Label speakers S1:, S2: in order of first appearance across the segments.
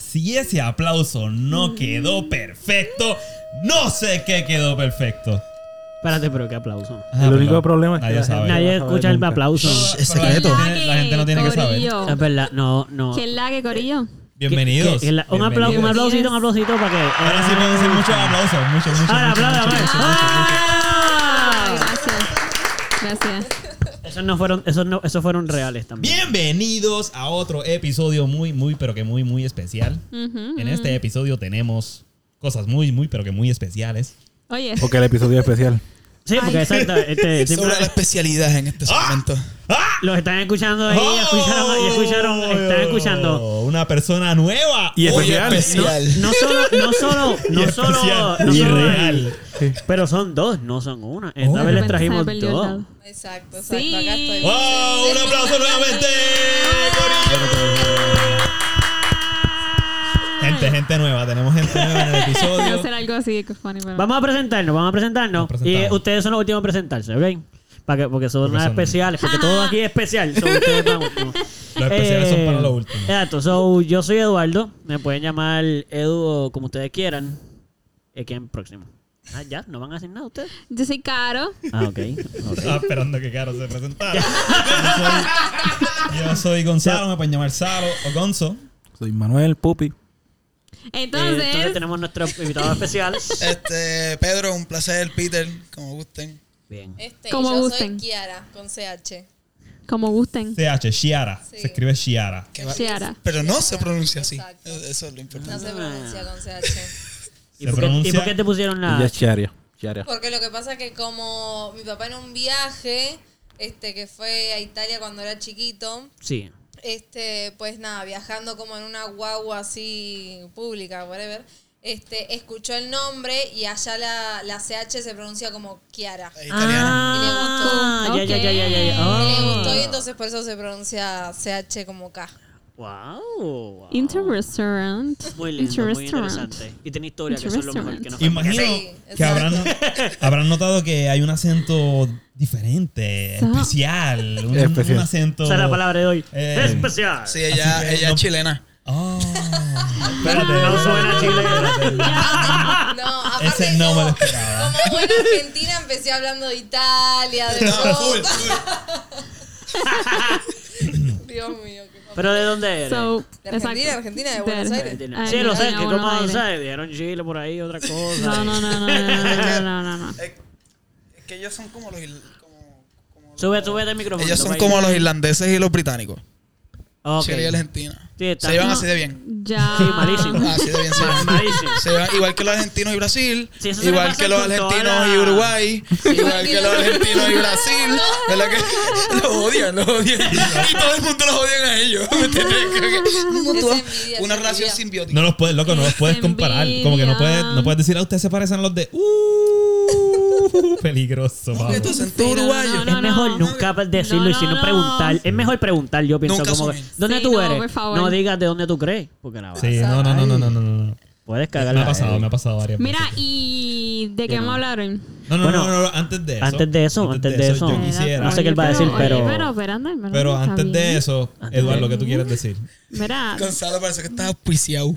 S1: si ese aplauso no quedó perfecto, no sé qué quedó perfecto.
S2: Espérate, pero qué aplauso.
S1: Ajá,
S3: el único
S1: perdón.
S3: problema es
S1: Nadie
S3: que la
S1: sabe.
S3: gente
S2: Nadie
S3: no va a
S2: escucha
S3: saber
S2: el
S3: nunca.
S2: aplauso.
S1: Shh,
S4: Es
S1: pero la
S4: secreto.
S1: gente- La gente no tiene que saber.
S4: Corillo.
S2: Es verdad, no, no.
S4: ¿Qué lague, Corillo?
S1: Bienvenidos.
S2: Que- que la- un, aplau- un
S1: bienvenidos.
S2: aplausito, un aplausito para que.
S1: Ahora sí puedo decir muchos aplausos. Muchos, muchos.
S2: Ahora,
S1: muchos,
S2: aplauda, pues.
S1: muchos,
S2: aplauda.
S1: muchos, muchos, muchos.
S4: Ah,
S2: ¡Ah!
S4: gracias. Gracias.
S2: Esos no fueron, esos no, esos fueron reales también.
S1: Bienvenidos a otro episodio muy, muy, pero que muy, muy especial.
S4: Ujú.
S1: En este episodio tenemos cosas muy, muy, pero que muy especiales.
S4: Oye,
S3: Porque el episodio es especial.
S2: Sí, porque
S4: Ay.
S2: exacto. Este,
S5: Sobre
S2: siempre-
S5: la especialidad en este segmento.
S1: ¡Ah!
S2: los están escuchando ahí,
S1: Oh.
S2: escucharon, y escucharon, están escuchando.
S1: Una persona nueva.
S3: Y
S5: Hoy
S3: especial.
S5: especial.
S2: No solo, no solo,
S1: Y
S2: no
S1: especial.
S2: solo, no
S1: Y
S2: solo
S1: real.
S3: Sí.
S2: Pero son dos, no son una. Esta
S1: Oh.
S2: vez les
S4: de repente se me
S2: trajimos
S4: perdió el
S2: dos.
S4: dado.
S6: Exacto, exacto.
S4: Sí.
S6: Acá estoy.
S1: ¡Wow! ¡Un aplauso nuevamente! ¡Corillo! Gente, gente nueva. Tenemos gente nueva en el
S4: Voy a
S1: episodio.
S4: hacer algo así, que funny, pero-
S2: Vamos a presentarnos, vamos a presentarnos.
S1: Vamos a
S2: Y eh,
S1: presentarnos.
S2: ustedes son los últimos en presentarse, ¿ok? Para que, porque son
S1: Porque
S2: las
S1: son-
S2: especiales, porque todo aquí es especial. so ustedes van últimos.
S1: Los especiales son
S2: Eh.
S1: para los últimos.
S2: Exacto, so, yo soy Eduardo. Me pueden llamar Edu o como ustedes quieran. Eh, ¿Quién próximo? Ah, ya, no van a decir nada ustedes.
S4: Yo soy Caro.
S2: Ah, ok. ok.
S1: Estaba esperando que Caro se presentara. Yo soy, yo soy Gonzalo, me pueden llamar Salo o Gonzo.
S3: Soy Manuel Pupi.
S2: Eh, entonces
S4: Entonces,
S2: tenemos nuestros invitados especiales.
S5: Este, Pedro, un placer. Peter, como gusten.
S2: Bien.
S6: Este,
S4: Como
S6: yo
S4: gusten.
S6: soy Kiara con CH.
S4: como gusten.
S1: TH, Shiara.
S6: Sí.
S1: Se escribe Shiara.
S5: Que-
S4: Ciara.
S5: Pero no se pronuncia así.
S6: Exacto.
S5: Eso es lo
S6: No
S5: importante.
S6: se pronuncia con CH.
S2: ¿Y
S1: Se
S2: por, qué, y
S1: pronuncia-
S2: por qué te pusieron
S3: Y
S2: la...?
S3: es Charia. Charia.
S6: Porque lo que pasa es que como mi papá en un viaje, este, que fue a Italia cuando era chiquito,
S2: Sí.
S6: este, pues nada, viajando como en una guagua así pública, whatever, este, escuchó el nombre y allá la, la CH se pronuncia como Kiara.
S5: Es italiano.
S2: Ah,
S4: Y le
S2: ya,
S4: gustó.
S2: ya, ya, ya, ya, ya.
S6: Y le
S2: Ah.
S6: gustó y entonces por eso se pronuncia CH como K.
S2: Wow, wow.
S4: Interrestaurant.
S2: Muy lindo, muy interesante. Y tiene historia, que eso es lo mejor que nos
S1: Imagino
S6: Sí,
S1: que habrán, habrán notado que hay un acento diferente,
S4: Sa-
S1: especial. Un,
S3: Especial.
S1: un acento.
S2: Esa es la palabra de hoy.
S1: Eh,
S2: Especial.
S5: Sí, ella,
S1: Así que
S5: ella
S1: no-
S5: es chilena.
S1: Oh,
S2: Espérate, no suena chile.
S6: No, aparte
S1: Ese no me
S6: como,
S1: lo esperaba.
S6: como buena argentina empecé hablando de Italia, de Europa. Dios mío, qué papá.
S2: Pero ¿de dónde eres?
S4: So,
S6: De
S4: exacto.
S6: Argentina, Argentina, de Buenos
S4: Del-
S6: Aires.
S2: Argentina.
S4: Ay,
S2: sí, lo sé,
S4: Argentina,
S2: que como
S4: Buenos Aires.
S2: sabes, dijeron Chile por ahí, otra cosa.
S4: No, no, no, no, no, no, no, no, no.
S5: Es, es que ellos son como los... il- como- como los-
S2: Sube, sube del micrófono.
S5: Ellos son
S2: Tocayo.
S5: como los irlandeses y los británicos.
S2: Ok.
S5: Chile y Argentina.
S2: Sí, está-
S5: se llevan
S2: no.
S5: así de bien.
S4: Ya.
S2: Sí, malísimo.
S5: Ah, así de bien se
S2: Ma-
S5: llevan.
S2: malísimo.
S5: Se llevan igual que los argentinos y Brasil,
S2: Sí, eso se le
S5: igual
S2: pasa
S5: que los
S2: con toda la-
S5: argentinos y Uruguay, igual que los argentinos y Brasil. ¿Verdad que los odian, los odian? Y todo el mundo los odian a ellos. ¿me entiendes? Creo que mutua-
S6: Es envidia,
S5: una
S6: es
S5: relación
S6: envidia.
S5: simbiótica.
S1: no los puedes, loco, no los puedes comparar. Como que no puedes, no puedes decir, a ustedes se parecen a los de. Uh, peligroso,
S5: No,
S1: Pablo.
S5: entonces tú
S4: No,
S5: uruguayo.
S4: no,
S2: es mejor
S4: no.
S2: nunca decirlo y
S4: No,
S2: sino
S4: no, no.
S2: preguntar. Es mejor preguntar, yo pienso.
S5: Nunca
S2: como que,
S5: asumir.
S2: ¿Dónde
S4: Sí,
S2: tú
S4: no,
S2: eres?
S4: por favor.
S2: No digas de dónde tú crees, porque la
S1: Sí, no, no, no, no, no, no, no.
S2: puedes
S1: Me
S2: cagar
S1: ha pasado, me ha pasado varias
S4: Mira,
S1: veces.
S4: ¿y de qué
S2: no.
S4: me hablaron?
S1: No, no,
S2: Bueno,
S1: no, no, no, antes de eso.
S2: antes de eso, antes de eso.
S1: Yo quisiera.
S2: No sé qué él va a decir,
S4: oye,
S2: pero-
S4: pero, pero, anda, hermano,
S1: Pero
S4: está
S1: antes de
S4: bien.
S1: eso,
S2: Antes
S1: Eduardo,
S2: de-
S1: lo que tú quieres decir.
S4: Mira,
S5: Gonzalo parece que está auspiciado.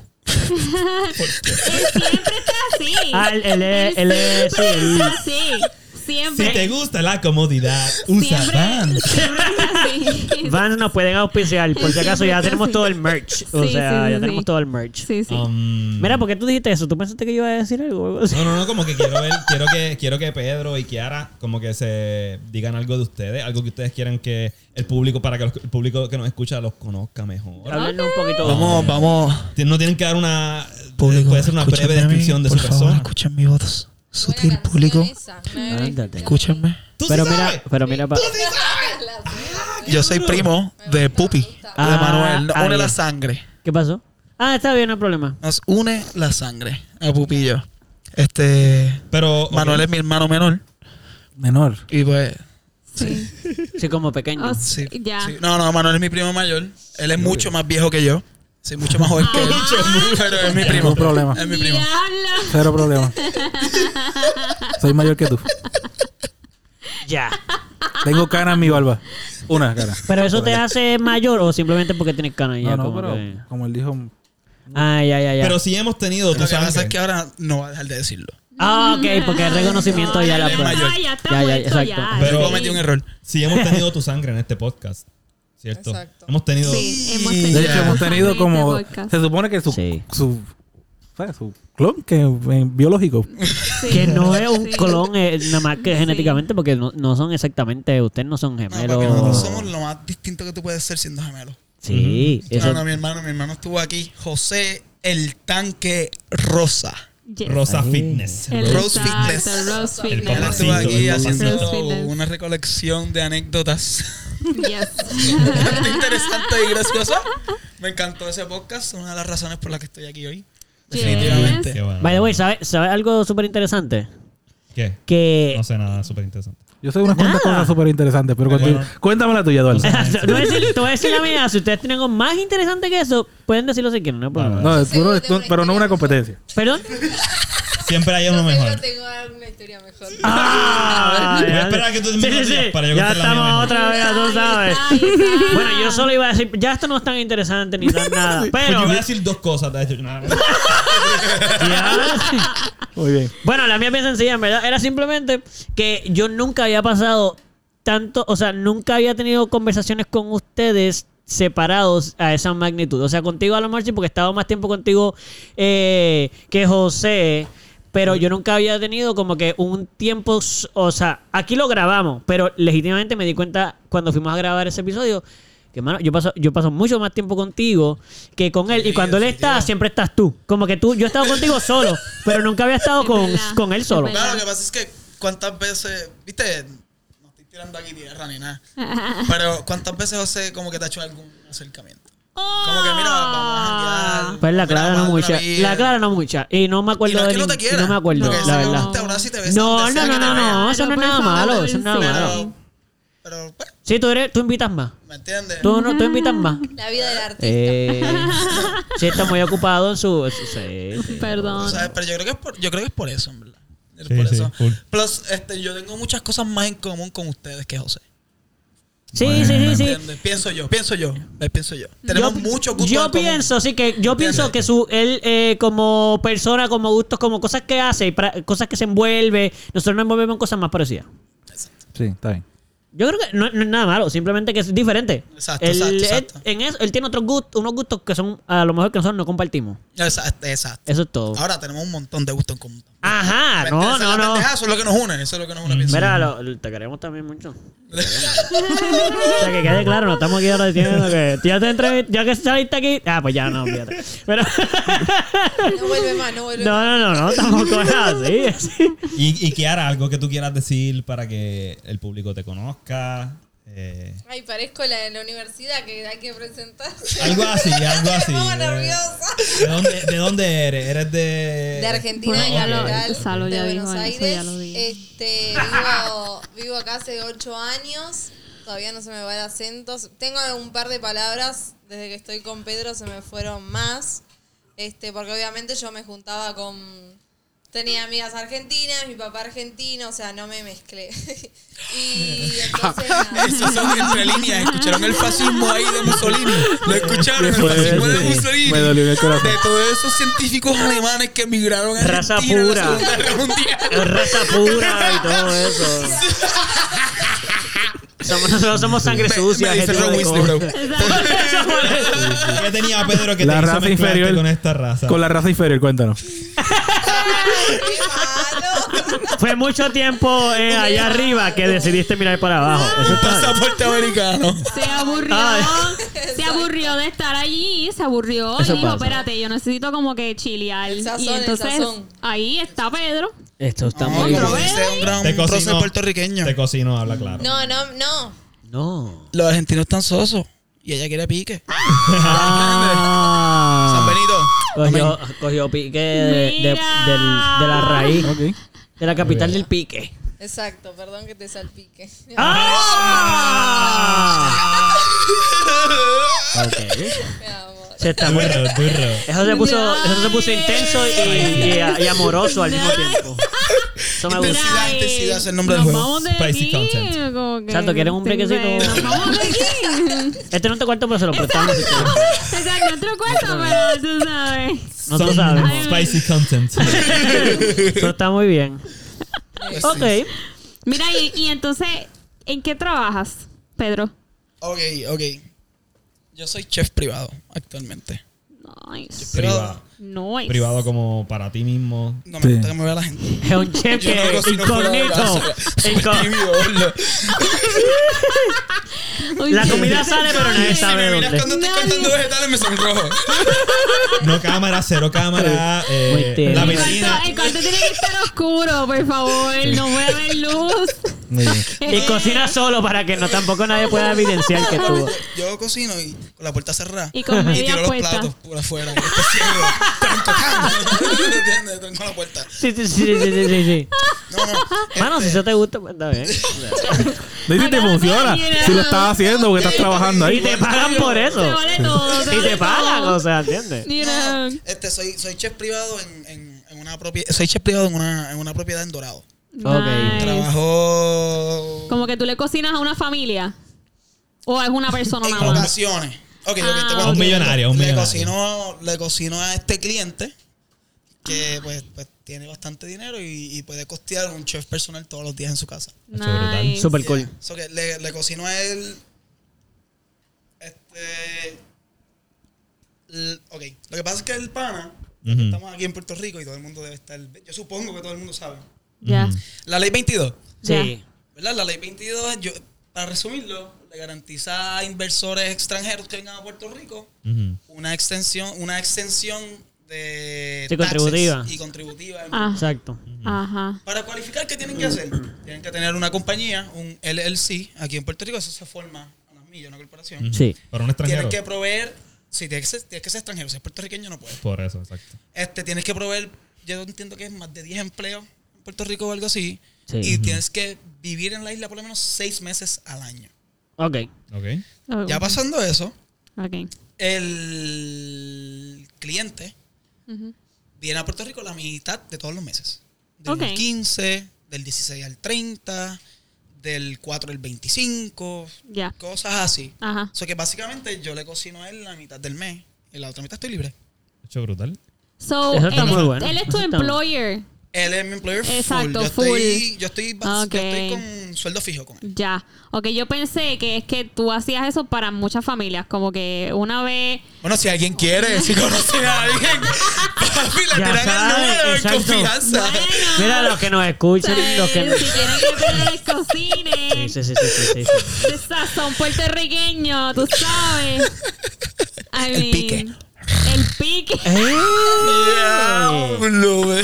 S4: siempre está así.
S2: Ah, él- él es- él es- sí,
S4: siempre
S2: él-
S4: está así. Siempre.
S1: Si te gusta la comodidad, usa
S4: siempre,
S1: Vans.
S4: siempre está así.
S2: Vans nos pueden auspiciar, por si acaso ya
S4: Sí,
S2: tenemos
S4: sí.
S2: todo el merch. O
S4: Sí,
S2: sea,
S4: sí, sí,
S2: ya
S4: sí.
S2: tenemos todo el merch.
S4: Sí, sí.
S1: Um,
S2: Mira, ¿por qué tú dijiste eso? ¿Tú pensaste que yo iba a decir algo?
S1: No, no, no, como que quiero ver, quiero que, quiero que Pedro y Kiara como que se digan algo de ustedes, algo que ustedes quieran que el público, para que los- el público que nos escucha los conozca mejor.
S2: Háblenos un poquito.
S5: Vamos, vamos.
S1: No tienen que dar una, puede ser una breve
S5: escúchenme a mí,
S1: descripción de su
S5: por favor,
S1: persona.
S5: Escuchen mi voz. Sutil
S6: Buena
S5: público.
S6: canción esa. Me-
S2: Ándate.
S5: Escúchenme.
S1: Tú sí
S2: Pero
S1: sabes.
S2: mira, pero mira, pa-
S6: la-
S5: Yo soy primo de Pupi,
S2: Ah,
S5: de Manuel. Nos
S2: ah,
S5: une
S2: ya.
S5: la sangre.
S2: ¿qué pasó? Ah, está bien, no hay problema.
S5: Nos une la sangre a Pupi y yo. Este.
S1: Pero ok,
S5: Manuel es mi hermano menor.
S3: Menor.
S5: Y pues.
S4: sí.
S2: Ah, Sí, como pequeño.
S4: O sea,
S5: Sí.
S4: ya.
S5: sí. No, no, Manuel es mi primo mayor. Él es mucho más viejo que yo. Soy mucho más joven que él.
S4: Ah.
S5: Pero es mi primo.
S3: Ningún problema.
S5: Es mi primo.
S4: Diablo.
S3: Cero problema. Soy mayor que tú.
S2: Ya.
S3: Tengo cara en mi barba. Una cara.
S2: ¿Pero eso te hace mayor o simplemente porque tienes canas? Ya,
S3: No, no,
S2: como
S3: pero
S2: que-
S3: como él dijo,
S2: Ah, ya, ya, ya.
S7: Pero sí hemos tenido,
S5: Lo
S7: tú
S5: que
S7: sabes
S5: pasa es
S7: que-
S5: que ahora no va a dejar de decirlo.
S2: Ah, ok, porque el reconocimiento ya la
S5: es
S2: puedo.
S5: mayor.
S4: Ah, ya está
S2: Ya, ya,
S4: muerto,
S2: exacto.
S4: ya.
S7: Pero-
S5: Yo cometí un error.
S7: sí hemos tenido tu sangre en este podcast. ¿Cierto?
S6: Exacto.
S7: Hemos tenido.
S4: Sí, hemos
S5: De
S4: tenido
S8: De hecho,
S5: Ya.
S8: hemos tenido
S4: Este
S8: como.
S4: podcast.
S8: Se supone que su.
S2: Sí.
S8: su ¿sabes? su clon que eh, biológico.
S4: Sí.
S2: Que no es un
S4: Sí.
S2: clon, eh, nada más que genéticamente, porque no, no son exactamente, ustedes no son
S5: No, porque
S2: gemelos.
S5: nosotros somos lo más distinto que tú puedes ser siendo gemelo.
S2: sí, eso.
S5: Ah, No, no, mi hermano, mi hermano estuvo aquí. José el tanque rosa.
S4: Yes.
S7: Rosa
S2: Ahí.
S7: Fitness.
S4: El
S5: Rose
S4: exacto,
S5: Fitness.
S4: Rose
S7: El
S5: Él
S4: Fitness.
S5: estuvo
S7: papacito,
S5: aquí
S7: el
S5: haciendo
S4: papacito.
S5: una recolección de anécdotas
S4: Yes.
S5: bastante interesantes y graciosas. Me encantó ese podcast, una de las razones por las que estoy aquí hoy. Definitivamente.
S7: Qué bueno.
S2: By the way, ¿sabes sabe algo súper interesante?
S7: ¿Qué?
S2: Que.
S7: No sé nada, súper interesante.
S8: Yo sé unas cuantas
S2: Nada.
S8: cosas súper interesantes, pero cuando-
S7: Bueno.
S8: cuéntame la tuya, Eduardo.
S2: te, voy a decir, te voy a decir la mía. Si ustedes tienen algo más interesante que eso, pueden decirlo si quieren, no hay problema.
S8: No, tú no-
S6: Seguro tengo
S8: tú- pero no
S6: una
S8: una competencia.
S2: ¿Perdón?
S7: Siempre hay uno
S6: Seguro
S1: Pues
S7: mejor.
S6: tengo una historia mejor.
S2: Ah,
S7: Voy a
S2: ya-
S7: esperar a que tú
S2: Sí,
S7: me lo
S2: sí, sí.
S7: digas para yo
S2: Ya
S7: contar la mía
S2: estamos
S7: mejor.
S2: otra vez, tú sabes.
S4: Ahí está, ahí está.
S2: Bueno, yo solo iba a decir, ya esto no es tan interesante ni tan nada.
S7: Pues yo
S2: Pero.
S7: voy a decir dos cosas. de hecho, nada más.
S2: Ya.
S8: Muy bien.
S2: Bueno, la mía bien sencilla, en verdad. Era simplemente que yo nunca había pasado tanto, o sea, nunca había tenido conversaciones con ustedes separados a esa magnitud. O sea, contigo a la marcha, porque estaba más tiempo contigo eh, que José. Pero yo nunca había tenido como que un tiempo, s- o sea, aquí lo grabamos, pero legítimamente me di cuenta cuando fuimos a grabar ese episodio que, mano, yo paso, yo paso mucho más tiempo contigo que con él. Y
S5: Sí,
S2: cuando él
S5: definitivo.
S2: está, siempre estás tú. Como que tú, yo he estado contigo solo, pero nunca había estado
S4: Es
S2: con,
S4: verdad,
S2: con él
S4: es
S2: solo.
S4: verdad.
S5: Claro, lo que pasa es que cuántas veces, viste, no estoy tirando aquí tierra ni nada. Pero cuántas veces José como que te ha hecho algún acercamiento.
S4: Oh.
S5: Como que mira, vamos a janguear.
S2: Pues la
S5: mira,
S2: clara no
S5: vamos a dar una
S2: mucha.
S5: vida.
S2: La clara no mucha. Y no me
S5: Y
S2: acuerdo
S5: no es
S2: de
S5: que no
S2: ningún-
S5: te
S2: y
S5: quiera.
S2: me acuerdo,
S5: Lo que
S2: la
S5: sea,
S2: verdad.
S5: te abraza y te besa
S2: No,
S5: donde sea
S2: no, no,
S5: que te
S2: no,
S5: vea.
S2: no. Eso no
S4: Pero pues
S2: es nada
S4: por favor,
S2: malo. Eso no es nada
S4: sí.
S2: malo.
S5: Pero, pero, pues,
S2: Sí, tú, eres, tú invitas más.
S5: ¿me entiendes?
S2: Tú, no, tú invitas más.
S6: La vida del artista.
S2: Eh, sí, está muy ocupado en su. en su- sí, sí.
S5: O
S4: Perdón.
S5: sea, pero yo creo que es por, yo creo que es por eso, en verdad. Es
S7: Sí,
S5: por
S7: sí,
S5: eso.
S7: full.
S5: Plus, este, yo tengo muchas cosas más en común con ustedes que José.
S2: Sí, sí, sí, sí.
S5: ¿Entiendes? Pienso yo, pienso yo, eh, pienso yo. Tenemos
S2: Yo-
S5: muchos gustos
S2: Yo
S5: en común.
S2: pienso, sí, que yo pienso
S5: ¿Entiendes?
S2: que su él eh, como persona, como gustos, como cosas que hace, pra- cosas que se envuelve, nosotros nos envolvemos en cosas más parecidas.
S8: Sí, está bien.
S2: Yo creo que no, no es nada malo, simplemente que es diferente.
S5: Exacto,
S2: él,
S5: exacto,
S2: él-
S5: exacto.
S2: en eso, él tiene otros gustos, unos gustos que son a lo mejor que nosotros no compartimos.
S5: Exacto, exacto.
S2: Eso es todo.
S5: Ahora tenemos un montón de gustos en común.
S2: Ajá,
S5: ¿Me
S2: no,
S5: entiendes? Esa
S2: no,
S5: es la
S2: no.
S5: pendeja, Eso es lo que nos une, eso es lo que nos une. pienso.
S2: Mira, lo- lo- te queremos también mucho. O sea, que quede claro, no estamos aquí ahora diciendo que ya te entrevist- ya que saliste aquí, ah, pues ya no, fíjate. Pero
S6: No vuelve más, no vuelve más.
S2: no, no, no, no, tampoco es así, así.
S7: Y, y Kiara, algo que tú quieras decir para que el público te conozca. eh,
S6: Ay, parezco la de la universidad que hay que presentarse.
S7: algo así, algo así.
S6: Me pongo
S7: eh.
S6: nerviosa.
S7: ¿De dónde, de dónde eres? ¿Eres de...?
S6: De Argentina,
S4: Bueno, ya
S6: de
S4: lo-
S6: capital,
S4: Salo
S6: de
S4: ya dijo
S6: Buenos
S4: eso,
S6: Aires.
S4: ya lo vi.
S6: Este, vivo, vivo acá hace ocho años. Todavía no se me va el acento. Tengo un par de palabras. Desde que estoy con Pedro se me fueron más. Este, porque obviamente yo me juntaba con. Tenía amigas argentinas, mi papá argentino, o sea, no me mezclé. y entonces. nada.
S5: Esos son entre líneas. Escucharon el fascismo ahí de Mussolini. Lo escucharon, el
S8: Fue-
S5: fascismo de
S8: sí,
S5: Mussolini.
S8: me dolió en el corazón.
S5: De todos esos científicos alemanes que emigraron a
S2: Raza
S5: Argentina en la
S2: pura.
S5: Segunda Guerra Mundial.
S2: Raza pura y todo eso. Somos, nosotros somos sangre
S5: Me-
S2: sucia.
S5: me dice
S2: gente
S5: Ron
S2: de
S5: Weasley,
S2: color.
S5: bro.
S7: ¿Qué tenía Pedro que
S8: La
S7: te hizo
S8: raza
S7: mezclarte
S8: inferior.
S7: con esta raza?
S8: Con la raza inferior, cuéntanos.
S6: ¡Qué malo!
S2: Fue mucho tiempo eh, allá arriba que decidiste mirar para abajo. Eso está-
S5: Pasaporte americano.
S4: Se aburrió,
S2: Ay.
S4: se aburrió de estar allí, se aburrió
S2: Eso
S4: y dijo,
S2: pasa.
S4: espérate, yo necesito como que chilear.
S6: El sazón,
S4: y
S6: el
S4: entonces
S6: sazón.
S4: ahí está Pedro.
S2: Esto está
S5: No,
S2: muy
S5: como
S2: bien.
S5: dice un
S7: Te
S5: gran profe
S7: cocinó.
S5: puertorriqueño.
S7: Te cocino, habla claro.
S6: No, no, no.
S2: No.
S5: Los argentinos están sosos. Y ella quiere pique. San
S2: Ah,
S5: Benito.
S2: cogió, cogió pique de, de- del- de la raíz,
S8: Ok.
S2: de la capital del pique.
S6: Exacto, perdón que te salpique.
S2: ¡Ah! Ok.
S6: Mi amor.
S2: Se está
S7: Duro, duro.
S2: Eso se puso, eso se puso intenso y, y- y amoroso al mismo tiempo. me gusta.
S5: Intensidad, intensidad es el nombre del juego.
S4: Vamos de
S7: Spicy
S4: aquí,
S7: content.
S4: como que-
S2: Exacto, ¿quieren un brequecito?
S4: Nos vamos de aquí.
S2: Este no te cuarto, pero se lo prestamos. si quieres.
S4: Exacto, otro cuento, pero tú sabes.
S2: No
S7: Some
S2: tú sabes.
S7: Spicy content.
S2: Pero está muy bien.
S5: Pues sí.
S2: Ok.
S4: Mira, y, y entonces, ¿en qué trabajas, Pedro?
S5: Ok, ok. Yo soy chef privado actualmente.
S4: Nice.
S7: privado.
S4: Nice.
S7: Privado como para ti mismo.
S5: No me
S8: Sí.
S5: gusta que me vea la gente.
S2: Es un chef
S5: Yo no
S2: que
S5: cocino fuera de la
S2: incógnito.
S5: casa.
S2: Incó-
S5: Tímido, boludo.
S4: Uy,
S2: La
S4: sí.
S2: comida sale, pero nadie
S5: Si
S2: sabe
S5: me miras
S2: dónde.
S5: cuando estoy cortando vegetales me sonrojo.
S7: No cámara, cero cámara.
S2: Muy
S7: Eh,
S2: tierno.
S7: la
S4: El
S7: vecina.
S4: cuarto, el cuarto tiene que estar oscuro, por favor. No puede haber luz.
S8: Muy bien.
S2: Y cocina solo para que no tampoco nadie pueda evidenciar que tú.
S5: Yo cocino y con la puerta cerrada.
S4: Y con media
S5: tiro
S4: puesta.
S5: los platos por afuera. Y después cierro. Tranco, ¿me ¿Entiendes? Tranco la puerta.
S2: Sí, sí, sí, sí, sí, sí, sí.
S5: No, no.
S2: Mano, si eso te gusta, pues está bien.
S8: Daisy, te
S4: Acá está
S8: funciona.
S4: bien.
S8: Si lo estás haciendo porque estás trabajando
S2: Y
S8: ahí.
S2: te pagan por eso.
S4: Se vale todo. se
S2: Y
S4: vale
S2: te pagan,
S4: todo.
S2: o sea, ¿entiendes?
S4: Mira.
S5: Este, soy, soy chef privado en, en, en una propiedad. Soy chef privado en una, en una propiedad en Dorado.
S2: Ok.
S4: nice.
S5: Trabajo.
S4: Como que tú le cocinas a una familia. O a una persona
S5: en
S4: nada más.
S5: ocasiones. Ok, ok, te
S4: Ah,
S5: cuento.
S4: Un
S7: millonario, un
S5: le
S7: millonario.
S5: Cocinó, le cocinó a este cliente que pues, pues tiene bastante dinero y, y puede costear un chef personal todos los días en su casa.
S7: brutal.
S4: Nice.
S2: Super cool.
S5: Yeah. So que le, le cocinó a él. Este. l- ok, lo que pasa es que el pana.
S7: Ujú.
S5: Estamos aquí en Puerto Rico y todo el mundo debe estar. Yo supongo que todo el mundo sabe.
S4: Ya.
S5: La ley 22.
S2: Sí.
S5: ¿Verdad? La ley 22, yo, para resumirlo, le garantiza a inversores extranjeros que vengan a Puerto Rico
S7: Ujú.
S5: una extensión, una extensión de
S2: Sí,
S5: taxes
S2: contributiva.
S5: y contributiva.
S4: Ah,
S2: Exacto.
S4: Ajá.
S5: Para cualificar, ¿qué tienen que hacer? Tienen que tener una compañía, un LLC, aquí en Puerto Rico, eso se forma a las millas, una corporación.
S7: Ujú.
S2: Sí.
S7: Para un extranjero.
S5: Tienes que proveer, si tienes que ser, tienes que ser extranjero, si es puertorriqueño no puedes.
S7: Por eso, exacto.
S5: Este, tienes que proveer, yo entiendo que es más de 10 empleos en Puerto Rico o algo así,
S2: Sí.
S5: y
S2: Ujú.
S5: tienes que vivir en la isla por lo menos seis meses al año.
S2: Ok.
S7: Ok.
S4: Ok.
S5: Ya pasando eso,
S4: Ok.
S5: el cliente
S4: Ujú.
S5: viene a Puerto Rico la mitad de todos los meses. Del
S4: Ok.
S5: 15, del 16 al 30, del 4 al 25,
S4: Ya. Ah.
S5: cosas así.
S4: Ajá.
S5: O sea que básicamente yo le cocino a él la mitad del mes y la otra mitad estoy libre.
S7: Hecho brutal.
S4: So,
S2: Eso
S4: él,
S2: está muy
S4: es-
S2: bueno.
S4: él es tu
S2: Eso está
S4: employer.
S5: Él es mi employer full.
S4: Exacto,
S5: yo Estoy, yo, estoy, bas-
S4: Ok.
S5: yo estoy con sueldo fijo con él.
S4: Ya. Ok, yo pensé que es que tú hacías eso para muchas familias. Como que una vez.
S5: Bueno, si alguien quiere, si conoce a alguien, papi, le
S2: Ya
S5: tiran el
S2: sabe,
S5: número en
S2: exacto.
S5: confianza.
S2: Mira los que nos escuchan, los que.
S4: Si quieren que Pedro les cocine.
S2: Sí, sí, sí, sí, sí, sí.
S4: Esas son puertorriqueños, tú sabes. I
S5: El pique.
S4: mean, El pique.
S2: ¡Ey!
S5: Diablo, güey.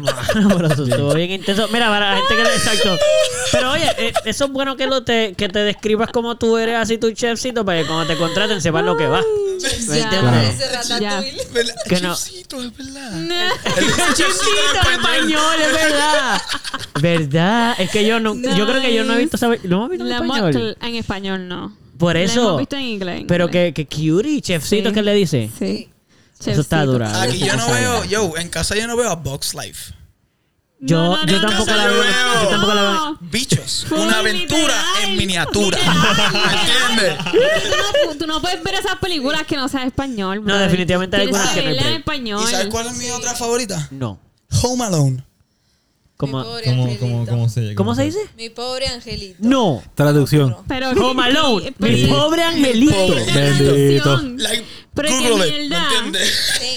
S2: Mano, pero eso estuvo bien intenso. Mira, para la gente que le exacto. Pero oye, eh, eso es bueno que lo te, que te describas como tú eres así tu chefcito para que cuando te contraten sepas lo que va. ¿Me
S4: Ya.
S2: entiendes?
S6: Ese ratatouille.
S5: ¿Verdad?
S2: Que no.
S5: Chipsito, es verdad.
S2: Chefcito en español, es verdad. ¿Verdad? Es que yo no, yo creo que yo no he visto saber, no hemos visto en
S4: La hemos-
S2: español.
S4: En español no.
S2: Por
S4: La hemos
S2: eso.
S4: visto en inglés. en
S2: Pero
S4: inglés.
S2: que, que cutie, chefcito
S4: Sí.
S2: que le dice.
S4: Sí.
S2: Eso está
S4: Chefcito.
S2: durado.
S5: Aquí
S2: eso
S5: yo no
S2: sabe.
S5: veo, yo, en casa yo no veo a Box Life.
S2: Yo,
S4: No, no,
S2: yo
S4: no,
S2: tampoco
S5: no,
S2: la
S5: no,
S2: veo.
S5: no.
S2: Yo tampoco la veo.
S5: Bichos,
S4: Full
S5: una aventura
S4: literal.
S5: en miniatura.
S4: Literal.
S5: ¿Entiendes?
S4: Tú no, tú no puedes ver esas películas que no sean español. brother.
S2: definitivamente hay
S4: Tienes
S2: algunas que no hay
S4: verlas en
S2: break.
S4: español.
S5: ¿Y sabes cuál es mi otra favorita?
S2: No.
S5: Home Alone.
S2: Como,
S6: Mi pobre
S7: ¿Cómo,
S6: angelito.
S7: cómo, cómo, se,
S2: ¿Cómo se dice?
S6: Mi pobre angelito.
S2: No.
S8: Traducción.
S4: Pero
S2: Home Alone. Mi
S4: pero-
S2: pobre angelito.
S4: pero-
S8: Bendito.
S5: Like,
S4: Pero qué
S5: Google it, ¿me
S4: mierda.
S5: entiendes?
S6: Sí.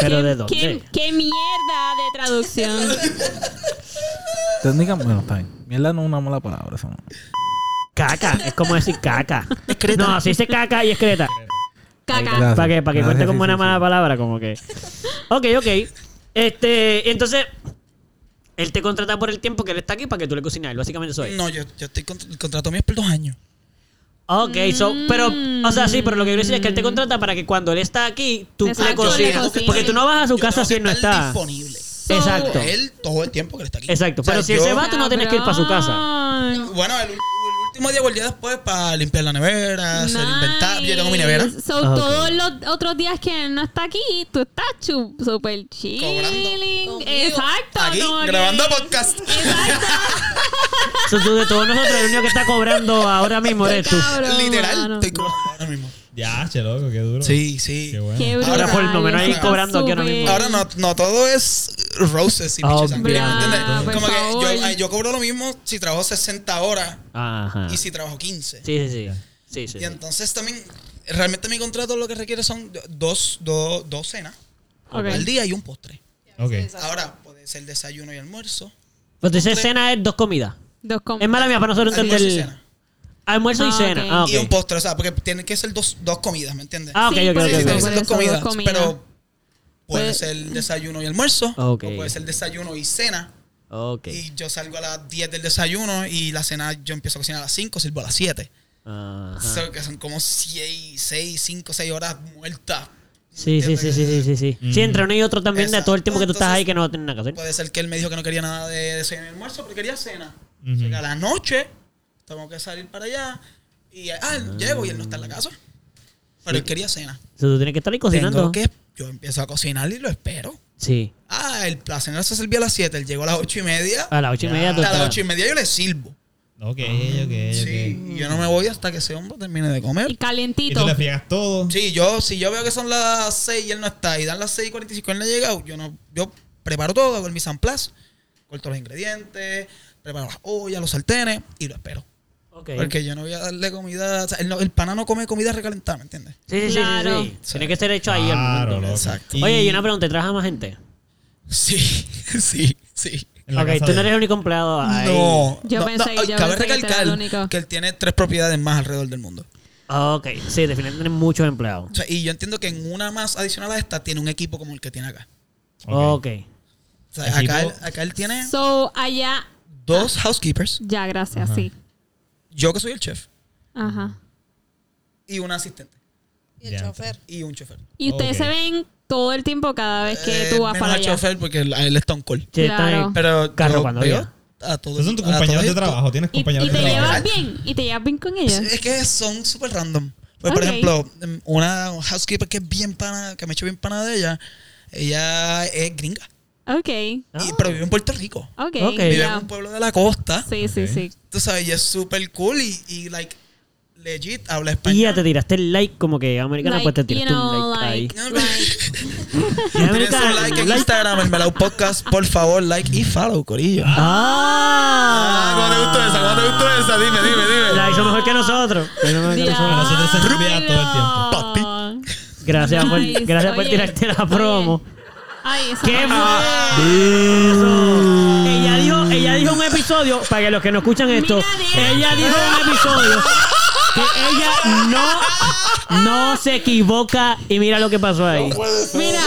S2: Pero
S4: ¿Qué-
S2: de
S4: ¿Qué,
S2: dónde?
S4: qué mierda de traducción?
S8: Técnica, bueno, está bien. Mierda no es una mala palabra. Eso. no.
S2: Caca. Es como decir caca. No, si dice caca y excreta.
S4: Caca.
S2: Para que,
S8: Gracias.
S2: para que
S8: Gracias,
S2: cuente
S8: sí,
S2: como
S8: sí,
S2: una
S8: sí.
S2: mala palabra, como que. Ok, ok. Este, entonces, él te contrata por el tiempo que él está aquí para que tú le cocines a él, básicamente eso es.
S5: No, yo, yo estoy con, el contrato mío es por dos años.
S2: Ok, so, pero, o sea, sí, pero lo que quiero decir es que él te contrata para que cuando él está aquí, tú le
S4: Exacto, le
S2: cocinas.
S4: cocines.
S2: Porque tú no vas a su
S5: Yo
S2: casa
S5: tengo
S2: si
S5: que
S2: él no
S5: estar
S2: está.
S5: disponible.
S2: Exacto.
S5: Él todo el tiempo que él está aquí.
S2: Exacto,
S5: O sea,
S2: pero si él
S5: yo- Ah,
S2: se va, tú no tienes que ir para su casa.
S4: Cabrón.
S5: Bueno, el, ul- el último día o el día después para limpiar la nevera, hacer
S4: Nice.
S5: inventario. Yo tengo mi nevera.
S4: So,
S2: Ah, ok.
S4: todos los otros días que no está aquí, tú estás chu- super chilling.
S6: Conmigo.
S4: Exacto.
S5: Aquí,
S4: como que-
S5: grabando podcast.
S2: Eso tú de todos nosotros, el único que está cobrando ahora mismo eres tú.
S4: Cabrón,
S5: Literal,
S4: mano.
S5: estoy como ahora mismo.
S7: Ya, che, loco, qué duro.
S5: Sí, sí.
S7: Qué bueno.
S4: Qué
S5: Ahora
S4: brutal,
S5: por
S2: lo menos
S4: eso
S5: ahí
S4: está
S2: cobrando aquí ahora mismo.
S4: súper.
S5: Ahora no, no todo es roses y
S2: Ah,
S5: piches
S2: ok.
S5: sangrientas, ¿entiendes?
S4: Bra, por
S5: Como que
S4: favor.
S5: yo, ay, yo cobro lo mismo si trabajo 60 horas
S2: Ajá.
S5: y
S2: Sí,
S5: si trabajo 15.
S2: sí, sí. Sí, sí.
S5: Y entonces también, realmente mi contrato lo que requiere son dos, dos, dos cenas
S4: Ok.
S5: al día y un postre.
S7: Ok.
S5: Ahora puede ser desayuno y almuerzo.
S2: Pues dices cena es dos comidas.
S4: Dos com-
S2: Es mala mía para nosotros
S5: Almuerzo y
S2: entender.
S5: cena.
S2: Almuerzo y
S4: Ah,
S2: cena.
S4: ok.
S2: Ah,
S5: Y un
S2: ok.
S5: postre, o sea, porque tienen que ser dos, dos comidas, ¿me entiendes?
S2: Ah, ok,
S4: Sí,
S2: ok,
S4: por
S2: ok,
S5: Sí,
S4: eso,
S5: tienen
S2: ok.
S5: que
S4: por
S5: ser dos
S4: eso,
S5: comidas, Pues-
S4: dos comidas.
S5: pero puede
S4: Puede-
S5: ser desayuno y almuerzo,
S2: Ok.
S5: o puede ser desayuno y cena.
S2: Ok.
S5: Y yo salgo a las 10 del desayuno y la cena yo empiezo a cocinar a las 5, sirvo a las 7.
S2: Ajá.
S5: So, que son como 6, 6, 5, 6 horas muertas.
S2: Sí, sí, sí, sí, sí, sí, sí.
S7: Mm.
S2: Sí, entre uno y otro también de todo el tiempo que tú estás ahí
S5: Exacto.
S2: que no tienes nada que hacer.
S5: Puede ser que él me dijo que no quería nada de desayuno y almuerzo, pero quería cena.
S7: Ujú.
S5: O sea, que a la noche tengo que salir para allá y ah, llego y él no está en la casa. Pero él quería cena.
S2: O sea, tú tienes que estar ahí cocinando.
S5: Tengo que, yo empiezo a cocinar y lo espero.
S2: Sí.
S5: Ah, el, la cena se servía a las 7, él llegó a las 8 y media.
S2: A las ocho y media
S5: A
S2: Ah, tú
S5: las
S2: estás.
S5: 8 y media yo le sirvo.
S7: Ok, ok,
S5: Sí,
S7: ok.
S5: y yo no me voy hasta que ese hombre termine de
S4: Y
S5: comer.
S7: Y
S4: calientito.
S7: tú le friegas todo.
S5: Sí, yo, si yo veo que son las 6 y él no está, y dan las 6 y 45 y él no ha llegado, yo, no, yo preparo todo, hago el mise en place, corto los ingredientes, preparo las ollas, los sartenes y lo espero.
S2: Ok.
S5: Porque yo no voy a darle comida, o sea, él no- el pana no come comida recalentada, ¿me entiendes?
S2: Sí, sí, sí,
S4: Claro.
S2: sí, sí. Tiene que ser hecho ahí al
S7: Claro,
S2: momento.
S7: loco.
S5: Exacto.
S2: Oye, y una pregunta, ¿te trabajas más gente?
S5: Sí, sí, sí.
S7: En la
S2: ok,
S7: casa
S2: tú no
S7: de-
S2: eres el único empleado ahí.
S5: No,
S4: Yo
S5: no,
S4: pensé-
S5: no, ay,
S4: yo
S5: cabe
S4: pensé que tú eras
S5: recalcar
S4: el único.
S5: que él tiene tres propiedades más alrededor del mundo.
S2: Ok, sí, definitivamente tienes muchos empleados.
S5: O sea, y yo entiendo que en una más adicional a esta tiene un equipo como el que tiene acá.
S7: Ok.
S2: Ok.
S5: O sea,
S7: Equipo.
S5: acá, él- acá él tiene
S4: So, allá.
S5: dos housekeepers,
S4: Ya, gracias, sí.
S5: yo que soy el chef,
S4: Ajá.
S5: y una asistente,
S6: Y el
S7: Ya,
S6: chofer.
S5: y un chofer.
S4: Y ustedes
S7: Ok.
S4: se ven todo el tiempo cada vez que tú
S5: Oh, Eh,
S4: vas
S5: menos
S4: para
S5: al
S4: allá.
S5: chofer porque él- a él está un call.
S2: Sí, está
S4: Claro.
S2: ahí.
S5: Pero
S2: Carro
S5: yo
S2: cuando
S5: veo
S2: había.
S5: a todos.
S7: Esos son tus
S5: a
S7: compañeros
S5: todos
S7: de
S5: estos.
S7: trabajo. Tienes
S4: Y,
S7: compañeros
S4: y
S7: de
S4: te
S7: trabajo.
S4: llevas bien, y te llevas bien con ella.
S5: Es que son súper random. Pues, Por
S4: Ok.
S5: ejemplo, em, una housekeeper que es bien pana, que me he hecho bien pana de ella, ella es gringa,
S4: Ok,
S5: y,
S7: Ah.
S5: pero vive en Puerto Rico.
S4: ok.
S2: Ok.
S5: Vive
S4: ya.
S5: en un pueblo de la costa.
S4: Sí, sí, sí.
S5: Tú sabes, ella es súper cool y, y, like, legit, habla
S2: Y ya
S5: español.
S2: te tiraste el like como que americano,
S4: Like,
S2: pues te tiras
S4: you know,
S2: tú un like,
S4: like-
S2: ahí.
S5: Tú Tienes
S2: Americano,
S5: un like en
S2: like.
S5: Instagram, el Melao Podcast, por favor, like y follow, corillo.
S8: Ah,
S2: ¡Ah!
S5: esa? Dime, dime,
S2: La hizo mejor que nosotros. La hizo mejor que nosotros.
S7: nosotros se nos olvida todo
S4: Diablo.
S2: Gracias por,
S4: Nice.
S2: gracias por
S4: Oye,
S2: tirarte la
S4: oye.
S2: promo.
S4: Ay, esa
S2: ¿Qué fue eso? Ella dijo, ella dijo un episodio, para que los que no escuchan esto,
S4: Mira,
S2: ella dijo un episodio que ella no, no se equivoca y mira lo que pasó ahí.
S4: Mira,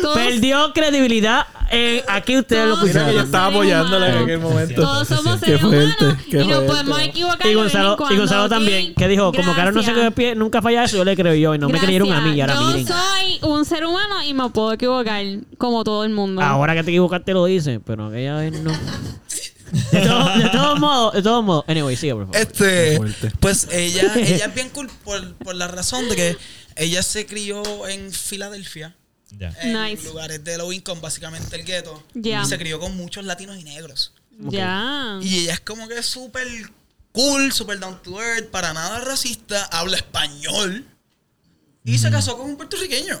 S4: todos,
S2: Perdió credibilidad. eh, aquí ustedes lo
S4: Todos
S8: Mira que yo
S2: escucharon.
S4: somos
S8: estaba apoyándola en
S4: seres
S8: aquel
S4: humanos.
S8: momento.
S4: todos somos
S8: Qué
S4: seres
S8: fuerte,
S4: humanos y
S8: qué
S4: nos
S8: fuerte.
S4: podemos equivocar.
S2: Y
S4: de vez en
S2: Gonzalo, y
S4: cuando,
S2: Gonzalo
S4: ¿ok?
S2: también, que dijo, como que ahora no sé
S4: Gracias.
S2: qué nunca falla eso, yo le creo yo y no me creyeron a mí y ahora
S4: Yo
S2: miren.
S4: soy un ser humano y me puedo equivocar como todo el mundo.
S2: Ahora que te equivocaste lo dice, pero aquella vez no. De, todo- de todos modos, de todos modos. Anyway, sigue, por favor.
S5: Este,
S8: Qué fuerte.
S5: pues ella, ella es bien cool por, por la razón de que ella se crió en Filadelfia,
S7: Ya.
S5: en
S4: Nice.
S5: lugares de low income, básicamente el gueto,
S4: Ya.
S5: y se crió con muchos latinos y negros.
S4: Ya.
S5: Y ella es como que súper cool, súper down to earth, para nada racista, habla español. Y se casó con un puertorriqueño.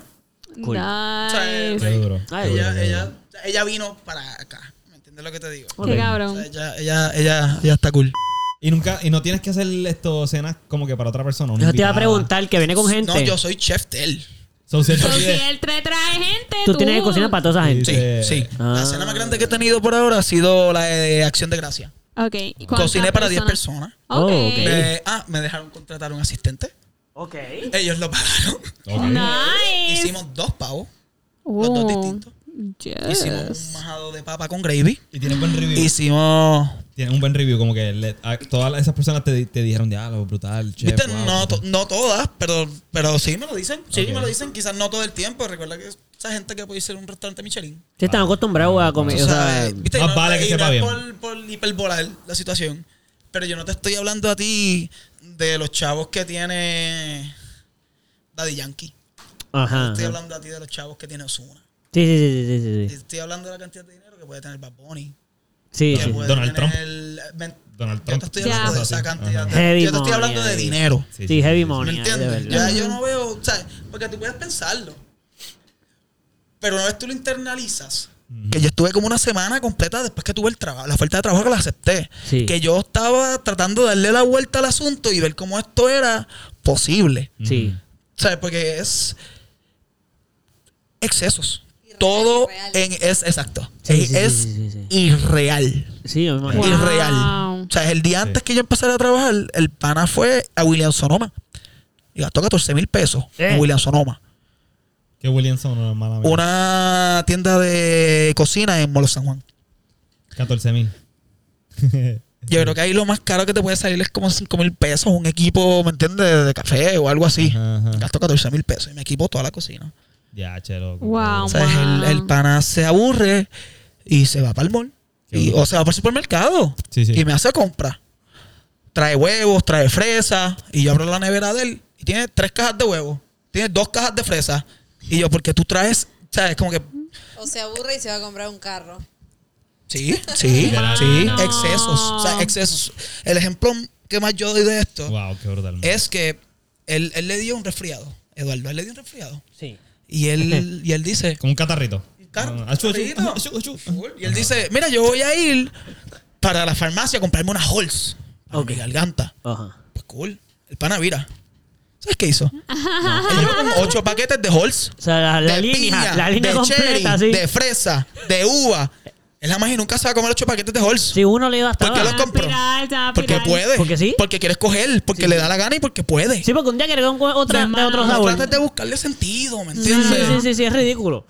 S2: Cool.
S5: O sea, eh,
S4: Nice.
S7: Qué duro.
S2: Ay,
S5: Ella, ella, ella vino para acá. ¿Me entiendes lo que te digo?
S2: Ok.
S4: Qué
S5: O sea,
S4: cabrón.
S5: ella, ella, ella, ella está cool.
S7: Y nunca, y no tienes que hacer esto cenas como que para otra persona. una
S2: Yo te iba a
S7: invitada.
S2: preguntar que viene con gente.
S5: No, yo soy chef de él.
S7: So, si él te
S4: Pero si
S7: pide-
S4: él te trae gente, tú,
S2: Tú tienes que cocinar para toda esa gente.
S5: Sí,
S7: Eh,
S5: sí.
S2: ah.
S5: La cena más grande que he tenido por ahora ha sido la de Acción de Gracia.
S4: Ok. ¿y cuántas
S5: Cociné para 10 personas.
S4: Ok.
S2: Oh, ok.
S5: Me- ah, me dejaron contratar un asistente.
S2: Ok.
S5: Ellos lo pagaron.
S7: Ok.
S4: Nice.
S5: Hicimos dos pavos.
S4: Oh,
S5: dos distintos.
S4: yes.
S5: Hicimos un majado de papa con gravy.
S7: Y tiene buen review.
S5: Hicimos.
S7: Tiene un buen review. Como que le- a- todas esas personas te, te dijeron diálogo brutal, chef.
S5: Viste,
S7: wow,
S5: no, to-
S7: brutal".
S5: no todas, pero, pero sí me lo dicen. Sí,
S7: Ok.
S5: me lo dicen. Quizás no todo el tiempo. Recuerda que esa gente que puede ser un restaurante Michelin.
S2: Sí, están acostumbrados a comer.
S5: Tú
S2: O sea,
S5: sabes, viste,
S7: más
S5: no-
S7: vale que
S5: y no
S7: sepa
S5: es
S7: bien.
S5: Por, por hiperbolar la situación. Pero yo no te estoy hablando a ti de los chavos que tiene Daddy Yankee.
S2: Ajá.
S5: Estoy
S2: Sí,
S5: hablando a ti de los chavos que tiene Osuna.
S2: sí, sí, sí, sí, sí.
S5: Estoy hablando de la cantidad de dinero que puede tener Bad Bunny.
S2: Sí,
S5: que
S2: sí.
S5: puede
S7: Donald Trump.
S5: ven-
S7: Donald
S5: yo
S7: Trump.
S5: te estoy
S4: Ya.
S5: hablando de
S7: Cosas
S5: esa
S7: así.
S5: cantidad.
S7: Ajá.
S5: de-
S2: Heavy
S5: yo te estoy
S2: money, eh.
S5: hablando de
S2: ahí.
S5: dinero.
S2: Sí, heavy money.
S5: ¿Me
S2: ahí, de
S5: entiendes?
S2: verdad.
S5: Ya yo no veo, o sea, porque tú puedes pensarlo. Pero una vez tú lo internalizas, que yo estuve como una semana completa después que tuve el trabajo, la falta de trabajo que la acepté,
S2: Sí.
S5: que yo estaba tratando de darle la vuelta al asunto y ver cómo esto era posible.
S2: Sí.
S5: O sea, porque es excesos.
S6: Irreal,
S5: Todo
S6: irreal.
S5: en, es exacto.
S2: Sí, sí,
S5: es
S2: sí,
S5: es
S2: sí, sí, sí.
S5: irreal
S2: Sí, yo me imagino.
S4: Wow.
S5: irreal. O sea, el día antes que yo empezara a trabajar, el pana fue a William Sonoma. Y gastó 14 mil pesos
S2: Eh.
S5: en William Sonoma.
S7: Que Williamson no es mala mía.
S5: Una tienda de cocina en Molo San Juan.
S7: 14 mil.
S5: Yo creo que ahí lo más caro que te puede salir es como 5 mil pesos, un equipo, ¿me entiendes? De café o algo así.
S7: Ajá, ajá.
S5: Gastó 14 mil pesos y me equipó toda la cocina.
S7: ya, che, loco.
S4: Wow.
S1: Oh,
S5: O sea, es el, el pana se aburre y se va para el mall.
S7: Qué
S5: Y-
S7: brutal.
S5: o se va para el supermercado.
S7: Sí, sí.
S5: Y me hace compra. Trae huevos, trae fresa. Y yo abro la nevera de él. Y tiene tres cajas de huevos. Tiene dos cajas de fresa. Y yo, porque tú traes. ¿Sabes? Como que.
S6: O se aburre y se va a comprar un carro.
S5: Sí, sí,
S7: Literal.
S5: sí.
S7: Mano.
S5: Excesos. O sea, excesos. El ejemplo que más yo doy de esto
S7: Wow, qué brutal. man.
S5: es que él, él le dio un resfriado. Eduardo, él le dio un resfriado.
S2: Sí.
S5: Y él, y él dice.
S7: Como un catarrito.
S5: Car-
S7: Ah, achu, achu,
S5: carrito.
S7: achu, achu.
S5: Y él dice: Mira, yo voy a ir para la farmacia a comprarme una Holz. Para mi garganta.
S2: Ajá.
S5: Pues cool. El pana vira. ¿Sabes qué hizo? Él llevó como ocho paquetes de Halls.
S2: O sea, la, la
S5: de
S2: línea,
S5: piña,
S2: la línea
S5: de
S2: completa,
S5: cherry,
S2: sí.
S5: de fresa, de uva. Él jamás y nunca se va a comer ocho paquetes de Halls.
S2: Si uno le da hasta
S5: ¿Por qué
S2: abajo.
S5: lo compró? Porque puede.
S2: Porque sí.
S5: Porque quiere escoger, porque le da la gana y porque puede.
S2: Sí, porque un día quiere con otra, de
S4: Hermano,
S2: otro
S5: no
S2: sabor.
S5: trates de buscarle sentido, ¿me
S2: Sí,
S5: entiendes?
S2: sí, sí, sí, sí, es ridículo.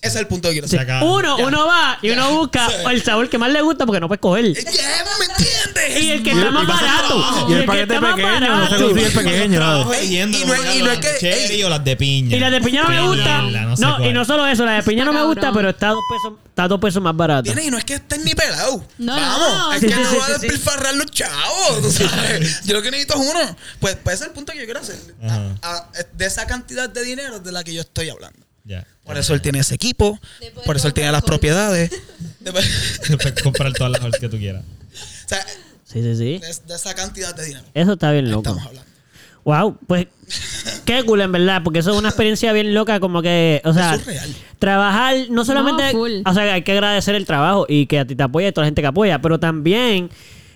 S5: Ese es el punto que quiero
S7: Se
S5: sacar.
S7: acaba.
S2: Uno, uno va y uno busca el sabor que más le gusta porque no puedes coger.
S5: Eh, Yeah, ¿Me entiendes?
S2: Y el que está más barato.
S8: Y el
S2: que
S8: paquete
S2: está más
S8: pequeño, no se
S2: barato.
S8: consigue el pequeño. nada.
S7: Estaba yendo
S5: Y no
S7: como
S5: es-
S7: ya
S5: y no
S7: las
S5: es que-
S7: de cherry
S5: ey.
S7: o las de piña.
S2: Y la de piña no me gusta. No, y no solo eso, la de piña no me gusta, pero está a dos pesos, está a dos pesos más barato.
S5: Viene y no es que estés ni pelado.
S4: No, no,
S5: Vamos,
S4: no.
S5: es
S4: Sí,
S5: que
S2: sí,
S5: no
S2: sí,
S5: va a
S2: sí, sí.
S5: despilfarrar los chavos, tú sabes. Yo lo que necesito es uno. Pues, pues ese es el punto que yo quiero hacer.
S7: Ajá.
S5: A- a- de esa cantidad de dinero de la que yo estoy hablando.
S7: Ya.
S5: Por eso él tiene ese equipo,
S6: Después
S5: por eso él tiene las
S6: comprar con-
S5: propiedades. Después-
S7: Puedes comprar todas las horas que tú quieras.
S5: o sea,
S2: Sí, sí, sí.
S5: de, de esa cantidad de dinero
S2: Eso está bien loco.
S5: estamos hablando.
S2: Wow, pues qué cool en verdad, porque eso es una experiencia bien loca, como que, o sea,
S5: es surreal.
S2: trabajar no solamente,
S4: full.
S2: o sea, hay que agradecer el trabajo y que a ti te apoya y toda la gente que apoya, pero también,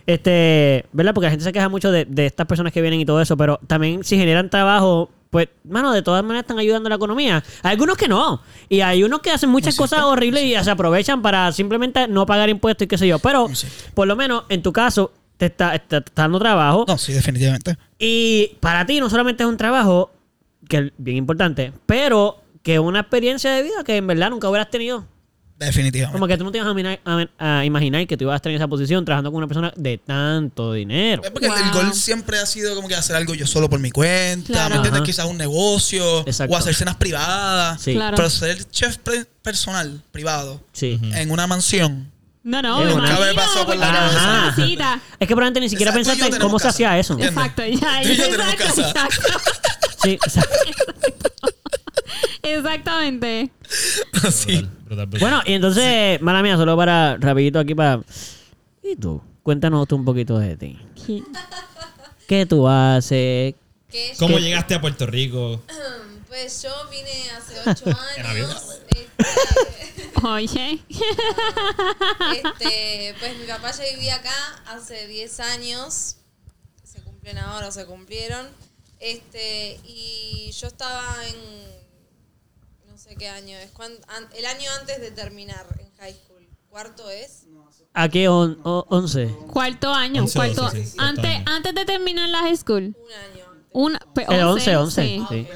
S2: este, ¿verdad? Porque la gente se queja mucho de, de estas personas que vienen y todo eso, pero también si generan trabajo, pues, mano, de todas maneras están ayudando a la economía. Hay algunos que no, y hay unos que hacen muchas cosas horribles y se aprovechan para simplemente no pagar impuestos y qué sé yo, pero
S5: Muy cierto.
S2: por lo menos en tu caso te está, está- está dando trabajo.
S5: No, sí, definitivamente.
S2: Y para ti no solamente es un trabajo, que es bien importante, pero que es una experiencia de vida que en verdad nunca hubieras tenido.
S5: Definitivamente.
S2: Como que tú no te ibas a, minar- a- a imaginar que tú ibas a estar en esa posición trabajando con una persona de tanto dinero.
S5: Es Pues Porque el- el
S4: Wow.
S5: gol siempre ha sido como que hacer algo yo solo por mi cuenta,
S4: Claro.
S5: ¿me entiendes?
S2: Ajá.
S5: Quizás un negocio
S2: Exacto.
S5: o hacer cenas privadas.
S2: Sí,
S4: Claro.
S5: Pero ser chef pre- personal, privado,
S2: sí.
S5: en una mansión.
S4: No, no,
S2: Yo
S4: me
S2: nunca
S4: imagino,
S5: me pasó por la
S4: porque
S2: cabeza.
S4: era una
S2: Ajá.
S4: cita.
S2: Es que probablemente ni siquiera
S5: Exacto,
S2: pensaste
S5: yo
S2: en
S5: tenemos
S2: cómo se
S5: casa.
S2: hacía eso.
S5: ¿Entiendes?
S4: Exacto, ya,
S5: Tú y yo tenemos
S4: exacto,
S5: casa.
S4: exacto.
S2: Sí, o sea,
S4: Exactamente.
S5: sí.
S7: Brutal, brutal, brutal.
S2: bueno, y entonces, mala mía, solo para rapidito aquí para... ¿Y tú? Cuéntanos tú un poquito de ti.
S4: ¿Qui-
S2: ¿Qué tú haces?
S6: Que
S7: ¿Cómo
S2: ¿Qué?
S7: llegaste a Puerto Rico?
S6: Pues yo vine hace ocho
S7: En avión.
S6: años. Este,
S4: Oye,
S6: este, pues mi papá ya vivía acá hace 10 años. Se cumplen ahora, o se cumplieron. Este, y yo estaba en no sé qué año es, cuan- an- el año antes de terminar en high school. Cuarto es.
S2: ¿A qué on- o- once?
S4: cuarto año,
S7: Once,
S4: cuarto.
S7: doce, sí, cuarto
S4: antes,
S7: año.
S4: antes de terminar la high school.
S6: Un año antes.
S4: Una, pe-
S2: El once, once.
S4: sí.
S2: sí.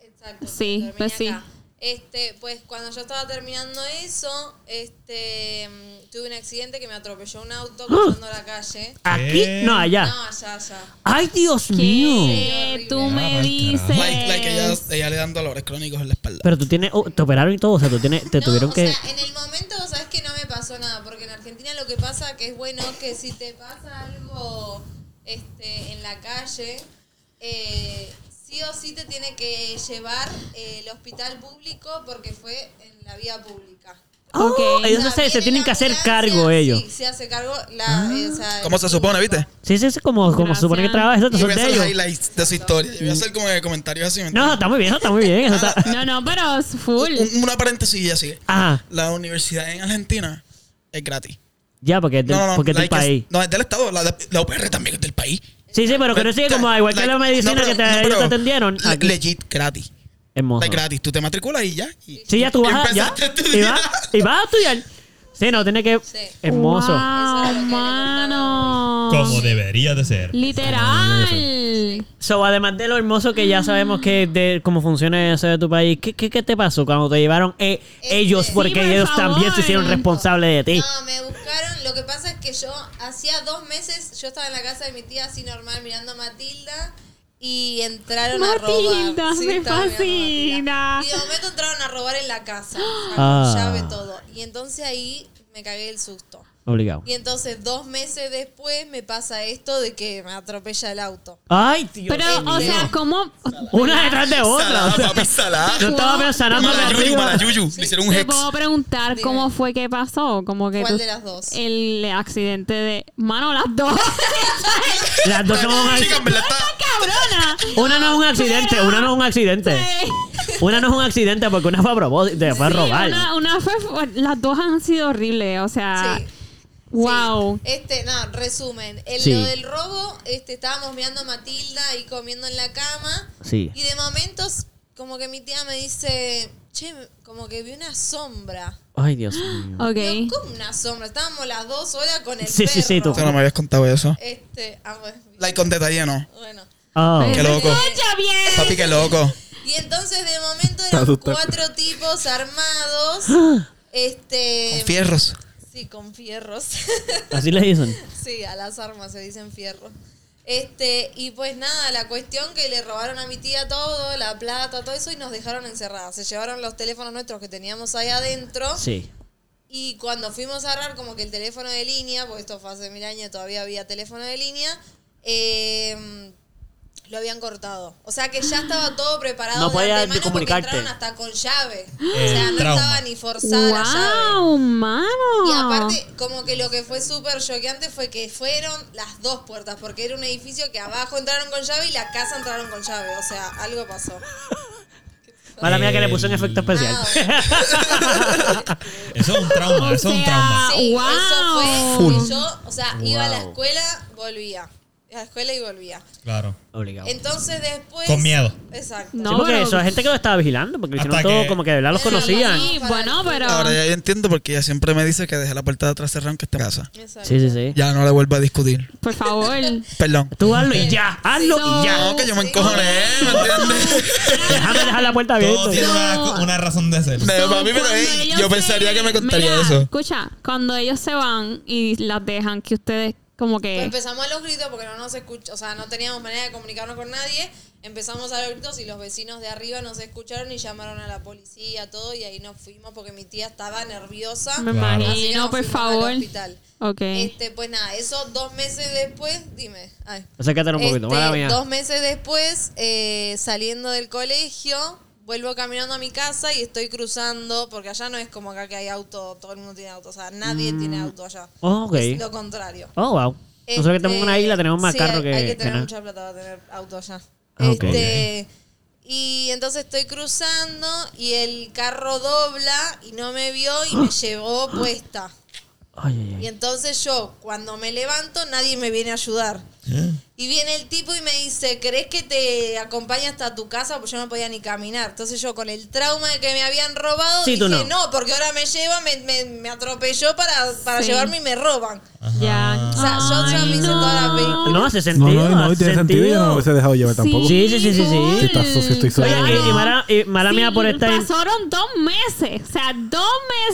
S6: Exacto.
S4: Sí,
S6: cuando
S4: pues
S6: terminé
S4: sí.
S6: acá. Este, pues cuando yo estaba terminando eso, este, mm, tuve un accidente que me atropelló un
S2: ¡Ah!
S6: auto cruzando la calle.
S2: ¿Aquí? No, allá.
S6: No, allá, allá.
S2: ¡Ay, Dios mío!
S4: ¿Qué? Tú me
S7: Ah,
S4: dices.
S5: Like, like ella, ella le dan dolores crónicos en la espalda.
S2: Pero tú tienes. oh, te operaron y todo, o sea, tú tienes, te
S6: No,
S2: tuvieron
S6: o
S2: que.
S6: sea, en el momento, sabes que no me pasó nada, porque en el Argentina lo que pasa que es bueno que si te pasa algo este, en la calle, eh, sí o sí te tiene que llevar eh, el hospital público porque fue en la vía pública.
S4: Ok.
S2: ellos
S6: O sea,
S2: se, se
S6: viene
S2: tienen
S6: la
S2: que hacer
S6: ambulancia,
S2: cargo ellos.
S6: Sí, se hace cargo la... eh, o sea,
S5: Ah. ¿Cómo se supone, viste?
S2: Sí, sí, sí, como, como se supone que
S4: Gracias.
S2: trabaja, exacto,
S5: Yo
S2: son
S5: voy a
S2: de
S5: hacer los
S2: ellos.
S5: highlights de su historia. Yo voy a hacer como que comentarios así. ¿me
S2: No,
S5: entiendes?
S2: está muy bien, eso está muy bien. Eso está...
S4: No, no, pero es full.
S5: Un- Una paréntesis y así.
S2: Ajá,
S5: La universidad en Argentina es gratis.
S2: ya, porque es del,
S5: No, no, no.
S2: porque es del
S5: like,
S2: país.
S5: es- no, es del Estado. La, de- la UPR también es del país. Pues,
S2: Sí, sí, pero que no sigue como igual que la
S5: Like,
S2: medicina
S5: no, pero-
S2: que te,
S5: no,
S2: ellos
S5: pero
S2: te atendieron.
S5: le-
S2: Aquí.
S5: Legit, gratis.
S2: Hermoso.
S5: Like, gratis. Tú te matriculas y ya. Y,
S2: Sí, ya tú
S5: y
S2: vas a, ya,
S5: empezaste a
S2: y,
S5: estudiar.
S2: vas, y vas a estudiar. Sí, no, tiene que...
S6: Sí.
S2: Hermoso.
S6: Eso
S4: Wow,
S6: es lo que le Oh,
S4: mano.
S7: Como debería de ser.
S4: Literal.
S2: So, además de lo hermoso que ya sabemos que de cómo funciona eso de tu país, ¿qué, qué, qué te pasó cuando te llevaron eh,
S6: Este-
S2: ellos?
S6: Sí,
S2: Porque
S4: por
S2: ellos también se
S4: favor.
S2: hicieron responsables de ti.
S6: No, me buscaron. Lo que pasa es que yo hacía dos meses, yo estaba en la casa de mi tía así normal mirando Matilda y entraron
S4: Matilda,
S6: a robar.
S4: me
S6: estaba mirando
S4: fascina.
S6: Matilda. Y de momento entraron a robar en la casa, o sea,
S2: Ah.
S6: con llave todo. Y entonces ahí me cagué el susto.
S2: Obligado.
S6: Y entonces dos meses después me pasa esto de que me atropella el auto.
S2: Ay, tío.
S4: Pero, o sea, ¿cómo?
S2: una detrás de otra. o
S5: Salada,
S2: sea,
S5: papi, salada.
S2: yo estaba pensando
S5: Mala
S2: que
S5: yuyu,
S2: arriba-
S5: mala yuyu. Le hicieron un
S4: Te
S5: hex.
S4: puedo preguntar cómo fue que pasó. Como que
S6: ¿Cuál
S4: tú-
S6: de las dos?
S4: El accidente de. Mano, las dos.
S2: Las dos son un
S5: Chicas,
S2: acc-
S5: me la está...
S4: ¡Cabrona!
S2: Una no es un accidente, una no es un accidente. Una no es un accidente porque una fue a propósito, te fue a
S4: Sí,
S2: robar.
S4: Una, una fue, fue- las dos han sido horribles, o sea,
S6: Sí.
S4: wow.
S6: Sí. Este, no, resumen. El,
S2: Sí.
S6: Lo del robo, este, estábamos mirando a Matilda y comiendo en la cama.
S2: Sí.
S6: Y de momentos, como que mi tía me dice, che, como que vi una sombra.
S2: Ay, Dios mío.
S6: Digo,
S4: Ok.
S6: ¿Cómo una sombra? Estábamos las dos solas con el
S2: Sí, sí, sí,
S6: perro".
S5: Tú no me habías contado eso.
S6: Este, ah, bueno,
S5: Like, con detalle, no.
S6: bueno.
S2: Oh.
S5: Qué loco.
S4: Escucha bien.
S5: Papi, qué loco.
S6: Y entonces de momento
S8: Está
S6: eran
S8: asustado.
S6: cuatro tipos armados.
S2: eh,
S6: Este.
S5: Fierros.
S6: sí, con fierros.
S2: Así le dicen.
S6: Sí, a las armas se dicen fierro. Este, y pues nada, la cuestión que le robaron a mi tía todo, la plata, todo eso, y nos dejaron encerradas. Se llevaron los teléfonos nuestros que teníamos ahí adentro.
S2: Sí.
S6: Y cuando fuimos a agarrar como que el teléfono de línea, porque esto fue hace mil años, todavía había teléfono de línea, eh, lo habían cortado. O sea que ya estaba todo preparado
S2: No
S6: de
S2: podías
S6: antemano
S2: comunicarte.
S6: porque entraron hasta con llave.
S7: Eh,
S6: o sea, no
S7: trauma.
S6: estaba ni forzada la llave.
S4: Wow, mano.
S6: Y aparte, como que lo que fue súper choqueante fue que fueron las dos puertas, porque era un edificio que abajo entraron con llave y la casa entraron con llave. O sea, algo pasó.
S2: Mala mía que le puso un
S7: El-
S4: Eh,
S2: efecto especial.
S6: Ah,
S7: Eso es un trauma, eso es un trauma.
S6: Sí,
S4: Ah, Wow.
S6: eso fue.
S5: Full.
S6: y Yo, o sea, iba a la escuela, volvía. A la escuela y volvía.
S7: Claro.
S2: Obligado.
S6: Entonces después.
S7: Con miedo.
S6: Exacto.
S4: No,
S2: Sí, porque
S4: pero-
S2: eso es gente que lo estaba vigilando, porque si no
S7: Hasta
S2: todo
S7: que-
S2: como que de verdad los
S6: Sí,
S2: conocían.
S4: Sí, bueno, pero.
S5: Ahora ya yo entiendo porque ella siempre me dice que deje la puerta de atrás cerrada aunque esté en casa.
S6: Exacto.
S2: Sí, sí, sí.
S5: Ya no la vuelvo a discutir.
S4: Por favor.
S5: Perdón.
S2: Tú hazlo y ya, hazlo
S4: No.
S2: y ya.
S5: No, que yo me encojoné, ¿me entiendes?
S2: Déjame dejar la puerta
S7: Todo
S2: abierta.
S7: tiene
S4: No.
S7: una, una razón de ser.
S5: No, papi, pero
S4: Cuando
S5: ey,
S4: ellos
S5: yo
S4: se-
S5: pensaría que me contaría
S4: Mira,
S5: eso.
S4: Escucha, cuando ellos se van y las dejan, que ustedes como
S6: Pues
S4: que.
S6: empezamos a los gritos porque no nos escuchó, o sea, no teníamos manera de comunicarnos con nadie. Empezamos a los gritos y los vecinos de arriba nos escucharon y llamaron a la policía, todo, y ahí nos fuimos porque mi tía estaba nerviosa.
S4: Me
S7: Claro.
S6: Así que
S4: imagino,
S6: nos
S4: por
S6: fuimos
S4: favor.
S6: Al hospital.
S4: Ok.
S6: Este, pues nada, eso dos meses después, dime. Ay.
S2: Acércate un poquito,
S6: Este,
S2: mala mía.
S6: dos meses después, eh, saliendo del colegio, vuelvo caminando a mi casa y estoy cruzando, porque allá no es como acá que hay auto, todo el mundo tiene auto, o sea, nadie tiene auto allá.
S2: Oh, ok.
S6: Es lo contrario.
S2: Oh, wow. Nosotros que tenemos
S6: Este,
S2: una isla, tenemos más
S6: sí,
S2: carro
S6: hay-
S2: que.
S6: Hay que
S2: que
S6: tener
S2: nada.
S6: mucha plata para tener auto allá.
S2: Ah, ok.
S6: Este, y entonces estoy cruzando y el carro dobla y no me vio y me llevó puesta.
S2: Ay, ay, ay.
S6: Y entonces yo, cuando me levanto, nadie me viene a ayudar.
S1: ¿Eh?
S6: Y viene el tipo y me dice, ¿crees que te acompañe hasta tu casa? Pues yo no podía ni caminar. Entonces yo con el trauma de que me habían robado,
S2: Sí, tú
S6: dije,
S2: no.
S6: no. porque ahora me lleva, me, me- me atropelló para, para
S4: Sí.
S6: llevarme y me roban.
S4: Ya.
S6: O sea, yo ya me hice toda la película.
S2: No hace
S8: No,
S2: sentido.
S8: no, no,
S2: hace
S8: tiene sentido. Yo no me hubiese dejado llevar tampoco.
S2: Sí, sí, sí, sí, sí.
S4: full.
S8: Sí, está sucio, estoy sucio.
S2: Oye, y, y mala, y mala
S4: Sí,
S2: mía por estar.
S4: Pasaron dos meses. O sea, dos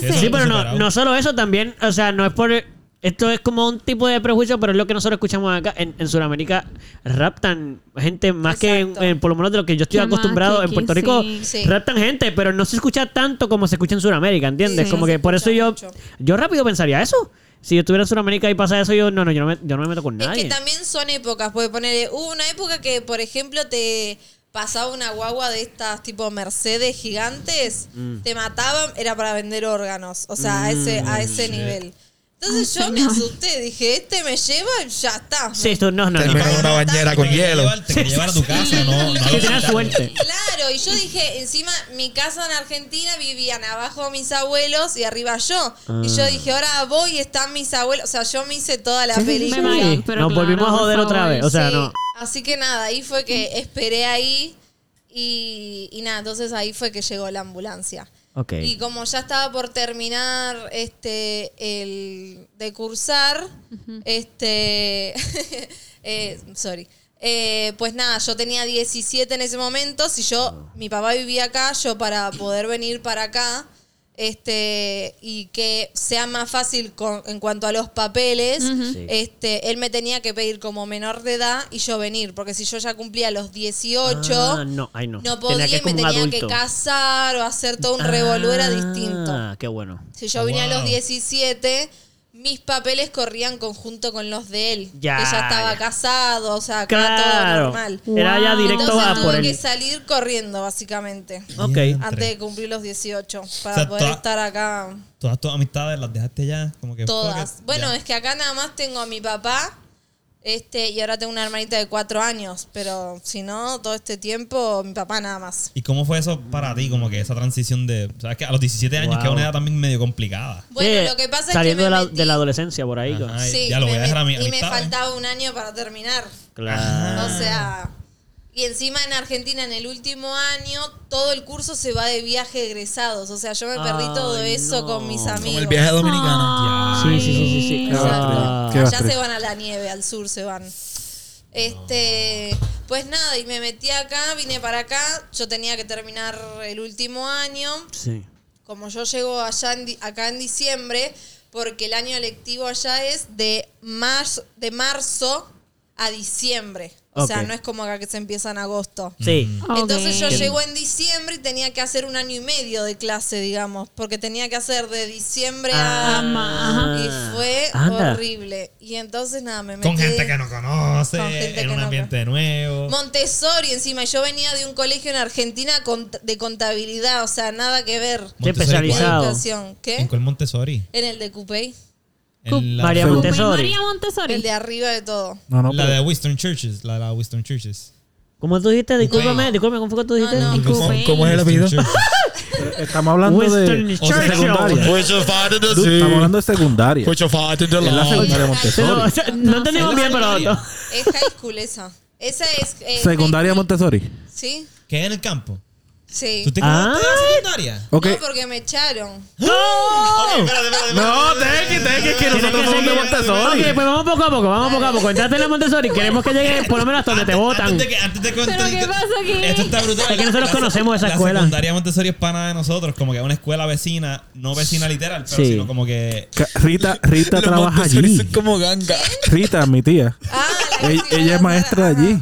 S4: meses.
S2: Sí, pero no,
S7: Superado.
S2: no solo eso, también, o sea, no es por... Esto es como un tipo de prejuicio, pero es lo que nosotros escuchamos acá. En, en Sudamérica raptan gente más
S6: Exacto.
S2: que, en- en- por lo menos de lo que yo estoy
S4: Que más
S2: acostumbrado.
S4: que-
S2: en
S4: que
S2: Puerto Rico
S4: sí.
S6: Sí.
S2: raptan gente, pero no se escucha tanto como se escucha en Sudamérica, ¿entiendes?
S4: Sí.
S2: como
S6: No se
S2: que por eso yo...
S6: escucha mucho.
S2: Yo rápido pensaría eso. Si yo estuviera en Sudamérica y pasa eso, yo no, no, yo no me, yo no me meto con
S6: Es
S2: nadie.
S6: que también son épocas, porque poner, hubo una época que, por ejemplo, te pasaba una guagua de estas tipo Mercedes gigantes,
S2: Mm.
S6: te mataban, era para vender órganos, o sea, a ese, a ese nivel. Entonces
S4: Ay,
S6: yo
S4: señor.
S6: me asusté, dije, este me lleva y ya está.
S2: Sí, esto, no, no, no.
S9: Termina en una bañera con hielo.
S1: Te quería llevar a tu casa, no. no
S2: Si tienes suerte.
S6: Claro, y yo dije, encima mi casa en Argentina vivían abajo mis abuelos y arriba yo.
S2: Ah.
S6: Y yo dije, ahora voy y están mis abuelos. O sea, yo me hice toda la
S2: Sí, sí,
S6: película.
S4: Me imagino, pero
S2: Nos
S4: claro,
S2: volvimos a
S4: por
S2: joder
S4: favor.
S2: otra vez. O sea,
S6: Sí.
S2: no.
S6: Así que nada, ahí fue que esperé ahí y, y nada, entonces ahí fue que llegó la ambulancia.
S2: Ok.
S6: Y como ya estaba por terminar este el de cursar, este eh, sorry. Eh, pues nada, yo tenía 17 en ese momento, si
S2: Ah.
S6: yo, mi papá vivía acá, yo para poder venir para acá, este, y que sea más fácil con- en cuanto a los papeles,
S2: Sí.
S6: este, él me tenía que pedir como menor de edad y yo venir, porque si yo ya cumplía los 18,
S2: Ah, no, ay, no.
S6: no podía
S2: Tenía que
S6: y
S2: ir
S6: me
S2: como un
S6: tenía que
S2: adulto.
S6: casar o hacer todo un revolú era distinto.
S2: Ah, qué bueno.
S6: Si yo vine a los
S1: Wow.
S6: 17, mis papeles corrían conjunto con los de él.
S2: Ya,
S6: que ya estaba
S2: ya.
S6: casado, o sea, acá todo
S2: Claro.
S6: normal.
S2: Era ya
S4: Wow.
S2: directo
S6: Entonces
S2: a
S6: tuve
S2: por
S6: que
S2: él.
S6: salir corriendo, básicamente.
S2: Ok.
S6: Antes de cumplir los 18, para
S1: O sea,
S6: poder
S1: toda-
S6: estar acá
S1: Todas tus amistades las dejaste ya, como que.
S6: todas.
S1: fuck it,
S6: Bueno,
S1: ya.
S6: es que acá nada más tengo a mi papá este y ahora tengo una hermanita de cuatro años, pero si no, todo este tiempo mi papá nada más.
S1: ¿Y cómo fue eso para ti, como que esa transición de. Sabes que a los 17 años,
S2: Wow.
S1: que es una edad también medio complicada.
S6: Bueno,
S2: Sí,
S6: lo que pasa es que
S2: Saliendo
S6: me
S2: de, la,
S6: metí-
S2: de la adolescencia por ahí. pues.
S1: Ajá. Ay,
S6: Sí,
S1: ya lo
S6: me
S1: voy a dejar a mi
S6: met- y me
S1: amistad, ¿eh? Ah.
S6: faltaba un año para terminar.
S2: Claro.
S6: O sea, y encima en Argentina en el último año todo el curso se va de viaje egresados, o sea, yo me perdí
S2: Ay,
S6: todo eso
S2: no.
S6: con mis
S2: Como el
S6: amigos.
S5: Como el viaje dominicano.
S2: Sí, sí, sí, sí, sí.
S4: Ah. Ay.
S6: O sea,
S3: Ah, qué
S6: allá
S3: bastre.
S6: se van a la nieve, al sur se van. Este, pues nada, y me metí acá, vine para acá, yo tenía que terminar el último año,
S2: Sí.
S6: como yo llego allá en di- acá en diciembre, porque el año lectivo allá es de marzo, de marzo a diciembre. O sea,
S2: Ok.
S6: no es como acá que se empieza en agosto.
S2: Sí.
S4: Ok.
S6: Entonces yo llego en diciembre y tenía que hacer un año y medio de clase, digamos, porque tenía que hacer de diciembre a...
S2: Ah, ma-
S6: y
S2: ajá.
S6: fue
S2: Anda.
S6: horrible. Y entonces nada, me metí...
S1: Con gente que no conoce,
S6: Con gente
S1: en
S6: que
S1: un
S6: no
S1: ambiente nuevo.
S6: Montessori encima, yo venía de un colegio en Argentina cont- de contabilidad, o sea, nada que ver.
S2: Qué
S1: Montessori,
S6: Mi
S1: ¿cuál?
S2: Pesado.
S6: educación.
S1: ¿En
S6: ¿Qué?
S1: cuál Montessori?
S6: En el de Coupey,
S1: En la,
S2: María
S3: Según-
S2: Montessori.
S4: María Montessori.
S6: el de arriba de todo.
S3: No, no,
S1: la
S3: pero-
S1: de Winston Churches. La de la Winston Churches.
S2: ¿Cómo tú dijiste? Discúlpame, discúlpame, ¿cómo fue que tú dijiste?
S6: No,
S4: Disculpe.
S9: ¿Cómo, cómo es el apellido?
S1: Winston Churches.
S3: Estamos hablando
S2: Winston
S3: de.
S2: Churchill.
S3: secundaria.
S9: Mucho fácil de
S3: Dude, Estamos hablando de secundaria.
S9: Mucho fácil de
S3: Es la secundaria
S2: Pero, o
S3: Montessori.
S2: sea, no entendimos bien, pero. no.
S6: Es high school esa. Esa es... eh,
S3: Secundaria
S6: high school.
S3: Montessori.
S6: Sí,
S1: ¿Qué es en el campo? ¿Tú
S6: sí.
S1: te
S2: Ah.
S1: quedaste en la secundaria?
S3: Ok.
S6: No, porque me echaron.
S3: No, tequi, tequi, que
S2: Tienes
S3: nosotros
S2: que
S3: somos de
S2: seguir.
S3: Montessori.
S2: Ok, pues vamos poco a poco, vamos poco a poco. Entraste en la Montessori, queremos que llegue por lo menos hasta donde te votan.
S1: Antes de que, antes de que-
S4: ¿Pero qué pasa aquí?
S1: Esto está brutal.
S2: Es que nosotros conocemos esa
S1: la
S2: escuela.
S1: La secundaria Montessori es pana de nosotros, como que es una escuela vecina, no vecina literal, pero
S2: Sí.
S1: sino como que
S3: Ca- Rita, Rita
S5: Los
S3: trabaja
S5: Montessori
S3: allí.
S5: son como ganga.
S3: Rita, mi tía.
S6: Ah, la que
S8: E,
S3: Ella,
S6: se
S3: ella
S6: iba a
S3: es maestra
S6: casar,
S3: allí.
S6: ajá.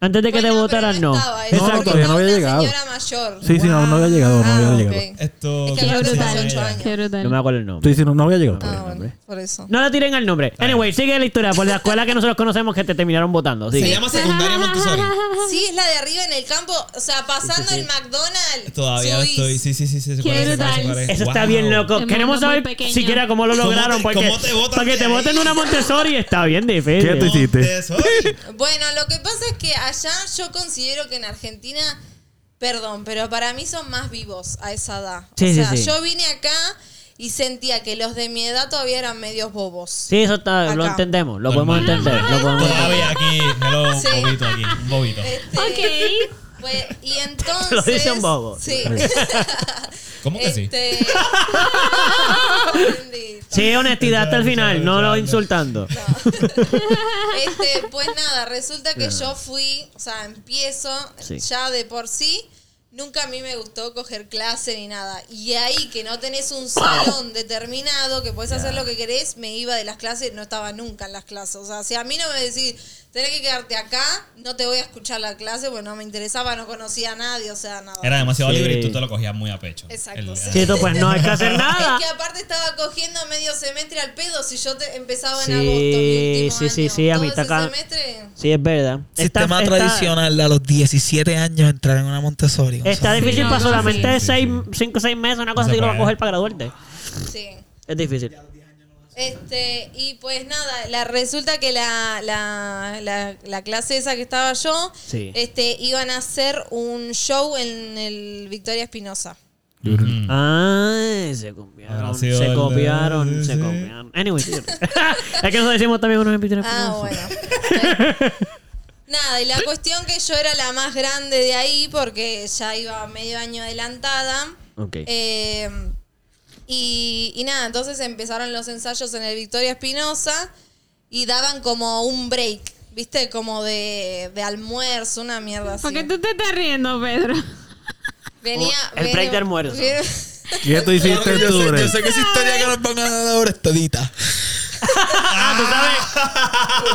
S2: Antes de que te
S6: Bueno,
S2: votaran,
S6: pero
S2: no.
S6: estaba él,
S3: No,
S6: porque
S3: todavía no
S6: estaba
S3: había
S6: una
S3: llegado.
S6: señora mayor.
S3: Sí, sí, no, no había llegado, no había
S6: Ah,
S3: llegado.
S6: ok.
S1: esto.
S6: Es que
S1: ¿cómo
S6: la
S1: se
S6: brutal.
S1: llama
S6: Ocho
S1: ella?
S6: años.
S4: Qué brutal.
S2: No me acuerdo el
S3: Tú
S2: nombre.
S3: dices, no, no había llegado.
S6: Ah,
S3: todavía,
S6: bueno,
S1: ¿eh?
S3: hombre.
S6: por eso.
S2: No la tiren al nombre. Anyway, sigue la historia por la escuela que nosotros conocemos que te terminaron votando.
S1: Se
S2: Sigue.
S1: llama secundaria Montessori.
S6: Sí, es la de arriba en el campo. O sea, pasando el McDonald's.
S1: Todavía
S6: subís.
S1: estoy. Sí, sí, sí, sí. se
S4: Qué
S1: parece, se parece,
S4: brutal.
S1: se parece.
S2: Eso está
S1: Wow.
S2: bien loco.
S4: El
S2: Queremos
S4: mundo muy
S2: saber
S4: pequeño.
S2: siquiera cómo lo
S1: ¿Cómo
S2: lograron.
S1: te-
S2: porque
S1: cómo te votan
S2: para que
S1: de
S2: te
S1: ahí?
S2: voten una Montessori está bien difícil.
S3: ¿Qué te hiciste?
S1: Montessori.
S6: Bueno, lo que pasa es que allá yo considero que en Argentina, perdón, pero para mí son más vivos a esa edad.
S2: Sí,
S6: o
S2: sí,
S6: sea,
S2: sí.
S6: yo vine acá y sentía que los de mi edad todavía eran medios bobos.
S2: Sí, eso está, lo
S6: Acá.
S2: entendemos, lo podemos entender, lo podemos entender.
S1: Todavía aquí. Hello, un
S6: Sí.
S1: bobito aquí. Un bobito.
S6: Este,
S4: Ok.
S6: fue- y entonces.
S2: Lo dice un bobo.
S6: Sí.
S1: ¿Cómo que sí?
S6: Este, entendí.
S2: Sí, honestidad hasta el final, no lo insultando.
S6: Este, pues nada, resulta que yo fui, o sea, empiezo
S2: Sí.
S6: ya de por sí. Nunca a mí me gustó coger clase ni nada. Y ahí que no tenés un salón determinado, que podés hacer lo que querés, me iba de las clases, no estaba nunca en las clases. O sea, si a mí no me decís, tenés que quedarte acá, no te voy a escuchar la clase, pues no me interesaba, no conocía a nadie, o sea, nada.
S7: Era demasiado
S2: Sí.
S7: libre y tú te lo cogías muy a pecho.
S6: Exacto,
S7: El-
S6: sí.
S2: Chito, pues no hay que hacer nada.
S6: Es que aparte estaba cogiendo medio semestre al pedo si yo te empezaba en
S2: Sí,
S6: agosto. mi último
S2: sí, sí,
S6: año.
S2: sí, a
S6: Todo
S2: mí
S6: ese
S2: taca-
S6: semestre.
S2: Sí, es verdad. Está-
S3: Sistema
S2: está-
S3: tradicional a los 17 años entrar en una Montessori. Gonzalo.
S2: Está difícil
S4: no,
S2: para
S4: no,
S2: solamente
S7: sí,
S2: 5 o 6 meses, una cosa
S7: No se
S2: así que lo va a
S7: puede.
S2: coger para graduarte.
S6: Sí.
S2: Es difícil.
S6: Este, y pues nada, la, resulta que la, la, la, la clase esa que estaba yo,
S2: Sí.
S6: este, iban a hacer un show en el Victoria Espinosa.
S7: Mm.
S2: Ay, se copiaron.
S7: Habrá
S2: Se
S7: sido el de-
S2: copiaron,
S7: sí,
S2: se
S7: sí.
S2: copiaron. Anyway, sí. es que nos decimos también unos invitados.
S6: Ah, bueno. Nada, y la cuestión que yo era la más grande de ahí porque ya iba medio año adelantada.
S2: Ok.
S6: Eh, y, y nada, entonces empezaron los ensayos en el Victoria Espinosa y daban como un break, ¿viste? Como de, de almuerzo, una mierda así.
S4: ¿Por qué tú te estás riendo, Pedro?
S6: Venía,
S2: Oh, El
S6: venía-
S2: break de almuerzo.
S6: venía-
S8: ¿Qué tú
S3: Claro
S8: hiciste
S3: que
S8: en
S3: yo,
S8: tu
S3: sé, yo
S8: break?
S3: sé que esa historia que nos van a dar ahora está edita.
S2: Ah, tú sabes.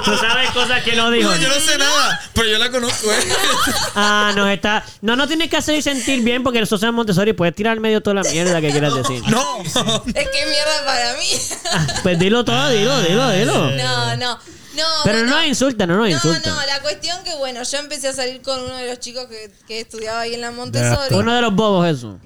S2: Tú sabes cosas que no dijo.
S3: No, yo no sé nada, pero yo la conozco. ¿eh?
S2: Ah, nos está. No, no tienes que hacer sentir bien porque nosotros somos Montessori. Puedes tirar al medio toda la mierda que quieras decir.
S3: No.
S6: Es que mierda para mí.
S2: Pues dilo todo, dilo, dilo, dilo.
S6: No, no. No,
S2: Pero
S6: bueno.
S2: no insulta, no, no insulta.
S6: No, no, la cuestión que bueno, yo empecé a salir con uno de los chicos que, que estudiaba ahí en la Montessori.
S2: Uno de los bobos, eso.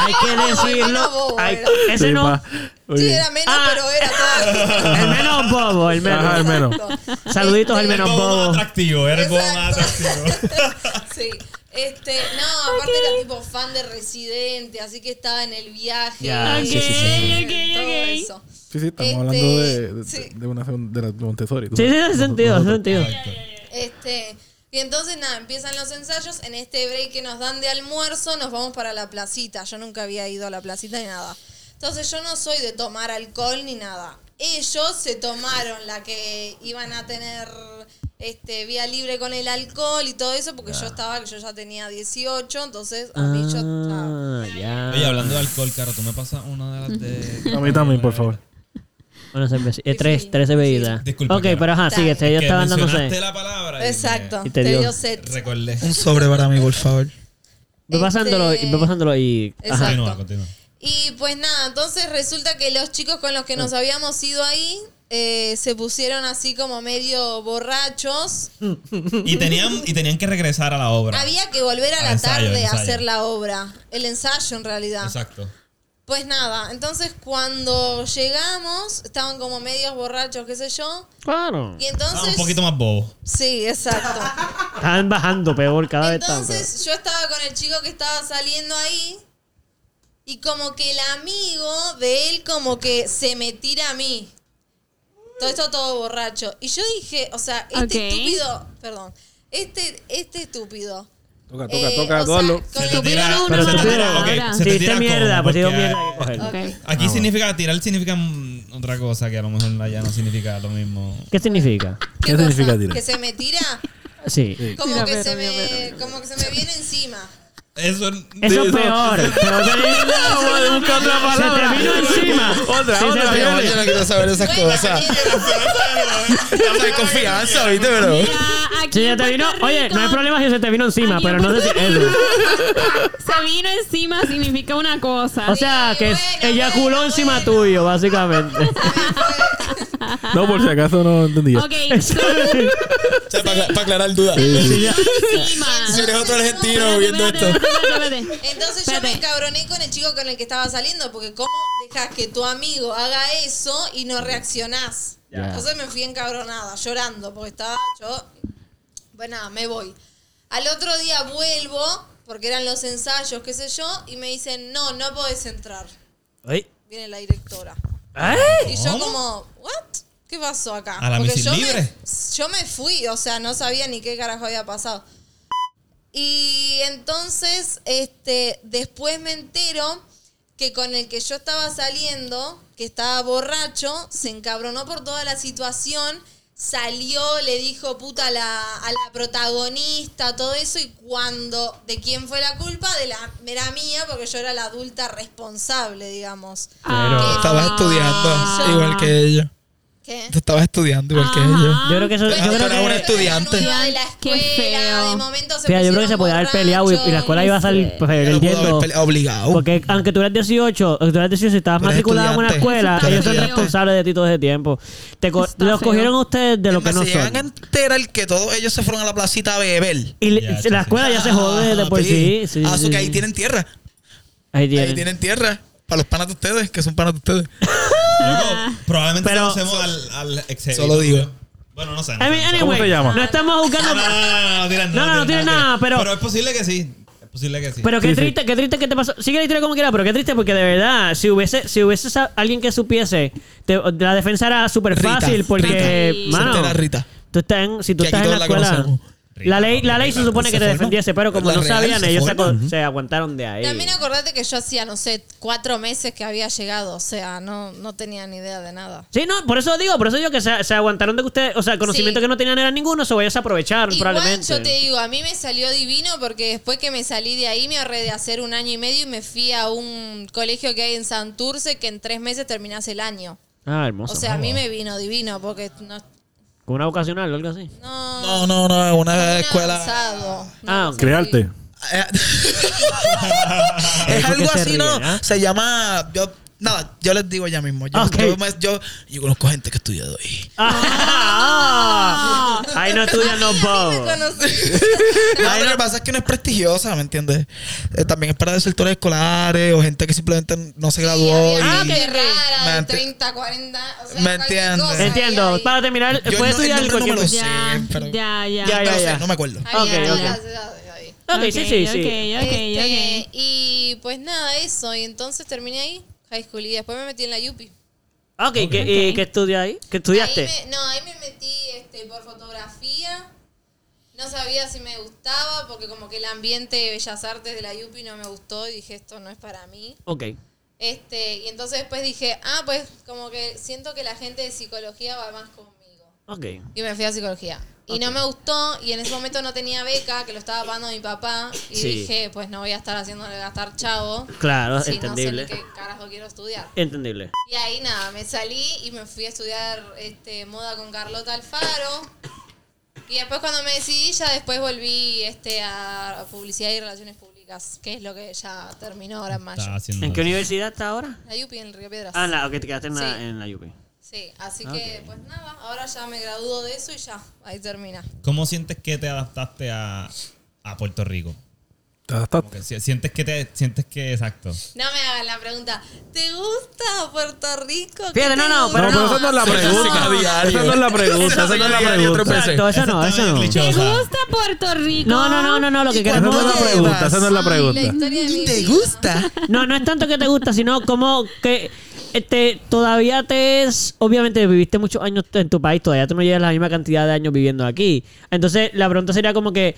S2: Hay que
S6: Era como el menos
S2: decirlo.
S6: bobo,
S2: hay-
S6: era.
S2: ese
S8: Sí,
S2: no.
S8: pa. Oye.
S6: Sí, era menos,
S2: Ah.
S6: pero era todavía.
S2: El menos bobo, el menos.
S8: Ajá, el menos.
S6: Exacto.
S2: Saluditos al
S6: Este,
S7: El
S2: menos
S7: bobo más
S2: bobo.
S7: atractivo, era el bobo más
S6: Exacto.
S7: atractivo.
S6: Sí. Este, no, aparte era tipo fan de Residente, así que estaba en el viaje.
S2: Ya, sí, sí,
S4: sí.
S6: Todo
S4: Ok, ok, ok.
S6: eso.
S8: Sí, sí, estamos
S6: Este,
S8: hablando de, de,
S6: sí.
S8: de una segun- de la Montessori.
S2: Sí, sí, hace sentido, hace sentido.
S6: Este, y entonces nada, empiezan los ensayos. En este break que nos dan de almuerzo, nos vamos para la placita. Yo nunca había ido a la placita ni nada. Entonces yo no soy de tomar alcohol ni nada. Ellos se tomaron la que iban a tener este vía libre con el alcohol y todo eso, porque yo estaba, que yo ya tenía 18, entonces a mí yo estaba.
S2: Ah. Ah, ya.
S7: Oye, hablando de alcohol, Caro, tú me pasas una de las de.
S8: A mí también,
S3: Eh,
S8: por favor.
S2: Una cerveza. Eh, tres,
S6: Sí.
S2: tres bebidas.
S7: Disculpa,
S2: ok,
S7: Clara.
S2: pero ajá, sigue.
S6: Dale.
S2: Ellos
S7: que
S2: estaban dándose.
S7: mencionaste la palabra. y me
S6: Exacto,
S2: Y te
S6: te,
S2: dio-
S6: dio set.
S7: Recordé.
S3: Un sobre para mí, por favor.
S2: Ve pasándolo,
S6: Este-
S2: y- ve pasándolo y. Ajá.
S6: Exacto.
S7: Continúa, continúa.
S6: Y pues nada, entonces resulta que los chicos con los que nos
S7: Ah.
S6: habíamos ido ahí eh, se pusieron así como medio borrachos.
S7: Y tenían, y tenían que regresar a la obra.
S6: Había que volver a
S7: Ah,
S6: la
S7: ensayo,
S6: tarde
S7: ensayo.
S6: a hacer la obra, el ensayo en realidad.
S7: Exacto. Ah,
S6: Pues nada, entonces cuando llegamos estaban como medios borrachos, qué sé yo.
S2: Claro.
S6: Y
S7: Ah,
S6: entonces...
S7: un poquito más bobo.
S6: Sí, exacto.
S2: Estaban bajando peor, cada vez están peor.
S6: Entonces yo estaba con el chico que estaba saliendo ahí y como que el amigo de él como que se me tira a mí. Todo esto todo borracho. Y yo dije, o sea, este
S4: Ok.
S6: estúpido, perdón, este, este estúpido.
S8: Toca,
S6: eh, o sea, con
S7: Se
S6: el-
S7: te tira-
S4: no,
S7: pero
S4: no,
S7: se te
S4: no,
S7: tira-
S4: no,
S7: ok,
S4: no.
S7: se te
S2: Sí,
S7: tira
S2: te
S7: como,
S2: mierda, pues te dio
S7: porque
S2: mierda que coger.
S4: Ok.
S5: Ah,
S7: Aquí significa tirar, significa mm, otra cosa que a lo mejor allá no significa lo mismo.
S2: ¿Qué significa?
S8: ¿Qué
S6: cosa?
S8: significa tirar?
S6: Que se me tira,
S2: Sí.
S6: como,
S4: Mira,
S6: que
S4: pero,
S6: se
S4: mira,
S6: me,
S4: pero, mira.
S6: como que se me viene encima.
S7: Eso,
S2: Eso es peor. Pero te
S8: busca otra
S2: Se te vino encima.
S8: Otra,
S2: Sí, se
S8: otra.
S2: te
S3: Yo,
S2: vino-
S3: yo no quiero saber esas
S6: Bueno,
S3: cosas.
S6: era-
S3: No hay confianza, ¿viste, pero?
S4: Mira,
S2: Si
S4: aquí
S2: se
S4: en
S2: Eh, te
S4: Puerto
S2: vino, oye, no hay
S4: Rico-
S2: problema si se te vino encima,
S4: Aquí en
S2: pero no sé si eso.
S4: Puerto Rico, Se vino encima significa una cosa.
S2: O sea, que
S6: bueno,
S2: eyaculó
S6: bueno,
S2: encima
S6: bueno.
S2: tuyo, básicamente.
S8: No, por si acaso no entendí.
S4: ok,
S3: O sea, para, para aclarar dudas.
S4: encima.
S3: Si eres otro argentino
S4: Espérate,
S3: viendo
S4: espérate,
S3: esto.
S4: espérate, espérate.
S6: Entonces yo
S4: Espérate.
S6: me cabroné con el chico con el que estaba saliendo, porque ¿cómo dejas que tu amigo haga eso y no reaccionás?
S2: Ya.
S6: Entonces me fui encabronada, llorando, porque estaba yo. Bueno, nada, me voy. Al otro día vuelvo, porque eran los ensayos, qué sé yo, y me dicen, no, no podés entrar.
S2: Ay.
S6: Viene la directora.
S2: Ay.
S6: Y yo como, ¿what? ¿Qué pasó acá?
S7: ¿A la misil
S6: yo
S7: libre?
S6: Me, yo me fui, o sea, no sabía ni qué carajo había pasado. Y entonces, este, después me entero que con el que yo estaba saliendo, que estaba borracho, se encabronó por toda la situación, salió, le dijo puta a la, a la protagonista, todo eso, y cuando, ¿de quién fue la culpa? De la, era mía, porque yo era la adulta responsable, digamos.
S4: Ah.
S5: Estabas estudiando
S4: Ah.
S5: igual que ella.
S6: ¿Qué?
S5: Tú estabas estudiando igual que ella.
S4: Ajá.
S2: Yo creo que eso. Yo
S5: Pero
S2: creo
S5: era una
S2: que.
S5: estudiante.
S6: Nueva de la
S4: Qué
S6: escuela,
S4: feo.
S6: de momento se
S2: Mira, yo creo que se podía
S6: pusieron
S2: haber peleado y, y la
S6: borrachos.
S2: escuela iba a salir. Pues, yo
S5: Ella no pudo
S2: entiendo.
S5: haber peleado obligado.
S2: Porque aunque tú eras 18, aunque tú eras 18 y estabas
S5: Uh. Tú eres
S2: matriculado en una
S5: estudiante.
S2: escuela,
S5: Tú eres
S2: ellos son
S5: estudiante.
S2: responsables de ti todo ese tiempo. Te co-
S4: Está
S2: los
S4: feo.
S2: cogieron a ustedes de lo
S5: Es
S2: que
S5: más,
S2: no
S5: se llegan a
S2: son.
S5: enterar que todos ellos se fueron a la placita a beber.
S2: Y le-
S1: Ya,
S2: la
S1: sí,
S2: escuela
S1: sí.
S2: Ah, ya se jode de por sí. sí,
S5: ah,
S2: sí,
S5: so que
S2: sí.
S5: ahí tienen tierra.
S2: Ahí tienen.
S5: Ahí tienen tierra. Para los panas de ustedes, que son panas de ustedes.
S1: Luego, probablemente
S2: Ah. Pero-
S1: conocemos al, al ex
S5: Solo digo.
S1: Bueno, no sé. No,
S2: I mean,
S1: sé, no sé.
S2: anyway,
S3: se llama?
S2: No estamos
S1: No, no,
S2: buscando.
S1: no, no, tiran
S2: No, no, no tiran nada, pero-
S1: es posible que sí. Es posible que sí.
S2: Pero qué
S3: Sí, sí.
S2: triste, qué triste que te pasó. Sigue la historia como quiera, pero qué triste porque de verdad, si hubiese, si hubiese sa- alguien que supiese, te- la defensa era súper
S5: Rita,
S2: fácil porque,
S4: Rita.
S2: mano,
S5: Se entera Rita.
S2: tú estás en, si tú
S5: Que aquí
S2: estás en la
S5: todos la
S2: escuela,
S5: conocemos.
S2: la ley, la ley se supone
S5: Se
S2: que te
S5: forma.
S2: defendiese, pero como
S5: La
S2: no
S5: real
S2: sabían,
S5: se
S2: ellos se,
S5: forma.
S2: aco- se aguantaron de ahí.
S6: También acordate que yo hacía, no sé, cuatro meses que había llegado, o sea, no, no tenía ni idea de nada.
S2: Sí, no, por eso digo, por eso digo que se, se aguantaron de que ustedes, o sea, el conocimiento
S6: Sí.
S2: que no tenían era ninguno, se vayas a aprovechar
S6: Igual
S2: probablemente.
S6: yo te digo, a mí me salió divino porque después que me salí de ahí me ahorré de hacer un año y medio y me fui a un colegio que hay en Santurce que en tres meses terminás el año.
S2: Ah, hermoso.
S6: O sea, a mí me vino divino porque no...
S2: Con una vocacional o algo así.
S6: No,
S5: No, no, no, una
S6: bien
S5: escuela.
S6: avanzado. No,
S2: Ah,
S6: no sé si-
S3: Crearte.
S5: Eh,
S2: Ahí fue que
S5: es algo
S2: se
S5: así, ¿no?
S2: ríen, ¿eh?
S5: Se llama. Yo, nada, yo les digo ya mismo. Yo,
S2: Ok.
S5: yo, me- yo, yo conozco gente que ha estudiado ahí.
S2: Ah, Ahí no estudian los
S6: Me
S2: bobos.
S6: conocí.
S5: No, lo que pasa es que no es prestigiosa, ¿me entiendes? Eh, también es para desertores escolares o gente que simplemente no se graduó. y-
S6: Ah,
S2: ok,
S6: qué
S2: ok.
S6: rara, de
S5: Me enti-
S6: 30, 40. O sea,
S5: Me
S6: cualquier
S5: entiendes.
S6: cosa
S2: Entiendo.
S6: ahí,
S2: Para terminar, puedes
S5: Yo no- el
S2: estudiar
S5: nombre no
S2: cualquier
S5: me
S2: cosa.
S5: lo sé,
S4: Ya,
S5: pero-
S4: ya, ya.
S2: Ya,
S5: no
S2: ya,
S5: sé,
S2: Ah, ya.
S5: no me acuerdo.
S6: ahí,
S2: Ok,
S6: ahí,
S2: ok.
S6: ahí, ahí.
S2: Ok, sí, sí, sí.
S4: Ok, ok,
S6: Este,
S4: ok.
S6: Y pues nada, eso. Y entonces terminé ahí, high school. Y después me metí en la Yupi.
S2: Ok, ¿qué, y
S4: Ok.
S2: qué estudia ahí? ¿Qué estudiaste?
S6: Ahí me- no, ahí me metí este, por fotografía. No sabía si me gustaba, porque como que el ambiente de Bellas Artes de la Yupi no me gustó. Y dije, esto no es para mí.
S2: Ok.
S6: Este, y entonces después dije, ah, pues como que siento que la gente de psicología va más conmigo.
S2: Ok.
S6: Y me fui a psicología. Y no me gustó, y en ese momento no tenía beca, que lo estaba pagando mi papá. Y
S2: Sí.
S6: dije, pues no voy a estar haciéndole gastar chavo.
S2: Claro,
S6: si
S2: entendible.
S6: no sé ni qué carajo quiero estudiar.
S2: Entendible.
S6: Y ahí nada, me salí y me fui a estudiar este, moda con Carlota Alfaro. Y después cuando me decidí, ya después volví este, a a publicidad y relaciones públicas, que es lo que ya terminó ahora en mayo.
S1: Está haciendo
S2: ¿En qué
S1: eso.
S2: universidad está ahora?
S6: La Yupi en el Río Piedras.
S2: Ah, en la, ok, te quedaste en la,
S6: Sí.
S2: en la UP.
S6: Sí, así que pues nada, ahora ya me graduó de eso y ya, ahí termina.
S1: ¿Cómo sientes que te adaptaste a, a Puerto Rico?
S3: Ta- ta-
S1: Como que si- sientes que te sientes que exacto.
S6: No me hagan la pregunta, ¿te gusta Puerto Rico? ¿Qué
S2: Fíjate,
S6: te
S2: no, no,
S6: gusta?
S3: No, pero
S2: no.
S3: esa no es la
S2: Sí,
S3: pregunta. Esa no es la pregunta. Esa no es la pregunta.
S2: Exacto, esa no,
S1: Está
S2: esa
S1: bien
S2: no.
S4: ¿Te
S1: clichosa.
S4: gusta Puerto Rico?
S2: No, no, no, no, no, lo que
S3: Esa
S2: queremos
S3: no es la pregunta. Esa no es la
S6: La
S3: pregunta.
S6: historia de mi
S5: ¿Te
S6: vida.
S5: gusta?
S2: No, no es tanto que te gusta, sino como que este, todavía te es. Obviamente viviste muchos años en tu país, todavía tú no llevas la misma cantidad de años viviendo aquí. Entonces, la pregunta sería como que.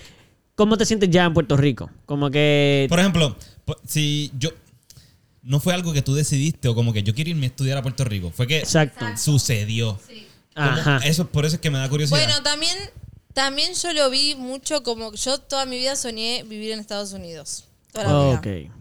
S2: ¿Cómo te sientes ya en Puerto Rico? Como que.
S1: Por ejemplo, po- si yo no fue algo que tú decidiste o como que yo quiero irme a estudiar a Puerto Rico, fue que
S2: Exacto.
S1: sucedió. Como-
S2: Ajá.
S1: Eso por eso es que me da curiosidad.
S6: Bueno, también, también yo lo vi mucho como yo toda mi vida soñé vivir en Estados Unidos. Toda la vida.
S2: Ok.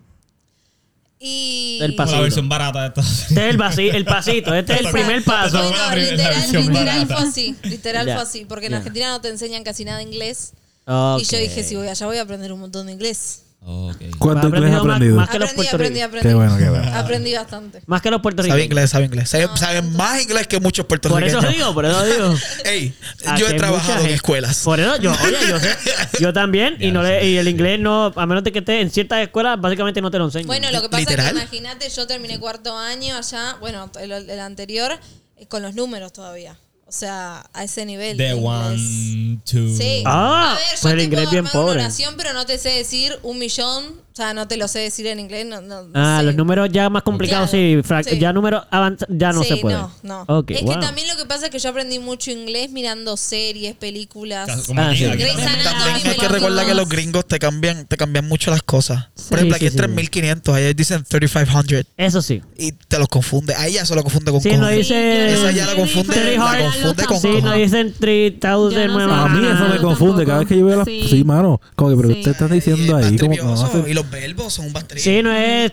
S6: Y
S2: El
S1: Como
S2: pasito.
S1: la versión barata de Estados
S2: Este es el, vasi- el pasito, este es el primer paso.
S1: Fue la
S6: Bueno,
S1: primera
S6: literal,
S1: versión
S6: literal
S1: barata.
S6: fue así. Literal
S2: Ya.
S6: fue así. Porque en
S2: Ya.
S6: Argentina no te enseñan casi nada de inglés. Y yo
S2: Ok.
S6: dije, si voy allá voy a aprender un montón de inglés.
S1: Okay.
S3: ¿Cuánto
S2: Aprendido
S3: inglés has
S2: más-
S3: aprendido?
S2: más- que los
S6: Aprendí, aprendí,
S2: puertorriqueños.
S6: aprendí.
S3: Qué bueno, qué bueno.
S6: Aprendí bastante.
S2: Más que los
S5: Sabe
S2: puertorriqueños.
S5: inglés, sabe inglés. Sabe, sabe más inglés que muchos
S2: Por eso
S5: puertorriqueños.
S2: digo, por eso digo.
S5: Ey,
S2: Aquí
S5: yo
S2: hay
S5: he
S2: mucha
S5: trabajado en
S2: gente.
S5: escuelas.
S2: Por eso yo, oye, yo sé. Yo también. y,
S1: Ya,
S2: no le,
S1: sí,
S2: y el
S1: sí.
S2: inglés no, a menos de que esté en ciertas escuelas, básicamente no te lo enseñan.
S6: Bueno, lo que pasa es
S5: ¿Literal?
S6: que imagínate, yo terminé cuarto año allá, bueno, el, el anterior, eh, con los números todavía. O sea, a ese nivel.
S1: The
S6: de inglés.
S1: one, two.
S6: Sí.
S2: Ah,
S6: a ver, yo
S2: pues el
S6: te
S2: inglés
S6: puedo
S2: bien
S6: armar una
S2: pobre.
S6: oración, pero no te sé decir un millón, o sea, no te lo sé decir en inglés. No, no,
S2: Ah,
S6: sé.
S2: los números ya más complicados,
S6: Claro,
S2: sí, frac-
S6: sí.
S2: Ya números avanzados, ya no
S6: Sí,
S2: se puede.
S6: No, no.
S2: Ok,
S6: es
S2: wow.
S6: que también lo que pasa es que yo aprendí mucho inglés mirando series, películas.
S1: Como
S2: Ah,
S1: aquí,
S2: sí.
S1: aquí
S6: Grey's
S1: también.
S6: Anatomy,
S5: También hay que
S6: Velasco.
S5: recordar que los gringos te cambian, te cambian mucho las cosas.
S2: Sí,
S5: Por ejemplo, aquí
S2: sí,
S5: es
S2: sí.
S5: 3500, allá dicen 3500
S2: Eso sí.
S5: y te los confunde. Ahí ya se lo confunde con
S2: Sí,
S5: cojones.
S2: no dice.
S5: Esa ya la confunde,
S2: Three
S5: la
S2: hundred.
S5: confunde con
S2: Sí, no
S5: cojones.
S2: dicen 3000.
S4: Yo no sé.
S2: bueno,
S3: A mí eso me
S4: Yo
S3: confunde. Cada
S4: tampoco.
S3: vez que yo veo las.
S4: Sí.
S3: Sí, mano. Como que, pero
S4: Sí.
S3: ustedes están
S5: Y es
S3: diciendo ahí.
S5: más
S3: Como,
S5: trivioso,
S3: no,
S5: Y los verbos son un bastriz.
S2: Sí, no es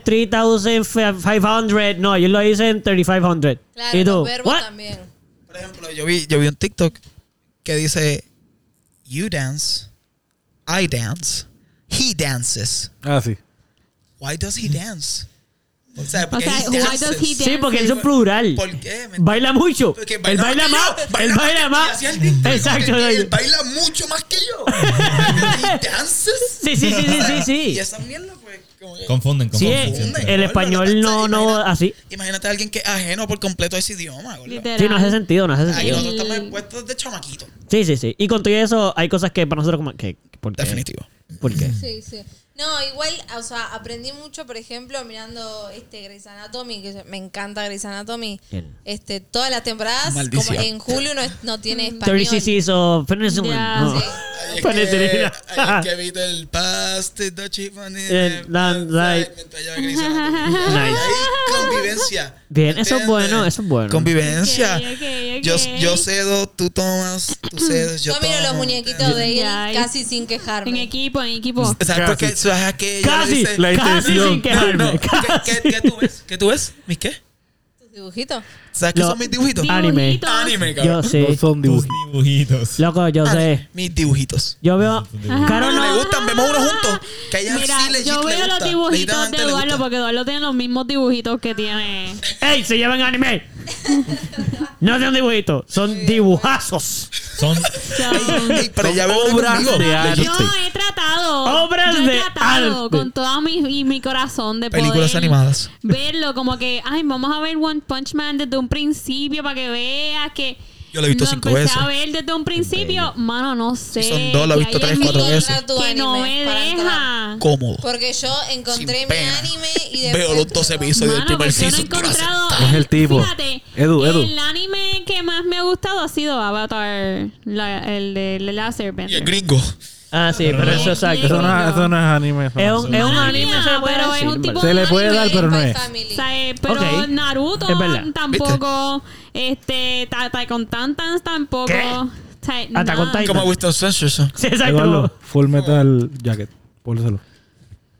S2: 3500. No, ellos lo dicen 3500.
S6: Claro,
S2: ¿Y tú?
S6: los verbos
S2: What?
S6: también.
S5: Por ejemplo, yo vi, yo vi un TikTok que dice You dance, I dance, he dances.
S3: ah, sí.
S5: Why does he dance? O sea,
S4: O
S5: ¿por qué
S4: sea,
S5: he
S4: why
S5: dances?
S4: does he
S2: Sí, porque
S4: dance?
S2: eso es plural.
S5: ¿Por qué? ¿Me
S2: Baila mucho.
S5: Porque
S2: Él baila más. Él baila más. Exacto.
S5: Él baila mucho más que yo. ¿Y dances?
S2: Sí, sí, sí, sí, sí, sí.
S5: Y esa mierda, pues, como que-
S1: Confunden,
S2: Sí,
S1: confunden.
S2: eh,
S1: siempre.
S2: el español no, no,
S5: Imagina-
S2: así.
S5: Imagínate a alguien que es ajeno por completo a ese idioma. gordo.
S4: Literal.
S2: Sí, no hace sentido, no hace
S5: Aquí
S2: sentido.
S5: nosotros estamos expuestos de chamaquito.
S2: Sí, sí, sí. Y con todo eso, hay cosas que para nosotros como... que ¿Por qué?
S5: Definitivo.
S2: ¿Por qué?
S6: Sí, sí. No, igual, o sea, aprendí mucho, por ejemplo, mirando este Grey's Anatomy, que me encanta Grey's Anatomy.
S2: Bien.
S6: Este, todas las temporadas,
S5: Maldición.
S6: como en julio no, es- no tiene español.
S2: 30 CCs o Venezuelan.
S4: Ya.
S2: No.
S6: Sí.
S5: Ay, es que-
S2: Venezuelan.
S5: ay, es que evita el paste, the chip and the-
S2: El- Eh, dan- like.
S5: mientras lleva Grey's Anatomy. Ahí
S2: Nice.
S5: convivencia.
S2: Bien, eso es
S5: ¿entiendes?
S2: bueno, eso es bueno.
S5: Convivencia.
S4: Ok, ok, ok.
S5: Yo, yo cedo, tú tomas, tú cedes, yo
S6: Yo miro
S5: tomo,
S6: los muñequitos
S5: ¿entiendes?
S6: de él
S4: Ay.
S6: casi sin quejarme.
S4: En equipo, en equipo.
S5: ¿Sabes por qué? ¿Sabes qué? Ella
S2: Casi,
S5: dice-
S3: La
S2: casi
S3: intención.
S2: sin quejarme.
S5: No, no, ¿qué-
S2: casi.
S5: qué, qué tú ves? ¿Qué tú ves? ¿Mis qué?
S6: ¿Tus dibujitos?
S5: ¿Sabes qué
S2: Lo-
S5: son mis dibujitos?
S2: Ah, Anime.
S4: Dibujitos.
S5: Anime,
S2: Yo
S5: cabrón.
S3: No
S2: sí.
S1: Tus
S3: son dibujitos.
S1: dibujitos.
S2: Loco, yo sé.
S5: Mis dibujitos.
S2: Yo veo... Caro
S5: No,
S2: no...
S5: le gustan, vemos uno juntos. Que a ella
S4: Mira,
S5: sí legit le
S4: yo veo
S5: gusta.
S4: los dibujitos
S5: Legítimamente
S4: de
S5: le
S4: Eduardo
S5: gusta.
S4: porque Eduardo tiene los mismos dibujitos que tiene.
S2: ¡Ey! ¡Se llevan anime! No son dibujitos, son dibujazos.
S1: Son
S4: Son-
S5: Ey, pero ella ve uno
S3: obras
S5: conmigo.
S3: de arte.
S4: Yo he tratado.
S2: Obras
S4: yo he
S2: de
S4: tratado
S2: arte.
S4: Con todo mi, y mi corazón de
S5: Películas
S4: poder
S5: animadas.
S4: Verlo como que, ay, vamos a ver One Punch Man desde un principio para que veas que.
S5: Yo lo he visto
S4: lo
S5: cinco
S4: empecé
S5: veces.
S4: a ver desde un principio. Mano, no sé.
S5: son dos, lo he
S4: que
S5: visto
S4: hay
S5: tres,
S4: en
S5: cuatro
S4: mí
S5: veces.
S6: Tu
S4: Que no
S6: anime
S4: me
S6: para
S4: deja.
S6: entrar.
S5: Cómodo.
S6: Porque yo encontré
S5: Sin
S6: mi
S5: pena.
S6: anime y después...
S5: Veo los 12 episodios del
S4: Mano,
S5: primer
S4: pues yo no he
S5: season. tú lo haces.
S4: encontrado.
S3: Es el tipo.
S4: Fíjate,
S3: Edu, Edu.
S4: El anime que más me ha gustado ha sido Avatar, la- el de The Last Airbender.
S5: Y el gringo.
S2: Ah, sí, pero eso exacto.
S3: Eso no, es- eso no es anime. eso
S2: Es
S3: no
S2: un, es un
S4: Madre
S2: anime,
S4: mía,
S2: se le puede
S4: pero es
S2: decir,
S4: un tipo-
S3: Se le puede dar, pero no
S6: Spy
S3: es.
S4: O
S6: Family.
S4: sea, eh, pero
S2: Ok.
S4: Naruto
S2: Es verdad.
S4: tampoco, este, Ta- Attack on Titan tampoco.
S2: ¿Qué?
S4: O sea,
S2: Attack on
S4: nada.
S2: Ah, Titan.
S5: Como Winston Sanderson.
S2: Sí,
S3: Eduardo,
S2: exacto.
S3: Full Metal Jacket. Pónselo.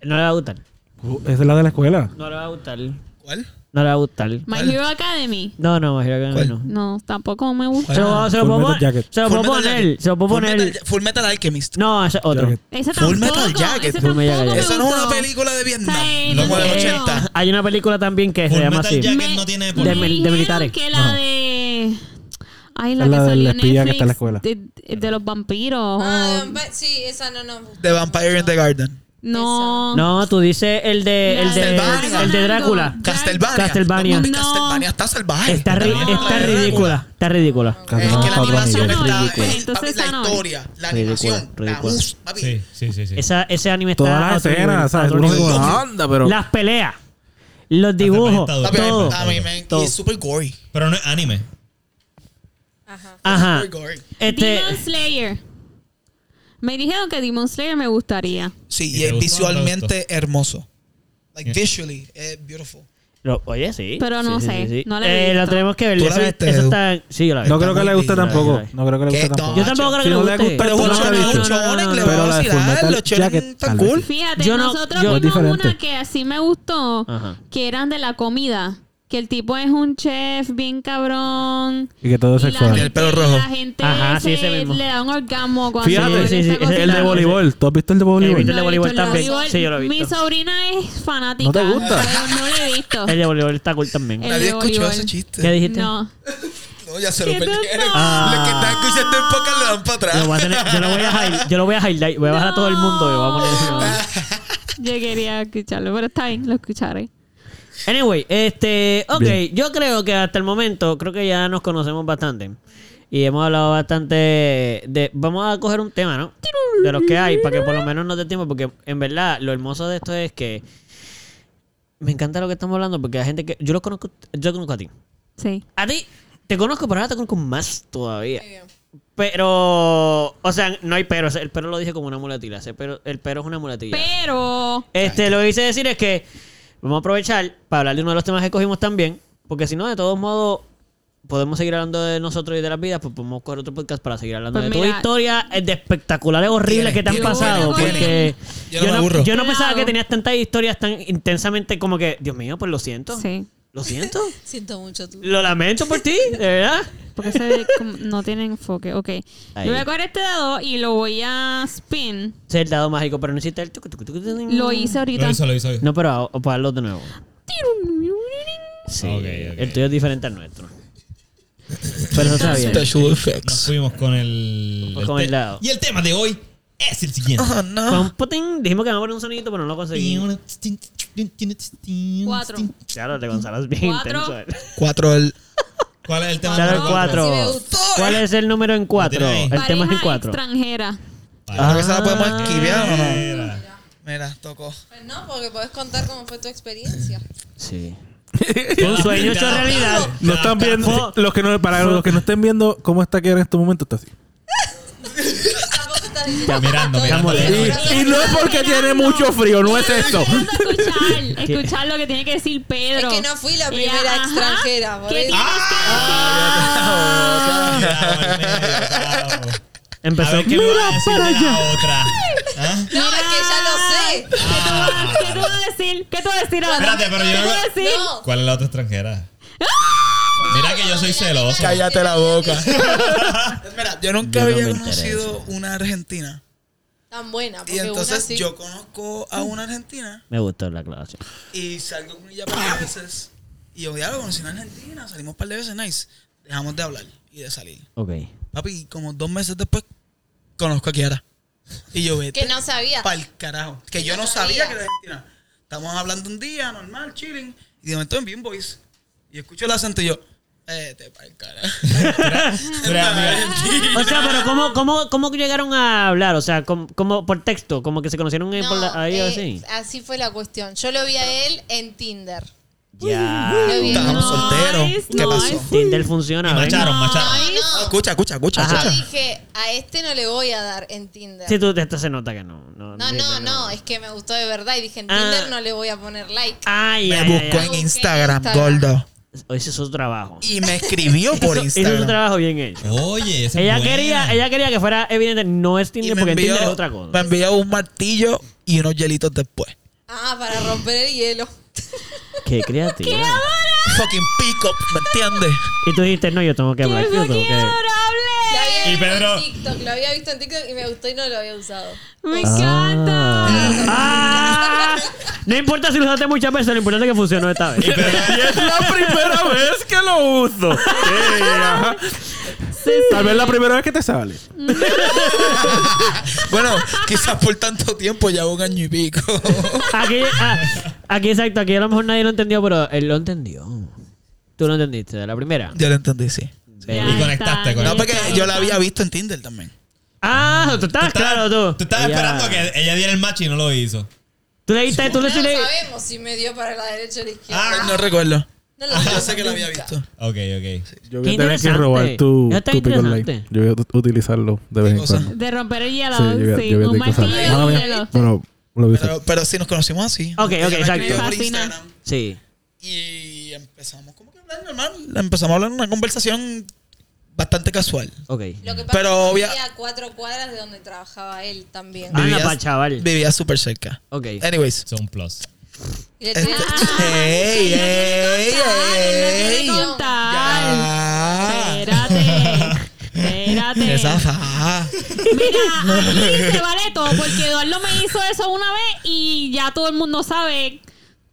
S2: No le va a gustar.
S3: Uh, Esa es la de la escuela.
S2: No le va a gustar. No
S5: ¿Cuál?
S2: le va a gustar.
S4: My Hero Academy.
S2: No, no, imagino que
S5: ¿Cuál?
S2: no.
S4: No, tampoco me gusta.
S2: Se lo, se lo
S3: Full
S2: puedo
S3: Metal
S2: poner-
S3: Jacket.
S2: se lo puedo poner. Se lo puedo poner.
S5: Full Metal Alchemist.
S2: No, ese es otro.
S3: Jacket.
S4: Esa tampoco.
S5: Full Metal Jacket.
S4: esa
S2: Full Metal
S4: tampoco
S2: Jacket.
S4: me
S5: Esa no es una
S4: gustó.
S5: película de Vietnam.
S4: Sí,
S5: Como
S4: no
S5: de
S4: sé.
S5: 80.
S2: Hay una película también que se
S1: Full
S2: llama
S1: Metal
S2: así.
S1: Jacket. que no tiene
S4: me
S2: de mil- de militares.
S4: dijeron que la
S3: Ajá.
S4: de... Ay, la
S3: Es
S4: que
S3: la del
S4: salió en
S3: espía
S4: Netflix.
S3: que está en la escuela.
S4: De, de los vampiros. Oh.
S6: Ah, Vampi- sí, esa no nos gusta.
S5: The Vampire in the Garden.
S4: no.
S2: No, tú dices el de, el de,
S5: Castlevania.
S2: el de Drácula.
S5: Castlevania.
S2: Castlevania.
S5: No, mami,
S4: No.
S5: Castlevania está salvaje.
S2: Está, ri-
S5: Castlevania
S2: está
S5: de
S2: ridícula. Está ridícula.
S5: Drácula. Es que la
S4: Ah,
S5: animación
S4: no,
S5: está.
S4: ridícula.
S5: es-
S4: Entonces
S5: papi,
S4: esa
S5: la
S4: no es.
S5: historia,
S2: Ridícula,
S5: la animación, la
S2: ridícula.
S5: música, papi.
S1: Sí, sí, sí. sí.
S2: Esa, ese anime está.
S3: Todas
S2: a
S3: las
S2: Ah, otro nivel,
S3: escenas,
S2: a
S3: ¿sabes?
S2: otro
S3: Uno
S2: nivel.
S3: como,
S5: nivel.
S3: anda, pero.
S2: Las peleas, los dibujos,
S1: Papi,
S5: Papi,
S2: todo.
S5: a mí me-
S2: Todo.
S5: Y es super gory.
S1: Pero no es anime.
S2: Ajá.
S5: Super gory.
S2: Este,
S4: Demon Slayer. Me dijeron que Demon Slayer me gustaría.
S5: Sí,
S1: ¿Y
S5: y
S1: te
S5: es
S1: gustó o no te
S5: visualmente hermoso. Like, visually, es beautiful.
S2: lo- oye, sí.
S4: Pero no
S2: Sí, sí,
S4: sé,
S2: sí, sí.
S4: no la he
S2: Eh, la
S4: visto.
S2: tenemos que ver.
S5: ¿Tú la
S2: Esa-
S5: viste,
S2: esa
S5: Edu?
S2: está- sí, yo la vi.
S3: No creo que le guste
S5: Está muy
S3: tampoco.
S2: bien.
S3: No creo que le
S5: Qué
S3: guste tampoco.
S2: Yo tampoco creo que
S3: Si no
S2: le
S3: le
S2: guste.
S3: gusta,
S5: Pero es
S3: no la
S5: un
S2: no,
S5: shonen,
S2: no,
S5: es un
S2: no, no,
S5: shonen,
S2: no,
S5: le
S2: no.
S5: va
S3: Pero
S5: a
S3: la de
S5: vacilar,
S3: Fullmetal
S5: los shonen
S3: Jacket, tal
S5: están
S3: vez.
S5: cool.
S4: Fíjate,
S2: Yo no-
S4: nosotros
S2: yo-
S4: vimos
S3: diferente.
S4: una que así me gustó,
S2: Ajá.
S4: que eran de la comida. Que el tipo es un chef bien cabrón.
S3: Y que todo es
S4: y la
S3: sexual.
S5: Y el
S4: gente-
S5: pelo rojo.
S4: La gente
S2: Ajá, sí,
S4: se
S2: ese mismo.
S4: le da un orgasmo cuando
S3: Fíjate,
S4: le
S2: sí, sí,
S4: está
S2: ese es el de
S4: cocinando.
S3: voleibol. ¿Tú has visto el de
S2: He visto
S3: voleibol?
S2: el de voleibol
S4: Yo lo he
S2: también.
S4: visto, el de
S2: Sí, yo lo he
S4: voleibol.
S2: visto.
S4: Mi sobrina es fanática.
S3: ¿No te gusta?
S4: pero no lo he visto.
S2: El de voleibol está cool también.
S4: El
S5: Nadie
S4: de
S5: escuchó
S4: voleibol.
S5: ese
S2: ¿Qué
S5: chiste.
S2: dijiste?
S4: No.
S5: No, ya se lo
S4: ¿Qué te
S5: perdieron. Los que
S4: pasa?
S5: están escuchando en podcast le dan para atrás.
S2: Yo, voy a tener- yo lo voy a highlight. Yo lo voy a highlight. Voy a bajar a todo el mundo. y voy a poner-
S4: Yo quería escucharlo, pero está bien, lo escucharé.
S2: Anyway, este, ok,
S3: Bien.
S2: yo creo que hasta el momento, creo que ya nos conocemos bastante. Y hemos hablado bastante de... Vamos a coger un tema, ¿no? De los que hay, para que por lo menos nos dé tiempo, porque en verdad lo hermoso de esto es que... Me encanta lo que estamos hablando, porque hay gente que... Yo los conozco, yo conozco a ti.
S4: Sí.
S2: A ti, te conozco, pero ahora te conozco más todavía. Pero, o sea, no hay pero. o sea, El pero lo dije como una mulatilla. ese pero- el pero es una mulatilla.
S4: Pero.
S2: Este, lo que quise decir es que vamos a aprovechar para hablar de uno de los temas que cogimos también, porque si no, de todos modos, podemos seguir hablando de nosotros y de las vidas, pues podemos coger otro podcast para seguir hablando
S4: Pues
S2: de toda
S4: mira-
S2: historia eh, de espectaculares horribles
S5: Tiene,
S2: que te han
S5: tiene,
S2: pasado.
S4: tiene,
S2: Porque
S5: Yo no me aburro.
S2: yo no pensaba
S4: Claro.
S2: que tenías tantas historias tan intensamente como que, Dios mío, pues lo siento.
S4: Sí.
S2: Lo siento.
S6: Siento mucho tú.
S2: Lo lamento por ti, de verdad.
S4: Porque se ve como- no tiene enfoque. Ok.
S2: Ahí.
S4: Yo voy a coger este dado y lo voy a spin.
S2: Ese es el dado mágico, pero no hiciste el... tucu, tucu, tucu, tucu.
S4: Lo hice ahorita.
S1: Lo hizo, lo hizo.
S2: No, pero a- para hazlo de nuevo. Sí,
S1: Ok, ok.
S2: el tuyo es diferente al nuestro. Pero no sabía.
S5: Special
S1: Nos
S5: effects.
S1: fuimos con el.
S2: Pues con el
S1: te-
S2: lado.
S1: Y el tema de hoy es el siguiente.
S5: Oh, no.
S2: Dijimos que vamos a poner un sonidito, pero no lo conseguimos.
S4: Cuatro.
S2: Claro, te Gonzalo es bien
S4: Cuatro.
S2: intenso. él.
S5: Cuatro el.
S1: ¿Cuál es el tema?
S2: Claro, el
S1: número cuatro?
S6: Sí,
S2: cuatro.
S6: me gustó.
S2: ¿Cuál es el número en cuatro?
S1: Lo tiene ahí.
S2: El tema es en
S4: Pareja
S2: cuatro.
S4: extranjera.
S5: Creo que se la podemos
S2: Ah.
S5: esquivar o no.
S1: Era.
S5: Mira, tocó.
S6: Pues no, porque podés contar cómo fue tu experiencia.
S2: Sí. Fue un sueño hecho realidad.
S3: No están viendo. Los que no, para los que no estén viendo cómo está que en este momento, está así.
S6: Tampoco estás diciendo.
S5: Pues
S1: Está mirando,
S6: que
S1: mirando.
S6: todo-
S2: Y-
S3: Y no es porque tiene mucho frío, no es esto.
S4: Escuchar, escuchar lo que tiene que decir Pedro.
S6: Es que no fui la
S4: Ella,
S6: primera
S4: ajá.
S6: extranjera, por
S4: ¿Qué
S6: eso.
S4: tienes
S1: Ah,
S4: que
S1: bravo, bravo, bravo. A
S2: Empezó.
S1: ver qué me va a decir de la otra. ¿Ah?
S6: No, es que ya
S5: Ah.
S6: lo sé.
S4: decir? ¿Qué tú vas a decir? ¿Qué tú vas a decir ahora?
S1: Espérate, pero yo
S4: ¿Qué tú
S1: no-
S4: vas a decir?
S6: No.
S1: ¿Cuál es la otra extranjera? Mira que yo soy celoso.
S5: Cállate la boca. Mira, yo nunca
S2: Yo no
S5: había
S2: me
S5: conocido una argentina.
S6: Tan buena, porque
S5: Y
S6: una
S5: entonces
S6: sí.
S5: yo conozco a una argentina
S2: Me gustó la aclaración.
S5: y salgo con ella un par de veces. Y yo, diablo, conocí una argentina, salimos un par de veces, nice. Dejamos de hablar y de salir.
S2: Ok.
S5: Papi, como dos meses después, conozco a Kiara. Y yo, vete.
S6: Que no sabía.
S5: Pa'l carajo. Que yo no
S6: no
S5: sabía
S6: sabía.
S5: que era argentina. Estamos hablando un día, normal, chilling. Y de momento envío un voice. Y escucho el acento y yo, vete pa'l carajo.
S1: Mira, mira.
S2: O sea, pero ¿cómo, cómo, cómo llegaron a hablar? O sea, ¿cómo, cómo por texto? ¿Como que se conocieron ahí por la- ahí o
S6: eh,
S2: así?
S6: así fue la cuestión. Yo lo vi a él en Tinder.
S2: Ya.
S6: Lo vi en
S5: Estábamos
S6: Tinder.
S5: solteros.
S4: nice,
S5: ¿Qué pasó?
S4: nice.
S2: Tinder funciona. ¿ven?
S1: Macharon, macharon.
S6: No, no.
S5: Escucha, escucha, escucha.
S2: Ajá.
S6: Yo
S5: escucha.
S6: dije, a este no le voy a dar en Tinder.
S2: Sí, tú, esto se nota que no. No,
S6: No,
S2: ni-
S6: no, no, es que me gustó de verdad y dije, en
S2: Ah.
S6: Tinder no le voy a poner like.
S2: Ay,
S5: Me
S2: ay,
S5: buscó
S2: ay,
S5: en
S6: Busqué en
S5: Instagram,
S6: Instagram.
S5: gordo.
S2: ay. Ese es su trabajo.
S5: Y me escribió por
S2: Hizo su
S5: Instagram.
S2: trabajo bien hecho.
S1: Oye, esa es
S2: Ella
S1: buena.
S2: quería, ella quería que fuera evidente, no es
S5: Y
S2: Tinder,
S5: me
S2: porque
S5: envió,
S2: Tinder es otra
S5: me
S2: cosa.
S5: envió un martillo y unos hielitos después.
S6: Ah, para romper el hielo.
S2: Qué creativa.
S5: Fucking pick up, ¿me entiendes?
S2: Y tú dijiste, no, yo tengo que hablar. Yo tengo
S4: ¡Qué
S2: que...
S6: Lo
S4: adorable!
S6: había
S1: Y
S6: visto
S1: Pedro-
S6: en TikTok, lo había visto en TikTok y me gustó y no lo había usado.
S4: Me encanta.
S2: Ah, no importa si lo usaste muchas veces, lo importante es que funcionó esta vez.
S3: Y es la primera vez que lo uso. Sí, ajá. Tal vez la primera vez que te sale.
S5: Bueno, quizás por tanto tiempo, ya un año y pico.
S2: Aquí, ah, aquí, exacto, aquí a lo mejor nadie lo entendió, pero él lo entendió. Tú lo entendiste, de la primera.
S5: Yo lo entendí, sí.
S2: Ve-
S1: Y conectaste con
S5: No, pues, porque
S4: Ahí
S5: yo la había visto en Tinder también.
S2: Ah, tú estabas claro, tú.
S1: Tú estabas
S2: Ella-
S1: esperando a que ella diera el match y no lo hizo.
S2: Tú le diste, tú
S6: No
S2: le
S6: lo
S2: tú le-
S6: sabemos si me dio para la derecha o la izquierda.
S5: Ah, no recuerdo.
S6: No lo
S5: Ah, yo
S6: sabemos
S5: sé que la había
S6: nunca.
S5: visto.
S1: Ok, ok.
S3: Yo
S2: Qué
S3: voy a tener que
S2: interesante.
S3: robar tu,
S2: Eso está
S3: tu pick
S2: interesante.
S3: online. Yo voy a ut- utilizarlo de vez en
S5: cosa?
S3: cuando.
S4: De romper el hielo.
S3: Sí, yo voy a,
S4: sí,
S3: yo voy a tener
S4: un
S3: que
S4: martillo
S3: usarlo.
S4: y
S3: Mala
S4: un
S3: mía,
S4: hielo.
S3: Pero lo voy a usar.
S5: Pero, pero sí nos conocimos así.
S2: Ok, ok,
S5: Ella me
S2: exacto.
S5: escribió por
S4: Me fascina.
S5: Instagram
S2: Sí.
S5: Y empezamos como que a hablar normal. Empezamos a hablar una conversación bastante casual.
S2: Ok.
S6: Lo que pasa
S5: Pero
S6: es que
S5: obvia-
S6: vivía a cuatro cuadras de donde trabajaba él también.
S2: Ah,
S5: Vivías-
S2: pa' chaval.
S5: Vivía súper cerca.
S2: Ok.
S1: Eh,
S5: Anyways.
S1: Son plus.
S6: Y le "Ah,
S5: Este,
S6: tiraba-
S5: ey, ey,
S4: Ay,
S5: ey.
S4: no quiere contar.
S5: Ya.
S4: Espérate. Espérate.
S5: Esa fa.
S4: Mira, aquí se vale todo porque Eduardo me hizo eso una vez y ya todo el mundo sabe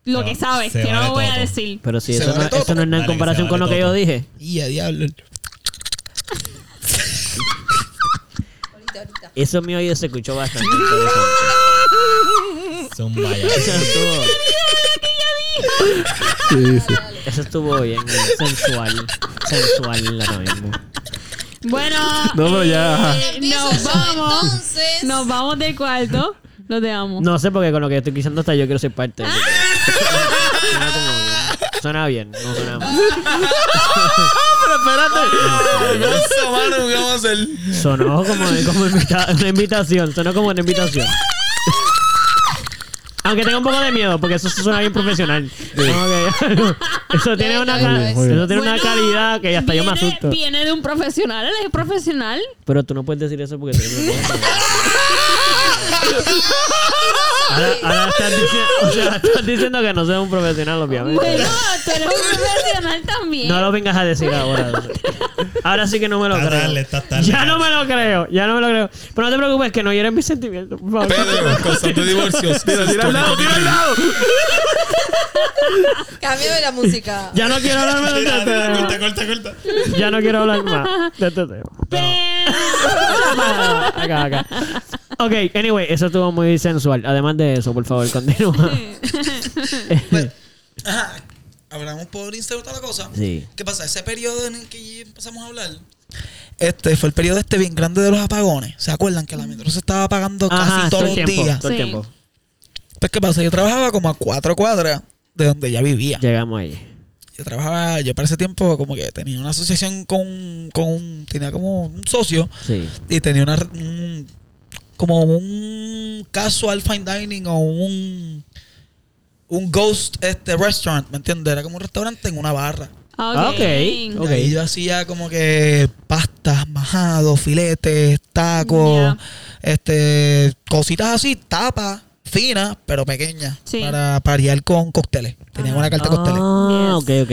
S4: lo
S1: Se
S2: Ah,
S4: que
S1: va-
S4: sabe,
S1: se
S4: que no
S1: vale
S4: lo voy a
S1: todo.
S4: decir.
S2: Pero sí,
S5: Se
S2: eso,
S5: vale
S2: no,
S5: todo.
S2: eso no es nada en
S1: Dale, que
S2: comparación
S1: se
S2: con lo
S1: vale
S2: que yo
S1: todo.
S2: dije.
S5: Y a diablo.
S6: Ahorita, ahorita.
S2: Eso mío yo se escuchó bastante. interesante.
S1: Son vaya.
S2: Eso estuvo,
S3: Sí, sí.
S2: eso estuvo bien, bien sensual. Sensual ahora mismo.
S4: Bueno.
S3: No, pero ya.
S4: eh,
S6: Empiezo
S4: nos
S6: yo,
S4: vamos.
S6: entonces.
S4: Nos vamos del cuarto. Los dejamos.
S2: No sé porque con lo que estoy quizando hasta yo quiero ser parte. de- Suena como bien. Suena bien, no suena mal.
S3: Pero espérate.
S10: Eso, mano, ¿qué vamos a hacer?
S2: Sonó como, como invita- una invitación. Sonó como una invitación. Aunque tengo un poco de miedo, porque eso suena bien profesional. Como que- eso tiene una,
S6: Muy bien,
S3: muy bien.
S2: eso tiene una
S4: Bueno,
S2: calidad que hasta yo me
S4: viene-
S2: asusto.
S4: Viene de un profesional, él es profesional.
S2: Pero tú no puedes decir eso porque te ahora, ahora estás diciendo, o sea, estás diciendo que no seas un profesional, obviamente.
S4: Bueno, tú eres un profesional también.
S2: No lo vengas a decir ahora. Ahora sí que no me lo
S1: Está
S2: creo.
S1: tarde, está tarde.
S2: ya no me lo creo, ya no me lo creo. Pero no te preocupes, que no hieren mis sentimientos. Por favor.
S10: Pedro, constante divorcio.
S3: Tira, tira al lado, tira al lado.
S6: Cambiame la música.
S2: Ya no quiero hablar más de este tema.
S1: Corta, corta, corta.
S2: Ya no quiero hablar más de este tema. Acá, acá. Ok, anyway, eso estuvo muy sensual. Además de eso, por favor, continúa.
S10: Ajá. Hablamos por Instagram toda la cosa.
S2: Sí.
S10: ¿Qué pasa? Ese periodo en el que empezamos a hablar.
S5: Este fue el periodo este bien grande de los apagones. ¿Se acuerdan que la metro se estaba apagando
S2: Ajá,
S5: casi
S2: todo el
S5: todos los
S2: tiempo.
S5: días?
S2: Todo el
S4: Sí.
S2: tiempo.
S5: Pues, ¿qué pasa? Yo trabajaba como a cuatro cuadras de donde ya vivía.
S2: Llegamos ahí.
S5: Yo trabajaba, yo para ese tiempo como que tenía una asociación con, con un, tenía como un socio
S2: Sí.
S5: y tenía una, un- como un casual fine dining o un, un ghost este restaurant, ¿me entiendes? Era como un restaurante en una barra.
S2: Ok.
S5: Y ahí yo hacía como que pastas, majados, filetes, tacos,
S4: Ya.
S5: este, cositas así, tapas finas, pero pequeñas,
S4: Sí.
S5: para parear con cócteles. Tenía una carta de cócteles.
S2: Ah, ok, ok.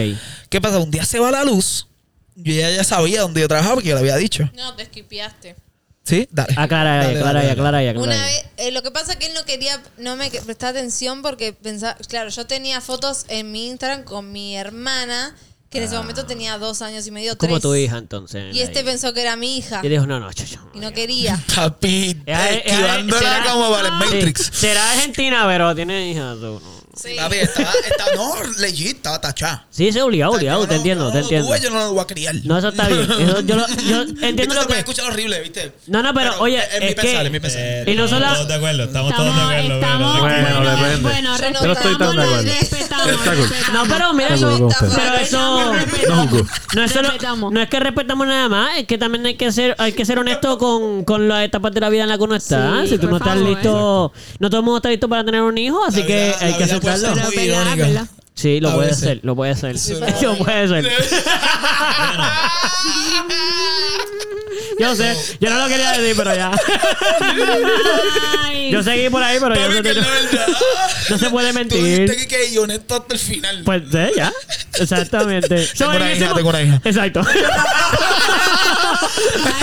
S5: ¿Qué pasa? Un día se va la luz. Yo ya, ya sabía dónde yo trabajaba porque yo lo había dicho.
S6: No, te esquipeaste.
S5: ¿Sí? Dale.
S2: Aclara ahí, aclara ahí,
S5: Dale, dale, dale.
S2: aclara ahí, aclara
S6: Una
S2: ahí.
S6: vez, eh, lo que pasa es que él no quería, no me que- prestaba atención porque pensaba, claro, yo tenía fotos en mi Instagram con mi hermana, que
S5: Ah.
S6: en ese momento tenía dos años y medio,
S2: Como
S6: tres.
S2: tu hija, entonces.
S6: Y este
S2: ahí.
S6: pensó que era mi hija.
S2: Y dijo, no, no, chucho.
S6: Y no quería.
S5: Papi,
S2: Ella- ella-
S5: esquivándola
S2: Eh, será-
S5: como Valen
S2: Sí.
S5: Matrix.
S2: Será argentina, pero tiene hija. tú, no.
S6: Sí.
S5: Papi, estaba, estaba, no, legit, estaba tachada.
S2: Sí, se obligado, obligado,
S5: Yo
S2: te
S5: no-
S2: entiendo,
S5: yo
S2: te
S5: no lo tuve,
S2: entiendo.
S5: Yo no lo voy a criar.
S2: No, eso está bien. Eso yo, lo- yo entiendo
S5: Viste,
S2: lo
S5: se puede
S2: que.
S5: escuchar horrible, ¿viste?
S2: No, no, pero oye,
S5: Es, mi
S2: es
S5: pesar,
S2: que-
S5: es mi pesar.
S2: Y no solo-
S1: Todos de acuerdo, Eh, estamos,
S4: Estamos,
S1: todos de acuerdo.
S4: estamos,
S1: pero-
S3: Bueno,
S4: bueno,
S3: depende.
S4: bueno,
S6: Yo no
S4: respetamos,
S6: estoy
S3: tan de acuerdo.
S4: respetamos,
S3: Está cool.
S4: respetamos.
S2: No, pero mira,
S3: Está
S2: eso.
S3: bueno con usted.
S2: Pero eso.
S3: No juzgo.
S2: No es, solo,
S4: Respetamos.
S2: no es que respetamos nada más, es que también hay que ser, hay que ser honesto con, con las etapas de la vida en la que uno está.
S4: Sí,
S2: si tú
S4: por
S2: no estás
S4: favor.
S2: listo, no todo el mundo está listo para tener un hijo, así
S5: La
S2: que
S5: vida-
S2: hay
S5: la
S2: que
S5: vida puede
S2: aceptarlo.
S5: ser muy
S4: Verdad,
S5: irónica.
S4: verdad.
S2: Sí, lo
S5: A
S2: puede
S5: veces.
S2: hacer, lo puede hacer. Lo puede ser. Yo sé, yo no lo quería decir, pero ya.
S4: Ay,
S2: Yo seguí por ahí, pero yo
S10: Papi,
S2: sé
S10: que
S2: que
S10: es
S2: no,
S10: la verdad.
S2: no se puede
S10: Tú
S5: este
S10: dijiste
S2: mentir.
S10: que que yo honesto hasta el final.
S2: Pues sí, ya. Exactamente.
S5: Tengo una hija,
S2: Hicimos-
S5: tengo una hija.
S2: Exacto.
S4: I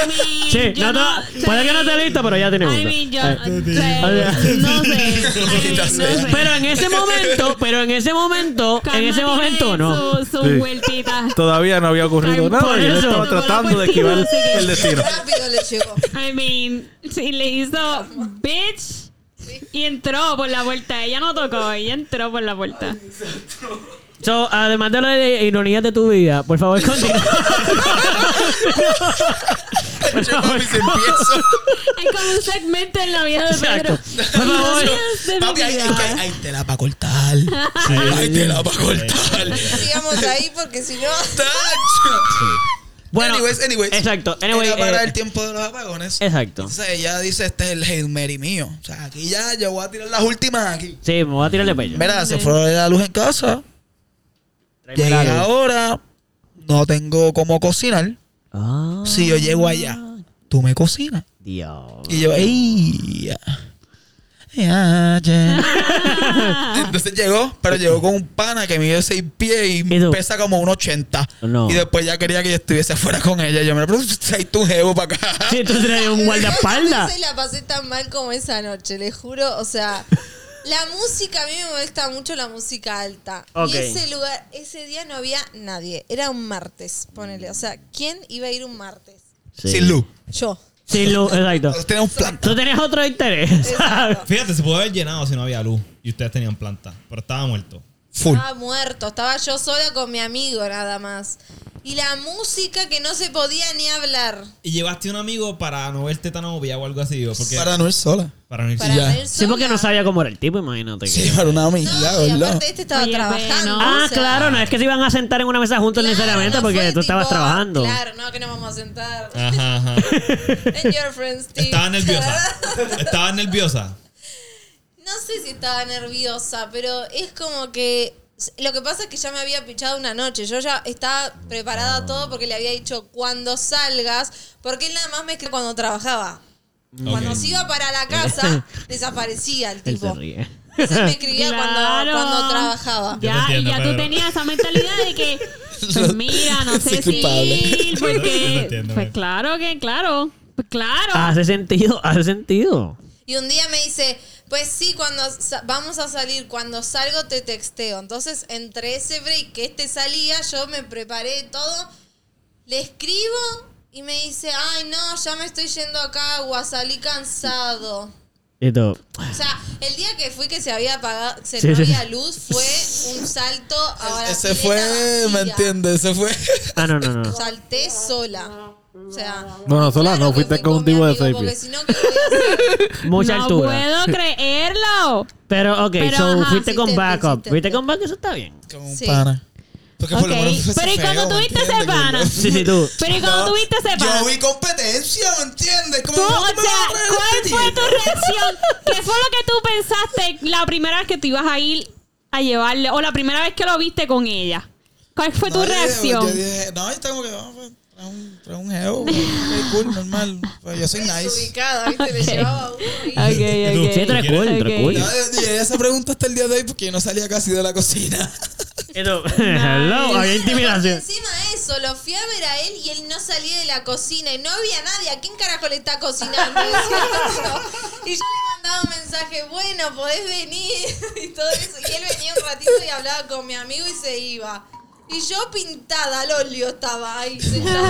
S4: mean,
S2: Sí,
S4: yo
S2: no, no, puede que no esté listo, Eh. pero ya tenemos.
S4: I mean, yo,
S2: Ay.
S4: o sea, no sé. I mean, no sé.
S2: Pero en ese momento, pero en ese momento, en
S4: Calma,
S2: ese
S4: tiene
S2: momento no.
S4: Su, su
S3: Sí.
S4: vueltita.
S3: Todavía no había ocurrido
S4: Ay,
S3: nada.
S2: por
S3: Yo
S2: eso.
S3: estaba tratando de esquivar el destino.
S6: Rápido le llegó.
S4: I mean, sí, le hizo bitch y entró por la puerta. Ella no tocó, ella entró por la puerta.
S2: So, además de lo de ironías de tu vida, por favor, continúa.
S10: Che, papi, si empiezo.
S4: Es como un segmento en la vida de Pedro.
S2: Por favor.
S4: Dios de mi
S10: Papi, ahí, es que
S4: vida.
S10: ahí- ahí te la va a cortar. Ahí te la va a cortar.
S6: Sigamos ahí porque si no.
S10: Tacho.
S2: Bueno,
S10: anyways, anyways.
S2: exacto. Anyway,
S10: Era para
S2: eh,
S10: el tiempo de los apagones.
S2: exacto.
S10: Entonces ella dice, este es el Hail Mary mío. O sea, aquí ya yo voy a tirar las últimas aquí.
S2: Sí, me voy a tirarle pecho.
S5: Mira, se fue la luz en casa.
S2: Tráeme
S5: Llegué
S2: la luz.
S5: ahora. No tengo cómo cocinar.
S2: Ah,
S5: Si yo llego allá, tú me cocinas.
S2: Dios.
S5: Y yo, ¡ey! ya, ya". Entonces llegó, pero llegó con un pana que mide 6 pies y
S2: ¿Y tú?
S5: pesa como un 80.
S2: No.
S5: Y después ya quería que yo estuviese afuera con ella. Yo me pregunté, tú jevo para acá?
S2: Sí, tú traes un
S6: No
S2: guardaespaldas.
S6: se la pasé tan mal como esa noche, le juro. O sea, la música, a mí me molesta mucho la música alta.
S2: Ok.
S6: Y ese lugar, ese día no había nadie. Era un martes, ponele. O sea, ¿quién iba a ir un martes?
S2: Sí.
S5: Sin luz.
S6: Yo.
S2: Sin luz, exacto.
S5: Entonces tenía un plan.
S2: Tú tenías otro interés.
S6: Exacto.
S1: Fíjate, se pudo haber llenado si no había luz y ustedes tenían planta, pero estaba muerto.
S5: Full.
S6: Estaba muerto, estaba yo sola con mi amigo nada más. Y la música que no se podía ni hablar.
S1: Y llevaste un amigo para no verte tan obvia o algo así, ¿o? porque
S5: Para no ir sola.
S1: para no irse.
S6: Para
S5: Ya.
S6: ver
S2: Sí, porque
S6: sola.
S2: no sabía cómo era el tipo, imagínate. que-
S5: Sí, para una amiga,
S6: No, y
S5: ¿verdad?
S6: aparte este estaba
S4: Oye,
S6: trabajando.
S4: bueno.
S2: Ah,
S6: o sea,
S2: claro, no es que se iban a sentar en una mesa juntos
S6: claro,
S2: necesariamente
S6: no
S2: porque
S6: fue
S2: tú estabas
S6: tipo,
S2: trabajando.
S6: Claro, no, que nos vamos a
S5: Ah,
S6: sentar.
S1: Ajá, ajá.
S6: And your friends team.
S1: Estaba nerviosa. Estaba nerviosa.
S6: No sé si estaba nerviosa, pero es como que. Lo que pasa es que ya me había pichado una noche. Yo ya estaba preparada a todo porque le había dicho cuando salgas, porque él nada más me escribía cuando trabajaba. Cuando
S1: Ok.
S6: se iba para la casa, desaparecía el
S2: Él se
S6: tipo.
S2: ríe.
S6: Entonces me escribía
S4: Claro.
S6: cuando, cuando trabajaba.
S1: Yo te
S4: Ya,
S1: entiendo,
S4: y ya
S1: Pedro.
S4: tú tenías esa mentalidad de que, pues mira, no
S5: Soy
S4: sé si
S5: culpable.
S4: ir,
S1: Yo te
S4: porque...
S1: entiendo,
S4: pues
S5: eh.
S1: Pedro.
S4: claro que, claro, pues claro.
S2: Hace sentido, hace sentido.
S6: Y un día me dice, pues sí, cuando sa- vamos a salir, cuando salgo te texteo. Entonces, entre ese break que este salía, yo me preparé todo, le escribo y me dice, ay no, ya me estoy yendo acá, agua, salí cansado.
S2: Y tú,
S6: O sea, el día que fui que se había apagado, se
S2: Sí,
S6: no
S2: sí.
S6: había luz, fue un salto a la
S5: Ese
S6: pileta
S5: fue, ¿me
S6: vacía.
S5: entiendes? Ese fue.
S2: ah, no, no, no.
S6: Salté sola. O sea,
S3: No, no, sola no,
S6: que
S3: fuiste
S6: fui
S3: con un
S6: mi
S3: tipo de
S6: amigo,
S3: seis
S6: Porque
S3: pies.
S6: si no, ¿qué voy a hacer?
S2: Mucha
S4: no
S2: altura.
S4: puedo creerlo.
S2: Pero, ok,
S4: Pero,
S2: so,
S4: ajá,
S2: fuiste con
S6: insistente,
S2: backup.
S6: insistente.
S2: Fuiste con backup, eso está bien.
S5: Con un
S6: Sí.
S5: pana. Porque por lo
S4: Ok,
S5: menos fuese
S4: pero ¿y cuando
S5: feo, ¿me
S4: tuviste ese
S5: entiendes? Que
S4: pana?
S5: no-
S2: Sí, sí, tú.
S4: Pero ¿y cuando
S5: No,
S4: tuviste ese pana?
S5: Yo vi competencia, ¿me entiendes? Como
S4: Tú,
S5: ¿cómo
S4: o sea,
S5: me vas a traer
S4: ¿cuál
S5: este
S4: fue
S5: tipo?
S4: tu reacción? ¿Qué fue lo que tú pensaste la primera vez que tú ibas a ir a llevarle o la primera vez que lo viste con ella? ¿Cuál fue tu
S5: No, yo dije-
S4: reacción?
S5: Yo dije, no, yo estaba como que, ah, pues, trae un, trae un geo, pues, ok, cool, normal. Pues, yo soy nice.
S6: Desubicada, ¿viste? Le llevaba uno y-
S1: Tú,
S4: Ok, ok.
S1: sí, tú
S2: eres cool, tú eres
S4: Ok.
S2: cool.
S5: Yo, yo llegué a esa pregunta hasta el día de hoy porque yo no salía casi de la cocina.
S2: Y tú, hello, había intimidación.
S6: Encima de eso, lo fui a ver a él y él no salía de la cocina y no había nadie. ¿A quién carajo le está cocinando? Decía yo. y yo le mandaba un mensaje, bueno, podés venir y todo eso. Y él venía un ratito y hablaba con mi amigo y se iba. Y yo pintada al óleo estaba ahí. sentada.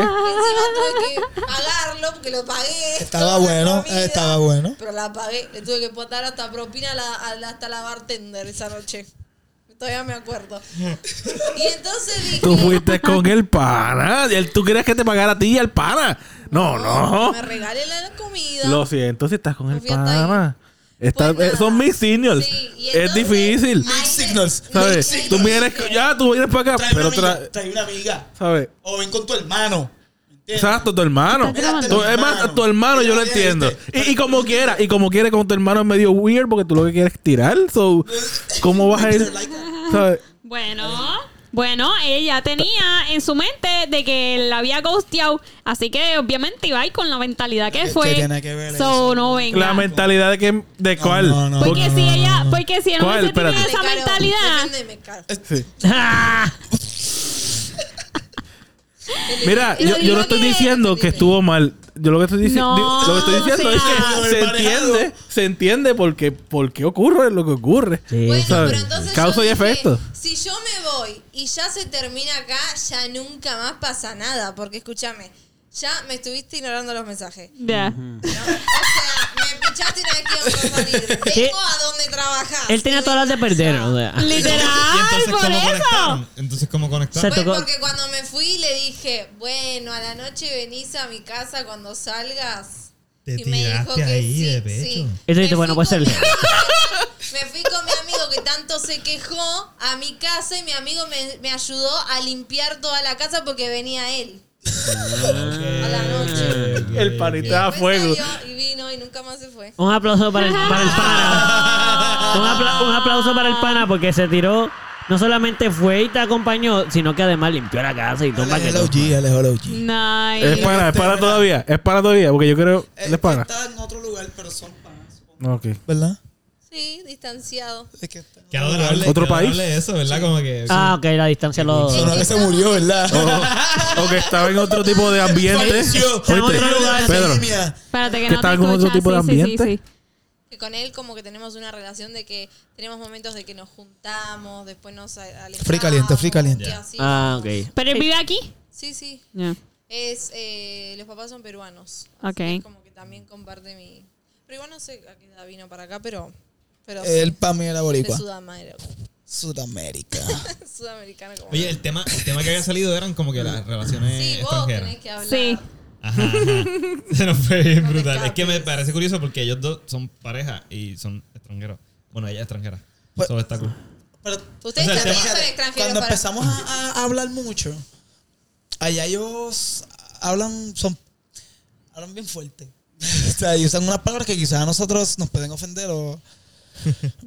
S6: Y encima tuve que pagarlo porque lo pagué.
S5: Estaba
S6: toda la
S5: bueno,
S6: comida,
S5: estaba bueno.
S6: Pero la pagué, le tuve que botar hasta propina a la- a la- hasta la bartender esa noche. Todavía me acuerdo. Y entonces dije.
S3: Tú fuiste con el pana. Y él- tú querías que te pagara a ti y al pana. No, no.
S6: Me regalé la comida.
S3: Lo siento si estás con el
S6: Confía hasta
S3: pana. Está-
S6: Pues
S3: eh, son
S6: nada.
S3: mis seniors.
S6: Sí, y
S3: es
S6: entonces-
S3: difícil.
S6: Ay,
S5: Mixed signals.
S3: ¿Sabes?
S6: mixed
S3: tú
S6: signals.
S3: vienes, ya, tú vienes para acá,
S5: Trae
S3: pero
S5: una amiga,
S3: otra.
S5: trae una amiga.
S3: ¿Sabes?
S5: O ven con tu hermano. ¿me entiendes?
S3: Exacto, tu hermano.
S4: Está grabando.
S3: Tu- es más, a tu hermano yo lo entiendo. Y, y como quiera, y como quiera con tu hermano es medio weird porque tú lo que quieres es tirar. So, ¿cómo vas a ir? ¿Sabes?
S4: Bueno, bueno, ella tenía en su mente de que la había ghosteado, así que obviamente iba a ir con la mentalidad que
S5: ¿Qué
S4: fue.
S5: tiene que ver
S4: so,
S5: eso?
S4: no venga.
S3: La mentalidad de, que, de cuál.
S5: no, no,
S4: porque
S3: Porque-
S4: si ella, porque si él no
S3: ¿Cuál?
S4: hubiese tenido
S3: Espérate.
S4: esa
S6: Caro,
S4: mentalidad,
S6: defiéndeme, Caro.
S5: Sí.
S2: Ah,
S3: Mira,
S6: Lo
S3: yo, yo
S6: digo
S3: no estoy
S6: bien,
S3: diciendo
S6: dime.
S3: que estuvo mal. Yo lo que estoy, dici-
S4: No,
S3: di- lo que estoy diciendo
S4: o sea.
S3: es que se
S5: Manejado.
S3: entiende, se entiende porque, porque ocurre lo que ocurre.
S2: Sí.
S6: Bueno,
S3: ¿sabes?
S6: pero entonces.
S3: Causa
S6: yo
S3: y
S6: dije,
S3: efecto.
S6: Si yo me voy y ya se termina acá, ya nunca más pasa nada. Porque escúchame, ya me estuviste ignorando los mensajes.
S4: ya.
S6: O sea, me pichaste una vez que íbamos a salir.
S2: ¿Qué?
S6: Vengo a donde trabajas.
S2: él tenía todas las de perder, o sea.
S1: Y
S4: literal,
S1: entonces,
S4: por
S1: ¿cómo
S4: eso.
S1: conectaron? Entonces, ¿cómo conectaron?
S2: Se tocó-
S6: Pues porque cuando me fui le dije, bueno, a la noche venís a mi casa cuando salgas.
S1: Te tiraste ahí de pecho.
S2: Y tú
S6: Me
S2: dijiste, bueno,
S6: fui
S2: puede ser.
S6: con mi amigo- Me fui con mi amigo que tanto se quejó a mi casa y mi amigo me, me ayudó a limpiar toda la casa porque venía él. A la noche.
S3: El panita a
S4: Pues
S6: Después
S3: fuego.
S6: salió Y vino y nunca más se fue.
S2: Un aplauso para el, para el pana. Un, apla- un aplauso para el pana porque se tiró. No solamente fue y te acompañó, sino que además limpió la casa y toma que
S5: Alejo OG, Alejo OG.
S3: Es
S4: Nice.
S3: para, es para todavía, es para todavía, porque yo creo.
S5: Él
S3: Él es para.
S5: Está en otro lugar, pero son panas.
S3: Ok.
S5: ¿Verdad?
S6: Sí, distanciado.
S5: Es que está en
S1: Qué
S5: otro
S1: adorable.
S5: lugar.
S1: qué
S3: Otro
S1: adorable
S3: país.
S1: eso, ¿verdad? Como que.
S2: Ah, ok, la distancia lo.
S5: Sonó que se murió, ¿verdad?
S3: O, o que estaba en otro tipo de Oh, ambiente.
S5: Falleció.
S3: Oíste,
S5: En otro lugar.
S3: Pedro,
S5: Línea.
S4: Espérate que
S3: ¿Qué
S4: no
S3: tal
S4: te
S3: con otro
S4: escuchas.
S3: tipo de
S4: Sí, sí,
S3: ambiente?
S4: sí, sí.
S6: Que con él como que tenemos una relación de que tenemos momentos de que nos juntamos, después nos a- alejamos.
S5: Free caliente, free caliente.
S6: y así
S2: Ah,
S6: somos.
S2: ok.
S4: Pero él vive aquí.
S6: Sí, sí.
S4: Ya.
S6: Es, eh, los papás son peruanos.
S4: Ok.
S6: así que es como que también comparte mi... Pero igual no sé a qué edad vino para acá, pero... pero
S5: Él
S6: sí,
S5: para mí era boricua.
S6: de Sudamérica.
S5: Sudamérica.
S6: Sudamericana como.
S1: Oye, el tema, el tema que había salido eran como que las
S5: eh,
S1: relaciones
S6: sí, vos
S1: extranjeras.
S6: tenés que hablar.
S4: Sí.
S1: Ajá, ajá. Se nos fue bien
S6: No te
S1: brutal. Es que me
S6: escapes.
S1: parece curioso porque ellos dos son pareja y son extranjeros. Bueno, ella es extranjera.
S5: Pues-
S1: Eso está cool.
S5: Pero
S6: Ustedes
S1: O sea,
S6: también
S1: el
S6: son
S5: Fíjate,
S6: extranjeros.
S5: Cuando
S6: para-
S5: empezamos a, a hablar mucho, allá ellos hablan, son, hablan bien fuerte. o sea, y usan unas palabras que quizás a nosotros nos pueden ofender o...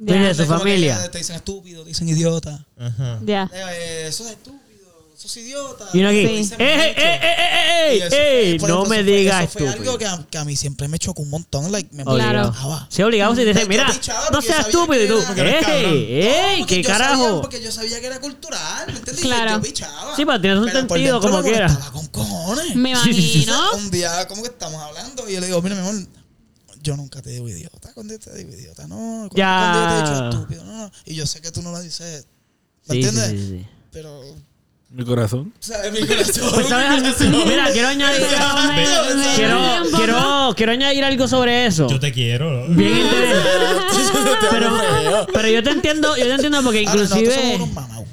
S2: Tiene su
S5: como que
S2: familia.
S5: Te dicen estúpido, te dicen idiota.
S1: Ajá.
S4: Ya.
S5: Eh, sos estúpido, sos idiota.
S2: Y uno aquí. Eh,
S5: Lo
S2: ¡Ey,
S5: dicen
S2: ey,
S5: mucho.
S2: ey, ey, ey!
S5: Y eso fue-
S2: ¡Ey!
S5: por
S2: eh, No me
S5: ejemplo, eso fue-
S2: digas
S5: Eso fue algo
S2: estúpido.
S5: que a, que a mí siempre me chocó un montón. Like, me
S4: Claro.
S5: molestaba.
S2: Se obligado si te dicen,
S5: Yo te
S2: mira,
S5: pichaba
S2: no
S5: porque
S2: seas
S5: sabía
S2: estúpido. Y tú,
S5: que
S1: era- cabrón.
S2: ¡ey, ey!
S5: Porque
S2: ¡Qué
S5: yo sabía-
S2: carajo!
S5: porque yo sabía que era cultural, ¿me entiendes?
S4: Claro.
S5: Yo pichaba.
S2: Sí, pues, pero tienes un
S5: Pero por
S2: sentido
S5: dentro
S2: como
S5: me
S2: quiera.
S5: molestaba con cojones.
S4: Me
S2: Sí, sí, sí.
S4: imagino.
S5: Un día, como que estamos hablando, y yo le digo, mira, mi amor, yo nunca te digo idiota. Cuando yo te digo idiota, no. Cuando,
S2: Ya.
S5: cuando yo te he dicho estúpido, no, no. Y yo sé que tú no lo dices, ¿me
S2: Sí, sí,
S5: entiendes?
S2: sí, sí.
S5: Pero, o
S3: Mi corazón.
S5: sea, en mi corazón.
S2: Pues, ¿sabes? Mira, quiero añadir.
S4: Me- me-
S2: Quiero,
S4: me- un poco.
S2: quiero, quiero añadir algo sobre eso.
S1: Yo te quiero. ¿no?
S2: Bien interesante. Pero, pero yo te entiendo, yo te entiendo porque
S5: Ahora, nosotros somos
S2: inclusive.
S5: unos mamados.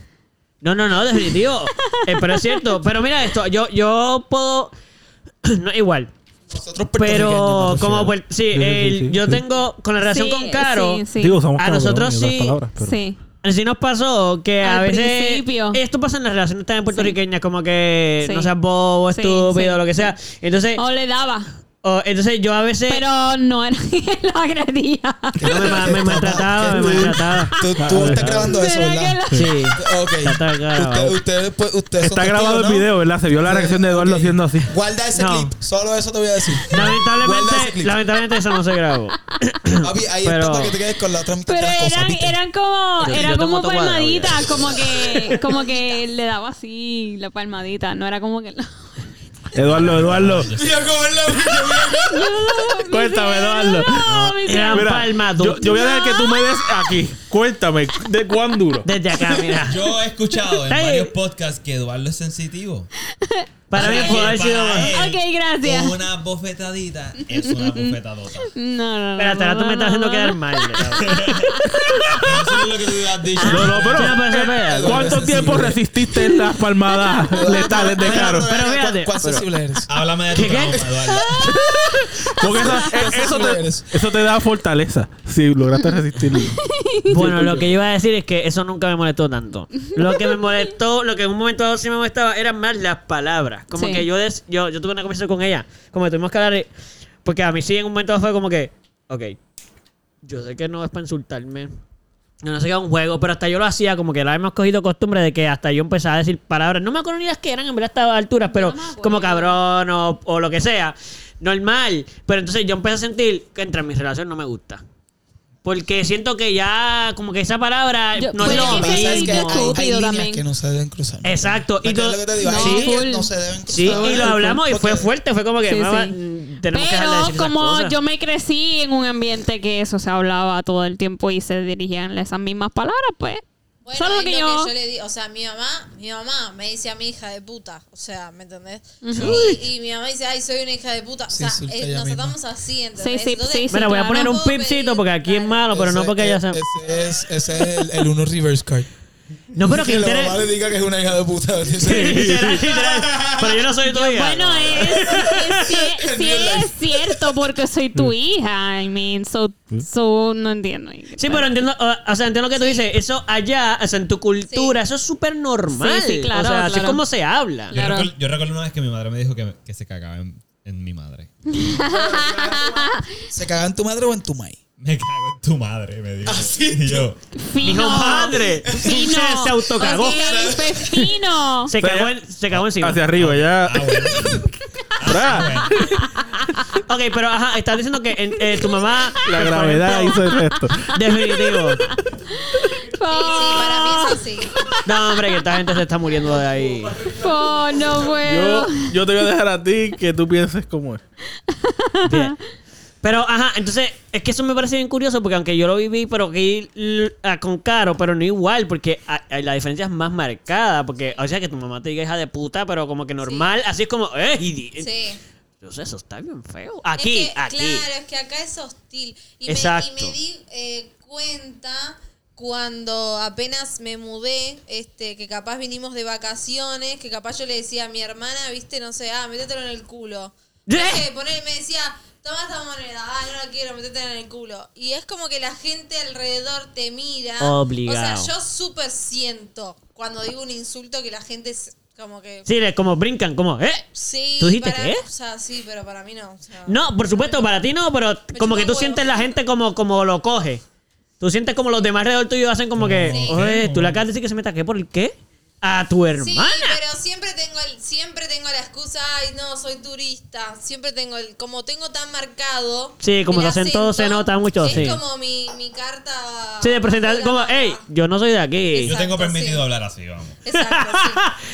S2: No, no, no, definitivo. Eh, pero es cierto. Pero mira esto, yo, yo puedo. No, igual.
S5: Nosotros
S2: Pero
S5: puertorriqueños,
S2: como
S5: me
S2: puer-
S5: refiero.
S2: sí,
S3: Sí, sí,
S2: el-
S3: sí,
S2: yo
S3: sí.
S2: tengo con la relación
S4: Sí,
S2: con Caro.
S4: Sí, sí.
S3: Digo, somos
S2: A
S3: cabrones,
S2: nosotros
S3: otras
S2: sí.
S3: palabras, pero-
S4: Sí.
S2: Así nos pasó que a
S4: Al
S2: veces.
S4: principio.
S2: Esto pasa en las relaciones también puertorriqueñas, como que
S4: Sí.
S2: no seas bobo,
S4: Sí,
S2: estúpido,
S4: sí.
S2: lo que sea. Entonces,
S4: O le daba.
S3: Eh,
S2: o- entonces yo a veces.
S4: Pero no era que lo agredía.
S2: No, me, ma- me maltrataba, me maltrataba.
S5: Tú, tú estás grabando eso,
S4: Era que
S5: ¿verdad?
S4: lo-
S2: Sí.
S5: Ok.
S2: Está grabado.
S5: Usted- ustedes, pues, ustedes son
S3: Está grabado
S5: testigos,
S3: el
S5: ¿no?
S3: video, ¿verdad? Se vio la reacción de Eduardo
S5: Ok.
S3: haciendo así.
S5: Guarda ese
S2: No.
S5: clip. Solo eso te voy a decir.
S2: Lamentablemente,
S5: Guarda ese clip.
S2: lamentablemente eso no se grabó.
S5: Papi, ahí
S2: Pero-
S5: está para que te quedes con la otra mitad
S4: Pero
S5: de las cosas.
S4: eran,
S5: ¿viste?
S4: eran como,
S2: Pero yo
S4: era
S2: tomo
S4: como
S2: tu cuadra,
S4: palmaditas, como que, como que le daba así la palmadita, no era como que
S3: Eduardo, Eduardo.
S5: Mira cómo es la-
S3: Cuéntame, Eduardo.
S4: No, Ah, mi
S2: Eran
S4: cielo.
S2: palmas
S3: yo, yo voy a dejar que tú me des aquí. Cuéntame, ¿de cuán duro?
S2: Desde acá, mira.
S1: Yo he escuchado en
S2: Ey.
S1: varios podcasts que Eduardo es sensitivo.
S2: Para mí
S1: Para
S2: pudo haber
S1: él,
S2: sido.
S1: para él.
S4: Ok, gracias.
S1: Una bofetadita es una bofetadota.
S4: No, no, no.
S2: Espérate,
S4: no,
S2: ahora tú me
S4: no,
S2: estás haciendo
S4: no,
S2: quedar
S4: no.
S2: mal.
S1: Eso es lo que tú has dicho.
S3: No, no, pero.
S2: Sí, no, pero se
S3: eh,
S2: pega.
S3: ¿Cuánto
S5: Sí,
S3: tiempo
S5: sí.
S3: resististe las palmadas letales de Caro?
S2: pero fíjate.
S5: ¿Cuán sensible eres?
S1: Háblame de tu
S2: ¿Qué, qué?
S1: trauma, Eduardo.
S4: Ah,
S3: Porque esa- eh, eso, te,
S5: eres.
S3: eso te da fortaleza. Si lograste resistirlo.
S2: Bueno, lo que yo iba a decir es que eso nunca me molestó tanto. Lo que me molestó, lo que en un momento dado sí me molestaba, eran más las palabras. Como
S4: Sí.
S2: que yo, des- yo, yo tuve una conversación con ella, como que tuvimos que hablar, de- porque a mí sí en un momento dado fue como que, ok, yo sé que no es para insultarme. No, no sé qué es un juego, pero hasta yo lo hacía, como que la hemos cogido costumbre de que hasta yo empezaba a decir palabras. No me acuerdo ni las que eran, en verdad estaba a alturas, pero
S4: no me acuerdo.
S2: como cabrón o, o lo que sea. Normal. Pero entonces yo empecé a sentir que entre mis relaciones no me gusta. Porque siento que ya, como que esa palabra
S4: Yo-
S2: no es
S4: pues es
S2: lo
S4: que se
S2: mismo.
S4: dice tú.
S5: hay
S4: estúpido
S5: líneas
S4: también.
S5: que no se deben cruzar.
S2: Exacto. Y
S5: ¿Entiendes
S2: tú-
S5: lo que te digo? Hay
S4: Sí.
S5: líneas que
S4: Full.
S5: no se deben cruzar.
S2: Sí, y lo hablamos y fue
S5: Porque-
S2: fuerte. Fue como que
S4: Sí,
S2: "Mamá,
S4: sí.
S2: mm, tenemos que dejar de decir
S4: Pero
S2: esas
S4: como
S2: cosas".
S4: yo me crecí en un ambiente que eso se hablaba todo el tiempo y se dirigían esas mismas palabras, pues.
S6: Bueno,
S4: Solo
S6: es
S4: que yo-
S6: le di, o sea, mi mamá, mi mamá me dice a mi hija de puta, o sea, ¿me entendés? y, y mi mamá dice, ay, soy una hija de puta, o
S5: Se
S6: sea,
S5: insulta
S6: eh,
S5: ella
S6: nos
S5: misma.
S6: tratamos así, ¿entendés?
S4: Sí, sí,
S6: Entonces,
S4: sí, sí.
S2: Mira, voy a
S4: claro.
S2: poner un
S6: No puedo
S2: pipcito
S6: pedir,
S2: porque aquí es
S6: claro.
S2: malo, pero no
S5: Ese-
S2: porque ella sea.
S5: Ese es, ese es el, el uno reverse card.
S2: No, pero que
S5: la mamá le
S2: interés.
S5: diga que es una hija de puta.
S2: Literal, literal. Pero yo no soy tu hija.
S4: Bueno, es, es- sí es- sí es cierto porque soy
S2: Mm.
S4: tu hija. I mean, so, so no entiendo.
S2: Sí, pero entiendo, o, o sea, entiendo lo que tú dices. Eso allá, o sea, en tu cultura,
S6: Sí.
S2: eso es súper normal.
S4: Sí, sí, claro,
S2: O sea, así es
S4: claro.
S2: como se habla.
S1: Yo,
S4: Claro.
S1: recuerdo, yo recuerdo una vez que mi madre me dijo que, que se cagaba en, en mi madre.
S5: ¿Se caga en tu madre o en tu mai?
S1: Me cago en tu madre, me dijo.
S5: Así
S1: y yo,
S4: Fino.
S2: Dijo, madre,
S4: Fino.
S2: se- se autocagó.
S4: O sea, fue fino.
S2: Se
S3: Pero
S2: cagó,
S3: ya-
S2: en- se cagó encima.
S3: Hacia arriba, ya.
S1: ah, bueno.
S5: Ah,
S3: Fra.
S2: Ok, pero ajá, estás diciendo que en- eh, tu mamá.
S3: La gravedad hizo el resto.
S2: Definitivo.
S6: Sí, para mí es así.
S2: No, hombre, que esta gente se está muriendo de ahí.
S4: Oh, no puedo.
S3: Yo,
S2: eh,
S3: yo te voy a dejar a ti que tú pienses cómo es.
S2: Bien. Pero, ajá, entonces, es que eso me parece bien curioso porque aunque yo lo viví, pero aquí l- ah, con Caro, pero no igual, porque ah, ah, la diferencia es más marcada. Porque, o sea, que tu mamá te diga hija de puta, pero como que normal, así es como, eh, idi-
S6: Sí.
S2: Yo sé, eso está bien feo. Aquí,
S6: Es que,
S2: aquí.
S6: Claro, es que acá es hostil. Y
S2: Exacto.
S6: me, y me di eh, cuenta cuando apenas me mudé, este, que capaz vinimos de vacaciones, que capaz yo le decía a mi hermana, viste, no sé, ah, métetelo en el culo. No sé, ponele, me decía, toma esta moneda, ah, no la quiero, métetela en el culo. Y es como que la gente alrededor te mira.
S2: Obligado.
S6: O sea, yo súper siento cuando digo un insulto que la gente es como que...
S2: Sí, es como brincan, como, ¿eh?
S6: Sí,
S2: ¿Tú dijiste
S6: para-
S2: qué?
S6: O sea, sí, pero para mí no. o sea.
S2: No, por supuesto, para ti no, pero como
S6: chupa
S2: que tú
S6: un huevo.
S2: sientes la gente como, como lo coge. Tú sientes como los demás alrededor tuyo hacen como que, oye, tú le acabas de decir que se me taqué por el qué? A tu hermana.
S6: Sí, pero siempre tengo el, siempre tengo la excusa, ay no, soy turista. Siempre tengo el, como tengo tan marcado.
S2: Sí, como
S6: el
S2: su acento se nota mucho,
S6: es
S2: sí.
S6: como mi, mi carta.
S2: Sí, de presentar
S6: la
S2: como,
S6: marca.
S2: hey, yo no soy de aquí.
S6: Exacto,
S1: Yo tengo permitido
S6: sí.
S1: hablar así, vamos.
S6: Exacto,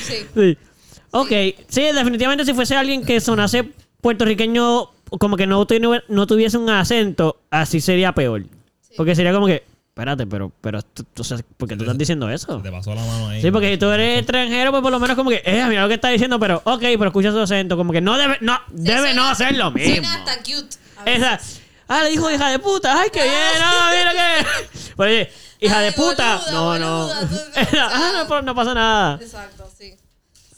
S6: sí. sí.
S2: Sí. Ok, sí, definitivamente si fuese alguien que sonase puertorriqueño, como que no, tuvi- no tuviese un acento, así sería peor. Porque sería como que, espérate, pero, pero, tú- tú- o sea, ¿por qué tú estás diciendo eso?
S1: Te pasó la mano ahí.
S2: Sí, porque si tú eres extranjero, pues por lo menos como que, eh, mira lo que está diciendo, pero, ok, pero escucha su acento, como que no debe, no, debe no hacer lo mismo.
S6: Suena hasta cute. a veces.
S2: Esa, ah, le dijo hija de puta, ay, qué bien, ah, mira que. Pero oye, hija
S6: Ay,
S2: de puta,
S6: boluda,
S2: no,
S6: boluda,
S2: no.
S6: tú-
S2: ah, no, pero no pasa nada.
S6: Exacto, sí.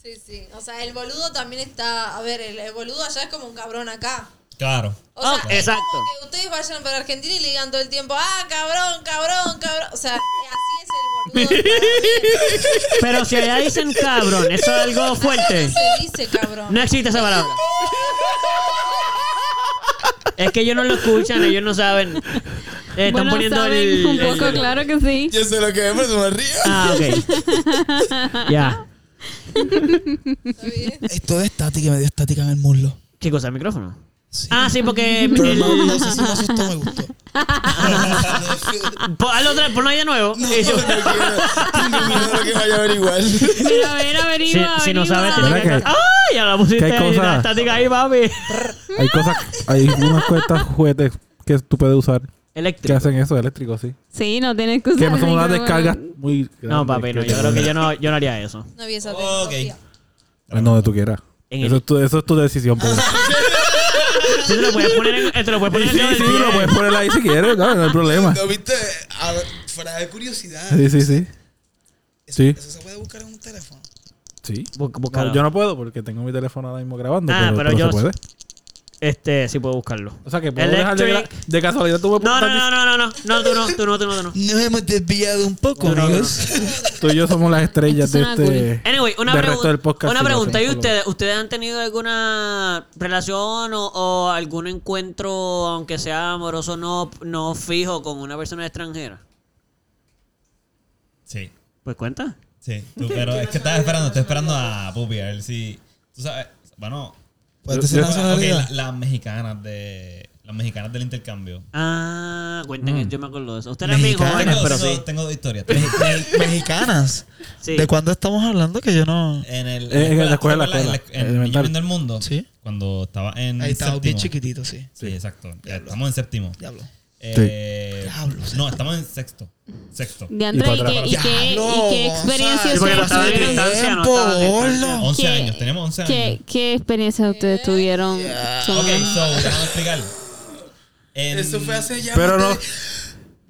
S6: Sí, sí. O sea, el boludo también está. A ver, el, el boludo allá es como un cabrón acá.
S1: Claro.
S6: O sea,
S2: Ah,
S6: es
S2: exacto.
S6: como que ustedes vayan para Argentina y le digan todo el tiempo, ah, cabrón, cabrón, cabrón. O sea, así es el boludo.
S2: Pero si allá dicen cabrón, eso es algo fuerte.
S6: No se dice, cabrón.
S2: No existe esa palabra. Es que ellos no lo escuchan, ellos no saben. Eh, están
S4: Bueno,
S2: poniendo
S4: saben
S2: el-
S4: un
S2: el-
S4: poco, claro que sí.
S5: Yo sé lo que es, pero se me río.
S2: Ah, ok. ya.
S6: Está bien.
S3: Esto es estática, me dio estática en el muslo.
S2: Chicos, al micrófono.
S3: Sí.
S2: Ah, sí, porque. el-
S3: Pero no, no sé si me asustó, me gustó.
S2: pon- hazlo otra vez, ponlo ahí de nuevo. Y yo-
S5: Tengo miedo de que vaya a averiguar.
S4: Mira, a ver, averigua,
S2: si, si no
S4: averigua.
S2: sabes,
S6: Ah,
S2: te
S8: ¿Verdad que-
S2: ¡Ay! Ya la pusiste
S8: que hay
S2: ahí, la
S8: cosas?
S2: estática ahí, papi.
S8: Hay cosas, hay unas cuentas juguetes que tú puedes usar que
S2: Eléctrico.
S8: hacen eso, eléctricos, sí.
S4: Sí, no tienes excusa.
S8: Que no son unas
S4: Ricardo.
S8: descargas muy grandes.
S2: No, papi, no. Yo creo que yo no, yo no haría eso.
S6: No vi esa
S1: Ok.
S6: tecnología.
S8: En Ah, donde tú quieras.
S2: En
S8: Eso
S2: el-
S8: es, tu, eso es tu decisión. pues. Pedro.
S2: Sí, te lo puedes poner en, eh, te lo puedes
S8: Sí,
S2: poner en el
S8: sí,
S2: dedo del pie.
S8: lo puedes poner ahí si quieres, no, no hay problema.
S5: ¿Lo viste? A ver, fuera de curiosidad.
S8: Sí, sí, sí.
S5: Eso,
S8: Sí.
S5: eso se puede buscar en un teléfono.
S8: Sí.
S2: Bu- búscalo.
S8: No, yo no puedo porque tengo mi teléfono ahora mismo grabando.
S2: Ah,
S8: pero,
S2: pero
S8: pero
S2: yo-
S8: se puede.
S2: Este, sí puedo buscarlo.
S8: O sea que puedo dejar de, gra-
S2: Electric.
S8: de casualidad tú me
S2: No, no, no, no, no, no. No, tú no, tú no, tú no, tú no.
S3: Nos hemos desviado un poco,
S2: No, no,
S3: amigos.
S8: Tú y yo somos las estrellas de
S4: Esto suena
S8: este.
S2: Anyway, una,
S8: del
S2: pregun-
S8: resto del podcast,
S2: una
S8: sí, lo
S2: pregunta. ¿Y
S8: hacemos por lo
S2: ustedes, ustedes han tenido alguna relación o, o algún encuentro, aunque sea amoroso, no, no fijo con una persona extranjera?
S1: Sí.
S2: Pues cuenta.
S1: Sí. Tú, pero es que estás esperando, estás esperando a Pupi, a ver si. Tú sabes. Bueno.
S3: Puedes decir
S8: Yo- yo-
S1: ok,
S3: nacionalidad.
S1: la- las mexicanas de. Las mexicanas del intercambio.
S2: Ah, cuenten,
S8: Mm.
S2: yo me acuerdo de eso. Ustedes eran bien
S3: Mexicano.
S2: jóvenes,
S1: Tengo,
S2: pero
S1: tengo-
S2: sí.
S1: tengo dos historias.
S3: Mexicanas.
S2: Sí.
S3: ¿De cuándo estamos hablando? Que yo no.
S1: En, el,
S8: Eh, en la escuela,
S1: ¿te acuerdas?
S8: escuela,
S1: En, el
S8: elemental.
S1: del mundo.
S3: Sí.
S1: Cuando estaba en.
S3: Ahí estaba bien
S1: séptimo.
S3: chiquitito, sí.
S1: Sí, exacto. Ya Estamos en séptimo.
S3: Diablo.
S1: Eh,
S3: Diablo,
S1: no, estamos en sexto. Sexto.
S4: Diantre,
S8: Y
S4: ¿y,
S8: para
S4: qué,
S1: atrás.
S4: y, qué,
S3: Diablo,
S4: y qué
S3: Gonzalo.
S4: experiencias
S3: Sí,
S2: porque no estaba
S4: ustedes
S2: en
S4: tuvieron?
S2: distancia, no
S3: Tiempo,
S2: estaba en distancia.
S3: bolo.
S1: 11
S4: ¿Qué-
S1: años, tenemos 11 años.
S4: ¿Qué, qué experiencias ustedes tuvieron?
S1: Ok,
S4: Son-
S1: so, déjame explicar. En-
S5: Eso fue hace ya.
S8: Pero
S5: más
S8: no.
S5: de-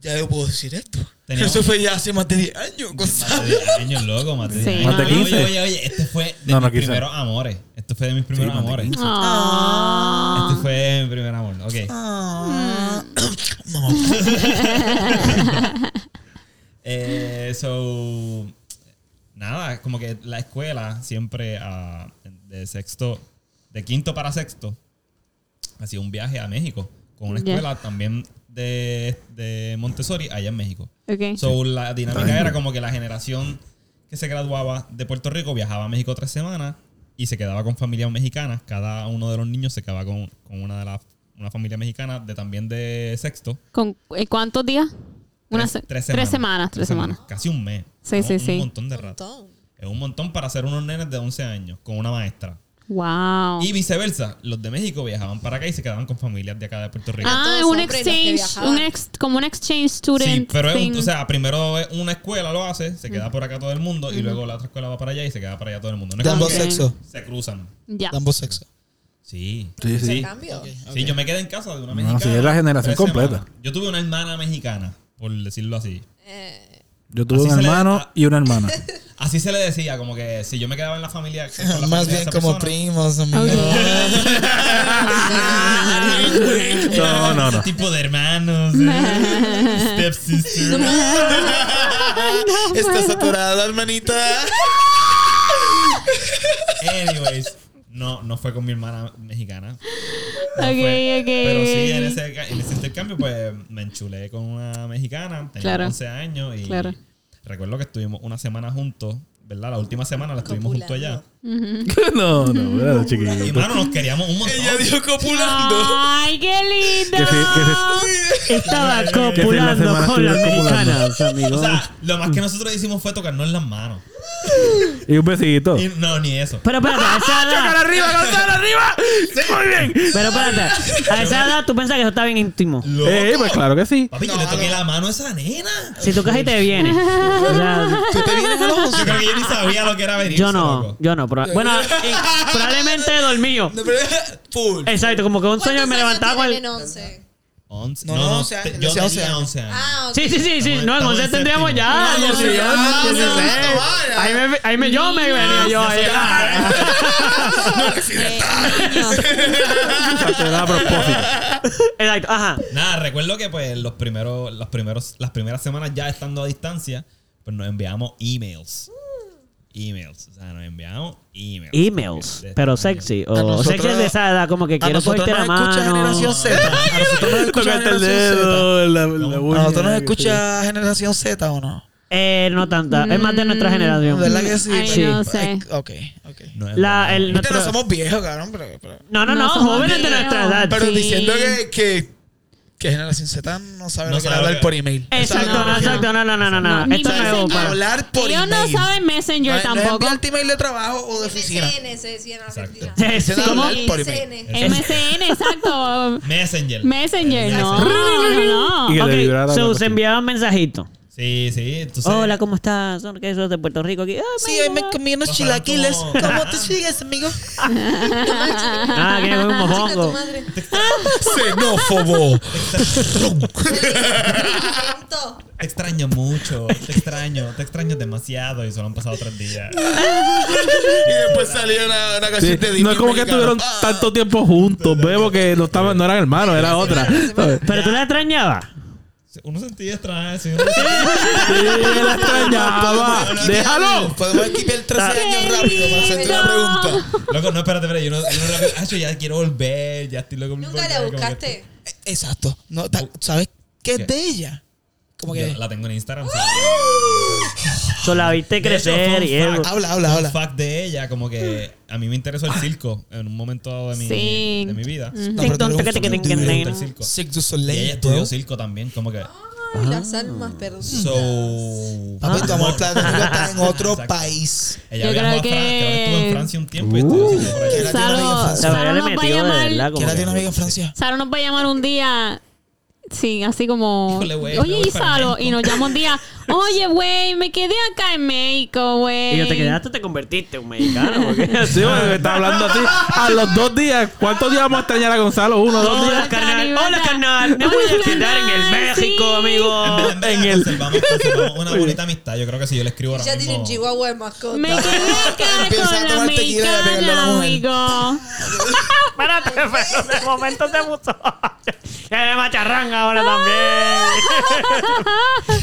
S5: Ya yo puedo decir esto.
S1: Teníamos-
S5: Eso fue ya hace más de 10 años,
S1: Más
S5: Gonzalo.
S1: de 10 años, loco, más de
S4: Sí.
S1: 10 años.
S8: Más de
S1: Oye,
S8: 15.
S1: Oye, oye, oye, este fue de
S8: No, no,
S1: mis
S8: 15.
S1: primeros amores. Este fue de mis primeros
S8: más de
S1: amores.
S8: 15.
S4: Ah.
S1: Este fue mi primer amor. Ok.
S3: Ah.
S1: Eh, so, nada, como que la escuela siempre ah, de sexto, de quinto para sexto, hacía un viaje a México con una
S4: Ya.
S1: escuela también de, de Montessori allá en México.
S4: Ok.
S1: So, la dinámica era como que la generación que se graduaba de Puerto Rico viajaba a México tres semanas y se quedaba con familias mexicanas. Cada uno de los niños se quedaba con, con una de las una familia mexicana de también de sexto.
S4: ¿Con eh, cuántos días? Unas
S1: Tres-
S4: tres, semanas. Tres semanas.
S1: Casi un mes.
S4: Sí,
S1: Es
S4: sí,
S1: un,
S4: sí.
S1: Un montón de rato. Es un montón para hacer unos nenes de 11 años con una maestra.
S4: Wow.
S1: Y viceversa, los de México viajaban para acá y se quedaban con familias de acá de Puerto Rico.
S4: Ah,
S6: Todos
S4: es un
S6: hombres los que
S4: exchange,
S6: viajaban.
S4: un ex- como un exchange
S1: Sí,
S4: student.
S1: pero es un-
S4: thing.
S1: o sea, primero es una escuela lo hace, se queda por acá todo el mundo y luego la otra escuela va para allá y se queda para allá todo el mundo. No es
S3: De
S1: como
S3: ambos
S1: que
S3: sexos.
S1: se cruzan.
S4: ya.
S3: De ambos sexos.
S1: Sí.
S8: Sí, sí.
S1: Sí,
S6: Cambio.
S1: Sí, yo me quedé en casa de una
S8: No,
S1: mexicana.
S8: sí, es la generación
S1: tres semanas.
S8: completa.
S1: Yo tuve una hermana mexicana, por decirlo así.
S6: Eh,
S3: Yo tuve
S1: Así
S3: un
S1: se le-
S3: hermano y una hermana.
S1: Así se le decía, como que si yo me quedaba en la familia. con la familia
S5: Más
S1: de
S5: bien
S1: esa
S5: como
S1: persona,
S5: primos, amigos.
S3: No, no,
S1: ese
S3: no.
S1: tipo de hermanos. eh, Stepsister.
S5: Está saturada, hermanita.
S1: Anyways, no, no fue con mi hermana mexicana. No
S4: Ok,
S1: fue.
S4: ok,
S1: Pero sí, en
S4: ok.
S1: ese, ca- en ese intercambio, pues me enchulé con una mexicana. Tenía
S4: Claro.
S1: 11 años y
S4: Claro.
S1: recuerdo que estuvimos una semana juntos, ¿verdad? La última semana la estuvimos juntos allá.
S3: No, no, era chiquillo.
S1: Y mano, nos queríamos un montón.
S11: Ella dijo copulando.
S4: Ay, qué lindo.
S3: Que sí,
S2: Estaba
S3: Que si en la
S2: copulando
S3: semana
S2: con las
S3: estuvieron copulando.
S2: mexicanas, amigo.
S1: O sea, lo más que nosotros hicimos fue tocarnos las manos.
S3: Y un besito.
S1: Y no, ni eso.
S2: pero espérate, a esa edad,
S3: arriba, Gonzalo, arriba! ¡Muy bien!
S2: pero espérate, a esa edad tú piensas que eso está bien íntimo.
S1: Loco.
S3: Eh, pues claro que sí.
S1: Papi, yo le toqué la mano a esa nena.
S2: Si tocas y te vienes. O sea,
S5: ¿Tú te vienes a los once?
S1: Yo creo que yo ni sabía lo que era venirse,
S2: yo no,
S1: loco.
S2: yo no. proba- bueno, eh, probablemente dormido.
S5: Full.
S2: Exacto, como que un sueño me
S6: ¿Cuántos
S2: levantaba
S6: años
S2: con el...
S6: tienen en 11?
S1: Once-
S5: No,
S1: no, no,
S5: once años,
S1: te- yo
S5: decía once
S1: tenía
S5: años.
S1: 11 años.
S6: Ah, ok.
S2: Sí, sí, sí, sí.
S1: Estamos-
S2: No, en
S1: estamos
S2: 11
S1: en
S2: tendríamos
S1: séptimo.
S2: ya.
S5: No, no,
S2: dieciséis,
S5: sí, ah,
S2: dieciséis.
S5: dieciséis, vaya.
S2: Ahí me- Ahí me yo me venía yo ahí. ah.
S6: Eh,
S3: Exacto, era a propósito.
S2: Exacto, ajá.
S1: Nada, recuerdo que pues los primeros, los primeros, las primeras semanas ya estando a distancia, pues nos enviamos emails. Emails. O sea, nos enviamos emails.
S2: Emails,
S1: De-
S2: pero sexy. O
S5: A nosotros-
S2: sexy es de esa edad, como que
S5: A
S2: quiero
S5: nosotros
S2: cogerte la
S5: nos escucha
S2: mano.
S5: Generación Z. A nosotros nos escucha
S3: Tocaste el
S5: Generación Z.
S3: dedo, la, la
S5: A
S3: uña,
S5: nosotros nos
S3: que sí.
S5: escucha Generación Z o no?
S2: Eh, no tanta. Es más de nuestra generación.
S5: ¿Verdad que sí?
S4: Ay,
S2: Sí.
S4: no sé.
S5: Ok, ok.
S1: Nos
S2: La, el,
S5: Viste,
S2: nuestro-
S5: no somos viejos, cabrón, pero. pero-
S2: no, no, no,
S4: No somos
S2: jóvenes de
S4: viejos.
S2: nuestra edad.
S5: Pero
S4: Sí.
S5: diciendo que, que, que Generación Z no sabe
S1: No
S5: lo que es
S1: sabe lo
S5: hablar
S1: que-
S5: por email.
S2: Exacto,
S5: Eso es
S2: no,
S5: lo que me refiero.
S2: exacto, no, no, no, no, no.
S4: No,
S2: Esto
S4: ni
S2: es nuevo
S4: Messenger.
S2: para.
S5: Hablar por
S4: Ellos
S5: email.
S4: no saben Messenger
S5: No, no
S4: tampoco.
S5: enviarte email de trabajo o de oficina.
S6: MSN se decía en Argentina.
S2: Sí,
S5: Dicen
S2: ¿Cómo?
S5: hablar por email.
S6: MSN.
S4: MSN, exacto.
S1: Messenger.
S4: Messenger, no.
S3: Y
S4: no.
S3: que le vibrara
S2: Ok,
S3: la
S2: so, se
S3: cosita.
S2: enviaban mensajitos.
S1: Sí, sí. Entonces,
S2: Hola, ¿cómo estás? Son que sos de Puerto Rico aquí. Ah,
S5: Sí, hoy me comí unos
S1: Pasaron
S5: chilaquiles.
S1: como-
S5: ¿Cómo te sigues, amigo?
S2: Ah, que es un
S6: Chica, tu
S2: mojongo.
S6: madre.
S5: Xenófobo.
S6: Punto.
S1: Te extraño mucho. Te extraño. Te extraño demasiado. Y solo han pasado tres días.
S5: Y después salió una, una
S3: Sí,
S5: canción de
S3: No
S5: Ah, Disney
S3: es como que
S5: mexicano.
S3: estuvieron tanto tiempo juntos, bebo, que no, estaban, no eran hermanos, era otra. ¿sabes?
S2: Pero tú la extrañabas.
S1: Uno sentía extraño. sí,
S3: Sí, la extrañaba.
S5: Podemos quitar-
S3: Ah, ¡Déjalo!
S5: Podemos esquivar 13 años rápido para hacerte una
S4: No.
S5: pregunta.
S1: Loco, no, espérate, espérate. Yo no, yo no rápido. Acho, ya quiero volver. Ya estoy loco. por
S6: ¿Nunca la
S1: volver, como que
S6: buscaste?
S5: Eh, Exacto. No, ta- ¿Sabes qué es de ella? Como
S1: estoy-
S5: que.
S1: Yo la tengo en Instagram. ¿sabes?
S2: Solo la viste crecer
S1: fun
S2: y eso.
S1: fact.
S5: Habla, habla,
S1: Un
S5: habla.
S1: fact de ella, como que a mí me interesó el circo en un momento dado de mi,
S4: Sí.
S1: de mi vida.
S5: Ah. No, pero tú eres un
S2: Tic, tic, tic, tic,
S5: fucking
S2: tic,
S5: dude.
S2: tic.
S1: Del circo.
S5: Cirque
S1: Y
S5: du
S1: ella
S5: Soleil,
S1: estudió
S5: bro.
S1: circo también, como que.
S6: Ay, las almas perdidas.
S1: So. Ah.
S5: Papi, tu amor platónico está en otro
S1: Exacto.
S5: país. Uh.
S1: Ella
S4: Yo
S1: viajó a
S4: creo
S1: Francia, creo que
S4: que-
S1: estuvo en Francia un tiempo y estudió circo por allá.
S5: ¿Quién la tiene una amiga en
S4: Salo,
S5: Francia?
S2: La verdad le
S4: Salo nos va a
S2: metió de verdad
S4: llamar.
S2: como
S5: ¿Quién
S2: que-
S5: la tiene una amiga en Francia?
S4: Salo nos va a llamar un día. Sí, así como.
S1: Híjole, güey, me
S4: Oye,
S1: voy
S4: y
S1: para
S4: Salo.
S1: México.
S4: Y nos llama un día. Oye, güey, me quedé acá en México, güey.
S2: Y yo te quedaste, te convertiste en un mexicano. Porque...
S3: Sí, bueno, que está hablando así. A los dos días, ¿cuántos días vamos a extrañar a Gonzalo? Uno, dos días.
S2: Hola, carnal. Hola, carnal. Me voy a
S4: Hola,
S2: quedar en el
S4: carnal,
S2: México,
S4: sí.
S1: En
S2: amigo.
S1: verdad, en verdad,
S3: En el-
S1: conservamos, conservamos una bonita amistad. Yo creo que si yo le escribo ahora
S6: Ya tiene un
S1: mismo.
S6: chihuahua de mascota.
S4: Me quedé acá
S5: Empieza a
S4: con la
S5: tomar tequila y a pegarle a la
S4: mexicana,
S5: mujer.
S4: amigo.
S2: Espérate, pero de momento te gustó. Ya de macharranga ahora también.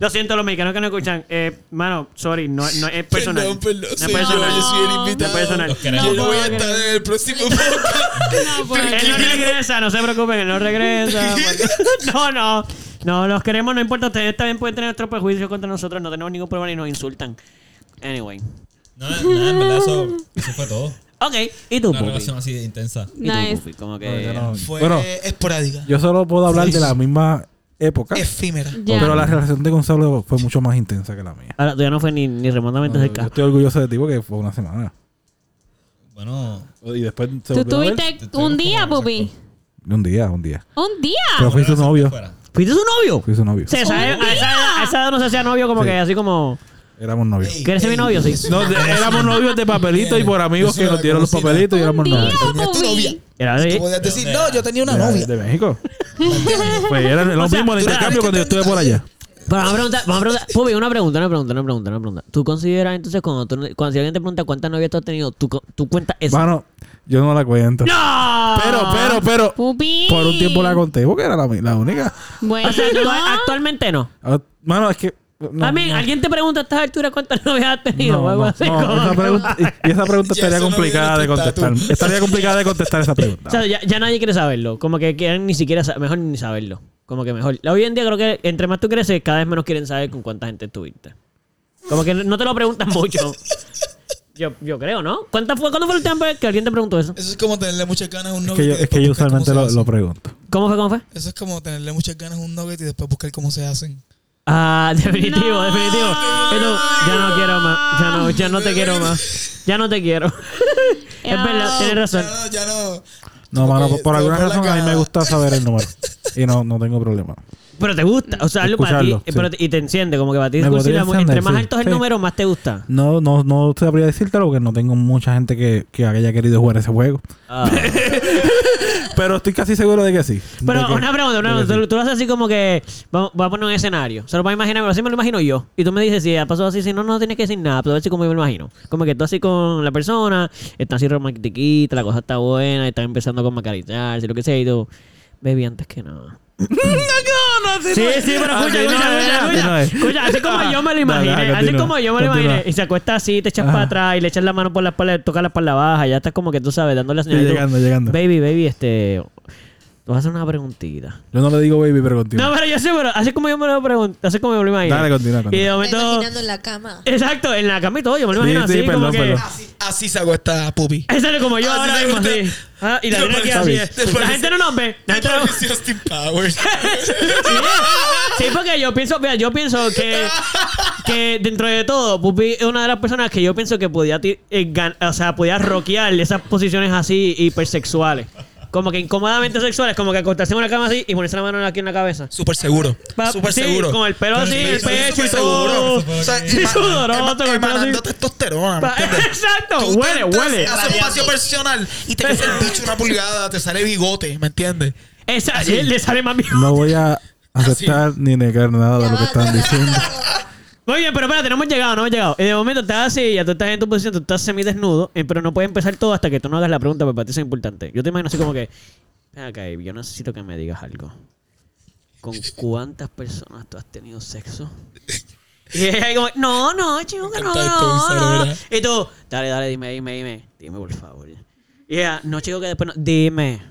S2: Lo siento, los mexicanos que no escuchan. Eh, mano, sorry, no, no es personal.
S5: Perdón, perdón.
S2: No es
S5: soy yo,
S2: personal.
S5: yo soy el
S2: No es
S5: invitado.
S2: personal.
S1: Los queremos.
S5: Yo no voy a
S4: No,
S5: estar en el próximo podcast.
S4: No, pues, puedo
S2: Él no regresa, no se preocupen, él no regresa. pues. No, no. No, los queremos, no importa. Ustedes también pueden tener otro prejuicio contra nosotros. No tenemos ningún problema ni nos insultan. Anyway.
S1: No, no, en verdad, eso, eso fue todo.
S2: Ok, ¿y tú,
S1: Una
S2: Pupi?
S1: relación así de intensa.
S2: ¿Y tú,
S4: Nice.
S2: Pupi? Como
S3: No,
S2: que...
S3: yo no.
S5: Fue
S3: Bueno,
S5: esporádica.
S3: yo solo puedo hablar de la misma época.
S5: Efímera.
S4: Ya.
S3: Pero la relación de Gonzalo fue mucho más intensa que la mía.
S2: Ahora, tú ya no fue ni, ni remotamente
S3: Yo
S2: cerca.
S3: estoy orgulloso de ti porque fue una semana.
S1: Bueno,
S3: Y después se
S4: Tú
S3: volvió a ver.
S4: tuviste un día, Pupi.
S3: Un día, un día.
S4: Un
S3: Pero
S4: día.
S3: fui su novio.
S1: fuera.
S2: ¿Fuiste su novio?
S3: Fui su novio.
S2: Sí, esa-
S4: ¡Un
S2: a, esa, edad- a esa edad no se hacía novio como
S3: Sí.
S2: que así como...
S3: Éramos novios.
S5: Ey,
S2: ¿Quieres ser mi
S5: ey,
S2: novio? Sí.
S5: eso-
S3: No, de- éramos novios de papelito y por amigos que nos dieron los papelitos y éramos
S4: Un día,
S3: novios.
S5: Tenías tu novia.
S4: Pupi.
S2: Era así.
S5: Tú podías decir, no, yo tenía una
S3: Era
S5: novia.
S3: De México. Pues era lo
S2: O sea,
S3: mismo el
S2: tú-
S3: intercambio cuando yo estuve por allá.
S2: Pero vamos a preguntar, vamos a preguntar. Pupi, una pregunta, una pregunta, una pregunta, una pregunta. ¿Tú consideras entonces cuando, tú, cuando si alguien te pregunta cuántas novias tú has tenido, tú, co- tú cuentas eso?
S8: Mano, yo no la cuento.
S2: ¡No!
S8: Pero, pero, pero.
S4: Pupi.
S8: Por un tiempo la conté porque era la, la única.
S4: Bueno,
S2: O sea, no, actualmente no.
S8: Ah, Mano, es que. no,
S2: También,
S8: no.
S2: alguien te pregunta a estas alturas cuántas novias has tenido. o
S8: No,
S2: algo
S8: no,
S2: así,
S8: no,
S2: como
S8: esa
S2: que-
S8: pregunta- y, y esa
S5: Ya,
S8: pregunta estaría
S5: eso no
S8: complicada de
S5: viene en tu
S8: contestar.
S5: estatus.
S8: Estaría complicada de contestar esa pregunta.
S2: O sea, ya, ya nadie quiere saberlo. Como que quieren ni siquiera sa- mejor ni saberlo. Como que mejor. Hoy en día creo que entre más tú creces, cada vez menos quieren saber con cuánta gente estuviste. Como que no te lo preguntan mucho. Yo, yo creo, ¿no? ¿Cuánta fue, ¿Cuándo fue el tiempo que alguien te preguntó eso?
S5: Eso es como tenerle muchas ganas a un
S8: es
S5: nugget.
S8: que yo,
S5: y
S8: es
S5: después
S8: que yo
S5: buscar cómo
S8: usualmente
S5: se
S8: lo,
S5: hacen.
S8: lo pregunto.
S2: ¿Cómo fue? ¿Cómo fue?
S5: Eso es como tenerle muchas ganas a un nugget y después buscar cómo se hacen.
S2: Ah, definitivo,
S4: No.
S2: definitivo. Esto, ya no quiero más. Ya no, ya no te quiero más. Ya no te quiero. es
S4: No.
S2: verdad, tienes razón.
S5: Ya no, ya no.
S8: No,
S5: Como
S8: mano,
S5: que
S8: por, por
S5: se
S8: alguna
S5: borró la
S8: razón a mí me
S5: cara.
S8: gusta saber el número. Y no, no tengo problema.
S2: Pero te gusta. O sea, algo para ti. eh,
S8: Escucharlo, sí.
S2: pero te- y te enciende. Como que para ti,
S8: Me
S2: discursiva,
S8: podría
S2: entre
S8: encender,
S2: más
S8: sí,
S2: alto es el
S8: sí.
S2: número, más te gusta.
S8: No, no, no sabría decírtelo porque no tengo mucha gente que, que haya querido jugar ese juego.
S2: Ah.
S8: Pero estoy casi seguro de que sí.
S2: Pero
S8: De que-
S2: una pregunta, una
S8: de que
S2: pregunta.
S8: sí.
S2: Tú, tú lo haces así como que. Vamos, voy a poner un escenario. Solo para imaginarme, así me lo imagino yo. Y tú me dices si ha pasado así, si no, no tienes que decir nada. Pero así como yo me lo imagino. Como que tú así con la persona, están así romantiquita, la cosa está buena, están empezando con macarizarse, lo que sea. Y tú, baby, antes que nada. Sí, sí, pero
S8: Así
S2: escucha,
S8: no
S2: escucha,
S8: es,
S2: escucha,
S8: así no
S2: escucha,
S8: es. Ah,
S2: escucha, así como yo me lo
S8: Dale,
S2: imaginé,
S8: ajá,
S2: así
S8: continúa,
S2: como yo me lo
S8: continúa.
S2: imaginé, y se acuesta así, te echas
S8: Ajá.
S2: para atrás y le echas la mano por la espalda, toca la espalda baja, ya estás como que tú sabes, dándole la señal. y tú,
S8: llegando, llegando.
S2: Baby, baby, este, te vas a hacer una preguntita.
S8: Yo no le digo baby, pero continúa.
S2: No, pero yo sé, pero así como yo me lo pregunto, así como me lo imagino.
S8: Dale, continúa,
S2: Y
S8: continúa.
S2: de momento,
S6: imaginando en la cama.
S2: exacto, en la cama y todo, yo me lo
S8: Sí,
S2: imagino
S8: sí,
S2: así, como
S8: perdón,
S2: que...
S8: perdón.
S5: Así se hago esta pupi.
S2: Ese es como yo
S5: Ah, sí,
S2: ahora
S5: sí,
S2: mismo,
S5: usted-
S2: sí. Ah, y la
S5: Te
S2: nena que
S5: parece-
S2: así
S5: te
S2: es. La
S5: parece-
S2: gente no nos ve. La gente no...
S5: Parece Austin Powers.
S2: Sí, sí, porque yo pienso, mira, yo pienso que, que dentro de todo, Pupi es una de las personas que yo pienso que podía, ti- eh, gan- o sea, podía rockear esas posiciones así hipersexuales. Como que incómodamente sexuales, como que acostarse en una cama así y ponerse la mano aquí en la cabeza.
S5: Súper seguro.
S2: Pa-
S5: Súper
S2: sí,
S5: seguro.
S2: con el pelo así, el pecho y todo.
S5: O sea,
S2: Sí,
S5: ema-
S2: sudoroso,
S5: ema-
S2: con el pelo
S5: emanando
S2: así.
S5: testosterona. ¿me
S2: Pa-
S5: entiendes?
S2: Exacto,
S5: Tú te
S2: huele,
S5: entras,
S2: huele.
S5: Haces espacio personal y te crece el bicho una pulgada, te sale bigote, ¿me entiendes?
S2: Esa, le sale más bien.
S8: No voy a aceptar ni negar nada de lo que están diciendo.
S2: Muy bien, pero espérate, no hemos llegado, no hemos llegado. Y de momento estás así, ya tú estás en tu posición, tú estás semidesnudo, eh, pero no puedes empezar todo hasta que tú no hagas la pregunta, porque para ti eso es importante. Yo te imagino así como que, "Ven acá, Ivy, yo necesito que me digas algo. ¿Con cuántas personas tú has tenido sexo? Y ella ahí como, no, no, chico, que no,
S5: encanta esto, Gonzalo,
S2: no, no.
S5: ¿verdad?
S2: Y tú, dale, dale, dime, dime, dime. Dime, por favor. Y ella, no, chico, que después no. Dime.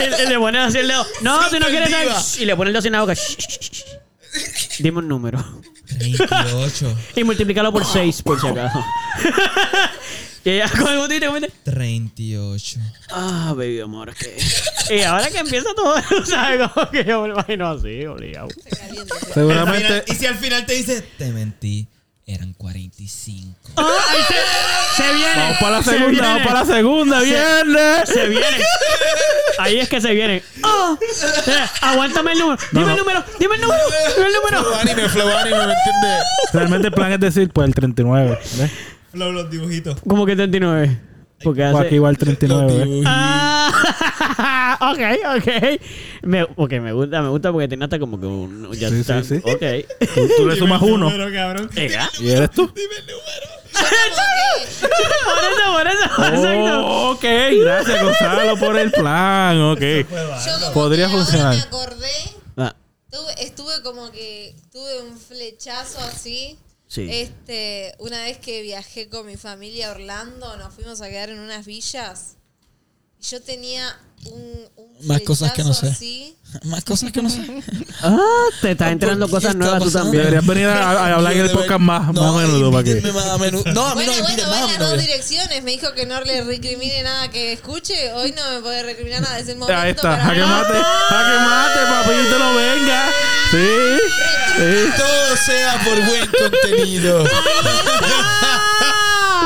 S2: y, y le pones así el dedo. No, tú no quieres saber. Shh, Y le pones el dedo así en la boca. Shh, shh, shh, shh. Dime un número.
S1: 38,
S2: Y multiplícalo por 6, por si acaso. y ella con el botito y te mete,
S1: 38.
S2: Ah, baby amor, es que. Y ahora que empieza todo, ¿sabes? Como que yo me lo imagino así, obligado.
S8: Seguramente.
S1: Y si al final te dice, te mentí, eran 45.
S2: Ah, ahí se, se viene.
S8: Vamos para la
S2: se
S8: segunda,
S2: viene.
S8: vamos para la segunda, viernes.
S2: Se vienen. Ahí es que se vienen. ¡Oh! Eh, Aguántame el número. Dime el
S8: no.
S2: número. Dime el número. Dime el número.
S5: Flow anime, flow anime, ¿me entiendes?
S8: Realmente el plan es decir, pues el 39. ¿ves?
S1: Los, los dibujitos.
S2: Como que 39. Porque
S8: O Pues aquí
S2: hace.
S8: va el 39. ¿ves?
S2: Ah, ok, ok. Me, ok, me gusta, me gusta porque tiene hasta como que un. Ya
S8: Sí, sí,
S2: está.
S8: sí.
S2: Ok.
S8: Tú, tú le sumas uno.
S1: Pero cabrón.
S2: Venga.
S8: ¿Y eres tú?
S2: Por eso, por eso. Exacto.
S8: Oh, ok, gracias Gonzalo por el plan. Ok. Podría funcionar.
S6: Me acordé,
S2: Ah,
S6: tuve- estuve como que tuve un flechazo así.
S2: sí.
S6: Este, una vez que viajé con mi familia a Orlando, nos fuimos a quedar en unas villas. Y yo tenía un, un
S5: Más cosas que no
S6: flechazo
S5: sé.
S6: así.
S5: Más cosas que no sé.
S2: Ah, te estás enterando
S5: ¿Por qué
S2: cosas
S5: está
S2: nuevas tú
S5: pasando?
S2: también.
S8: Deberías venir a, a hablar en el podcast más, más a menudo para que.
S5: invítenme más a menudo. No, a mí
S6: Bueno,
S5: no me
S6: bueno,
S5: inviten
S6: va
S5: más
S6: en
S5: a
S6: las dos
S5: menudo.
S6: direcciones. Me dijo que no le recrimine nada que escuche. Hoy no me puede recriminar nada. Es el momento.
S8: Ahí está,
S6: para
S8: jaque
S6: mí.
S8: mate, jaque mate, papito, no venga. Sí, sí.
S5: Todo sea por buen contenido.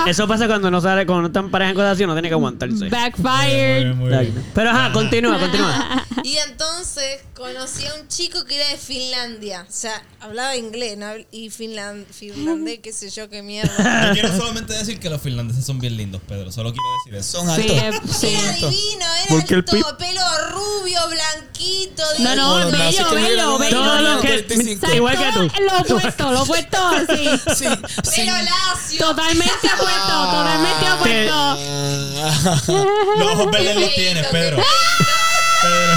S2: Eso pasa cuando no sale, cuando no están parejas en cosas así, uno tiene que aguantarse.
S4: Backfired.
S2: Pero ajá, continúa, continúa.
S6: Y entonces conocí a un chico que era de Finlandia. O sea, hablaba inglés ¿no? y finland- finlandés, qué sé yo, qué mierda.
S1: Yo quiero solamente decir que los finlandeses son bien lindos, Pedro. Solo quiero decir eso.
S5: Son
S4: Sí,
S5: altos.
S4: eh, sí.
S6: Era divino, era
S8: Porque el
S6: alto,
S8: pip-
S6: pelo rubio, blanquito.
S4: No,
S6: divino.
S4: no, bello, bello, bello.
S2: Todos los que-
S4: O sea,
S2: Igual que
S4: todo
S2: tú.
S4: Lo opuesto, lo opuesto, sí.
S5: Sí, sí.
S6: Pelo lacio.
S4: Totalmente opuesto, totalmente opuesto.
S1: Los ojos verdes los tienes, Pedro. Pedro.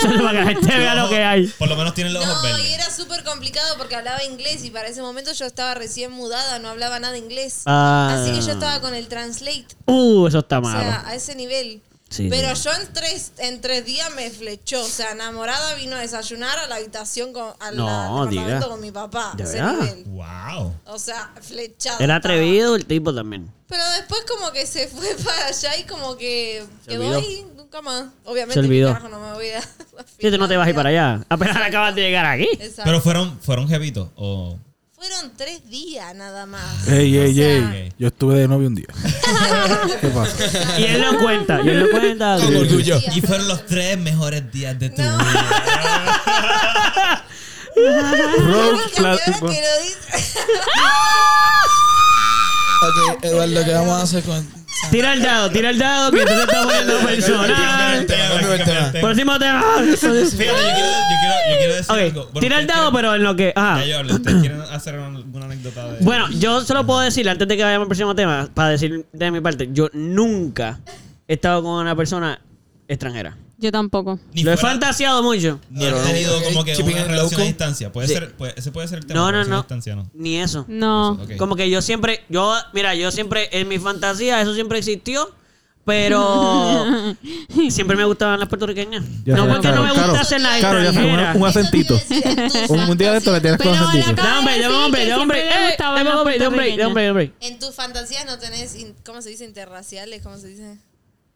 S2: Solo para que la gente vea lo que hay.
S1: Por lo menos tienen los ojos
S6: No, y
S1: verdes.
S6: era súper complicado porque hablaba inglés y para ese momento yo estaba recién mudada, no hablaba nada inglés.
S2: Ah.
S6: Así que yo estaba con el translate,
S2: Uh, eso está
S6: o
S2: malo.
S6: sea, a ese nivel.
S2: Sí,
S6: Pero yo en tres, en tres días me flechó. O sea, enamorada vino a desayunar a la habitación con, al
S2: No,
S6: al apartamento
S2: diga.
S6: con mi papá.
S2: ¿De
S6: a ese
S2: verdad?
S6: nivel.
S1: Wow.
S6: O sea, flechado.
S2: Era
S6: estaba.
S2: atrevido el tipo también.
S6: Pero después como que se fue para allá y como que
S2: Se
S6: quedó
S2: olvidó.
S6: ahí nunca más. Obviamente
S2: Se olvidó.
S6: carajo, no me voy a...
S2: Si tú no te vas a ir para allá. Apenas acabas de llegar aquí.
S6: Exacto.
S1: Pero fueron, fueron jevitos. O
S6: Fueron tres días nada más.
S8: Ey, ey,
S6: O sea,
S8: ey. Yo estuve de novio un día. ¿Qué pasa?
S2: Y él lo cuenta. Y él lo cuenta.
S5: Con orgullo.
S1: Y fueron los tres mejores días de tu
S6: No.
S1: vida.
S8: Roll
S6: Mónica,
S8: la
S6: que ahora
S8: tipa.
S6: que lo dice-
S5: Ok, Eduardo, ¿qué vamos a hacer con...?
S2: Tira el dado, tira el dado que tú te estás poniendo
S1: Cambiar el
S2: personal.
S1: tema, cambiar el tema.
S2: Próximo tema.
S1: Fíjate, yo quiero, yo quiero, yo quiero decir algo.
S2: Ok,
S1: Bueno,
S2: tira el
S1: ustedes
S2: dado,
S1: quieren-
S2: pero en lo que. Ah.
S1: Ya yo hablé. ¿Ustedes quieren hacer alguna anécdota de...?
S2: Bueno, yo solo puedo decir, antes de que vayamos al próximo tema, para decir de mi parte, yo nunca he estado con una persona extranjera.
S4: Yo tampoco.
S1: Ni
S2: lo he
S1: fuera-
S2: fantaseado mucho.
S1: Ni han tenido
S5: no.
S1: como que
S5: Keeping
S1: una
S5: it
S1: relación a
S5: local.
S1: distancia. Puede
S2: Sí.
S1: ser, puede- ese puede ser el tema.
S2: No, no,
S1: relación a
S2: no.
S1: distancia, no.
S2: Ni eso.
S4: No.
S1: Ok.
S2: Como que yo siempre, yo, mira, yo siempre, en mi fantasía, eso siempre existió, pero siempre me gustaban las puertorriqueñas.
S8: Ya
S2: no
S8: sé,
S2: porque no me
S8: Caro,
S2: gustasen las
S8: Caro, ya sé,
S2: extranjeras.
S8: un- un acentito.
S6: Eso te iba a decir, en tus
S8: Un día de esto le tienes que
S4: Pero
S6: fantasías
S8: hacer
S4: la
S8: dicho.
S4: cara-
S2: Dame, hombre, dame, hombre,
S4: Sí, que
S2: dame, hombre.
S4: siempre le
S2: Eh,
S4: gustaban
S2: dame,
S4: las
S2: hombre, dame, hombre, dame,
S4: puertorriqueñas.
S2: hombre, hombre.
S6: no- En tus fantasías no tenés, in- ¿cómo se dice? Interraciales, ¿cómo se dice?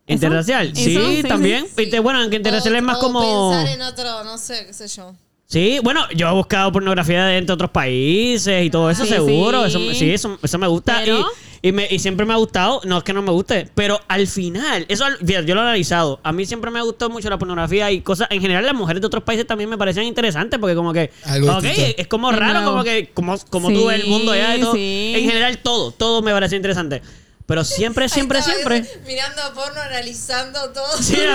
S2: Interracial,
S4: ¿Eso?
S2: sí,
S4: Sí,
S2: también.
S6: Sí.
S2: Inter- bueno, aunque interracial
S6: O-
S2: es más
S6: o
S2: como.
S6: pensar en otro, no sé, qué sé yo.
S2: Sí, bueno, yo he buscado pornografía de entre otros países y todo eso,
S4: Ah, Sí,
S2: seguro.
S4: sí.
S2: Eso, me- sí, eso, eso me gusta.
S4: Pero-
S2: Y, y me- y siempre me ha gustado, no es que no me guste, pero al final, eso al- fíjate, yo lo he analizado. A mí siempre me gustó mucho la pornografía y cosas. En general, las mujeres de otros países también me parecían interesantes porque, como que,
S5: Algo
S2: ok,
S5: distinto.
S2: es como
S4: Es
S2: raro,
S4: nuevo.
S2: como que, como, como
S4: Sí,
S2: tú ves el mundo allá y todo.
S4: sí.
S2: En general, todo, todo me parecía interesante. Pero siempre, siempre,
S6: Ahí estaba,
S2: siempre.
S6: yo Mirando porno, analizando todo.
S2: Sí, a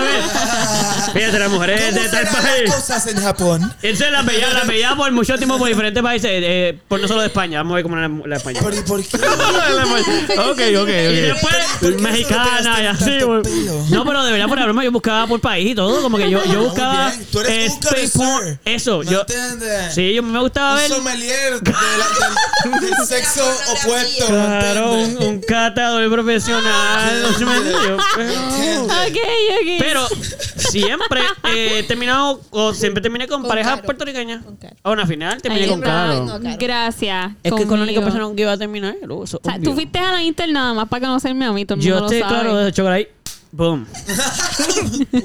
S2: ver. Fíjate, las mujeres de tal país.
S5: cosas en Japón?
S2: Él se la peleaba, la peleaba por mucho tiempo por diferentes países, eh, eh, por no solo de España. Vamos a ver cómo era la, la España.
S5: ¿Por, por qué?
S8: Ok,
S2: Y
S8: ok, ok.
S2: después,
S5: ¿Por qué nosotros
S2: mexicana y
S5: tenemos
S2: así,
S5: tanto
S2: güey.
S5: pelo?
S2: No, pero de verdad, por la broma, yo buscaba por país y todo. Como que yo, yo
S5: Ah, Muy
S2: buscaba.
S5: bien. Tú eres
S2: eh,
S5: un connoisseur.
S2: porn. Eso,
S5: ¿Me
S2: yo.
S5: entiendes?
S2: Sí, yo me gustaba
S5: Un
S2: ver.
S5: sommelier de la- del, del sexo opuesto. ¿me
S2: Claro, un,
S5: entiendes?
S2: un catador
S5: Ah,
S2: profesional. no se me entiende, pero-
S5: ¿Entiendes?
S4: Ok, ok.
S2: Pero siempre eh, he terminado, o siempre terminé con,
S6: Con
S2: parejas
S6: Caro.
S2: puertorriqueñas.
S6: Con Caro.
S2: A una final terminé
S4: Ahí
S2: con
S4: está.
S2: Caro.
S6: No, Caro.
S4: Gracias.
S2: Es que con la única
S4: conmigo.
S2: persona con que iba a terminar. era eso,
S4: O sea,
S2: obvio.
S4: tú fuiste a la Inter nada más para conocerme a mí, todo el
S2: Yo
S4: mundo
S2: estoy
S4: lo sabe.
S2: claro de chocolate. Boom.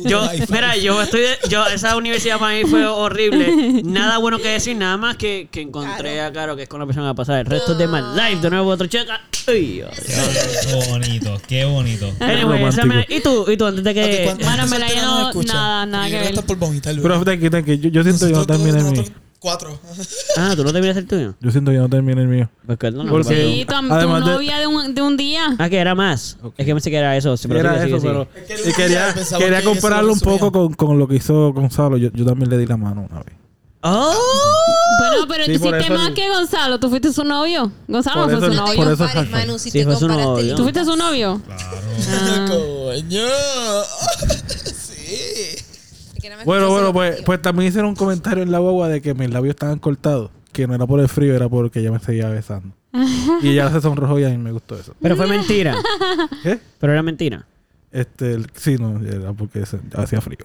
S2: yo, mira, yo estoy. de- yo, esa universidad para mí fue horrible. Nada bueno que decir, nada más que, que encontré a Caro, que es con la persona que va a pasar el resto de my life. De nuevo, otro checa. Ay, Dios.
S1: Qué bonito, qué bonito.
S2: Anyway, esa
S8: romántico.
S2: me- y tú, y tú, antes de que.
S5: Ok, ¿cuántas
S4: Bueno, me la
S5: personas
S4: lleno-
S5: nos escuchan?
S4: nada, nada
S5: Porque
S4: que
S5: yo creo
S4: ver.
S5: está por vomitar, Luis.
S8: Pero thank you, thank you. Yo, yo siento que yo no
S5: Nosotros
S8: terminé el
S5: todos,
S8: mío.
S5: nosotros Cuatro.
S2: Ah, tú no terminas el tuyo.
S8: Yo siento que yo no terminé el mío.
S2: Pues que no, no,
S8: Porque-
S2: perdón.
S4: Sí, tu, tu
S8: Además de-
S4: novia de un, de un día.
S2: Ah, que era más. Es que pensé que era eso. sí, pero
S8: Era
S2: sigue, sigue,
S8: eso,
S2: sigue.
S8: pero.
S5: Es que
S8: Y quería,
S5: pensaba
S8: quería
S5: que eso
S8: compararlo un
S5: subía.
S8: poco con, con lo que hizo Gonzalo. Yo, yo también le di la mano una vez.
S2: ¡Oh!
S4: Bueno, pero
S8: Sí,
S4: tú
S8: por
S4: hiciste
S8: eso-
S4: más que Gonzalo. Tú fuiste su novio. Gonzalo
S8: Por
S4: no fue
S8: eso-
S4: su
S6: No te
S8: por
S4: novio.
S8: eso es
S6: compares,
S8: alto.
S6: Manu, si
S2: Sí,
S6: te
S2: fue su
S6: comparaste.
S2: novio.
S4: ¿Tú fuiste su novio?
S5: Ah. Coño. Sí.
S6: Porque no me
S8: Bueno,
S6: escuchas
S8: bueno,
S6: el
S8: pues,
S6: motivo.
S8: pues también hicieron un comentario en la guagua de que mis labios estaban cortados. Que no era por el frío, era porque ella me seguía besando. Y ella se sonrojó y a mí me gustó eso.
S2: Pero fue mentira.
S8: ¿Qué?
S2: Pero era mentira.
S8: Este, el- sí, no, era porque se- hacía frío.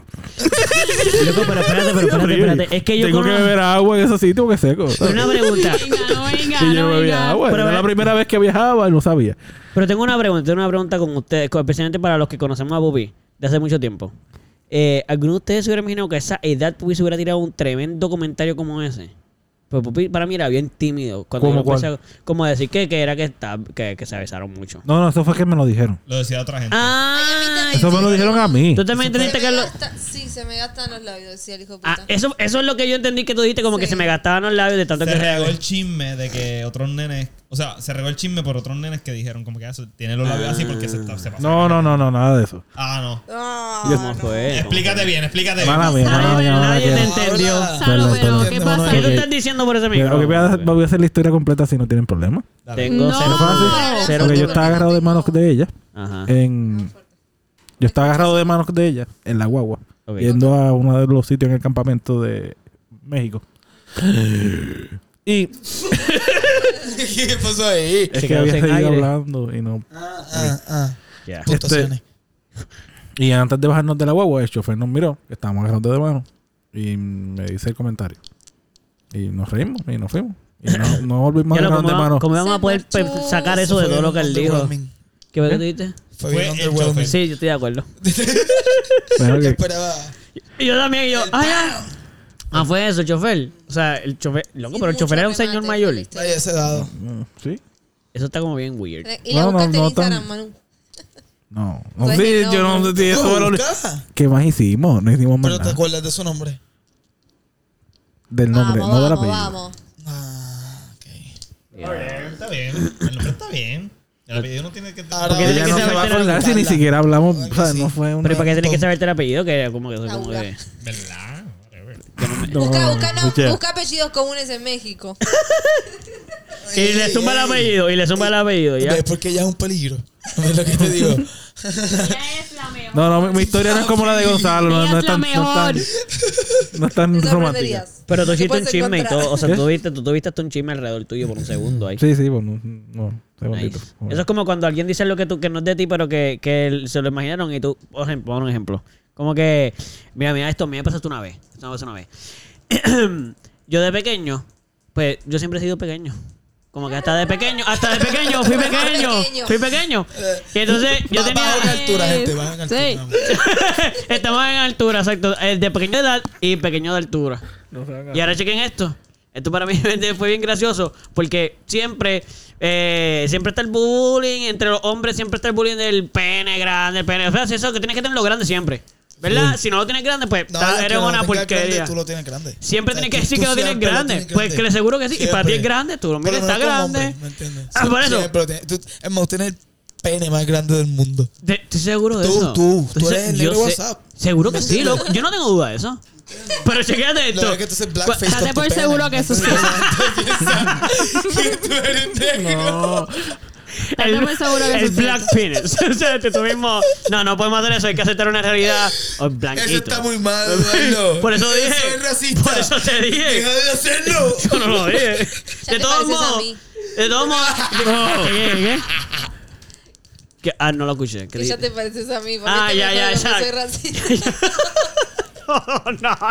S2: Loco, pero espérate, pero espérate, espérate. Es que yo
S8: Tengo que
S2: conozco-
S8: beber agua en ese sitio que es seco. ¿sabes?
S2: Una pregunta.
S4: Venga, no venga,
S8: Y
S4: no
S8: yo no bebía
S4: venga.
S8: agua.
S2: Pero
S8: era
S2: ve-
S8: la primera vez que viajaba y no sabía.
S2: Pero tengo una pregunta, tengo una pregunta con ustedes, con- especialmente para los que conocemos a Bobby de hace mucho tiempo. Eh, ¿Alguno de ustedes se hubiera imaginado que a esa edad Bobby se hubiera tirado un tremendo comentario como ese? Pues Pupi para mí era bien tímido. Cuando
S8: ¿Cómo
S2: yo
S8: cuál?
S2: empecé a- como decir que, que era que, esta- que, que se besaron mucho.
S8: No, no, eso fue que me lo dijeron.
S1: Lo decía otra gente.
S2: Ah,
S6: Ay,
S8: Eso me lo dijeron a mí.
S2: tú también
S6: Se
S2: entendiste
S6: me
S2: pues, que lo...
S6: gasta- Sí, se me gastan los labios, decía el hijo de
S2: Ah,
S6: puta.
S2: eso, eso es lo que yo entendí que tú dijiste, como que
S6: Sí.
S2: se me gastaban los labios de tanto
S1: se
S2: que...
S1: regó el chisme de que otros nenes, o sea, se regó el chisme por otros nenes que dijeron como que "Ah, se- tiene los labios así porque se, está- se pasa.
S8: No, no, no, no, nada de eso.
S1: Ah, no.
S6: Ah,
S2: ¿Cómo
S6: no.
S2: fue?
S1: Explícate bien, explícate bien.
S8: Mala mía, mala mía, mala
S2: Nadie
S8: mía.
S2: te entendió.
S4: Salo, pero
S8: perdón.
S4: ¿qué
S5: Entiendo,
S4: pasa?
S2: ¿Qué tú
S8: Ok.
S2: estás diciendo por ese
S8: Mira,
S2: micrófono?
S8: ok, voy a, voy a hacer la historia completa si no tienen problema.
S2: Tengo
S4: No.
S2: cero.
S4: Fue así.
S2: cero-
S6: Pero
S2: cero
S8: Porque yo
S6: problema.
S8: estaba agarrado de manos de ella.
S2: Ajá.
S8: En, yo estaba agarrado de manos de ella en la guagua.
S2: Ok.
S8: Yendo a uno de los sitios en el campamento de México. Y
S5: ¿Qué pasó ahí?
S2: Se
S8: es que
S2: quedó
S8: había
S2: sin
S8: seguido
S2: aire.
S8: hablando y no
S5: Ah, ah, ah.
S2: Ya.
S5: Puntuaciones.
S8: Y antes de bajarnos de la guagua, el chofer nos miró, que estábamos agarrando de mano, y me dice el comentario. Y nos reímos y nos fuimos. Y no, no volvimos a
S2: Ya lo, ¿cómo,
S8: agarrarnos de mano.
S2: va- cómo van a
S6: Se
S2: poder pe-
S6: marchó,
S2: sacar eso de todo lo que él dijo?
S5: Underwhelming.
S2: ¿Qué fue que tú dijiste?
S5: Fue
S1: Fue
S5: bien
S1: el
S5: underwhelming.
S2: ¿Eh? Sí, yo estoy de acuerdo.
S8: Pero que-
S5: Esperaba.
S2: Y yo también, y yo... ¡Ay, ah! Ah, fue eso, el chofer. O sea, el chofer... Loco,
S6: Sí,
S2: pero el chofer era un
S6: mucho
S2: señor
S6: remate,
S2: mayor.
S6: listo.
S5: Nadie se ha dado.
S8: Mm, sí.
S2: Eso está como bien weird.
S6: Y la
S8: No, no,
S6: buscaste en
S8: no tan-
S6: Instagram, Manu.
S8: No. No
S6: Pues
S8: sí,
S6: no.
S8: yo no sí, eso fue
S5: ¿Cómo
S8: lo-
S5: buscaba?
S8: ¿Qué más hicimos? No hicimos más
S5: Pero te
S8: nada.
S5: acuerdas de su nombre.
S8: Del nombre,
S6: vamos,
S8: no del
S6: vamos,
S8: apellido.
S6: vamos.
S5: Ah, ok.
S1: Está bien, el nombre está bien. El apellido no tiene que...
S5: Ahora
S2: Porque
S8: Ella
S2: que
S8: no
S2: se
S8: se va a
S2: meten a
S8: acordar si ni
S5: buscarla.
S8: siquiera hablamos.
S5: Algo
S8: O sea,
S5: así.
S8: no fue una...
S2: Pero ¿y para qué tienes que saberte el apellido? Que era como que... Como que
S6: Laura.
S1: ¿Verdad? Whatever.
S8: No,
S6: Busca, busca, no,
S8: Ah, escuché.
S6: busca apellidos comunes en México.
S2: y le suma el apellido, y le suma el apellido, ya.
S5: ¿Ves? Porque ya es un peligro. ¿Ves lo que te digo?
S4: Ella es la mejor.
S8: No, no, mi, mi historia no es como la de Gonzalo. No,
S4: Ella
S8: no
S4: es
S8: es tan,
S4: la
S8: no es tan,
S4: mejor.
S8: no es tan
S6: Te
S8: romántica.
S6: sorprenderías.
S2: Pero tú
S6: Te
S2: hiciste un
S6: puedes
S2: chisme y
S6: encontrar.
S2: todo. O sea,
S8: ¿Qué?
S2: tú viste, tú tuviste hasta un chisme alrededor tuyo por un segundo ahí.
S8: Sí, sí, bueno. No, segundito.
S2: Nice. Eso es como cuando alguien dice lo que tú que no es de ti, pero que, que el- se lo imaginaron y tú, por ejemplo, pon un ejemplo. Como que, mira, mira, esto me pasó una vez. Esto me pasó una vez. yo de pequeño, pues yo siempre he sido pequeño. Como que hasta de pequeño, hasta de pequeño, fui pequeño,
S6: Pequeño.
S2: fui pequeño. Y entonces yo
S5: Va- Baja en
S2: tenía... eh,
S5: altura, gente. Baja en altura.
S4: Sí.
S5: vamos.
S2: Estamos en altura, exacto. Eh, De pequeño de edad y pequeño de altura. Y ahora chequen esto. Esto para mí fue bien gracioso porque siempre, eh, siempre está el bullying entre los hombres, siempre está el bullying del pene grande, el pene. O sea, si eso que tienes que tenerlo grande siempre. ¿Verdad? Si no lo tienes grande, pues
S5: No,
S2: tal-
S5: el que
S2: eres
S5: lo
S2: una
S5: tengas
S2: porquería.
S5: grande, tú lo tienes grande.
S2: Siempre
S5: O sea,
S2: tienes que
S5: tú-
S2: decir que
S5: tú
S2: lo tienes
S5: siempre lo
S2: grande.
S5: tienes
S2: pues que le seguro que sí. Y para ti es
S5: Siempre.
S2: grande, tú lo miras,
S5: Pero no
S2: está
S5: es como
S2: grande.
S5: hombre, ¿Me entiendes?
S2: Ah, por eso.
S5: Siempre lo tienes- tú- Es más, tienes el pene más grande del mundo.
S2: Te- Estoy seguro de
S5: Tú,
S2: eso.
S5: tú, tú
S2: Estoy
S5: eres el
S2: yo
S5: negro
S2: sé-
S5: WhatsApp.
S2: Seguro que
S5: ¿Me
S2: sí,
S5: entiendes?
S2: loco. Yo no tengo duda de eso. Pero chequéate
S5: Lo
S2: esto. Pues,
S5: que tú haces blackface
S4: Date
S5: con tu
S4: por
S5: pene.
S4: seguro que eso sí.
S5: Tú eres negro.
S4: Date por seguro que
S2: el
S4: eso es
S2: Black Penis. o sea, tú mismo. No, no podemos hacer eso. Hay que aceptar una realidad oh, blanquito.
S5: Eso está muy mal, Eduardo.
S2: Por eso dije.
S5: Eso es racista.
S2: Por eso te
S5: Deja
S2: dije.
S5: de hacerlo.
S2: Yo no lo dije.
S6: Ya
S2: De
S6: te
S2: todos
S6: pareces a
S2: modos.
S6: mí.
S2: De todos modos. ¿Qué, qué, qué? ¿Qué? Ah, no lo escuché. ¿Qué
S6: Que ya
S2: dijiste?
S6: te pareces a mí.
S2: Ah, ya, ya, ya.
S6: Soy racista.
S2: no,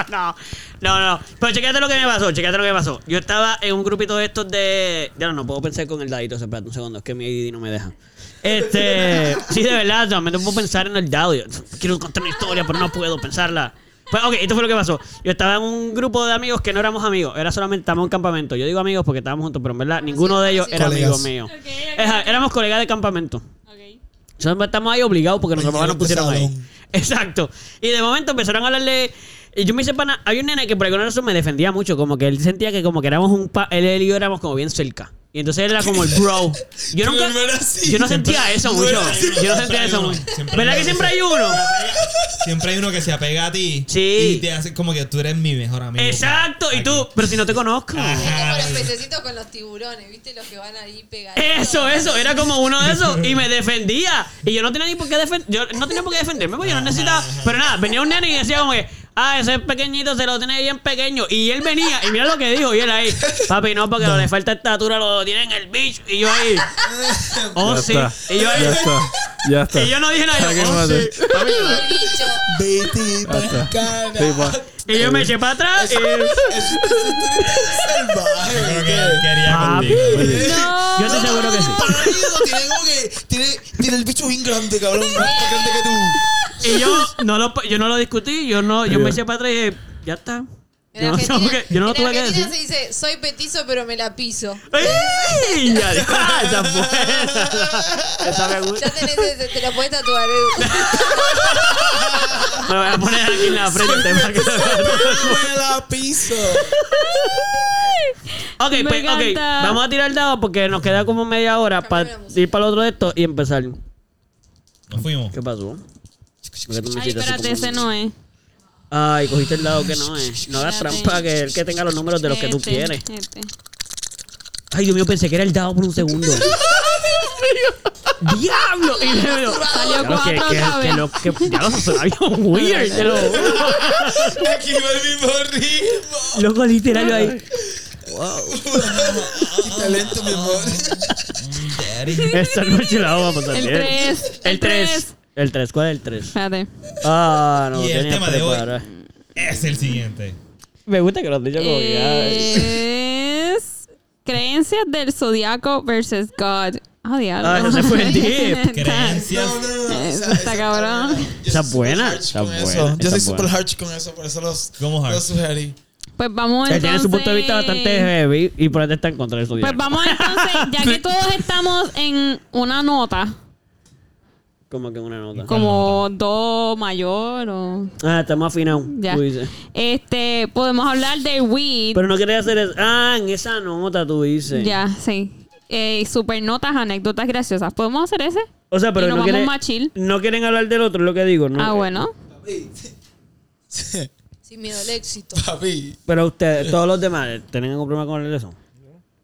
S2: no, no, no. Pero chequéate lo que me pasó, chequéate lo que me pasó. Yo estaba en un grupito de estos de. Ya no, no puedo pensar con el dadito, espérate un segundo, es que mi ID no me deja. Este. sí, de verdad, también no puedo pensar en el dado. Yo quiero contar una historia, pero no puedo pensarla. Pues, ok, esto fue lo que pasó. Yo estaba en un grupo de amigos que no éramos amigos, era solamente estábamos en campamento. Yo digo amigos porque estábamos juntos, pero en verdad ninguno de ellos era amigo
S5: Colegas.
S2: mío.
S4: Ok, ok.
S2: Ajá, Éramos colegas de campamento.
S4: Ok.
S2: Nosotros estamos ahí obligados porque nuestros papás nos
S5: Compañeros de
S2: pusieron ahí.
S5: salón.
S2: Exacto. Y de momento empezaron a hablarle. Y yo me hice pana. Había un nene que por alguna razón me defendía mucho. Como que él sentía que como que éramos un pa él, él y yo éramos como bien cerca. Y entonces él era como el bro. Yo
S5: Pero
S2: nunca.
S5: no era así.
S2: Yo no sentía eso
S5: No
S2: mucho.
S5: era así.
S2: Yo no sentía eso mucho.
S1: Siempre
S2: ¿Verdad
S1: hay
S2: que
S1: uno.
S2: siempre hay uno?
S1: Siempre hay uno que se apega a ti.
S2: Sí.
S1: Y te hace como que tú eres mi mejor amigo.
S2: Exacto. Y tú, pero si no te conozco.
S1: Ah,
S6: Es como los pececitos con los tiburones, ¿viste? Los que van ahí pegaditos.
S2: Eso, eso, era como uno de esos y me defendía. Y yo no tenía ni por qué defender, yo no tenía por qué defenderme, porque yo no necesitaba. Pero nada, venía un nene y decía como que, ah, ese pequeñito se lo tiene bien pequeño. Y él venía, y mira lo que dijo, y él ahí, papi, no, porque le falta estatura, lo tiene en el bicho. Y yo ahí, oh
S8: Ya
S2: sí.
S8: está.
S2: Y yo
S8: Ya
S2: ahí,
S8: está. Ya está.
S2: y yo no dije nada,
S8: Ya
S2: yo,
S8: que
S2: "Oh, sí".
S8: mate.
S6: El bicho.
S5: Vete para cara.
S8: Sí,
S2: pues.
S8: va.
S2: Y yo me eché para atrás y.
S5: Eso es salvaje,
S1: Yo creo que
S5: ¿viste?
S1: él quería
S8: Ah,
S2: Papi.
S1: contigo.
S4: No.
S2: Yo estoy seguro que sí.
S5: Pálido, tiene como que. Tiene, tiene el bicho bien grande, cabrón. Más grande que tú.
S2: Y yo no lo, yo no lo discutí, yo no, yo me eché para atrás y dije, ya está.
S6: En
S2: Yo no-
S6: Argentina,
S2: ok, yo no
S6: en
S2: tuve que
S6: Argentina
S2: decir.
S6: se dice, soy petizo pero me la piso.
S2: ¡Ey! Ya, esa es buena. Esa me
S6: Ya
S2: gusta.
S6: tenés, ese, te lo puedes tatuar, Edu.
S2: Me lo voy a poner aquí en la frente. para que lo vea.
S5: Me la piso.
S2: Ok,
S4: Me
S2: pues, ok.
S4: encanta.
S2: Vamos a tirar el dado porque nos queda como media hora para
S6: Cambiame la música.
S2: ir para el otro de esto y empezar.
S1: Nos fuimos.
S2: ¿Qué pasó? ¿Por qué tú me
S4: Ay,
S2: hiciste así
S4: espérate,
S2: como-
S4: ese no es.
S2: Ay, cogiste el dado que no es. No hagas
S4: Espérate.
S2: trampa que el que tenga los números de los que tú
S4: Este,
S2: quieres.
S4: este.
S2: Ay, Dios mío, pensé que era el dado por un segundo. ¡Diablo! Y me veo.
S4: Salió
S2: Claro, que,
S4: cuatro
S2: que,
S4: otra
S2: que
S4: vez.
S2: lo que. Ya lo sabía, weird. Te lo juro.
S5: Aquí va el mismo ritmo.
S2: Loco, literal, yo ahí.
S5: Qué talento, mi amor.
S2: Esta noche la vamos a pasar
S4: El
S2: bien.
S4: tres,
S2: El
S4: el
S2: 3.
S4: tres.
S2: El 3. ¿Cuál es el 3?
S4: Espérate.
S2: Ah, no.
S1: Y el
S2: tenía
S1: tema de hoy.
S2: preparado.
S1: Es el siguiente.
S2: Me gusta que ah, eh, lo has dicho como
S4: Eh,
S2: que. ay.
S4: Es creencias del zodiaco versus God. Ah, diablo.
S2: Ah, ese fue el deep.
S4: Está-
S1: Creencias.
S5: No, no, no, no.
S4: Eh,
S5: o sea,
S4: está cabrón.
S5: Yo
S2: Esa
S5: soy
S2: buena,
S5: super harsh
S2: esa
S5: con
S2: buena,
S5: eso.
S2: esa
S5: Yo soy
S2: buena.
S5: super harsh con eso, por eso los,
S1: ¿Cómo harsh?
S5: los sugerí.
S4: Pues vamos
S2: Él
S4: entonces.
S2: tiene su punto de vista bastante heavy y por ende está en contra de su
S4: Pues vamos entonces, ya que todos estamos en una nota,
S2: Como que una nota.
S4: como do mayor o
S2: Ah, está más afinado.
S4: ya.
S2: tú dices.
S4: Este, podemos hablar de weed.
S2: Pero no quería hacer eso. Ah, en esa nota tú dices.
S4: Ya, sí. Eh, supernotas, anécdotas graciosas. ¿Podemos hacer ese?
S2: O sea, pero
S4: Y nos
S2: no
S4: vamos
S2: quieren,
S4: más chill.
S2: no quieren hablar del otro, es lo que digo. ¿no? eh,
S4: ah, bueno.
S6: Sin miedo al éxito.
S5: Papi.
S2: Pero ustedes, todos los demás, ¿tienen algún problema con eso?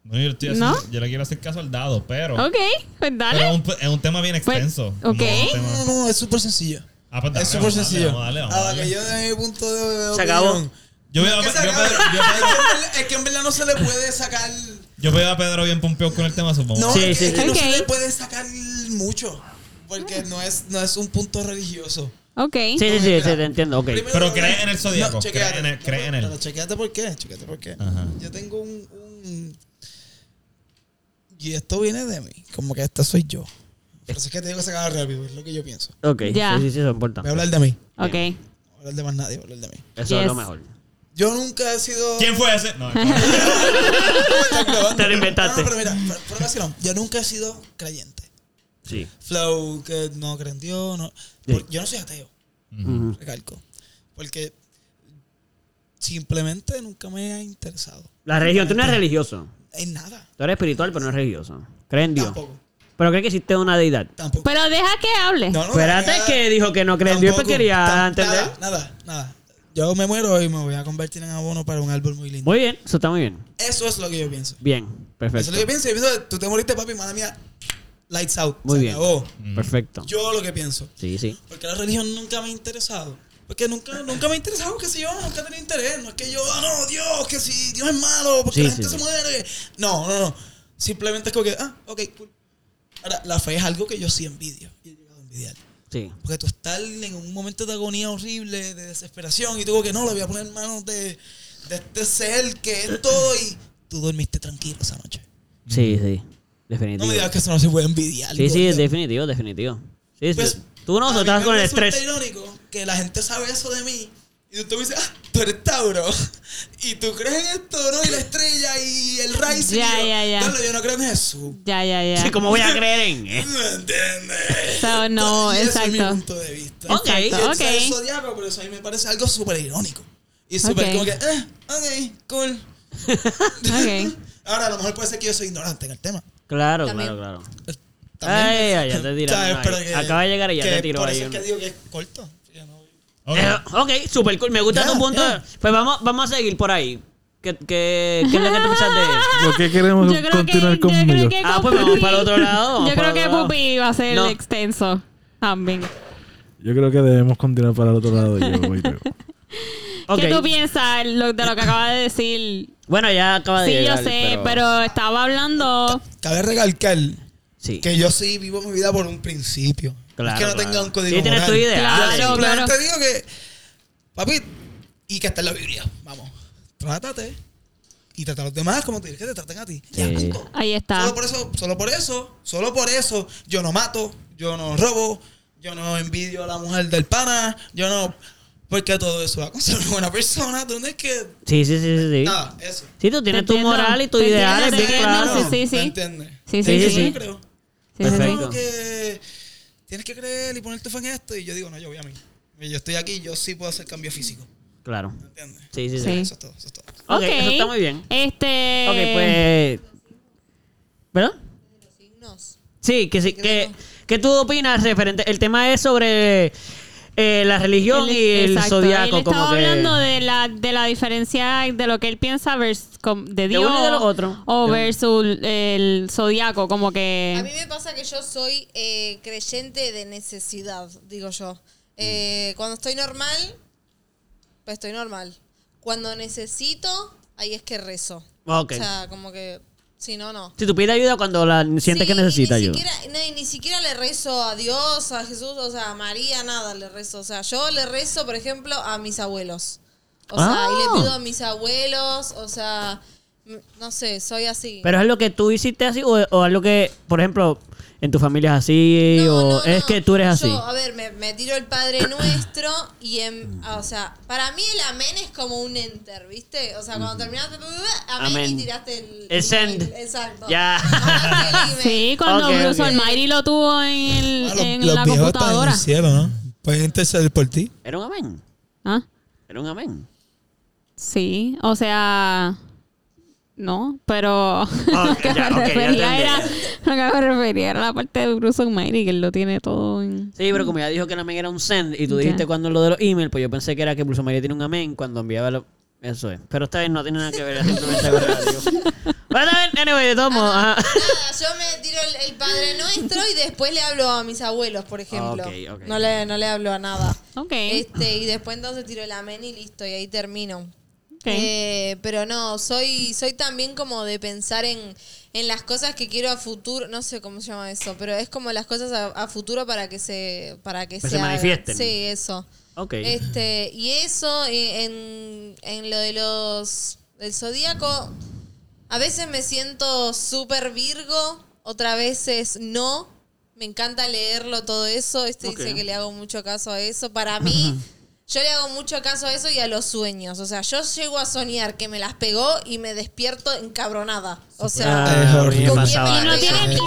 S1: No, yo, estoy
S4: ¿No?
S1: haciendo- yo le quiero hacer caso al dado, pero.
S4: Ok, pues
S1: pero es,
S4: dale.
S1: un, es un tema bien
S4: Pues,
S1: extenso. No,
S4: ok.
S1: es un
S5: No, no,
S1: tema-
S5: no, es súper sencillo.
S1: Ah, pues dale,
S5: Es súper
S1: vamos a darle,
S5: sencillo.
S1: vamos a darle, vamos a
S5: A la
S1: darle.
S5: que yo de mi punto de
S2: Se acabó.
S5: opinión.
S1: Yo veo a
S5: Es que se
S1: yo
S5: acaba-
S1: veo- yo
S5: es que
S1: veo-
S5: en verdad- Es que en verdad no se le puede sacar.
S1: yo veo a Pedro bien pompeo con el tema, supongo.
S5: No,
S2: Sí,
S5: es que,
S2: sí,
S5: es que
S4: sí.
S5: no
S4: Ok.
S5: se le puede sacar mucho. Porque no es, no es un punto religioso.
S4: Ok.
S2: Sí, sí, sí, sí, te entiendo. Ok.
S5: Primero,
S1: Pero
S5: no,
S1: cree
S5: no,
S1: en el zodiaco,
S5: no, chequéate.
S1: cree en el- cree en
S5: No,
S1: él.
S5: Pero chequéate por qué, chequéate por qué.
S1: Ajá.
S5: Yo tengo un, un- Y esto viene de mí, como que este soy yo. Por eso es que te digo que se acaba rápido, es lo que yo pienso.
S2: Ok,
S4: Ya.
S2: sí, sí, sí, eso
S1: Ah.
S5: Voy
S2: importa.
S5: a hablar de mí,
S4: Ok.
S5: no voy a hablar de más nadie, voy a hablar de mí.
S2: Eso es
S4: Yes.
S2: lo mejor.
S5: Yo nunca he sido...
S1: ¿Quién fue ese? No, no.
S2: Te lo inventaste.
S5: No, no, pero mira, fuera- fuera de vacilón, yo nunca he sido creyente.
S2: Sí.
S5: Flow, que no creen en Dios, no.
S2: Sí.
S5: Por- Yo no soy ateo,
S2: Ujú.
S5: recalco. Porque simplemente nunca me ha interesado
S2: La religión, tú no
S5: Este.
S2: eres religioso.
S5: en nada.
S2: Tú eres espiritual, pero no eres religioso. Crees en Dios.
S5: Tampoco,
S2: Pero crees que existe una deidad.
S5: tampoco.
S4: Pero deja que hable.
S5: No, no,
S2: Espérate
S5: nada,
S2: que dijo que no cree en Dios, pero
S5: tampoco,
S2: quería
S5: tam-
S2: entender.
S5: Nada, nada, nada. Yo me muero y me voy a convertir en abono para un árbol muy lindo.
S2: Muy bien, eso está muy bien.
S5: Eso es lo que yo pienso.
S2: Bien,
S5: Eso
S2: perfecto.
S5: es lo que yo pienso. Yo pienso, tú te moriste, papi, madre mía. Lights out.
S2: Muy
S5: se
S2: bien.
S5: acabó.
S2: Perfecto.
S5: Yo lo que pienso.
S2: Sí, sí.
S5: Porque la religión nunca me ha interesado. Porque nunca, nunca me ha interesado, qué sé yo, nunca tenía interés. No es que yo, ah, no, Dios, que si Dios es malo, porque
S2: Sí,
S5: la gente
S2: sí,
S5: se
S2: sí.
S5: muere. No, no, no. Simplemente es como que, ah, ok, cool. Ahora, la fe es algo que yo sí envidio. Y he llegado a envidiar.
S2: Sí.
S5: Porque tú estás en un momento de agonía horrible, de desesperación, y tú como que no, lo voy a poner en manos de, de este ser que es todo, y tú dormiste tranquilo esa noche.
S2: Sí, sí.
S5: No
S2: Definitivo.
S5: me digas que eso no se puede envidiar.
S2: Sí, sí,
S5: gordo.
S2: definitivo, definitivo. Sí,
S5: Pues,
S2: sí. Tú no,
S5: a
S2: tú
S5: mí
S2: estás
S5: me
S2: con el
S5: resulta
S2: estrés.
S5: irónico que la gente sabe eso de mí y tú me dices, ah, tú eres Tauro. Y tú crees en esto, ¿no? Y la estrella y el Rising.
S4: Ya,
S5: y yo,
S4: ya, ya.
S5: "No, no, yo no creo en Jesús.
S4: Ya, ya, ya.
S2: Sí, ¿cómo voy a creer en eso?
S5: ¿Me entiendes?
S4: So, no,
S5: Y ese es mi
S4: exacto.
S5: punto de vista.
S2: Ok.
S5: Y yo
S4: Exacto,
S5: soy el
S4: ok.
S5: zodiaco, pero eso a mí me parece algo súper irónico. Y súper
S4: Ok.
S5: como que, eh, ok, cool.
S4: Ok.
S5: Ahora, a lo mejor puede ser que yo soy ignorante en el tema. Eh,
S2: Claro,
S6: También.
S2: claro, claro.
S5: También.
S2: Ay, ya te tiraron
S5: ¿Sabes?
S2: ahí.
S5: Pero que-
S2: Acaba de llegar y ya
S5: que
S2: te tiró
S5: Por
S2: ahí
S5: eso es
S2: uno.
S5: que digo que es corto. Yo no-
S1: Ok.
S2: Eh, ok, super cool. Me gusta
S5: Ya,
S2: tu punto.
S5: ya.
S2: Pues vamos, vamos a seguir por ahí. ¿Qué, qué, qué es lo que tú piensas de
S8: ¿Por qué queremos
S4: Yo creo
S8: continuar
S4: que-
S8: con
S4: yo creo
S8: ello?
S4: que
S2: Ah,
S4: con
S2: pues vamos
S4: Pupi-
S2: para el otro lado, vamos para
S4: Yo creo
S2: el
S4: que
S2: otro lado.
S4: Pupi va a ser
S2: No.
S4: extenso también.
S8: Yo creo que debemos continuar para el otro lado. Yo voy, yo.
S2: Ok.
S4: ¿Qué tú piensas lo- de lo que acaba de decir?
S2: Bueno, ya acaba de
S4: Sí, yo
S2: llegar.
S4: sé, pero... estaba hablando.
S5: Cabe recalcar
S2: Sí.
S5: que yo sí vivo mi vida por un principio.
S2: Claro,
S5: es que no
S2: claro.
S5: tenga un código
S2: Sí, tienes
S5: moral.
S2: tu idea.
S5: Yo
S4: Claro,
S5: simplemente
S4: claro.
S5: digo que, papi, y que está en la Biblia. Vamos, trátate y trata a los demás como te que te traten a ti. Ya,
S2: Sí.
S5: punto.
S4: Ahí está.
S5: Solo por eso, solo por eso, solo por eso, yo no mato, yo no robo, yo no envidio a la mujer del pana, yo no... Porque todo eso va con ser una buena persona. Tú no es que.
S2: Sí, sí, sí, sí. Sí,
S5: Nada, eso.
S2: Sí, tú tienes tu
S4: entiendo,
S2: moral y tus
S4: te
S2: ideales
S4: entiendo,
S2: bien
S4: te entiendo,
S2: claros.
S4: sí, sí, sí.
S5: ¿Me entiendes?
S4: Sí,
S2: sí,
S5: Eso
S2: sí.
S5: yo creo.
S4: Sí, sí, sí.
S2: Perfecto.
S5: Como que tienes que creer y poner tu fe en esto. Y yo digo, no, yo voy a mí. Yo estoy aquí, yo sí puedo hacer cambio físico.
S2: Claro.
S5: ¿Me entiendes?
S2: Sí, sí, sí.
S4: Sí.
S5: Eso es todo, eso es todo.
S2: Ok, eso está muy bien.
S4: Este.
S2: Ok, pues. ¿Verdad?
S6: Signos.
S2: Sí, que sí. Que, ¿Qué tú opinas referente? El tema es sobre eh, la religión
S4: Él-
S2: y el
S4: exacto,
S2: zodiaco.
S4: Él estaba
S2: como que-
S4: hablando de la, de la diferencia de lo que él piensa versus, com- de Dios
S2: uno y de lo otro.
S4: o
S2: De-
S4: versus el zodiaco, como
S2: Eh.
S6: A mí
S4: que.
S6: me pasa que yo soy eh, creyente de necesidad, digo yo.
S2: Mm.
S6: Eh, cuando estoy normal, pues estoy normal. Cuando necesito, ahí es que rezo.
S2: Ok.
S6: O sea, como que, si no, no.
S2: Si tú pides ayuda cuando la sientes
S6: Sí,
S2: que necesita
S6: y ni
S2: ayuda.
S6: Siquiera, no, y ni siquiera le rezo a Dios, a Jesús, o sea, a María, nada le rezo. O sea, yo le rezo, por ejemplo, a mis abuelos. O sea,
S2: Ah.
S6: y le pido a mis abuelos, o sea, m- no sé, soy así.
S2: Pero es lo que tú hiciste así o, o es lo que, por ejemplo, en tu familia es así
S6: No,
S2: o
S6: no,
S2: es
S6: no.
S2: que tú eres
S6: Yo,
S2: así.
S6: a ver, me, me tiro el Padre Nuestro y en, o sea, para mí el amén es como un enter, ¿viste? O sea, cuando terminaste amén,
S2: Amén.
S6: y tiraste el,
S2: El send.
S6: el- exacto. Ah,
S2: Ya.
S6: Mandaste el email.
S4: Sí, cuando
S2: Ok,
S4: Bruce
S2: ok.
S4: Almighty lo tuvo en, el-
S5: Ah,
S4: en la computadora.
S5: cielo, ¿no? Pueden interceder por ti.
S2: Era un amén.
S4: ¿Ah?
S2: Era un amén.
S4: Sí, o sea. No, pero. lo que
S2: ya, Ah, ok, ya
S4: me refería
S2: entendí,
S4: era.
S2: ya.
S4: Lo que me refería era la parte de Bruce Almighty, que él lo tiene todo en.
S2: Sí, pero como ya dijo que el amén era un send y tú
S4: Mm. Ya.
S2: dijiste cuando lo de los emails, pues yo pensé que era que Pulso María tiene un amén cuando enviaba lo... Eso es. Pero esta vez no tiene nada que ver. es simplemente algo relativo. Bueno, a ver, anyway, de tomo.
S6: Nada, yo me tiro el, el Padre Nuestro y después le hablo a mis abuelos, por ejemplo.
S2: Ah, ok, ok.
S6: No, le, no le hablo a nada.
S4: Ok.
S6: Este, y después entonces tiro el amén y listo, y ahí termino.
S4: ok.
S6: Eh, pero no, soy, soy también como de pensar en, en las cosas que quiero a futuro, no sé cómo se llama eso, pero es como las cosas a, a futuro para que se, para que
S2: Que se
S6: hagan.
S2: manifiesten.
S6: Sí, eso.
S2: Ok.
S6: Este, y eso, eh, en, en lo de los del zodíaco, a veces me siento súper virgo, otras veces no. Me encanta leerlo todo eso. Este dice que le hago mucho caso a eso. Para mí, yo le hago mucho caso a eso y a los sueños. O sea, yo llego a soñar que me las pegó y me despierto encabronada. O sea,
S2: Ah, a mí
S5: horrible.
S2: me
S6: ¿con quién
S2: pasaba
S6: me
S4: no
S6: la
S2: eso.
S4: tiene-
S6: pegué?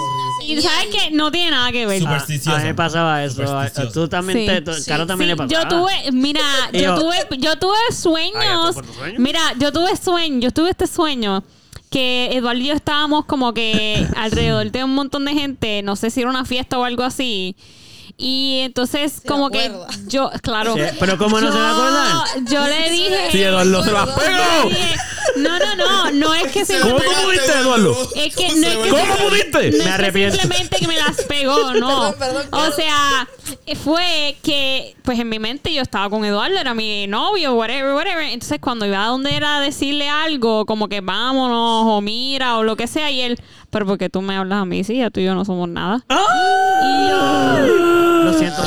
S4: Y sabes que no tiene nada que ver.
S1: Super-
S2: Ah, A mí me pasaba eso.
S1: Supersticioso.
S2: Tú también
S4: Sí.
S2: te... tú-
S6: Sí.
S2: Caro también le
S4: Sí,
S2: pasaba.
S4: yo tuve, mira,
S2: Y
S4: yo
S2: yo-
S4: tuve, yo tuve
S2: Ah, ¿ya
S4: sueños.
S2: tú por tus sueños?
S4: Mira, yo tuve sueños, yo tuve este sueño que Eduardo y yo estábamos como que alrededor de un montón de gente, no sé si era una fiesta o algo así. Y entonces
S6: Se
S4: como
S6: acuerda.
S4: que yo, claro,
S2: Sí, pero ¿cómo no se va a acordar?
S4: Yo le dije,
S8: Sí, Eduardo, se las
S6: Yo
S4: yo le
S8: pego.
S4: dije, no, no, no, no es que se
S8: ¿Cómo tú pudiste, Eduardo?
S4: es que no es que
S8: ¿Cómo pudiste?
S4: no
S2: Me
S4: es que
S2: arrepiento.
S4: simplemente que me las pegó, no.
S6: Perdón, perdón,
S4: o
S6: claro.
S4: sea, fue que, pues en mi mente yo estaba con Eduardo, era mi novio, whatever, whatever. Entonces cuando iba a donde era a decirle algo, como que vámonos, o mira, o lo que sea, y él, pero porque tú me hablas a mí, sí, ya tú y yo no somos nada. Y yo,
S2: Lo siento.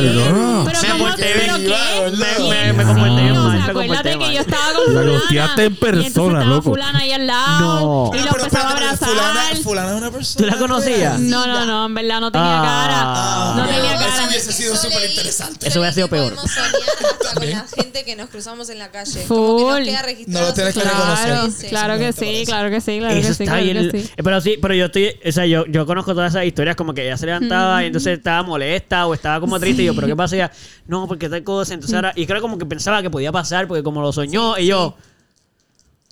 S8: Eduardo.
S4: pero
S2: Me
S4: como-
S2: porté
S4: pero
S2: bien,
S4: qué?
S2: Me, me,
S4: ¿Quién?
S2: me comporté
S4: Sí,
S2: bien
S4: o
S2: mal.
S4: sea,
S2: me comporté
S4: acuérdate
S2: mal.
S4: que yo estaba con
S8: La
S4: fulana.
S8: gosteaste en
S4: y entonces
S8: persona,
S4: estaba
S8: loco.
S4: fulana ahí al lado.
S2: No.
S4: Y lo empezaba
S5: pero
S4: a
S5: espérate, pero
S4: abrazar.
S5: Fulana, fulana es una persona.
S2: la conocías?
S5: real.
S4: No, no, no, en verdad no tenía
S2: Ah.
S4: cara. No tenía
S5: Eso
S4: cara.
S5: hubiese sido
S6: Eso leí.
S5: súper interesante.
S2: Eso hubiera sido
S6: Leí que
S2: peor.
S6: Podemos soñar hasta con la gente que nos cruzamos en la calle. Como que
S4: Full.
S6: nos queda registrado.
S5: No lo tienes que
S6: así.
S5: reconocer.
S4: Claro,
S6: Sí.
S4: claro que sí, claro que sí, claro
S2: Eso
S4: que sí,
S2: está
S4: claro
S2: bien.
S4: que sí.
S2: Eh, Pero sí, pero yo estoy, o sea, yo, yo conozco todas esas historias como que ella se levantaba y
S4: Mm.
S2: entonces estaba molesta o estaba como triste y yo, pero ¿qué pasa? Y ella, no, porque tal cosa,
S4: Mm.
S2: entonces ahora, y creo como que pensaba que podía pasar porque como lo soñó y yo,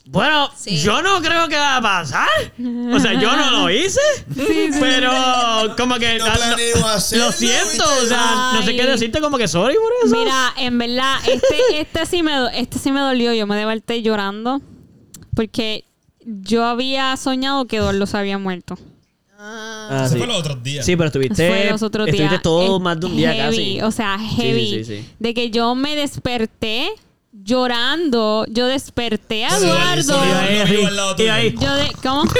S2: bueno,
S6: Sí.
S2: yo no creo que va a pasar, o sea, yo no lo hice, pero como que
S5: No
S2: ah,
S5: planeo
S2: lo
S5: hacerlo,
S2: siento,
S5: ¿viste?
S2: o sea, no sé qué
S4: Ay.
S2: decirte como que sorry por eso.
S4: Mira, en verdad, este, este, sí me, do- este sí me dolió. Yo me debalté llorando porque yo había soñado que Eduardo se había muerto.
S6: Ah,
S2: Ah,
S1: Eso
S2: sí.
S1: fue los otros días.
S2: Sí, pero estuviste,
S4: Fue los otros
S2: estuviste
S4: días.
S2: todo
S4: Es
S2: más de un día
S4: heavy,
S2: casi.
S4: O sea,
S2: sí,
S4: heavy.
S2: sí.
S4: De que yo me desperté llorando. Yo desperté a Eduardo.
S1: sí, sí.
S2: ahí,
S1: Yo vivo al lado
S2: y
S1: tuyo.
S2: ahí,
S4: Yo de, ¿Cómo?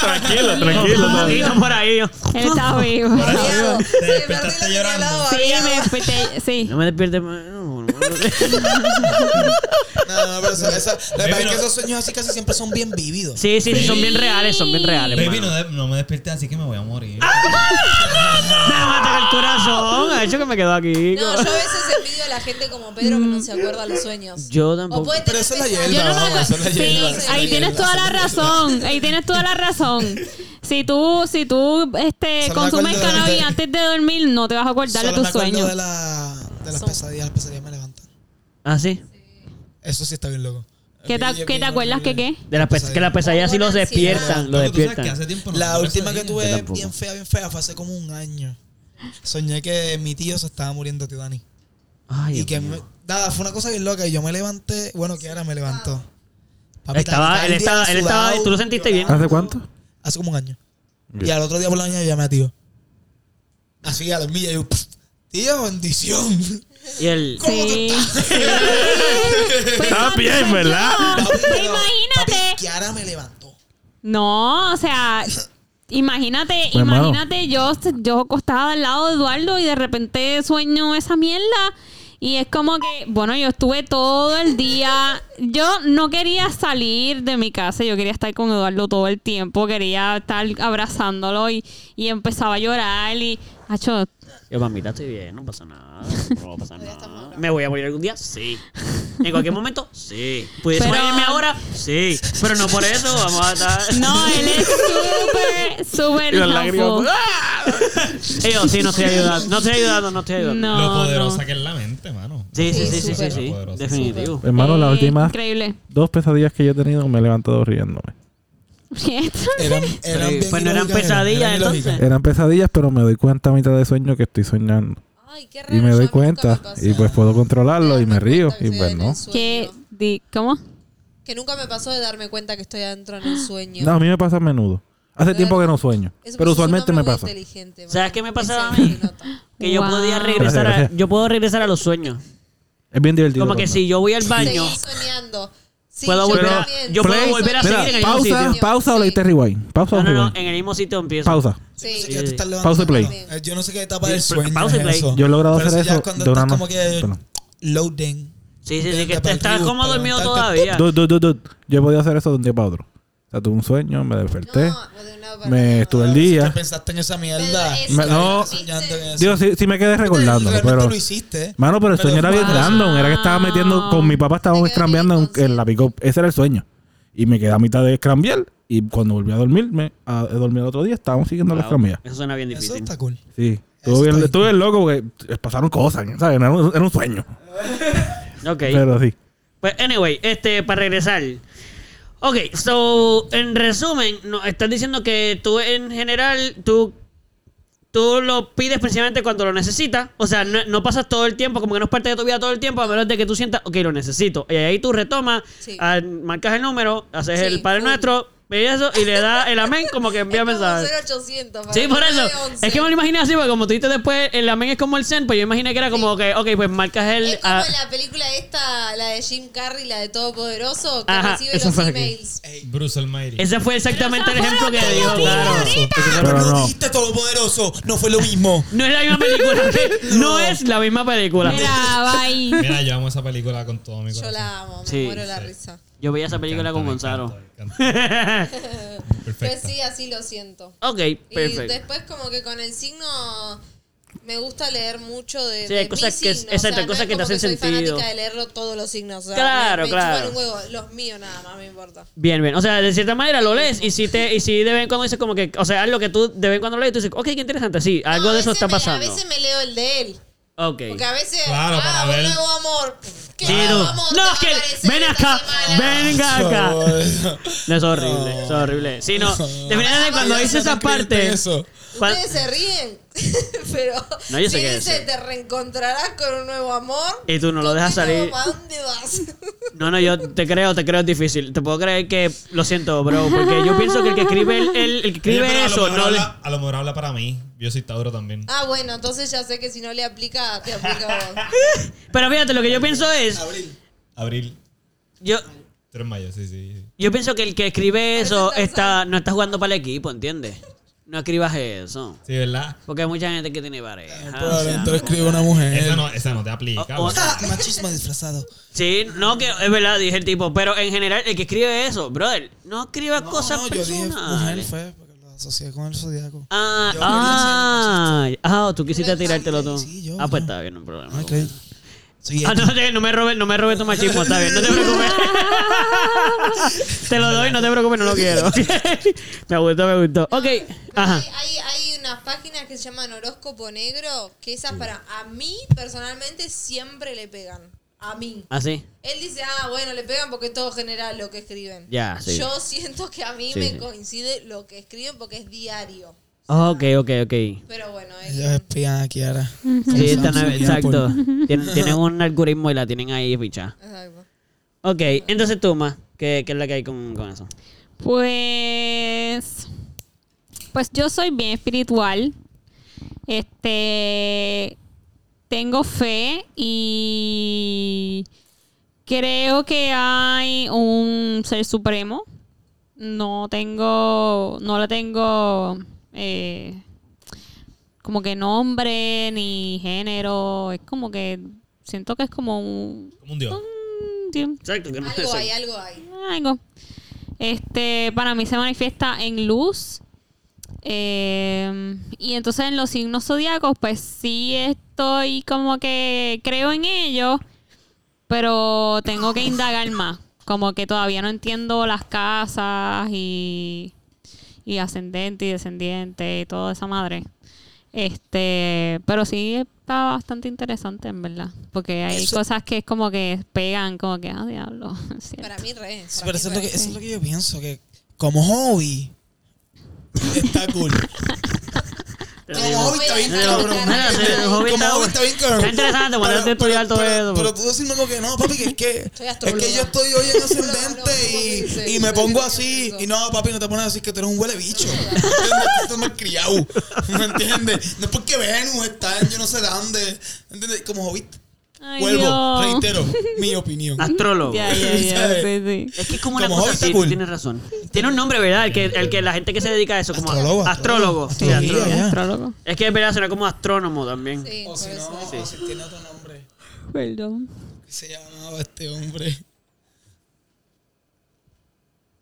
S8: Tranquilo,
S2: un
S8: tranquilo.
S2: poquito por ahí. yo.
S4: Él estaba vivo.
S6: Diego,
S1: Te
S6: se me
S1: despertaste
S6: perdí
S1: llorando.
S6: la línea al lado,
S4: Sí,
S6: Diego.
S4: me desperté. Sí.
S2: No me despiertes más. No, no, no.
S5: No, no, pero eso, esa, la verdad es
S1: no.
S5: que esos sueños así casi siempre son bien vividos.
S2: Sí, sí, sí, son bien reales, son bien reales.
S1: Baby,
S2: mano.
S1: no, de- no me despiertes así que me voy a morir.
S2: Me mata el corazón. Ha hecho que me quedo aquí.
S6: No, yo a veces envidio a la gente como Pedro que no se acuerda los sueños.
S2: Yo
S6: O
S2: tampoco.
S6: puede
S5: Pero
S6: tener
S5: esa es la
S6: pesadillas.
S5: hierba,
S4: Yo no me
S5: vamos,
S4: acuerdo.
S5: esa es la hierba,
S4: Sí,
S5: esa es la
S4: ahí tienes
S5: hierba,
S4: toda
S5: esa
S4: la
S5: es la
S4: razón. Ahí tienes toda la razón. Si tú, si tú este,
S5: Solo me
S4: consumes
S5: acuerdo de-
S4: cannabis
S5: de-
S4: antes de dormir, no te vas a acordar de
S5: Solo me
S4: tus
S5: acuerdo
S4: sueños.
S5: de, la, de las
S6: Son-
S5: pesadillas. Las pesadillas me levantan.
S2: Ah, sí.
S5: Eso sí está bien loco.
S4: ¿Qué
S5: Bien,
S4: te, qué te
S5: bien
S4: acuerdas que
S5: horrible.
S4: qué?
S2: De las pes- que las pesadillas sí los despiertan,
S1: Loco, tú
S2: lo
S1: sabes que
S2: despiertan.
S1: hace tiempo no
S5: La
S1: tengo
S5: última que
S1: pesadillas.
S2: Yo
S5: tuve
S2: tampoco.
S5: bien fea, bien fea fue hace como un año. Soñé que mi tío se estaba muriendo, tío Dani.
S2: Ay,
S5: y que
S2: Dios mío.
S5: me- nada, fue una cosa bien loca. Y yo me levanté. Bueno, que ahora me levantó. Papi,
S2: Estaba, él
S5: taquicardia,
S2: estaba, él estaba,
S5: sudado,
S2: tú lo sentiste bien.
S8: ¿Hace cuánto?
S5: Hace como un año. Y al otro día por la mañana yo llamé a tío. Así a dormir. Y yo, "Pst, tío, bendición.
S2: Y él,
S4: Sí. sí. Pues,
S8: Está bien, ¿verdad?
S5: Papi,
S4: pues,
S5: pero,
S4: imagínate.
S5: Papi, Kiara me levantó.
S4: No, o sea, imagínate,
S8: Pues, mano.
S4: imagínate, yo, yo acostada al lado de Eduardo y de repente sueño esa mierda. Y es como que, bueno, yo estuve todo el día. Yo no quería salir de mi casa, yo quería estar con Eduardo todo el tiempo, quería estar abrazándolo y, y empezaba a llorar. Y, acho,
S2: yo, mamita, estoy bien, no pasa nada. No pasa nada. ¿Me voy a morir algún día? Sí. ¿En cualquier momento? Sí. ¿Pudiese
S4: Pero-
S2: morirme ahora? Sí. Pero no por eso, vamos a estar.
S4: no, él es súper, súper.
S8: Y las lágrimas. ¡ah!
S4: helpful.
S2: Y yo, oh, sí, no estoy ayudando, no estoy ayudando, no estoy ayudando.
S4: No,
S1: Lo poderosa
S4: no.
S1: que es la mente, mano.
S2: Sí, sí,
S6: Sí,
S2: sí, sí, sí,
S6: súper.
S2: sí.
S1: Poderoso,
S2: Definitivo.
S8: Hermano, las
S4: Eh,
S8: últimas
S4: Increíble.
S8: dos pesadillas que yo he tenido me he levantado riéndome.
S5: Eran, eran
S2: Pero,
S5: bien
S2: pues, no eran
S5: ilógicas,
S2: pesadillas,
S5: eran ilógicas.
S2: entonces.
S8: Eran pesadillas, pero me doy cuenta a mitad de sueño que estoy soñando.
S6: Ay, qué raro.
S8: Y
S6: yo
S8: me
S6: a mí
S8: doy
S6: nunca
S8: cuenta.
S6: me pasó.
S8: Y pues puedo controlarlo y me
S6: Darme
S8: río.
S6: cuenta que
S8: Y
S6: estoy
S8: pues
S6: en el
S8: no.
S6: sueño.
S4: ¿Qué, di, ¿Cómo?
S6: Que nunca me pasó de darme cuenta que estoy adentro en el sueño.
S8: No, a mí me pasa a menudo. Hace
S6: Pero
S8: tiempo que
S6: no-
S8: no sueño.
S6: Eso porque
S8: Pero
S6: sos un
S8: usualmente me
S6: hombre muy
S8: pasa.
S6: inteligente, man.
S2: ¿Sabes qué me pasaba a
S6: Ese
S2: mí?
S6: se nota.
S2: Que yo
S4: Wow.
S2: podía regresar a,
S8: Gracias.
S2: yo puedo regresar a los sueños.
S8: Es bien divertido.
S2: Como que
S8: cuando-
S2: si yo voy al baño,
S6: Seguí soñando. Sí,
S2: Puedo
S6: yo
S2: volver a-
S6: también.
S2: yo puedo
S6: Seguí
S2: volver a
S6: soñando.
S2: seguir en el
S8: Espera,
S2: mismo
S8: pausa,
S2: sitio.
S8: pausa o
S6: Sí.
S8: le diste rewind. Pausa o
S2: no, no, no,
S8: rewind.
S2: en el mismo sitio empiezo.
S8: Pausa.
S5: Sí,
S6: Sí.
S5: que tú estás
S2: Sí.
S5: levantando.
S8: Pausa y play.
S5: Eh, Yo no sé qué etapa del sueño
S2: pausa y
S5: es
S2: play.
S5: eso.
S8: Yo he logrado
S5: Pero
S8: hacer
S5: ya
S8: eso
S5: es cuando
S8: de una
S5: estás como
S8: no-
S5: que
S8: perdón.
S5: loading.
S2: Sí, sí,
S5: De-
S2: sí,
S5: de
S2: que te- estás
S5: aperitivo,
S2: como
S5: para
S2: dormido
S5: levantarte.
S2: todavía.
S8: Dude, dude, dude, dude. Yo he podido hacer eso de un día para otro. O sea, tuve un sueño, me desperté.
S6: No, de un lado para
S8: me
S6: otro.
S8: estuve el
S5: ¿Qué
S8: día.
S5: pensaste en esa mierda?
S6: Pero es-
S8: ¿Eh? Me- no.
S5: Estás soñando en eso.
S8: Digo, sí, sí me quedé recordando.
S5: Realmente
S8: Pero,
S5: lo hiciste. ¿eh?
S8: mano, pero el
S5: Pero
S8: sueño era bien
S5: wow.
S8: random. Era que estaba metiendo. Con mi papá estábamos
S6: Te quedaste
S8: escrambeando en, en la
S6: inconsciente.
S8: pick Ese era el sueño. Y me quedé a mitad de escrambear. Y cuando volví a dormirme, a, a dormir el otro día, estábamos siguiendo la
S2: Wow,
S8: escrambeada.
S2: Eso suena bien
S5: Eso
S2: difícil.
S5: está cool.
S8: Sí.
S5: Eso
S8: Estuve bien,
S5: está
S8: estuve bien loco porque pasaron cosas, ¿sabes? Era un, era un sueño.
S2: Ok.
S8: Pero sí.
S2: Pues, anyway, este, para regresar. Ok, so, en resumen, nos estás diciendo que tú en general, tú, tú lo pides principalmente cuando lo necesitas. O sea, no, no pasas todo el tiempo, como que no es parte de tu vida todo el tiempo, a menos de que tú sientas, ok, lo necesito. Y ahí tú retomas,
S6: Sí.
S2: ah, marcas el número, haces
S6: Sí,
S2: el Padre
S6: full.
S2: Nuestro, y eso, y le das el amén, como que envía
S6: Es como
S2: mensaje.
S6: 0800 para
S2: Sí, por
S6: el
S2: eso.
S6: 911.
S2: Es que me lo imaginé así, porque como tú dijiste después, el amén es como el zen, pues yo imaginé que era como que, ok, pues marcas el...
S6: Es como
S2: ah,
S6: la película esta, la de Jim Carrey, la de Todopoderoso, que
S2: Ajá,
S6: recibe
S2: esa
S6: los
S2: fue la que-
S6: emails.
S1: Bruce Almighty.
S2: Ese fue exactamente el
S4: Pero eso
S2: ejemplo
S4: fue
S2: que
S4: lo que
S2: dio,
S4: yo dije
S2: claro.
S5: Pero
S8: Pero
S5: no
S8: no.
S5: dijiste todopoderoso. No fue lo mismo.
S2: No es la misma película. No es la misma película.
S4: Mira, bye.
S1: Mira, yo amo esa película con todo mi
S6: Yo
S1: corazón.
S6: la amo, me
S2: Sí.
S6: muero la risa.
S2: Yo veía esa película con
S1: Me
S2: Gonzalo.
S1: encanta, me encanta.
S6: Pues
S1: Perfecto.
S6: sí, así lo siento.
S2: Ok,
S6: Y
S2: perfecto.
S6: después como que con el signo me gusta leer mucho de,
S2: Sí,
S6: de
S2: hay
S6: mi
S2: cosas que-
S6: signo.
S2: exacto,
S6: o sea,
S2: cosas
S6: no
S2: que
S6: es
S2: te
S6: como
S2: hacen
S6: soy
S2: sentido.
S6: fanática de leerlo todos los signos. o sea,
S2: Claro,
S6: me- me
S2: claro.
S6: chupan un huevo. Los míos nada más me importa.
S2: Bien, bien. O sea, de cierta manera lo lees y si te y si de vez en cuando dices como que, o sea, algo que tú de vez en cuando lees, tú dices, ok, qué interesante, sí, algo
S6: No, a
S2: de eso
S6: veces
S2: está
S6: me-
S2: pasando.
S6: a veces me leo el de él.
S2: ok.
S6: Porque a veces,
S1: Claro,
S6: ah,
S1: para
S6: un
S1: ver.
S6: nuevo amor. Pff, ¿Qué
S2: Sí,
S6: nuevo
S2: no, no,
S6: amor te va
S2: es
S6: a
S2: que
S6: aparecer
S2: ven
S6: esta
S2: acá,
S6: semana?
S2: venga acá.
S5: Yo-
S2: No es horrible, es horrible. Sí,
S5: Ah,
S2: no, definitivamente cuando
S5: Ay,
S2: dices
S5: no
S2: esa
S5: te creíste
S2: parte,
S5: eso.
S2: cuan-
S6: Ustedes se ríen, pero
S2: No, yo sé
S6: si
S2: qué
S6: dice
S2: decir.
S6: te reencontrarás con un nuevo amor.
S2: Y tú no lo dejas salir.
S6: ¿Para dónde vas?
S2: No, no, yo te creo, te creo es difícil. Te puedo creer que lo siento, bro, porque yo pienso que el que escribe el, el- el que
S1: Oye,
S2: escribe
S1: pero a lo
S2: eso
S1: mejor
S2: no le
S1: habla- A lo mejor habla para mí. Yo soy Tauro también.
S6: Ah, bueno, entonces ya sé que si no le aplica, te aplica a vos.
S2: Pero fíjate, lo que yo pienso es
S1: Abril.
S2: yo
S1: Tú eres mayo, sí, sí. sí.
S2: yo pienso que el que escribe eso
S6: Tarzán.
S2: está no está jugando para el equipo, ¿entiendes? no escribas eso.
S1: Sí, ¿verdad?
S2: Porque hay mucha gente que tiene
S5: Eh,
S2: pareja. o sea,
S5: Probablemente lo escribe una mujer. Ah,
S1: Esa no, esa no te aplica.
S2: O- o-
S1: bro.
S5: Machismo disfrazado.
S2: sí, no, que es verdad, dije el tipo. Pero en general, el que escribe eso, brother, no escribas
S5: No,
S2: cosas
S5: no, yo dije mujer
S2: personales.
S5: fue porque lo asocié con el zodiaco.
S2: Ah,
S5: Yo
S2: ah, ah, tú quisiste tirártelo tú.
S5: sí, yo,
S2: ah, pues
S5: yo.
S2: está bien, no hay problema.
S5: No
S2: no
S5: hay
S2: hay problema.
S5: crédito. Soy
S2: Ah,
S5: hétero.
S2: no, te- no me robes, no me robes tu machismo, está bien, no te preocupes. te lo doy, no te preocupes, no lo quiero. me gustó, me gustó. Ok, ajá.
S6: Hay, hay, hay unas páginas que se llaman horóscopo negro, que esas para a mí personalmente siempre le pegan. A mí.
S2: Así.
S6: Él dice, ah, bueno, le pegan porque es todo general lo que escriben.
S2: Ya, sí.
S6: Yo siento que a mí
S2: Sí,
S6: me
S2: sí.
S6: coincide lo que escriben porque es diario.
S2: Ok, ok, ok.
S6: Pero bueno, es-
S5: Ellos espían a Kiara.
S2: Sí, están- exacto. Tienen, tienen un algoritmo y la tienen ahí ficha.
S6: exacto.
S2: Ok, entonces tú, más, ¿qué, qué es la que hay con, con eso?
S4: Pues. Pues yo soy bien espiritual. Este. Tengo fe y. Creo que hay un ser supremo. No tengo. No le tengo. eh, como que nombre ni género. Es como que. Siento que es como un.
S1: Como un dios.
S4: un dios,
S2: Exacto, que no
S6: Algo hay, algo hay.
S4: algo. Este, para mí se manifiesta en luz. Eh, y entonces en los signos zodiacos, pues sí estoy como que creo en ellos, pero tengo que indagar más. Como que todavía no entiendo las casas y, y ascendente y descendiente y toda esa madre. Este, pero sí está bastante interesante en verdad, porque hay
S5: Eso-
S4: cosas que es como que pegan, como que, ah, diablo. es cierto.
S6: Para mí, re.
S5: Sí,
S6: para
S5: pero eso es,
S6: mí, re.
S5: lo que, eso es lo que yo pienso, que como hobby está cool. como hobby está bien
S6: No, no,
S5: cabrón.
S6: no, no, no, no,
S2: hobby
S5: Como
S2: está
S5: hobby
S2: bueno.
S5: está bien cabrón.
S2: Está interesante, bueno,
S5: Pero-
S2: de estudiar
S5: pero-
S2: todo
S5: pero-
S2: eso.
S5: Pero tú decirme como que no, papi, que es que,
S6: Soy
S5: es
S6: astróloga.
S5: que yo estoy hoy en
S6: Astróloga, no, no, no,
S5: ascendente y,
S6: sí,
S5: y me
S6: sí,
S5: pongo
S6: sí,
S5: así.
S6: sí.
S5: Y no, papi, no te pones así que tú eres un huele bicho. Estás mal criado. ¿Me entiendes? No es porque Venus está en yo no sé dónde. ¿Entiendes? Como hobby.
S4: Ay,
S5: Vuelvo,
S4: Dios.
S5: reitero, mi opinión.
S2: Astrólogo.
S4: Ya, ya, ya, sí, sí.
S2: Es que es como una
S5: Como
S2: cosa
S5: hobby está
S2: así,
S5: cool.
S2: tú tienes razón. Tiene un nombre, ¿verdad? El que, el que la gente que se dedica a eso, como
S5: Astrólogo,
S2: astrólogo.
S5: astrólogo.
S2: Sí, astrólogo.
S5: Astrología, ya.
S4: Astrólogo.
S2: Es que es verdad, suena como astrónomo también.
S6: Sí,
S5: O
S6: por
S5: si
S6: eso.
S5: no, o si tiene otro nombre.
S4: Perdón.
S5: ¿Qué se llamaba este hombre?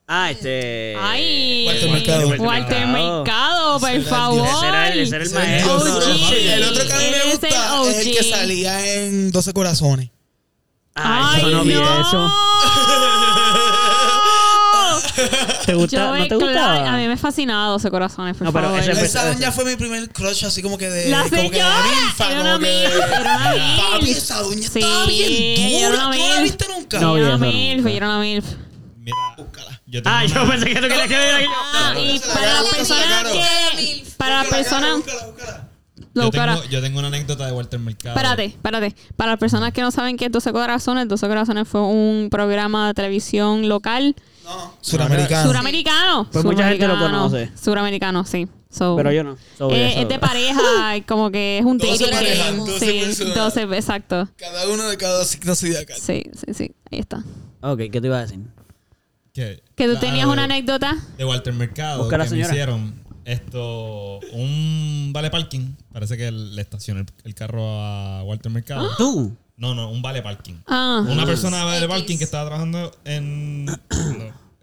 S2: Ah, este.
S4: Ay.
S5: Walter Mercado.
S4: Walter Mercado, por
S5: Ese era el
S4: favor.
S2: Ese era el- ese era el
S5: Ese es
S2: maestro.
S4: OG.
S5: otro, papi. El otro que a mí
S4: Él
S5: me
S4: es
S5: gusta
S4: el
S5: es el que
S4: OG.
S5: salía en 12 corazones.
S2: Ay, yo no vi ah, eso. ¿Te
S4: Yo
S2: gusta? ¿No
S4: he
S2: te
S4: cla- A mí
S2: gustaba?
S4: me ha fascinado ese corazón, por
S2: No, pero
S4: favor.
S2: ese
S5: Esa
S2: Ese-
S5: doña fue mi primer crush, así como que de.
S4: La
S5: como que de
S4: señora,
S5: ninfa,
S4: era
S5: como
S4: una
S5: que de-
S4: milf, era una milf.
S5: Papi, esa doña
S4: Sí,
S5: estaba bien
S4: era una
S5: dura. ¿Tú no la
S4: milf.
S5: viste nunca?
S2: No.
S4: Yo era una
S2: vi eso
S4: milf,
S2: nunca.
S4: yo era una milf.
S1: Mira,
S5: Búscala.
S1: yo tengo
S2: Ah, yo
S1: una-
S2: pensé que tú querías que viera
S4: Ah, y
S5: se la
S4: para las
S5: ganaron, se la
S4: personas
S5: ganaron.
S4: que. Para las
S5: Búscala,
S4: personas.
S5: búscala, búscala.
S4: Lo
S1: yo,
S4: cara.
S1: tengo, yo tengo una anécdota de Walter Mercado.
S4: Espérate, espérate. Para las personas que no saben qué es 12 Corazones, 12 Corazones fue un programa de televisión local
S5: No, suramericana.
S4: suramericano.
S2: Pues mucha gente lo
S4: Suramericano.
S2: conoce.
S4: Suramericano, sí. So-
S2: Pero yo no. So,
S4: Eh,
S2: eso-
S4: es de pareja, y como que es un
S5: 12
S4: dating
S5: parejas,
S4: game.
S5: 12
S4: Sí,
S5: personas.
S4: 12, exacto.
S5: Cada uno de cada signo zodiacal.
S4: Sí, sí, sí. Ahí está.
S2: Ok, ¿qué te iba a decir?
S1: Que,
S4: Que tú
S1: claro,
S4: tenías una
S1: de-
S4: anécdota.
S1: De Walter Mercado.
S2: Busca a la
S1: que me
S2: señora.
S1: hicieron esto. Un vale parking. Parece que le estacionó el, el carro a Walter Mercado.
S2: ¿Tú?
S1: No, no, un vale parking.
S4: Ah,
S1: Una persona de parking que estaba trabajando en. no,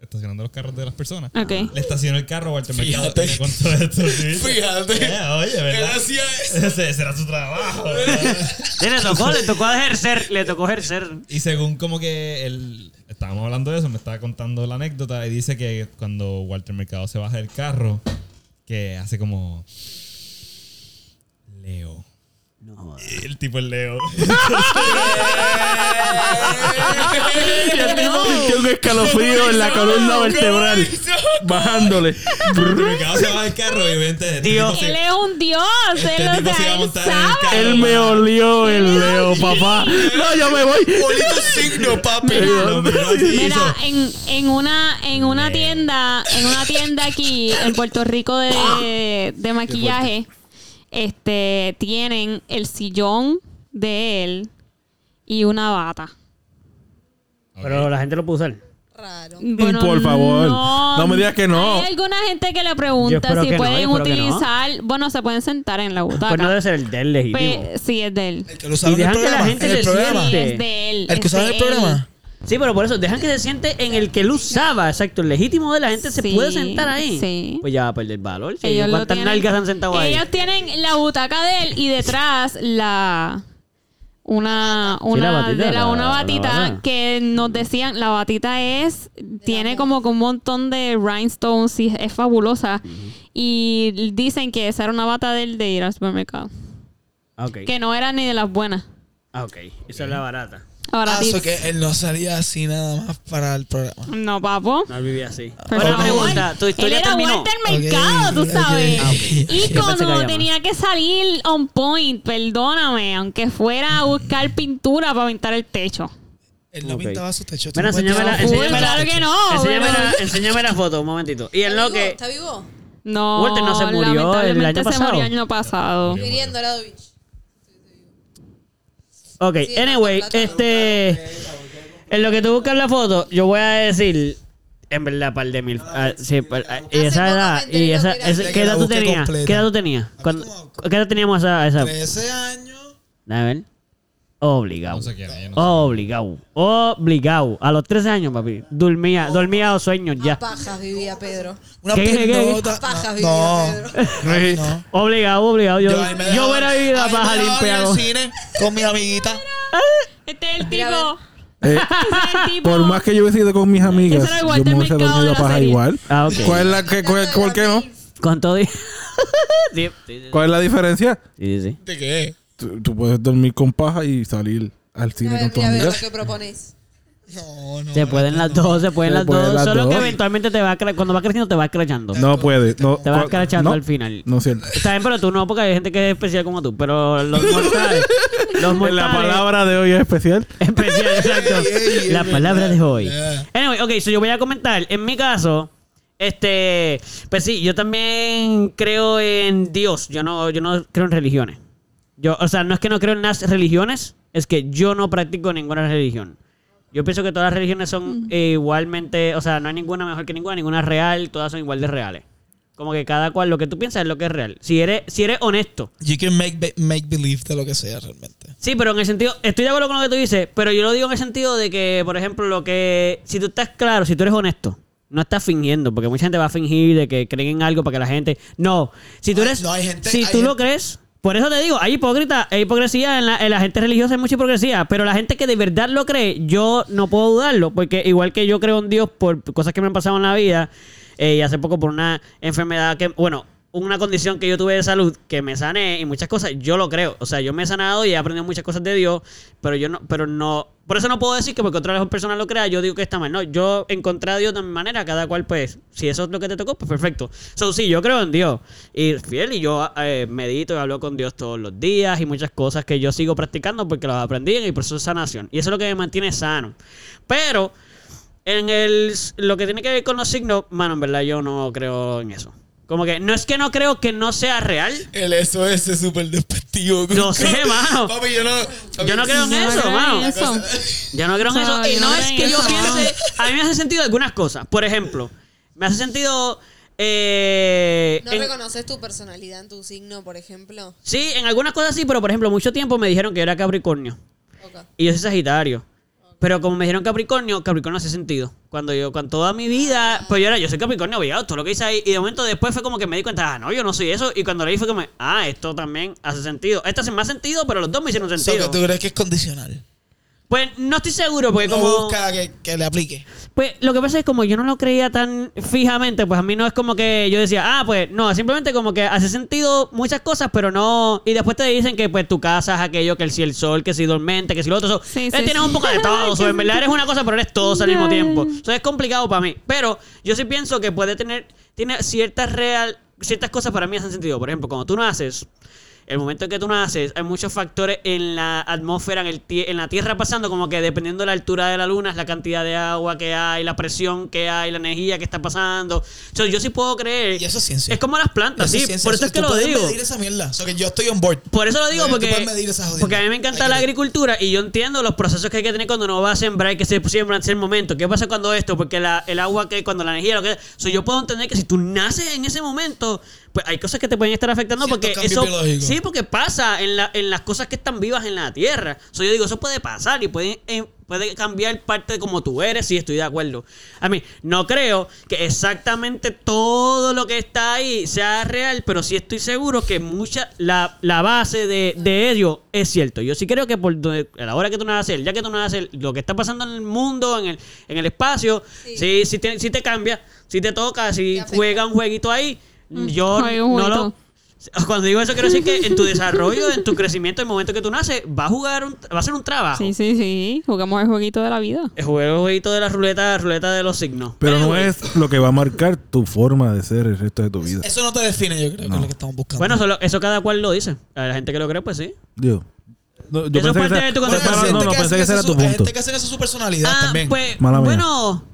S1: estacionando los carros de las personas.
S4: ok.
S1: Le estacionó el carro a Walter Mercado.
S5: Fíjate.
S1: y me contó esto. ¿sí?
S5: Fíjate.
S1: Eh, oye,
S5: Él
S1: ¿verdad?
S5: hacía eso.
S1: Ese, ese era su trabajo. ¿verdad?
S2: Sí, le tocó, le tocó ejercer, le tocó ejercer.
S1: Y según como que él, estábamos hablando de eso, me estaba contando la anécdota y dice que cuando Walter Mercado se baja del carro, que hace como... Leo.
S2: No jodas.
S1: El tipo es Leo.
S4: No.
S8: un escalofrío en la columna vertebral. Bajándole.
S1: Walter Mercado se baja del carro y vente... Este
S2: Dios.
S1: tipo se-
S4: Él es un dios.
S1: este
S4: él, o
S1: tipo se
S4: sea,
S1: iba a
S4: él
S1: montar en el
S4: sabe.
S1: carro.
S8: Él me olió el Leo, papá. No, yo me voy.
S5: Bonito signo, papi.
S1: Lo miró así y hizo,
S4: Mira, en, en una, en una
S1: Leo.
S4: tienda, en una tienda aquí en Puerto Rico de, de maquillaje, este tienen el sillón de él y una bata.
S1: Ok.
S2: Pero la gente lo puede usar. Pues
S6: raro.
S4: Bueno,
S8: Por favor. No me digas que no.
S4: Hay alguna gente que le
S2: Yo
S4: pregunta
S2: espero
S4: si
S2: que no,
S4: pueden
S2: yo espero que no.
S4: utilizar. Bueno, se pueden sentar en la butaca.
S2: Pues no debe ser el del legítimo.
S4: Pe- sí, es de él.
S5: El que lo sabe
S2: Y
S5: en el
S2: dejan que la
S5: programa.
S2: gente
S5: en el
S2: se
S5: programa.
S4: Sí,
S2: siente.
S4: es de él.
S5: El que
S4: es
S5: usaba en
S4: de
S5: el
S2: Este,
S4: él.
S5: programa.
S2: Sí, pero por eso, dejan que se siente en el que él usaba, exacto. El legítimo de la gente se
S4: Sí,
S2: puede sentar ahí.
S4: sí.
S2: Pues ya va a perder valor. si
S4: Ellos lo
S2: ¿Cuántas
S4: tienen-
S2: nalgas han sentado ahí?
S4: Ellos tienen la butaca de él y detrás la una
S2: Sí,
S4: una
S2: la batita,
S4: de la,
S2: la-
S4: una
S2: la
S4: batita
S2: bata.
S4: que nos decían la batita es tiene como que un montón de rhinestones y es fabulosa y dicen que esa era una bata de él de ir al supermercado
S2: Ah, ok.
S4: que no era ni de las buenas
S2: Ah, ok. Esa es la barata.
S4: ahora
S5: Ah,
S4: tips.
S5: so que él no salía así nada más para el programa.
S4: no papo
S2: No vivía así.
S4: Pero
S2: Otra
S4: no,
S2: pregunta.
S4: igual,
S2: ¿Tu historia
S4: él era
S2: terminó?
S4: Walter mercado,
S5: Ok,
S4: tú sabes.
S5: ok. Ah,
S4: Y
S2: Yo pensé que había
S4: como
S2: más.
S4: tenía que salir on point, perdóname, aunque fuera a buscar pintura para pintar el techo.
S5: Él no
S2: Ok.
S5: pintaba sus techos.
S2: Mira,
S5: Tú no puedes
S2: enséñamela,
S5: tirar fotos de
S2: enséñamela.
S5: sus
S4: claro
S5: techos.
S4: que no.
S2: Enséñame,
S4: pero-
S2: la, enséñame la foto un momentito. Y en
S6: ¿Está
S2: lo
S6: vivo?
S2: que...
S6: ¿Está vivo?
S4: No,
S2: Walter no se murió el año
S4: lamentablemente
S2: pasado.
S4: Se murió el año pasado.
S6: Viviría en Dorado Beach.
S2: Ok,
S6: Sí,
S2: anyway,
S6: plata, plata.
S2: este... En lo que tú buscas la foto, yo voy a decir... En verdad, par de mil... ah, sí, par- ah, y
S6: Hace
S2: esa
S6: poco
S2: edad...
S6: me enteré
S2: Y esa,
S6: que era
S2: esa-
S5: así.
S2: ¿Qué edad
S5: La
S2: tú
S5: busqué
S2: tenías?
S5: completa.
S2: ¿Qué edad tú tenías?
S5: mí
S2: ¿Cuándo-
S5: como-
S2: ¿Qué edad teníamos a esa?
S5: 13 años.
S2: A ver. Obligado.
S1: No sé quién es. yo no sé.
S2: Obligado. Obligado. A los 13 años, papi. Dormía, dormía dos sueños ya.
S6: A pajas vivía Pedro.
S5: Una
S2: ¿Qué, qué, qué?
S5: piernota.
S6: A pajas
S5: No.
S6: vivía
S5: no.
S6: Pedro.
S5: no.
S2: Obligado, obligado. Yo,
S5: ahí me
S2: yo
S5: dejaba-
S2: hubiera vivido a
S5: ahí me
S2: paja
S5: dejaba ir al
S2: limpiado.
S5: cine con mi amiguita.
S4: Este es el
S6: Mira,
S4: tipo.
S8: Eh,
S4: Ese es el tipo.
S8: por más que yo hubiese ido con mis amigas,
S4: Ese era el
S8: yo
S4: Walter
S8: me hubiese
S4: Mercado de
S8: dormido a
S4: la
S8: paja
S4: serie.
S8: igual.
S2: Ah, ok.
S8: ¿Cuál es la que, cuál, cuál que no?
S2: Con todo. y- sí, sí, sí,
S8: ¿Cuál es la diferencia?
S2: sí, sí.
S5: ¿De qué?
S8: Tú, tú puedes dormir con paja y salir al
S6: A
S8: cine
S6: ver,
S8: con tus
S6: mira, a ver lo
S8: amigas.
S6: que proponéis.
S5: No, no.
S2: Se pueden las dos, se pueden
S8: Se
S2: las
S8: pueden
S2: dos.
S8: las
S2: Solo que
S8: dos.
S2: eventualmente te va cre- cuando va creciendo te va crachando.
S8: No puede. No,
S2: Te vas crachando
S8: no,
S2: al final.
S8: No es cierto.
S2: Está bien, pero tú no, porque hay gente que es especial como tú. Pero los mortales. los mortales.
S8: La palabra de hoy es especial.
S2: Especial, exacto.
S5: ey,
S2: la
S5: es
S2: palabra
S5: verdad. Ah.
S2: de hoy.
S5: Yeah.
S2: Anyway, ok, so yo voy a comentar. En mi caso, este, pues sí, yo también creo en Dios. Yo no, yo no creo en religiones. Yo, o sea, no es que no creo en las religiones, es que yo no practico ninguna religión. Yo pienso que todas las religiones son eh, igualmente, o sea, no hay ninguna mejor que ninguna, ninguna es real, todas son igual de reales. Como que cada cual lo que tú piensas es lo que es real. Si eres, si eres honesto.
S5: You can make, be- make believe de lo que sea realmente.
S2: Sí, pero en el sentido, estoy de acuerdo con lo que tú dices, pero yo lo digo en el sentido de que, por ejemplo, lo que, si tú estás claro, si tú eres honesto, no estás fingiendo, porque mucha gente va a fingir de que creen en algo para que la gente, no, si tú
S5: Ay,
S2: eres,
S5: no, hay gente-
S2: si
S5: hay
S2: tú
S5: gente-
S2: lo crees, por eso te digo, hay hipócrita, hay hipocresía en la, en la gente religiosa, hay mucha hipocresía, pero la gente que de verdad lo cree, yo no puedo dudarlo, porque igual que yo creo en Dios por cosas que me han pasado en la vida, eh, y hace poco por una enfermedad que, bueno, una condición que yo tuve de salud que me sané y muchas cosas, yo lo creo. O sea, yo me he sanado y he aprendido muchas cosas de Dios, pero yo no, pero no, por eso no puedo decir que porque otra persona lo crea, yo digo que está mal. No, yo encontré a Dios de mi manera, cada cual pues, si eso es lo que te tocó, pues perfecto. So, sí, yo creo en Dios. Y fiel, y yo eh, medito y hablo con Dios todos los días y muchas cosas que yo sigo practicando porque las aprendí y por eso es sanación. Y eso es lo que me mantiene sano. Pero en el lo que tiene que ver con los signos, mano, en verdad yo no creo en eso. Como que no es que no creo que no sea real.
S5: El SOS es súper despectivo.
S2: Yo sé, mano.
S5: Papi, yo no.
S2: Yo no creo en
S4: No,
S2: eso,
S4: no,
S2: mano.
S4: eso.
S2: Yo no creo en
S4: No,
S2: eso. Y
S4: yo
S2: no,
S4: no
S2: es
S4: creo en
S2: que yo
S4: eso, no.
S2: piense. A mí me hace sentido algunas cosas. Por ejemplo, me hace sentido. eh,
S6: ¿No
S2: en-
S6: reconoces tu personalidad en tu signo, por ejemplo?
S2: sí, en algunas cosas sí, pero por ejemplo, mucho tiempo me dijeron que yo era Capricornio.
S6: Ok.
S2: Y yo soy Sagitario. Pero como me dijeron Capricornio, Capricornio hace sentido. Cuando yo, con toda mi vida, pues yo era, yo soy Capricornio, obligado, todo lo que hice ahí. Y de momento después fue como que me di cuenta, ah, no, yo no soy eso. Y cuando leí fue como, ah, esto también hace sentido. Esto hace más sentido, pero los dos me hicieron
S5: So, que
S2: sentido.
S5: tú crees que es condicional.
S2: Pues no estoy seguro, porque
S5: No
S2: como.
S5: busca que, que le aplique.
S2: Pues lo que pasa es como yo no lo creía tan fijamente, pues a mí no es como que yo decía, ah, pues no, simplemente como que hace sentido muchas cosas, pero no. Y después te dicen que pues tu casa es aquello, que el si el sol, que si dormente, que si lo otro. So,
S4: Sí,
S2: eh,
S4: sí,
S2: tienes
S4: sí.
S2: un poco de todo. so, en verdad eres una cosa, pero eres todos al mismo
S4: No.
S2: tiempo. Eso es complicado para mí. Pero yo sí pienso que puede tener, tiene ciertas real, ciertas cosas para mí hacen sentido. Por ejemplo, cuando tú naces, el momento que tú naces, hay muchos factores en la atmósfera, en, el tie- en la Tierra pasando, como que dependiendo de la altura de la luna, es la cantidad de agua que hay, la presión que hay, la energía que está pasando. O sea, yo sí puedo creer.
S5: Y eso es ciencia.
S2: Es como las plantas,
S5: Eso
S2: sí.
S5: ciencia,
S2: Por eso es que
S5: tú
S2: lo
S5: puedes
S2: digo.
S5: medir esa mierda. O sea, que yo estoy on board.
S2: Por eso lo digo,
S5: Tú
S2: porque,
S5: puedes medir esa jodienda.
S2: porque a mí me
S5: Hay
S2: encanta
S5: que
S2: la
S5: medir.
S2: agricultura y yo entiendo los procesos que hay que tener cuando uno va a sembrar y que se siembra en ese momento. ¿Qué pasa cuando esto? Porque la- el agua que cuando la energía, lo que so, yo puedo entender que si tú naces en ese momento, pues hay cosas que te pueden estar afectando
S5: Ciertos
S2: porque
S5: cambios
S2: eso
S5: biológicos.
S2: sí, porque pasa en, la- en las cosas que están vivas en la tierra. So, yo digo, eso puede pasar y puede, eh, puede cambiar parte de cómo tú eres, sí, estoy de acuerdo. A mí, no creo que exactamente todo lo que está ahí sea real, pero sí estoy seguro que mucha la, la base de, de ello es cierto. Yo sí creo que por donde- a la hora que tú naces, ya que tú naces, lo que está pasando en el mundo, en el, en el espacio, sí,
S6: Sí.
S2: sí, te, sí te cambia, sí te toca, si
S6: Te afecta.
S2: juega un jueguito ahí. Yo
S4: Mm. juega un
S2: no lo,
S4: jueguito.
S2: cuando digo eso, quiero decir que en tu desarrollo, en tu crecimiento, en el momento que tú naces, va a jugar un, va a ser un trabajo.
S4: Sí, sí, sí. Jugamos el jueguito de la vida.
S2: El juego jueguito de la ruleta, la ruleta de los signos.
S8: Pero no es lo que va a marcar tu forma de ser el resto de tu vida.
S5: Eso no te define, yo creo, que es lo que estamos buscando.
S2: Bueno, eso, lo- eso cada cual lo dice. A la gente que lo cree, pues sí.
S8: Digo. No,
S2: Eso
S8: yo
S2: es
S8: pensé que,
S2: parte
S8: esa-
S2: de tu
S5: Bueno, hay
S2: concepto.
S8: no,
S5: gente
S8: no, no,
S5: que hace
S8: pensé que
S5: eso
S8: ese era
S5: su-
S8: tu
S5: Hay
S8: punto.
S5: gente que hace eso su personalidad
S2: Ah,
S5: también.
S2: pues,
S8: Mala mía.
S2: bueno,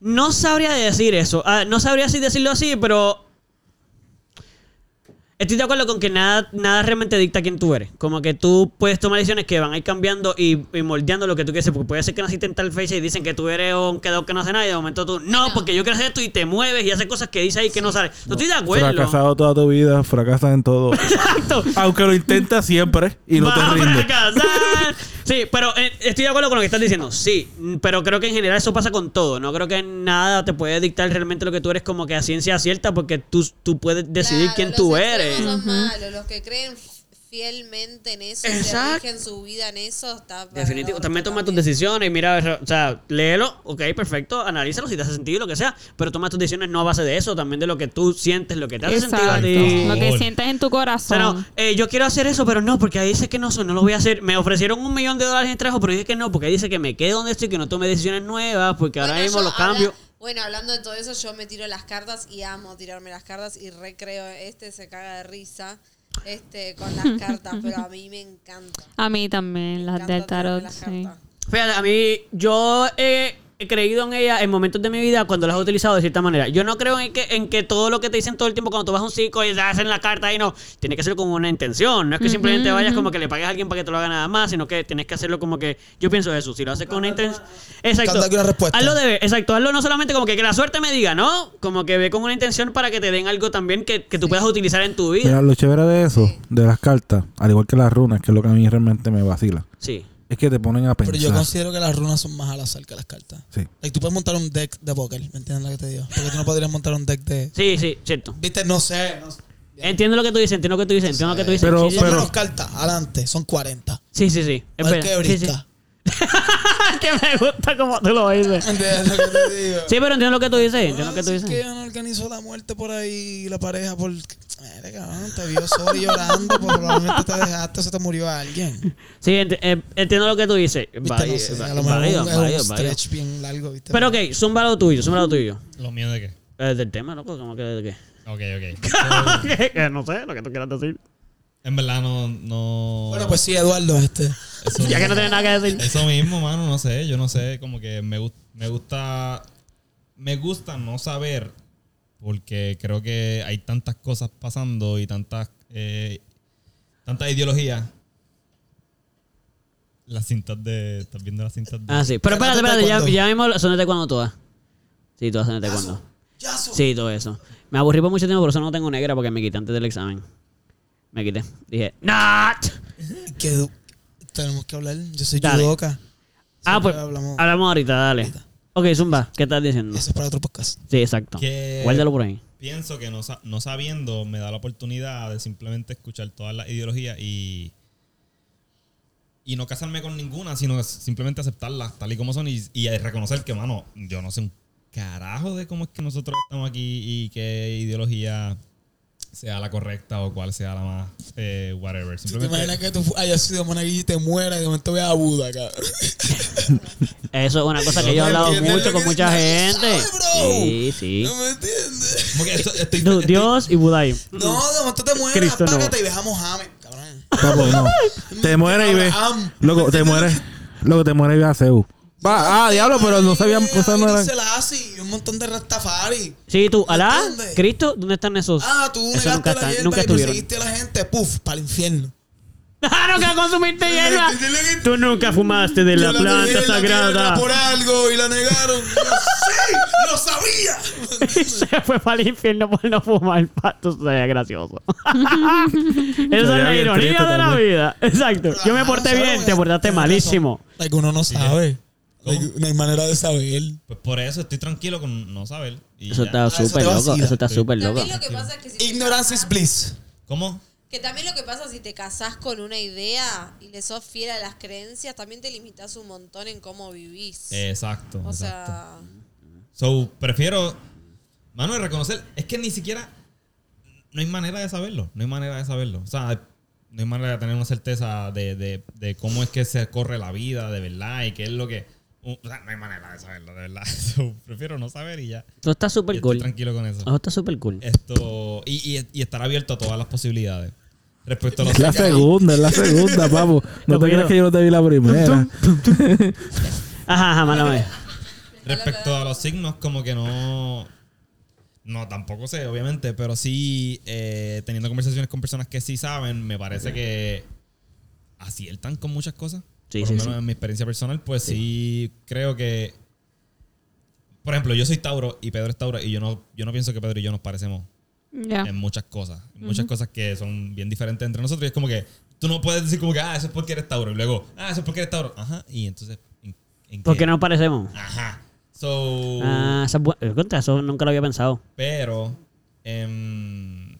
S2: no sabría decir eso. Ah, no sabría si decirlo así, pero estoy de acuerdo con que nada, nada realmente dicta quién tú eres. Como que tú puedes tomar decisiones que van a ir cambiando y, y moldeando lo que tú quieres ser. Porque puede ser que naciste en tal fecha y dicen que tú eres un quedado que no hace nada y de momento tú, no, porque yo quiero hacer esto y te mueves y haces cosas que dices ahí que no sales. No, estoy de acuerdo.
S8: Fracasado toda tu vida, fracasas en todo.
S2: Exacto.
S8: Aunque lo intentas siempre y no te
S2: Vas a
S8: rindes.
S2: fracasar. Sí, pero eh, estoy de acuerdo con lo que estás diciendo. Sí, mm, pero creo que en general eso pasa con todo. No creo que nada te puede dictar realmente lo que tú eres como que a ciencia cierta porque tú, tú puedes decidir
S6: Claro,
S2: quién
S6: los
S2: tú
S6: extremos
S2: eres. Mm.
S6: son malos, los que creen fielmente en eso,
S2: Exacto.
S6: que rigen su vida en eso, está para
S2: Definitivo.
S6: la
S2: También
S6: horca
S2: toma tus
S6: también.
S2: decisiones y mira, o sea, léelo, ok, perfecto, analízalo si te hace sentido, lo que sea, pero toma tus decisiones no a base de eso, también de lo que tú sientes, lo que te hace sentido a ti.
S4: Lo que
S1: Por-
S4: sientes en tu
S2: O sea, no,
S4: corazón.
S2: eh, yo quiero hacer eso, pero no, porque ahí dice que no, so- no lo voy a hacer. Me ofrecieron un millón de dólares en trabajo, pero dije que no, porque ahí dice que me quede donde estoy, que no tome decisiones nuevas, porque ahora
S6: Bueno,
S2: mismo
S6: yo
S2: los
S6: habla-
S2: cambios.
S6: Bueno, hablando de todo eso, yo me tiro las cartas y amo tirarme las cartas y recreo. Este se caga de risa este con las cartas, pero a mí me encanta.
S4: A mí también,
S6: Me
S4: las
S6: encanta
S4: del
S6: tirarme
S4: tarot,
S6: las
S4: sí.
S6: cartas.
S2: Fíjate, a mí, yo he he creído en ella en momentos de mi vida cuando las he utilizado de cierta manera. Yo no creo en que, en que todo lo que te dicen todo el tiempo cuando tú vas a un psico y te hacen la carta y no, tiene que ser con una intención. No es que simplemente vayas como que le pagues a alguien para que te lo haga nada más, sino que tienes que hacerlo como que, yo pienso eso, si lo haces con una intención. Exacto.
S5: Dando una respuesta.
S2: Hazlo de ver, exacto, hazlo no solamente como que, que la suerte me diga, ¿no? Como que ve con una intención para que te den algo también que, que tú puedas utilizar en tu vida.
S8: Mira, lo chévere de eso, de las cartas, al igual que las runas, que es lo que a mí realmente me vacila,
S2: Sí.
S8: es que te ponen a pensar.
S5: Pero yo considero que las runas son más al azar que las cartas.
S8: Sí.
S5: Like, tú puedes montar un deck de póker, ¿me entiendes lo que te digo? Porque tú no podrías montar un deck de...
S2: Sí, sí, cierto.
S5: Viste, no sé. No sé.
S2: Entiendo lo que tú dices, entiendo lo que tú dices, entiendo lo que tú dices.
S8: Pero-
S2: sí, sí,
S5: Son
S8: pero-
S5: menos cartas, adelante, son 40.
S2: sí, sí, sí.
S5: No hay
S2: Espera,
S5: que
S2: sí, sí.
S5: brinca.
S2: que me gusta como tú lo dices.
S5: ¿Entiendes lo que te digo?
S2: Sí, pero entiendo lo que tú dices,
S5: Bueno,
S2: entiendo lo que tú
S5: si es
S2: dices.
S5: que no organizó la muerte por ahí y la pareja por... Mira, cabrón, te vio solo y llorando, pues probablemente te dejaste o se te murió alguien.
S2: Sí, ent- eh, entiendo lo que tú dices.
S5: Viste,
S2: Válido,
S5: no sé, a lo mejor
S2: válido,
S5: es un- es
S2: válido,
S5: un
S2: válido.
S5: stretch bien largo, ¿viste?
S2: Pero ok, zumba lo tuyo, zumba lo tuyo.
S1: ¿Lo mío de qué?
S2: Eh, del tema, loco, como que de qué.
S1: Ok, ok.
S2: Que Eh, no sé lo que tú quieras decir.
S1: En verdad no... no
S5: Bueno, pues sí, Eduardo, este...
S1: eso,
S2: Ya que no tienes nada que decir.
S1: eso mismo, mano, no sé. Yo no sé, como que me, gus- me gusta... Me gusta no saber porque creo que hay tantas cosas pasando y tantas... eh, tantas ideologías. Las cintas de... ¿Estás viendo las cintas de...?
S2: Ah, sí. Pero espérate, espérate, ya, ya mismo son de cuando todas. Sí, todas son de cuando.
S5: ¡Yazo!
S2: Sí, todo eso. Me aburrí por mucho tiempo, por eso no tengo negra porque me quité antes del examen. Me quité. Dije, ¡Not! Ah,
S5: Que du- tenemos que hablar. Yo soy
S2: Dale.
S5: judoka.
S2: Ah,
S5: Siempre
S2: pues
S5: hablamos.
S2: hablamos ahorita, dale. Ok, Zumba, ¿qué estás diciendo?
S5: Eso es para otro podcast.
S2: Sí, exacto.
S1: Que-
S2: Guárdalo por ahí.
S1: pienso que no, sa- no sabiendo me da la oportunidad de simplemente escuchar todas las ideologías y, y no casarme con ninguna, sino simplemente aceptarlas tal y como son y, y reconocer que, mano, yo no sé un carajo de cómo es que nosotros estamos aquí y qué ideología sea la correcta o cuál sea la más eh, whatever.
S5: ¿Tú te
S1: Simplemente,
S5: imaginas que tú fu- hayas sido monaguillo y te mueras y de momento veas a Buda, cabrón?
S2: Eso es una cosa que yo he hablado mucho con mucha gente. Sí, sí.
S5: No me entiendes.
S7: Como que esto- estoy-
S2: Du- Dios y Budai.
S5: No, de momento te mueres,
S2: Cristo, no.
S5: apágate y ve a Mohamed, cabrón.
S8: Papo, no. Te mueres y ves.
S5: Abraham.
S8: Loco, te mueres. Loco, te mueres y ves a Zeus. Va, ah, diablo, pero no sabían.
S5: Sí,
S8: Esa no
S5: ahí
S8: era-
S5: dice la ASI y un montón de Rastafari.
S2: Sí, tú, Alá,
S5: ¿Entiendes?
S2: Cristo, ¿dónde están esos?
S5: Ah, tú
S2: Eso
S5: negaste
S2: nunca,
S5: la
S2: está-
S5: hierba
S2: nunca
S5: y tú
S2: estuvieron.
S5: seguiste a la gente, puf, para el infierno.
S2: ¡Claro Ah, que consumiste hierba!
S5: Yo la negué,
S2: Tú nunca fumaste de la
S5: yo la negué
S2: planta
S5: en la tierra
S2: sagrada.
S5: Por algo y la negaron. Yo, ¡Sí! ¡Lo sabía!
S2: Y se fue para el infierno por no fumar pato. Sería gracioso. Esa es
S8: Sería
S2: la
S8: bien
S2: ironía
S8: triste
S2: de la
S8: también.
S2: vida. Exacto. Yo me porté bien, te portaste malísimo.
S5: Like, uno no sabe. Like, no hay manera de saber.
S1: Pues por eso estoy tranquilo con no saber. Y
S2: Eso
S1: ya.
S2: está
S5: te
S2: súper
S5: vacila.
S2: loco. Eso está súper loco.
S6: También lo que pasa es que si te
S5: Ignorance is
S6: casás-
S5: bliss.
S1: ¿Cómo?
S6: Que también lo que pasa si te casás con una idea y le sos fiel a las creencias, también te limitas un montón en cómo vivís.
S1: Exacto.
S6: o
S1: exacto.
S6: sea,
S1: So, prefiero. Mano, de reconocer. Es que ni siquiera. No hay manera de saberlo. No hay manera de saberlo. O sea, no hay manera de tener una certeza de, de- de cómo es que se corre la vida de verdad y qué es lo que. O sea, no hay manera de saberlo, de verdad. So, prefiero no saber y ya.
S2: Eso está
S1: Y
S2: súper
S1: estoy
S2: cool.
S1: tranquilo con eso.
S2: Eso está súper cool.
S5: Eh.
S1: Esto. Y, y- y estar abierto a todas las posibilidades. Respecto a los.
S8: Es la segunda, es la segunda, papo. No
S2: Lo
S8: te
S2: primero.
S8: creas que yo no te vi la primera.
S2: Ajá, ajá, mala mía.
S1: Respecto a los signos, como que no. No, tampoco sé, obviamente, pero sí, eh, teniendo conversaciones con personas que sí saben, me parece que aciertan con muchas cosas.
S2: Sí,
S1: por
S2: sí,
S1: lo menos
S2: sí.
S1: en mi experiencia personal, pues sí. creo que. Por ejemplo, yo soy Tauro y Pedro es Tauro y yo no, yo no pienso que Pedro y yo nos parecemos
S4: Ya.
S2: Em,
S1: en muchas cosas. En muchas cosas que son bien diferentes entre nosotros. Y es como que tú no puedes decir como que, ah, eso es porque eres Tauro. Y luego, ah, eso es porque eres Tauro. Ajá. Y entonces, ¿en, en
S2: ¿Por
S1: qué?
S2: qué no parecemos?
S1: Ajá. So.
S2: Ah, esa es bu- eh, contra, eso nunca lo había pensado.
S1: Pero em,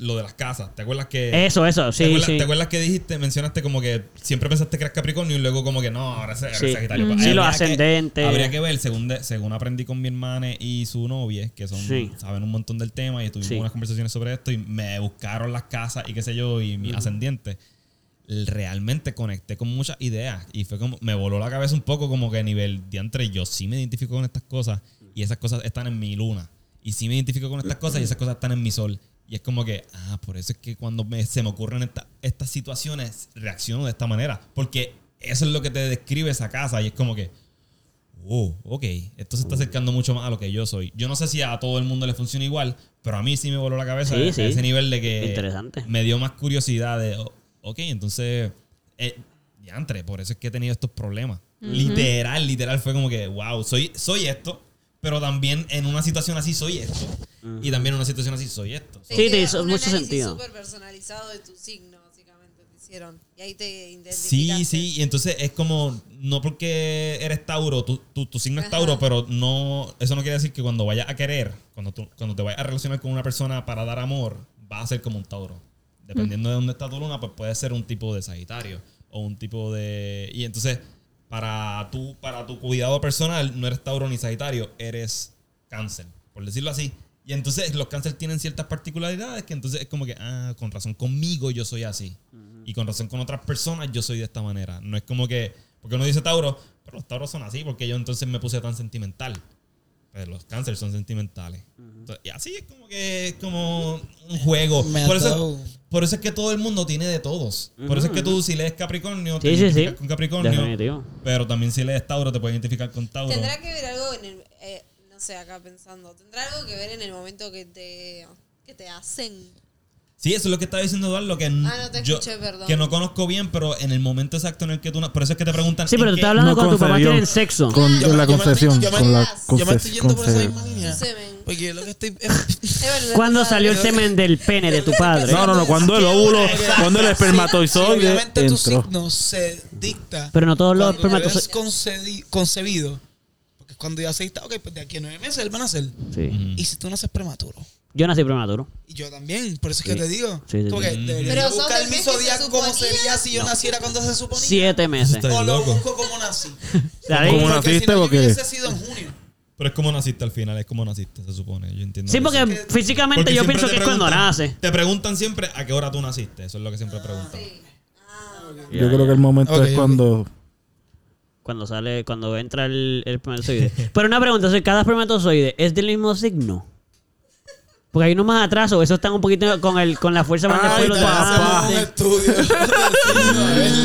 S1: lo de las casas, ¿te acuerdas que
S2: Eso, eso,
S1: Eh, ¿te,
S2: sí,
S1: acuerdas,
S2: sí.
S1: te acuerdas que dijiste, mencionaste como que siempre pensaste que eras Capricornio y luego como que no, ahora es ahora es
S2: Sí.
S1: Sagitario?
S2: Mm.
S1: Pues,
S2: Sí,
S1: habría
S2: los
S1: que-
S2: ascendentes.
S1: habría que ver, según, de- según aprendí con mi hermana y su novia, que son
S2: Sí.
S1: saben un montón del tema y tuvimos
S2: Sí.
S1: unas conversaciones sobre esto y me buscaron las casas y qué sé yo y mis ascendientes. Realmente conecté con muchas ideas y fue como, me voló la cabeza un poco como que a nivel diantre, yo sí me identifico con estas cosas y esas cosas están en mi luna. Y sí me identifico con estas cosas y esas cosas están en mi sol. Y es como que, ah, por eso es que cuando me- se me ocurren esta- estas situaciones, reacciono de esta manera. Porque eso es lo que te describe esa casa y es como que, Wow, ok. Esto se está acercando mucho más a lo que yo soy. Yo no sé si a todo el mundo le funciona igual, pero a mí sí me voló la cabeza
S2: Sí,
S1: a
S2: sí.
S1: ese nivel de que
S2: Interesante.
S1: me dio más curiosidad de, oh, ok, entonces, eh, diantre, por eso es que he tenido estos problemas. Literal, literal, fue como que, wow, soy, soy esto, pero también en una situación así soy esto. Y también en una situación así soy esto. So,
S2: Sí, te
S6: hicieron
S2: hizo
S6: un
S2: mucho
S6: análisis
S2: sentido.
S6: súper personalizado de tu signo, básicamente, te hicieron. Y ahí te identificaste.
S1: Sí, sí, y entonces es como, no porque eres Tauro, tu, tu, tu signo es
S6: Ajá.
S1: Tauro, pero no, eso no quiere decir que cuando vayas a querer, cuando, tú- cuando te vayas a relacionar con una persona para dar amor, vas a ser como un Tauro. Dependiendo de dónde está tu luna, pues puede ser un tipo de Sagitario o un tipo de... Y entonces, para tu, para tu cuidado personal, no eres Tauro ni Sagitario, eres cáncer, por decirlo así. Y entonces los cánceres tienen ciertas particularidades que entonces es como que, ah, con razón conmigo yo soy así. Y con razón con otras personas yo soy de esta manera. No es como que, porque uno dice Tauro, pero los Tauros son así porque yo entonces me puse tan sentimental. Pero los cánceres son sentimentales. Entonces, y así es como que es como un juego.
S5: Me
S1: Por eso,
S5: ató.
S1: por eso es que todo el mundo tiene de todos. Por eso es que tú si lees Capricornio, te
S2: Sí, sí, sí.
S1: identificas con Capricornio.
S2: Definitivo.
S1: Pero también si lees Tauro, te puedes identificar con Tauro.
S6: Tendrá que ver algo en el. eh, no sé, acá pensando. Tendrá algo que ver en el momento que te, que te hacen.
S1: Sí, eso es lo que estaba diciendo Eduardo, que, n-
S6: Ah, no te
S1: yo-
S6: escuché, perdón.
S1: que no conozco bien, pero en el momento exacto en el que tú... na- Por eso es que te preguntan...
S2: Sí, pero
S1: ¿en
S2: tú
S1: qué-
S2: estás hablando
S8: No
S2: cuando tu papá
S8: concedió.
S2: tiene sexo.
S8: Con
S5: Yo me-
S8: la
S5: yo me-
S8: concesión.
S5: yo me-
S8: Con la
S5: Yo me estoy yendo por esa
S8: concesión.
S5: misma línea.
S6: Semen.
S5: Porque lo que estoy.
S2: ¿Cuándo salió el semen del pene de tu padre?
S8: No, no, no. Cuando el óvulo, cuando el
S5: Sí,
S8: espermatozoide
S5: obviamente tu
S8: entró.
S5: signo se dicta.
S2: Pero no todos los
S5: cuando eres
S2: espermatozoides.
S5: concedi- concebido. Porque es cuando ya se dicta, ok, pues de aquí a nueve meses él va a nacer.
S8: Mm.
S2: Sí.
S5: Y si tú naces prematuro.
S2: Yo nací prematuro.
S5: Y yo también, por eso es que
S2: Sí.
S5: te digo.
S2: Sí, sí,
S5: como
S2: sí.
S5: que debería
S6: Pero son
S5: buscar
S6: del
S5: mi
S6: mes que se
S5: zodiaco como
S6: suponía.
S5: sería si yo naciera cuando se suponía.
S2: Siete meses.
S1: Está
S5: o lo
S1: loco.
S5: busco como nací.
S2: ¿Sabes?
S8: ¿Cómo una-
S5: Porque si no,
S8: naciste?
S5: yo
S8: Porque-
S5: hubiese sido en junio.
S1: Pero es como naciste al final, es como naciste, se supone. Yo entiendo.
S2: Sí,
S1: eso.
S2: porque físicamente
S1: Porque
S2: yo
S1: siempre
S2: pienso
S1: te
S2: que es cuando
S1: preguntan-
S2: nace.
S1: Te preguntan siempre a qué hora tú naciste. Eso es lo que siempre preguntan.
S8: Yo creo que el momento
S5: Ok,
S8: es
S5: ok.
S8: cuando
S2: Cuando sale, cuando entra el, el espermatozoide. Pero una pregunta, o sea, ¿cada espermatozoide es del mismo signo? Porque hay uno más atrás o esos están un poquito con el con la fuerza más
S8: Ay,
S2: después, los
S8: te
S2: demás
S8: hacemos
S2: antes.
S5: un estudio. Sí, a ver, le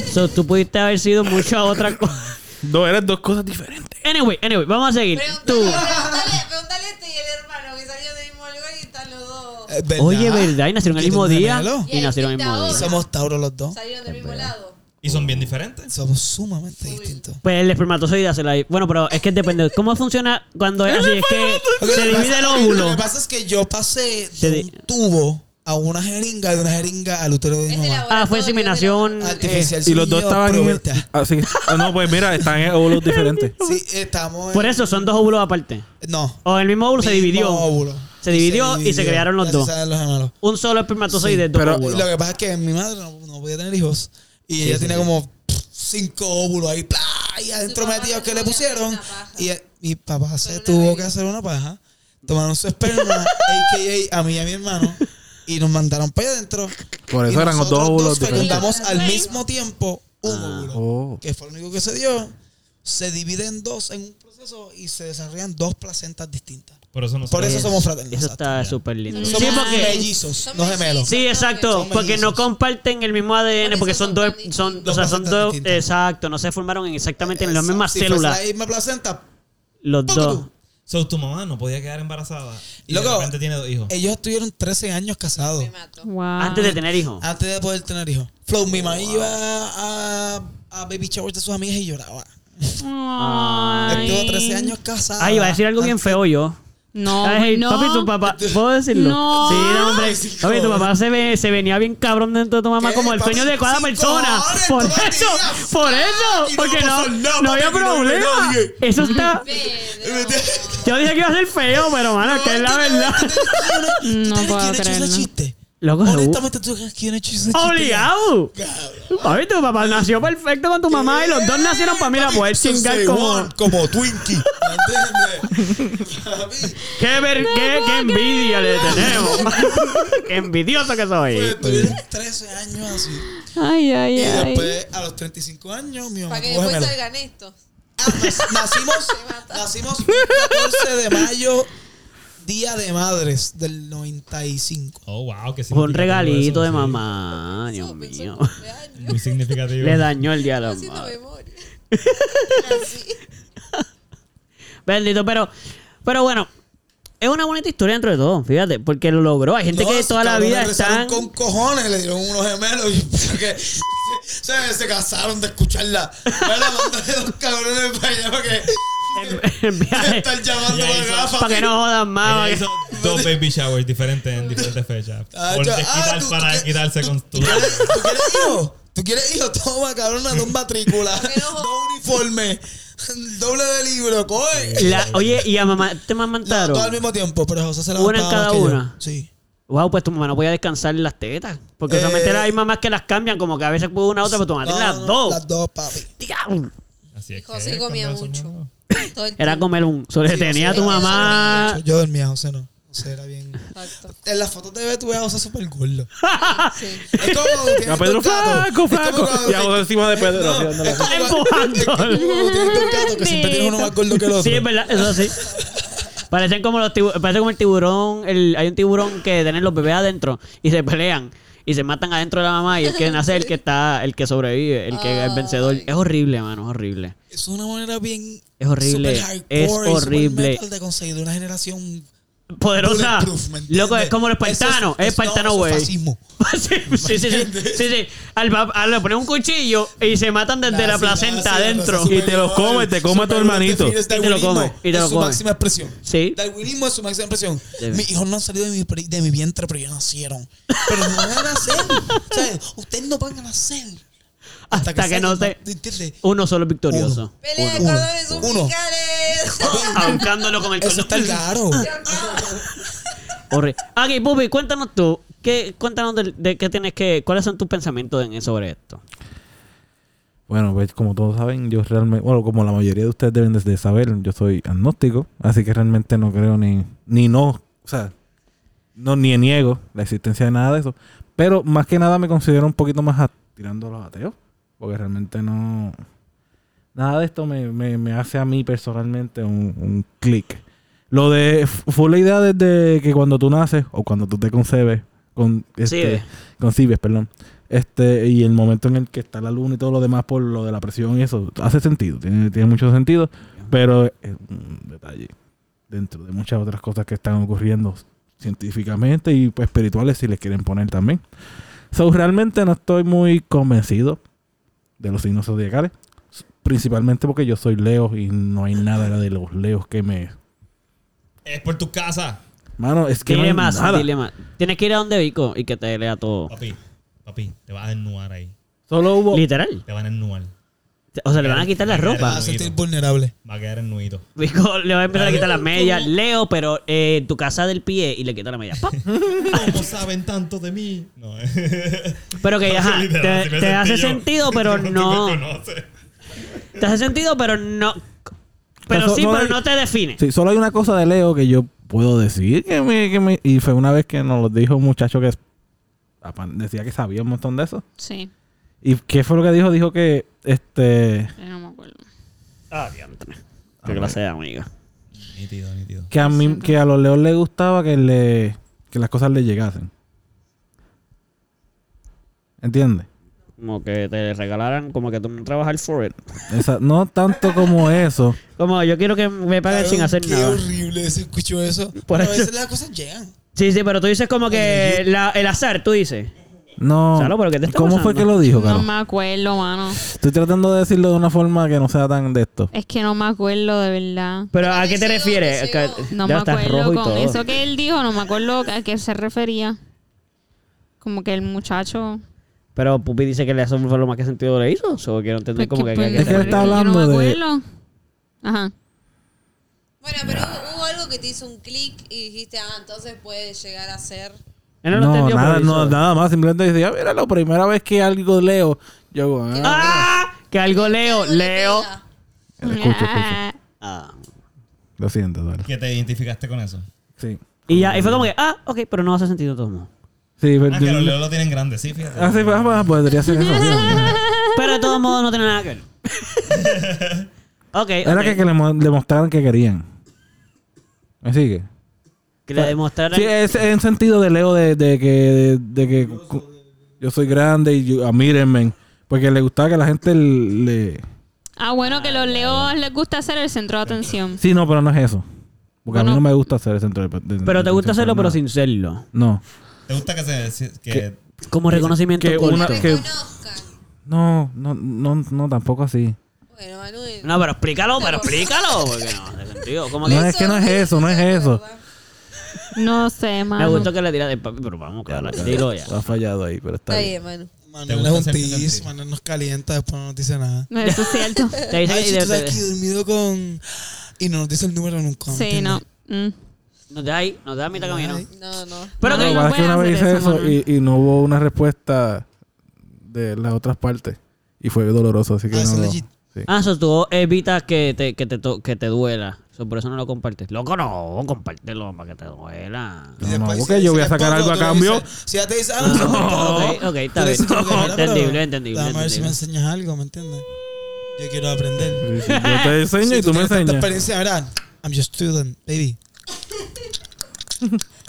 S5: preguntamos.
S2: So, tú pudiste haber sido mucha otra cosa.
S8: Dos, eran dos cosas diferentes.
S2: Anyway, anyway, vamos a seguir. Tú.
S6: Pregúntale, pregúntale, pregúntale a este y el hermano que salió del mismo lugar y están los dos.
S1: Eh,
S5: Es verdad.
S2: Oye, ¿verdad? Y nacieron el
S5: Yo
S2: mismo
S5: tengo
S2: día.
S5: gemelo.
S2: Y nacieron el mismo
S6: Ahora.
S2: día.
S5: Somos Tauro los dos.
S6: Salieron del mismo lado.
S7: Y son bien diferentes.
S5: Somos sumamente distintos.
S2: Pues el espermatozoide hace la. Bueno, pero es que depende. ¿Cómo funciona cuando es así? Es que
S5: Lo que
S2: se
S5: pasa-
S2: divide el
S5: Lo
S2: óvulo.
S5: que pasa es que yo pasé
S2: Se
S5: de
S2: di-
S5: un tubo a una jeringa y de una jeringa al útero de mi
S6: Es de
S5: mamá.
S2: Ah, fue
S6: laboratorio,
S2: inseminación.
S6: es de laboratorio.
S5: Artificial.
S8: Eh, y los dos
S5: Yo,
S8: estaban en el-
S5: probeta.
S8: así. Ah, no, pues mira, están en óvulos diferentes.
S5: Sí, estamos. en-
S2: Por eso son dos óvulos aparte.
S5: No.
S2: O el mismo óvulo se
S5: mismo
S2: dividió.
S5: óvulo.
S2: Se dividió y se crearon los
S5: Ya
S2: dos.
S5: se saben los gemelos.
S2: Un solo espermatozoide,
S5: Sí,
S2: dos
S8: pero-
S2: óvulos.
S5: Lo que pasa es que mi madre no, no podía tener hijos. Y ella tiene como pff, cinco óvulos ahí, ¡plá! y adentro
S6: Su papá
S5: metidos
S6: no
S5: que le
S6: podía hacer
S5: pusieron.
S6: una paja.
S5: Y eh, mi papá se
S6: una
S5: tuvo
S6: regla.
S5: que hacer una paja. Tomaron su esperma, a.k.a. a mí y a mi hermano. Y nos mandaron para allá adentro.
S8: Por
S5: Y
S8: eso eran los dos
S5: nosotros
S8: óvulos diferentes.
S5: fecundamos al
S6: Sí.
S5: mismo tiempo un óvulo.
S8: Oh.
S5: Que fue lo único que se dio. Se divide en dos en un proceso y se desarrollan dos placentas distintas.
S7: Por eso no
S5: Por eso
S7: son
S5: somos fraternos.
S2: Pues Eso
S5: exacto.
S2: está súper lindo.
S5: Somos
S2: Sí, porque.
S5: mellizos,
S6: Son
S5: no gemelos.
S2: Sí, exacto.
S5: Son
S2: Porque no
S5: mellizos.
S2: comparten el mismo ADN,
S6: Por
S2: porque
S6: eso
S2: son
S6: son
S2: dos.
S6: tan
S2: Son, o
S5: distintos.
S2: sea, son
S5: Dos
S2: dos.
S5: distintas.
S2: Exacto, no se formaron en exactamente en las
S5: Exacto.
S2: mismas
S5: Si
S2: células.
S5: fuese la misma placenta,
S2: Los
S5: Poco
S2: dos.
S5: tú.
S7: So, tu mamá no podía quedar embarazada. Y
S5: Loco,
S7: de repente tiene dos hijos.
S5: ellos estuvieron 13 años casados
S6: Me mato.
S4: Wow.
S2: Antes de tener hijos.
S5: antes de poder tener hijos. Flow, mi mamá iba a, a baby showers de sus amigas y lloraba.
S4: Ay.
S5: Estuvo 13 años casada.
S2: Ay, iba a decir algo bien feo yo.
S4: No,
S2: Ay,
S4: no.
S2: Papi, tu papá. ¿Puedo decirlo?
S4: No.
S2: Sí, no, hombre.
S5: Ay, sí,
S2: Papi, tu
S5: joder.
S2: papá se, ve- se venía bien cabrón dentro de tu mamá
S5: ¿Qué,
S2: como el
S5: papi?
S2: sueño de cada
S5: Sí,
S2: persona.
S5: cojones,
S2: por
S5: todos los
S2: eso,
S5: días.
S2: por eso.
S5: Y no
S2: Porque
S5: va a
S2: no,
S5: pasar nada,
S2: no había
S5: papi, que no venga
S2: problema.
S5: nadie.
S2: Eso está.
S6: Pedro.
S2: Yo dije que iba a ser feo, pero mano, que es la verdad.
S4: No puedo
S5: ¿Ustedes quién hecho ese
S4: creerlo.
S5: chiste?
S2: Loco, seguro.
S5: Honestamente, ¿tú crees que quién hecho ese chiste?
S2: Obligado.
S5: Cabrón.
S2: Papi, tu papá nació perfecto con tu mamá y los dos nacieron para mí la
S5: Papi,
S2: poder
S5: so
S2: chingar
S5: say
S2: como.
S5: one, como Twinkie. ¿Me entiendes? Papi,
S2: Qué, ver, qué, qué envidia le tenemos. qué envidioso que soy.
S5: pues, tuvieron 13 años así.
S4: Ay, ay,
S5: Y
S4: ay.
S5: después, a los 35 años, mi mamá
S6: Para que
S5: tuvo
S6: después
S5: gemelos.
S6: salgan estos.
S5: Ah, nac- nacimos, nacimos un 14 de mayo, Día de Madres del 95.
S7: Oh, wow, que
S2: Fue un regalito de
S7: eso, sí.
S2: mamá. Dios
S6: Pensó
S2: mío.
S6: cumpleaños.
S7: Muy significativo.
S2: Le dañó el día a la
S6: Haciendo
S2: madre.
S6: memoria.
S2: Bendito, pero, pero bueno, es una bonita historia dentro de todo, fíjate, porque lo logró. Hay gente
S5: No,
S2: que
S5: esos
S2: toda la
S5: cabrones
S2: vida
S5: rezaron
S2: están.
S5: con cojones, le dieron unos gemelos y porque se, se casaron de escucharla. Bueno, mandé dos cabrones para allá porque
S2: en- en
S5: me
S2: viaje,
S5: están llamando
S7: Ya
S5: para
S7: hizo-
S5: acá,
S2: para que
S5: papi.
S2: no jodan
S1: Ah, Eh,
S2: más. para
S7: Ella
S2: que-
S7: hizo dos baby showers diferentes en diferentes fechas.
S5: Ah,
S7: Por
S5: yo- ah,
S7: desquitar
S5: tú-
S7: para
S5: tú que-
S7: quitarse con tu.
S5: ¿Tú quieres- ¿Tú quieres hijos? ¿Tú quieres hijos? Toma, cabrona, dos matrículas,
S6: Pero-
S5: dos uniformes, doble de libro, coge.
S2: La- oye, y a mamá te
S5: No,
S2: mamantaron.
S5: todo al mismo tiempo, pero José se la
S2: Una en
S5: montaba más
S2: cada
S5: que yo.
S2: una.
S5: Sí.
S2: Wow, pues tu mamá no podía descansar las tetas. Porque
S5: Eh.
S2: solamente hay mamás que las cambian, como que a veces puede una a otra, pero tu
S8: Ah,
S2: mamá
S5: No,
S2: tiene las
S5: no,
S2: dos.
S5: Las dos, papi.
S2: Diablo.
S7: Así es.
S6: José
S7: que
S6: comía
S7: cuando
S6: mucho.
S7: eso no-
S6: Todo el
S2: Era
S6: tiempo.
S2: comer un. Sobre tenía a tu
S6: sí, sí,
S8: Ah.
S2: mamá.
S5: Yo dormía, José no. José era bien.
S6: Exacto.
S5: En las fotos de tú ves a José súper gordo.
S6: Sí.
S5: Es como. tienes
S8: A Pedro
S5: dos gatos.
S8: flaco,
S5: Es como
S8: flaco.
S5: cuando-
S8: Y a José encima de Pedro.
S5: No,
S8: haciéndole
S5: es
S8: así.
S5: como cuando-
S2: Empujando.
S5: es como tienes dos gatos que siempre tienes uno más gordo que el otro.
S2: Sí, es verdad, eso sí. Parecen como los tibu- parece como el tiburón, el, hay un tiburón que tienen los bebés adentro y se pelean y se matan adentro de la mamá y el que nace es el que está, el que sobrevive, el que es el vencedor. Es horrible, mano, es horrible.
S5: Es una manera bien.
S2: Es horrible,
S5: súper hardcore
S2: es
S5: y súper
S2: horrible.
S5: metal de conseguir una generación.
S2: Poderosa.
S5: bulletproof, ¿me entiendes?
S2: Loco, es como el
S5: Eso
S2: espartano, es
S5: eso-
S2: espartano,
S5: no, eso es
S2: güey.
S5: fascismo.
S2: sí, sí, sí, sí, sí, sí. Al, pap- al- le ponen un cuchillo y se matan desde la
S5: Nazi,
S2: placenta
S5: nazi,
S2: adentro.
S5: raza
S8: Y te lo
S5: superior,
S8: come, te come a tu
S5: superior,
S8: hermanito.
S5: defines
S2: Y te lo
S5: darwinismo,
S2: come, y te
S5: es
S2: lo
S5: su
S2: come.
S5: máxima expresión.
S2: Sí.
S5: Darwinismo es su máxima expresión.
S2: Debe.
S5: Mis hijos no han salido de mi, pri- de mi vientre, pero ya nacieron. Pero no van a nacer. o sea, ustedes no van a nacer.
S2: Hasta, que, no
S5: salgan,
S2: te...
S5: ¿Entiendes?
S2: Uno solo es victorioso.
S6: Pelea de
S5: Uno.
S6: cordones
S5: Uno.
S6: umbilicales.
S2: Ahorcándolo con el Ah.
S5: Eso
S2: cono.
S5: está claro.
S2: Horri- Ok, Pupi, cuéntanos tú. ¿qué, cuéntanos del- de, qué tienes que. ¿Cuáles son tus pensamientos en- sobre esto?
S8: Bueno, pues como todos saben, yo realmente, bueno, como la mayoría de ustedes deben de saber, yo soy agnóstico, así que realmente no creo ni, ni no, o sea, no ni niego la existencia de nada de eso, pero más que nada me considero un poquito más a- tirando a los ateos, Porque realmente no. Nada de esto me, me- me hace a mí personalmente un, un clic. Lo de. f- Fue la idea desde que cuando tú naces o cuando tú te concebes. Con, este,
S2: Concibe.
S8: concibes, perdón. Este, y el momento en el que está la luna y todo lo demás por lo de la presión y eso. Hace sentido, tiene, tiene mucho sentido. Pero es un detalle. Dentro de muchas otras cosas que están ocurriendo científicamente y pues, espirituales si les quieren poner también. So, realmente no estoy muy convencido de los signos zodiacales. S- Principalmente porque yo soy Leo y no hay nada de los Leos que me.
S1: Es por tu casa.
S8: Mano, es que. no
S2: Dile
S8: hay
S2: más,
S8: nada.
S2: dile más. Tienes que ir a donde Vico y que te lea todo.
S1: Papi, papi, te vas a desnudar ahí.
S8: Solo hubo.
S2: Literal.
S1: Te van a desnudar.
S2: O sea, le van a quitar la
S5: Te vas
S2: ropa.
S5: a sentir vulnerable.
S1: Va a quedar desnudito.
S2: Vico le va a empezar a quitar las medias. Leo, pero eh, en tu casa del pie y le quita la media. ¡Pap!
S1: ¿Cómo saben tanto de mí? No, eh.
S2: Pero que ajá,
S1: Literal,
S2: te,
S1: así me
S2: te hace
S1: sentí yo.
S2: sentido, pero
S1: Tú me
S2: no.
S1: conoces.
S2: Te hace sentido, pero no. Pero
S8: Eso
S2: sí,
S8: no
S2: pero
S8: hay-
S2: no te define.
S8: Sí, solo hay una cosa de Leo que yo puedo decir. Que me, que me- y fue una vez que nos lo dijo un muchacho que apa- decía que sabía un montón de eso.
S4: Sí,
S8: ¿Y qué fue lo que dijo? Dijo que. Este.
S4: pero eh, no me acuerdo.
S2: Ah, diantre. Qué clase de amiga.
S1: Nítido, nítido.
S8: Que a, mí, que a los leos les gustaba que, le, que las cosas le llegasen. ¿Entiendes?
S2: Como que te regalaran, como que tú no trabajar for it.
S8: Esa- no tanto como eso.
S2: Como yo quiero que me paguen sin
S5: Cabrón,
S2: hacer
S5: qué
S2: nada.
S5: horrible se escuchó eso.
S2: Por
S5: Pero a
S2: eso-
S5: veces las cosas llegan.
S2: Sí, sí, pero tú dices como que la- el azar, tú dices.
S8: No.
S2: Salo, ¿pero qué te está
S8: ¿Cómo fue
S2: pasando?
S8: que lo dijo,
S4: No
S8: Caro?
S4: me acuerdo, mano.
S8: Estoy tratando de decirlo de una forma que no sea tan de esto.
S4: Es que no me acuerdo de verdad.
S2: Pero
S6: Pero
S2: ¿a
S6: te
S2: qué te
S6: llegó,
S2: refieres?
S6: te
S2: Acá-
S6: llegó.
S4: No
S2: ya
S4: me
S2: estás rojo
S4: acuerdo
S2: y
S4: con
S2: todo.
S4: eso que él dijo, no me acuerdo a qué se refería. Como que el muchacho.
S2: Pero Pupi dice que el azar fue lo más que sentido le hizo. Solo quiero entender como que...
S4: pues,
S2: que-
S8: Es que él
S4: pues,
S8: está
S4: yo
S8: hablando
S4: no me
S8: de-
S4: acuerdo. Ajá.
S6: Bueno, pero hubo, hubo algo que te hizo un clic y dijiste, ah, entonces puede llegar a ser.
S2: Él
S8: No,
S2: lo entendió,
S8: nada,
S2: pero
S8: no,
S2: hizo-
S8: nada más. Simplemente decía, mira, la primera vez que algo leo, yo hago, ah,
S2: ¡Ah! Que algo leo,
S6: Algo le
S2: leo.
S6: pega.
S8: Escucha, escucha.
S4: Ah,
S2: Ah.
S8: Lo siento, dale.
S1: ¿Que te identificaste con eso?
S8: Sí.
S2: Y ya, y fue como que, ah, ok, pero no hace sentido de todos modos.
S8: Sí, pero...
S1: Ah, que los leos lo tienen grande, sí, fíjate.
S8: Ah, sí, pues, ah, pues, podría ser eso. sí.
S2: Pero de todos modos no tiene nada que ver. ok,
S8: Era
S2: ok.
S8: que, que le, mo- le mostraran que querían. ¿Me sigue?
S2: Que le demostraran...
S8: Sí, eh, es en sentido de Leo de, de que, de, de que cu- yo soy grande y yo, ah, mírenme. Porque le gustaba que la gente le...
S4: Ah, bueno, que los leos les gusta ser el centro de atención.
S8: Sí, no, pero no es eso. Porque a
S4: Bueno.
S8: mí no me gusta hacer el centro de... de-
S2: Pero te
S8: de-
S2: gusta
S8: de-
S2: hacerlo, pero
S8: nada.
S2: sin serlo.
S8: No.
S1: ¿Te gusta que se... que-
S8: Que-
S2: Como reconocimiento.
S8: que
S2: culto.
S8: una-
S6: Que
S8: que-
S6: reconozcan.
S8: No, no, no, no, tampoco así.
S6: Bueno, Manuel.
S2: No, pero explícalo, pero explícalo. Porque no, hace sentido. Como que...
S8: No es que no es eso, no es eso.
S4: No sé,
S2: Me
S4: mano.
S2: gustó que le tiras del papi, pero vamos, quedar al tiro ya.
S8: Ha fallado ahí, pero está
S6: Está
S8: bien.
S6: bien, Manu.
S5: Manuel es
S1: gusta
S5: un
S1: hacerte
S5: tiz,
S1: sentir?
S5: Manuel nos calienta, después no nos dice nada.
S4: No, Eso es cierto.
S2: Te dice
S5: Ay,
S2: que-
S5: si tú estás
S2: te-
S5: aquí dormido con... Y no nos dice el número nunca.
S4: Sí, no.
S5: ¿entiendes?
S4: Mm.
S2: No te ahí, no te da mitad camino.
S5: Ay.
S6: No, no.
S2: Pero
S4: No,
S2: que
S8: Lo que
S4: no
S8: pasa es que
S4: puedes
S8: una vez
S4: hacer
S8: hice
S4: eso,
S8: eso y, y no hubo una respuesta de las otras partes. Y fue doloroso, así que
S5: Ah,
S8: no
S5: eso es
S8: lo-
S5: legit.
S8: sí.
S2: Ah, eso tú evitas que te, que te, to- que te duela. Eso, por eso no lo compartes. Loco, no, compártelo para que te duela.
S5: Y
S8: No,
S5: después,
S8: no,
S5: si-
S8: porque yo
S5: si
S8: voy a
S5: le
S8: sacar
S5: pongo,
S8: algo a
S5: tú le
S8: cambio.
S5: dices- Si ya te dice, ah, no, no,
S2: Ok, ok, está
S5: Tú le
S2: bien.
S5: dices, "No, pero
S2: Entendible, entendible,
S5: Dame a ver si me
S2: entendible.
S5: enseñas algo, ¿me entiendes? Yo quiero aprender.
S8: Sí, sí, Yo te enseño
S5: Sí,
S8: y tú me
S5: tienes tanta
S8: enseñas.
S5: experiencia, ¿verdad? I'm your student, baby.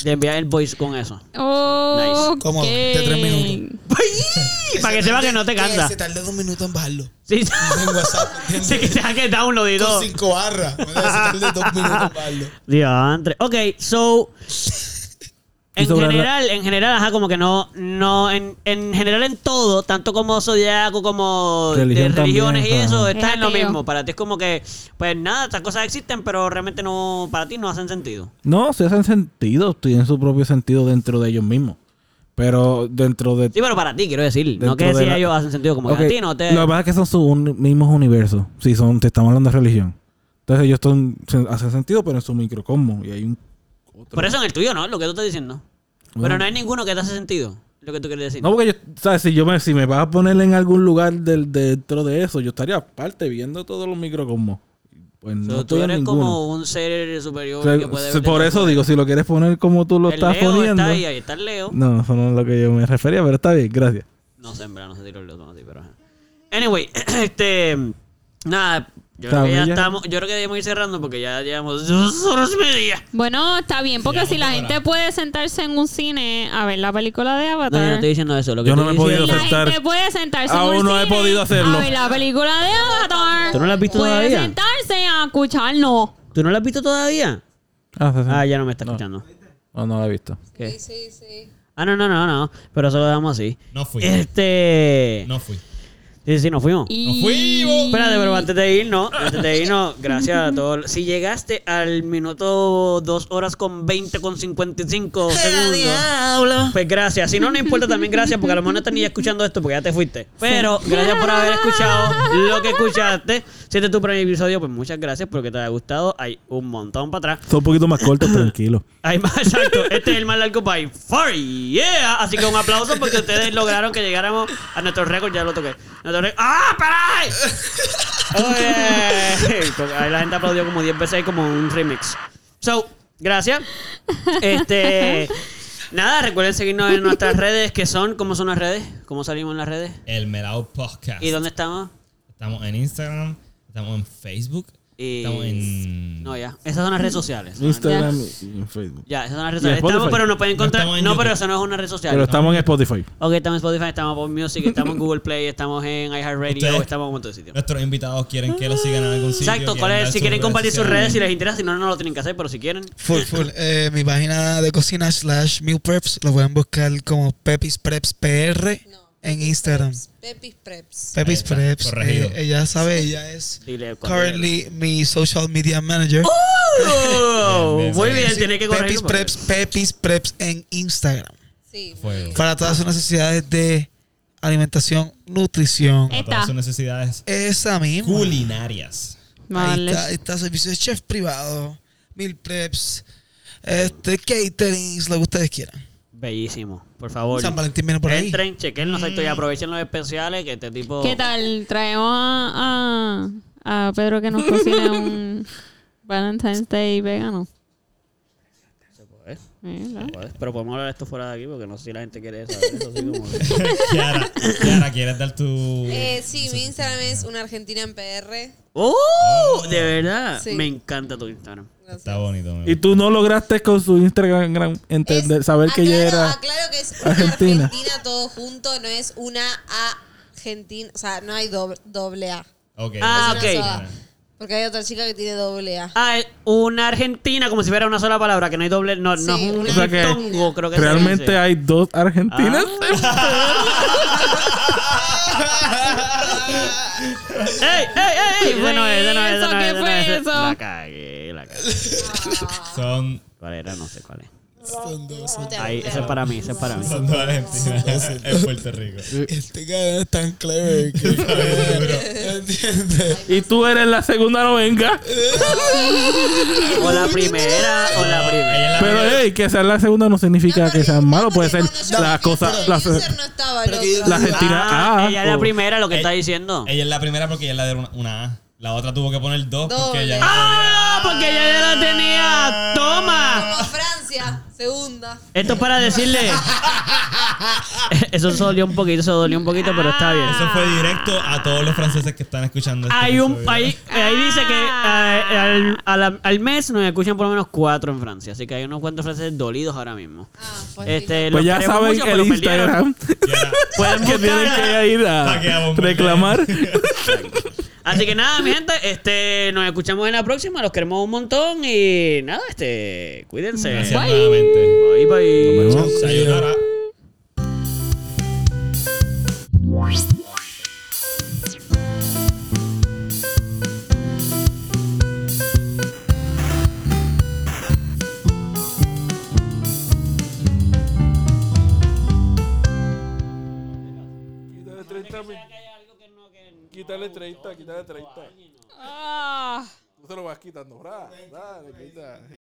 S2: Te envías el voice con eso.
S4: Oh,
S5: Como de tres minutos.
S2: Y para que sepa que no te canta.
S5: Se tarda dos minutos en bajarlo.
S2: Sí,
S5: En WhatsApp, ¿entiendes?
S2: sí que se que download y todo.
S5: Con cinco barras. ¿me entiendes? Se tarda dos minutos en bajarlo.
S2: Diantre. Ok, so. En
S8: Y sobre la-
S2: general, en general, ajá, como que no, no, en, en general en todo, tanto como zodiaco, como
S8: Religión
S2: de religiones
S8: también,
S2: y eso,
S8: ajá.
S2: está en lo
S4: Ateo.
S2: mismo. Para ti es como que, pues nada, estas cosas existen, pero realmente no, para ti no hacen sentido.
S8: No, se hacen sentido, tienen su propio sentido dentro de ellos mismos. Pero dentro de.
S2: Sí, pero para ti, quiero decir, no que
S8: dentro de
S2: si
S8: la-
S2: ellos hacen sentido, como
S8: Ok,
S2: que a ti no te...
S8: Lo que pasa es que son sus un- mismos universos. Si son, te estamos hablando de religión. Entonces ellos son, se- hacen sentido, pero en su microcosmo. Y hay un. otro-
S2: Por eso en el tuyo no, lo que tú estás diciendo. Pero
S8: Bueno.
S2: no hay ninguno que te hace sentido, lo que tú quieres decir.
S8: No, porque yo, ¿sabes? Si, yo me, si me vas a poner en algún lugar del, dentro de eso, yo estaría aparte viendo todos los microcosmos. Pues
S2: So,
S8: no
S2: tú
S8: estoy en
S2: eres
S8: ninguno.
S2: como un ser superior
S8: O sea,
S2: que puede
S8: si-
S2: ver
S8: por
S2: desde
S8: eso
S2: fuera.
S8: digo, si lo quieres poner como tú lo
S2: El
S8: estás
S2: Leo
S8: poniendo.
S2: Está ahí, ahí está el Leo.
S8: No, eso no es lo que yo me refería, pero está bien, gracias.
S2: No sé, en verdad, no sé si lo leo así, pero. ajá. Anyway, este. Nada, yo creo que ya
S8: Tablilla.
S2: estamos. Yo creo que debemos ir cerrando porque ya llevamos dos horas y media.
S4: Bueno, está bien, porque
S1: Sigamos
S4: si la
S1: ahora.
S4: gente puede sentarse en un cine a ver la película
S2: No,
S4: de
S2: yo no
S4: Avatar.
S2: estoy diciendo eso. Lo que
S8: Yo no
S2: estoy
S8: me he podido
S2: diciendo-
S4: la
S8: sentar.
S4: gente puede sentarse en
S8: Aún
S4: un
S8: no he
S4: cine
S8: podido hacerlo.
S4: A ver la película de Avatar.
S2: ¿Tú no la has visto
S4: puede
S2: todavía?
S4: sentarse a escucharnos.
S2: ¿Tú no la has visto todavía?
S8: Ah, sí, sí.
S2: Ah, ya no me está
S8: No.
S2: escuchando.
S8: Oh, No, no la he visto.
S2: ¿Qué?
S6: Sí, sí, sí.
S2: Ah, no, no, no, no. Pero eso lo damos así.
S1: No fui.
S2: Este.
S1: No fui.
S2: Sí, sí, nos fuimos.
S4: Y...
S1: fuimos.
S2: Espérate, pero antes de irnos, antes de irnos, gracias a todos. Si llegaste al minuto 2 horas con 20 con 55 segundos,
S5: diablo!
S2: pues gracias. Si no, no importa también gracias, porque a lo mejor no estás ni ya escuchando esto porque ya te fuiste. Pero gracias por haber escuchado lo que escuchaste. Si este es tu primer episodio, pues muchas gracias porque te haya gustado. Hay un montón para atrás.
S8: Son un poquito más cortos, tranquilo.
S2: Ay, más exacto. Este es el más largo by far. Yeah. Así que un aplauso porque ustedes lograron que llegáramos a nuestro récord. Ya lo toqué. Nuestro récord. ¡Ah, para! Ahí la gente aplaudió como 10 veces y como un remix. So, gracias. Este. Nada, recuerden seguirnos en nuestras redes, que son, ¿cómo son las redes? ¿Cómo salimos en las redes?
S1: El Melao Podcast.
S2: ¿Y dónde estamos?
S1: Estamos en Instagram, estamos en Facebook,
S2: Y-
S1: estamos en...
S2: No, ya. Esas son las redes sociales.
S8: Instagram y en Facebook.
S2: Ya, esas son las redes
S8: Y en
S2: sociales. Estamos,
S8: Spotify.
S2: pero nos pueden encontrar.
S1: estamos
S2: No,
S1: en
S2: pero
S1: YouTube.
S2: eso no es una red social.
S8: Pero estamos en Spotify.
S2: Ok, estamos en Spotify, estamos en Apple Music, estamos en Google Play, estamos en iHeartRadio,
S1: Ustedes-
S2: estamos en un montón de sitios.
S1: Nuestros invitados quieren que los sigan en algún sitio.
S2: Exacto,
S1: quieren
S2: ¿cuál
S1: dar
S2: es? si quieren compartir sus
S1: sociales.
S2: redes, si les interesa, si no, no lo tienen que hacer, pero si quieren.
S5: Full, full. Eh, mi página de cocina slash meal preps lo pueden buscar como Pepis Preps PR
S6: No.
S5: en Instagram.
S6: Pepis Preps.
S5: Pepis
S1: está,
S5: Preps.
S1: corregido.
S5: eh, ella sabe, ella es
S2: Dile cuando
S5: currently mi social media manager.
S2: ¡Oh!
S1: Bien, bien,
S2: Muy
S1: bien.
S2: bien, tiene que corregir.
S5: Pepis Preps, Pepis Preps en Instagram.
S6: Sí. Eh,
S1: Fuego.
S6: muy bien.
S5: Para todas sus necesidades de alimentación, nutrición.
S1: Para
S4: Esta.
S1: todas sus necesidades
S5: Esa misma.
S1: culinarias.
S5: Ahí
S4: Vale.
S5: está, ahí está servicio de chef privado, meal preps, este, caterings, lo que ustedes quieran.
S2: Bellísimo, por favor.
S5: San Valentín viene por ahí.
S2: Entren, chequen
S6: Mm.
S2: los actos y aprovechen los especiales que este tipo.
S4: ¿Qué tal? Traemos a, a, a Pedro que nos cocine un Valentine's Day vegano.
S2: Se puede,
S4: Eh,
S2: se
S4: claro.
S2: puede. Pero podemos hablar de esto fuera de aquí porque no sé si la gente quiere saber eso. Así como...
S1: Kiara, Kiara, ¿quieres dar tu...?
S6: Eh, sí, mi Instagram es una Argentina en PR.
S2: ¡Oh! De verdad,
S6: Sí.
S2: me encanta tu Instagram.
S1: Está bonito. me
S8: Y tú no lograste con su Instagram gran- entender,
S6: Es-
S8: saber que ella
S6: aclaro-
S8: era.
S6: Aclaro que es una
S8: argentina.
S6: Argentina. todo junto, no es una Argentina. O sea, no hay doble, doble A.
S1: Ok.
S2: Ah,
S6: Es
S2: ok.
S6: una sola. Porque hay otra chica que tiene doble A.
S2: Ah, es una Argentina, como si fuera una sola palabra, que no hay doble. No, no
S6: Sí,
S2: es un
S6: una-
S8: O sea que
S2: diptongo, creo que se
S8: Realmente
S2: dice.
S8: hay dos argentinas.
S2: Ah. ¡Ey, ey, ey!
S4: ¿Qué
S2: ey! Bueno,
S4: fue
S2: es, bueno, es,
S4: eso?
S2: bueno,
S4: ¿Qué
S2: es, bueno,
S4: fue
S2: es.
S4: eso?
S2: La cagué, la cagué.
S1: Son,
S2: ¿Cuál era? No sé cuál es.
S5: Son dos.
S6: No te
S2: Ahí,
S6: hagas.
S2: ese es para mí, ese es para mí.
S1: son dos argentinas en Puerto Rico.
S5: Este cabrón es tan clever que. ¿Entiendes?
S8: Y tú eres la segunda no venga.
S2: O la primera, o la primera.
S1: Ella es la
S8: Pero
S2: Eh.
S1: primera.
S8: hey, que sea la segunda no significa
S6: No,
S8: que
S6: porque-
S8: sea
S6: no,
S8: malo,
S6: porque
S8: puede ser
S6: cuando yo
S8: las
S6: vi
S8: cosas.
S6: el
S8: las-
S6: user no estaba el
S5: Pero que
S6: otro.
S5: yo-
S8: La Argentina
S2: Ah,
S8: A.
S2: ella es la
S8: o-
S2: primera, lo que
S1: Ey.
S2: está diciendo.
S1: Ella es la primera porque ella le dio una, una A. La otra tuvo que poner dos porque
S6: Doble.
S1: ella...
S2: ¡Ah! Porque ella ya la tenía. ¡Toma!
S6: Como Francia, segunda.
S2: Esto es para decirle. Eso dolió un poquito, eso dolió un poquito, pero está bien.
S1: Eso fue directo a todos los franceses que están escuchando. este
S2: Hay un
S1: episodio.
S2: ahí, ahí dice que eh,
S6: Ah.
S2: al, a la- al mes nos escuchan por lo menos cuatro en Francia, así que hay unos cuantos franceses dolidos ahora mismo.
S6: Ah, pues.
S2: Este, los
S8: Pues ya
S2: queremos
S8: saben
S2: mucho, pero
S8: el
S2: perdieron.
S8: Instagram
S1: Kiara,
S2: Pueden
S8: que tienen
S2: buscar-
S8: que ir
S1: Pa' que
S8: a
S1: abombardeen.
S8: reclamar.
S2: Así que nada, mi gente, este, nos escuchamos en la próxima, los queremos un montón y nada, este, cuídense.
S1: Gracias nuevamente.
S2: Bye bye.
S1: Sayonara.
S8: Quítale 30, quítale 30.
S4: Ah.
S8: Tú se lo vas quitando, bra. Dale, quita.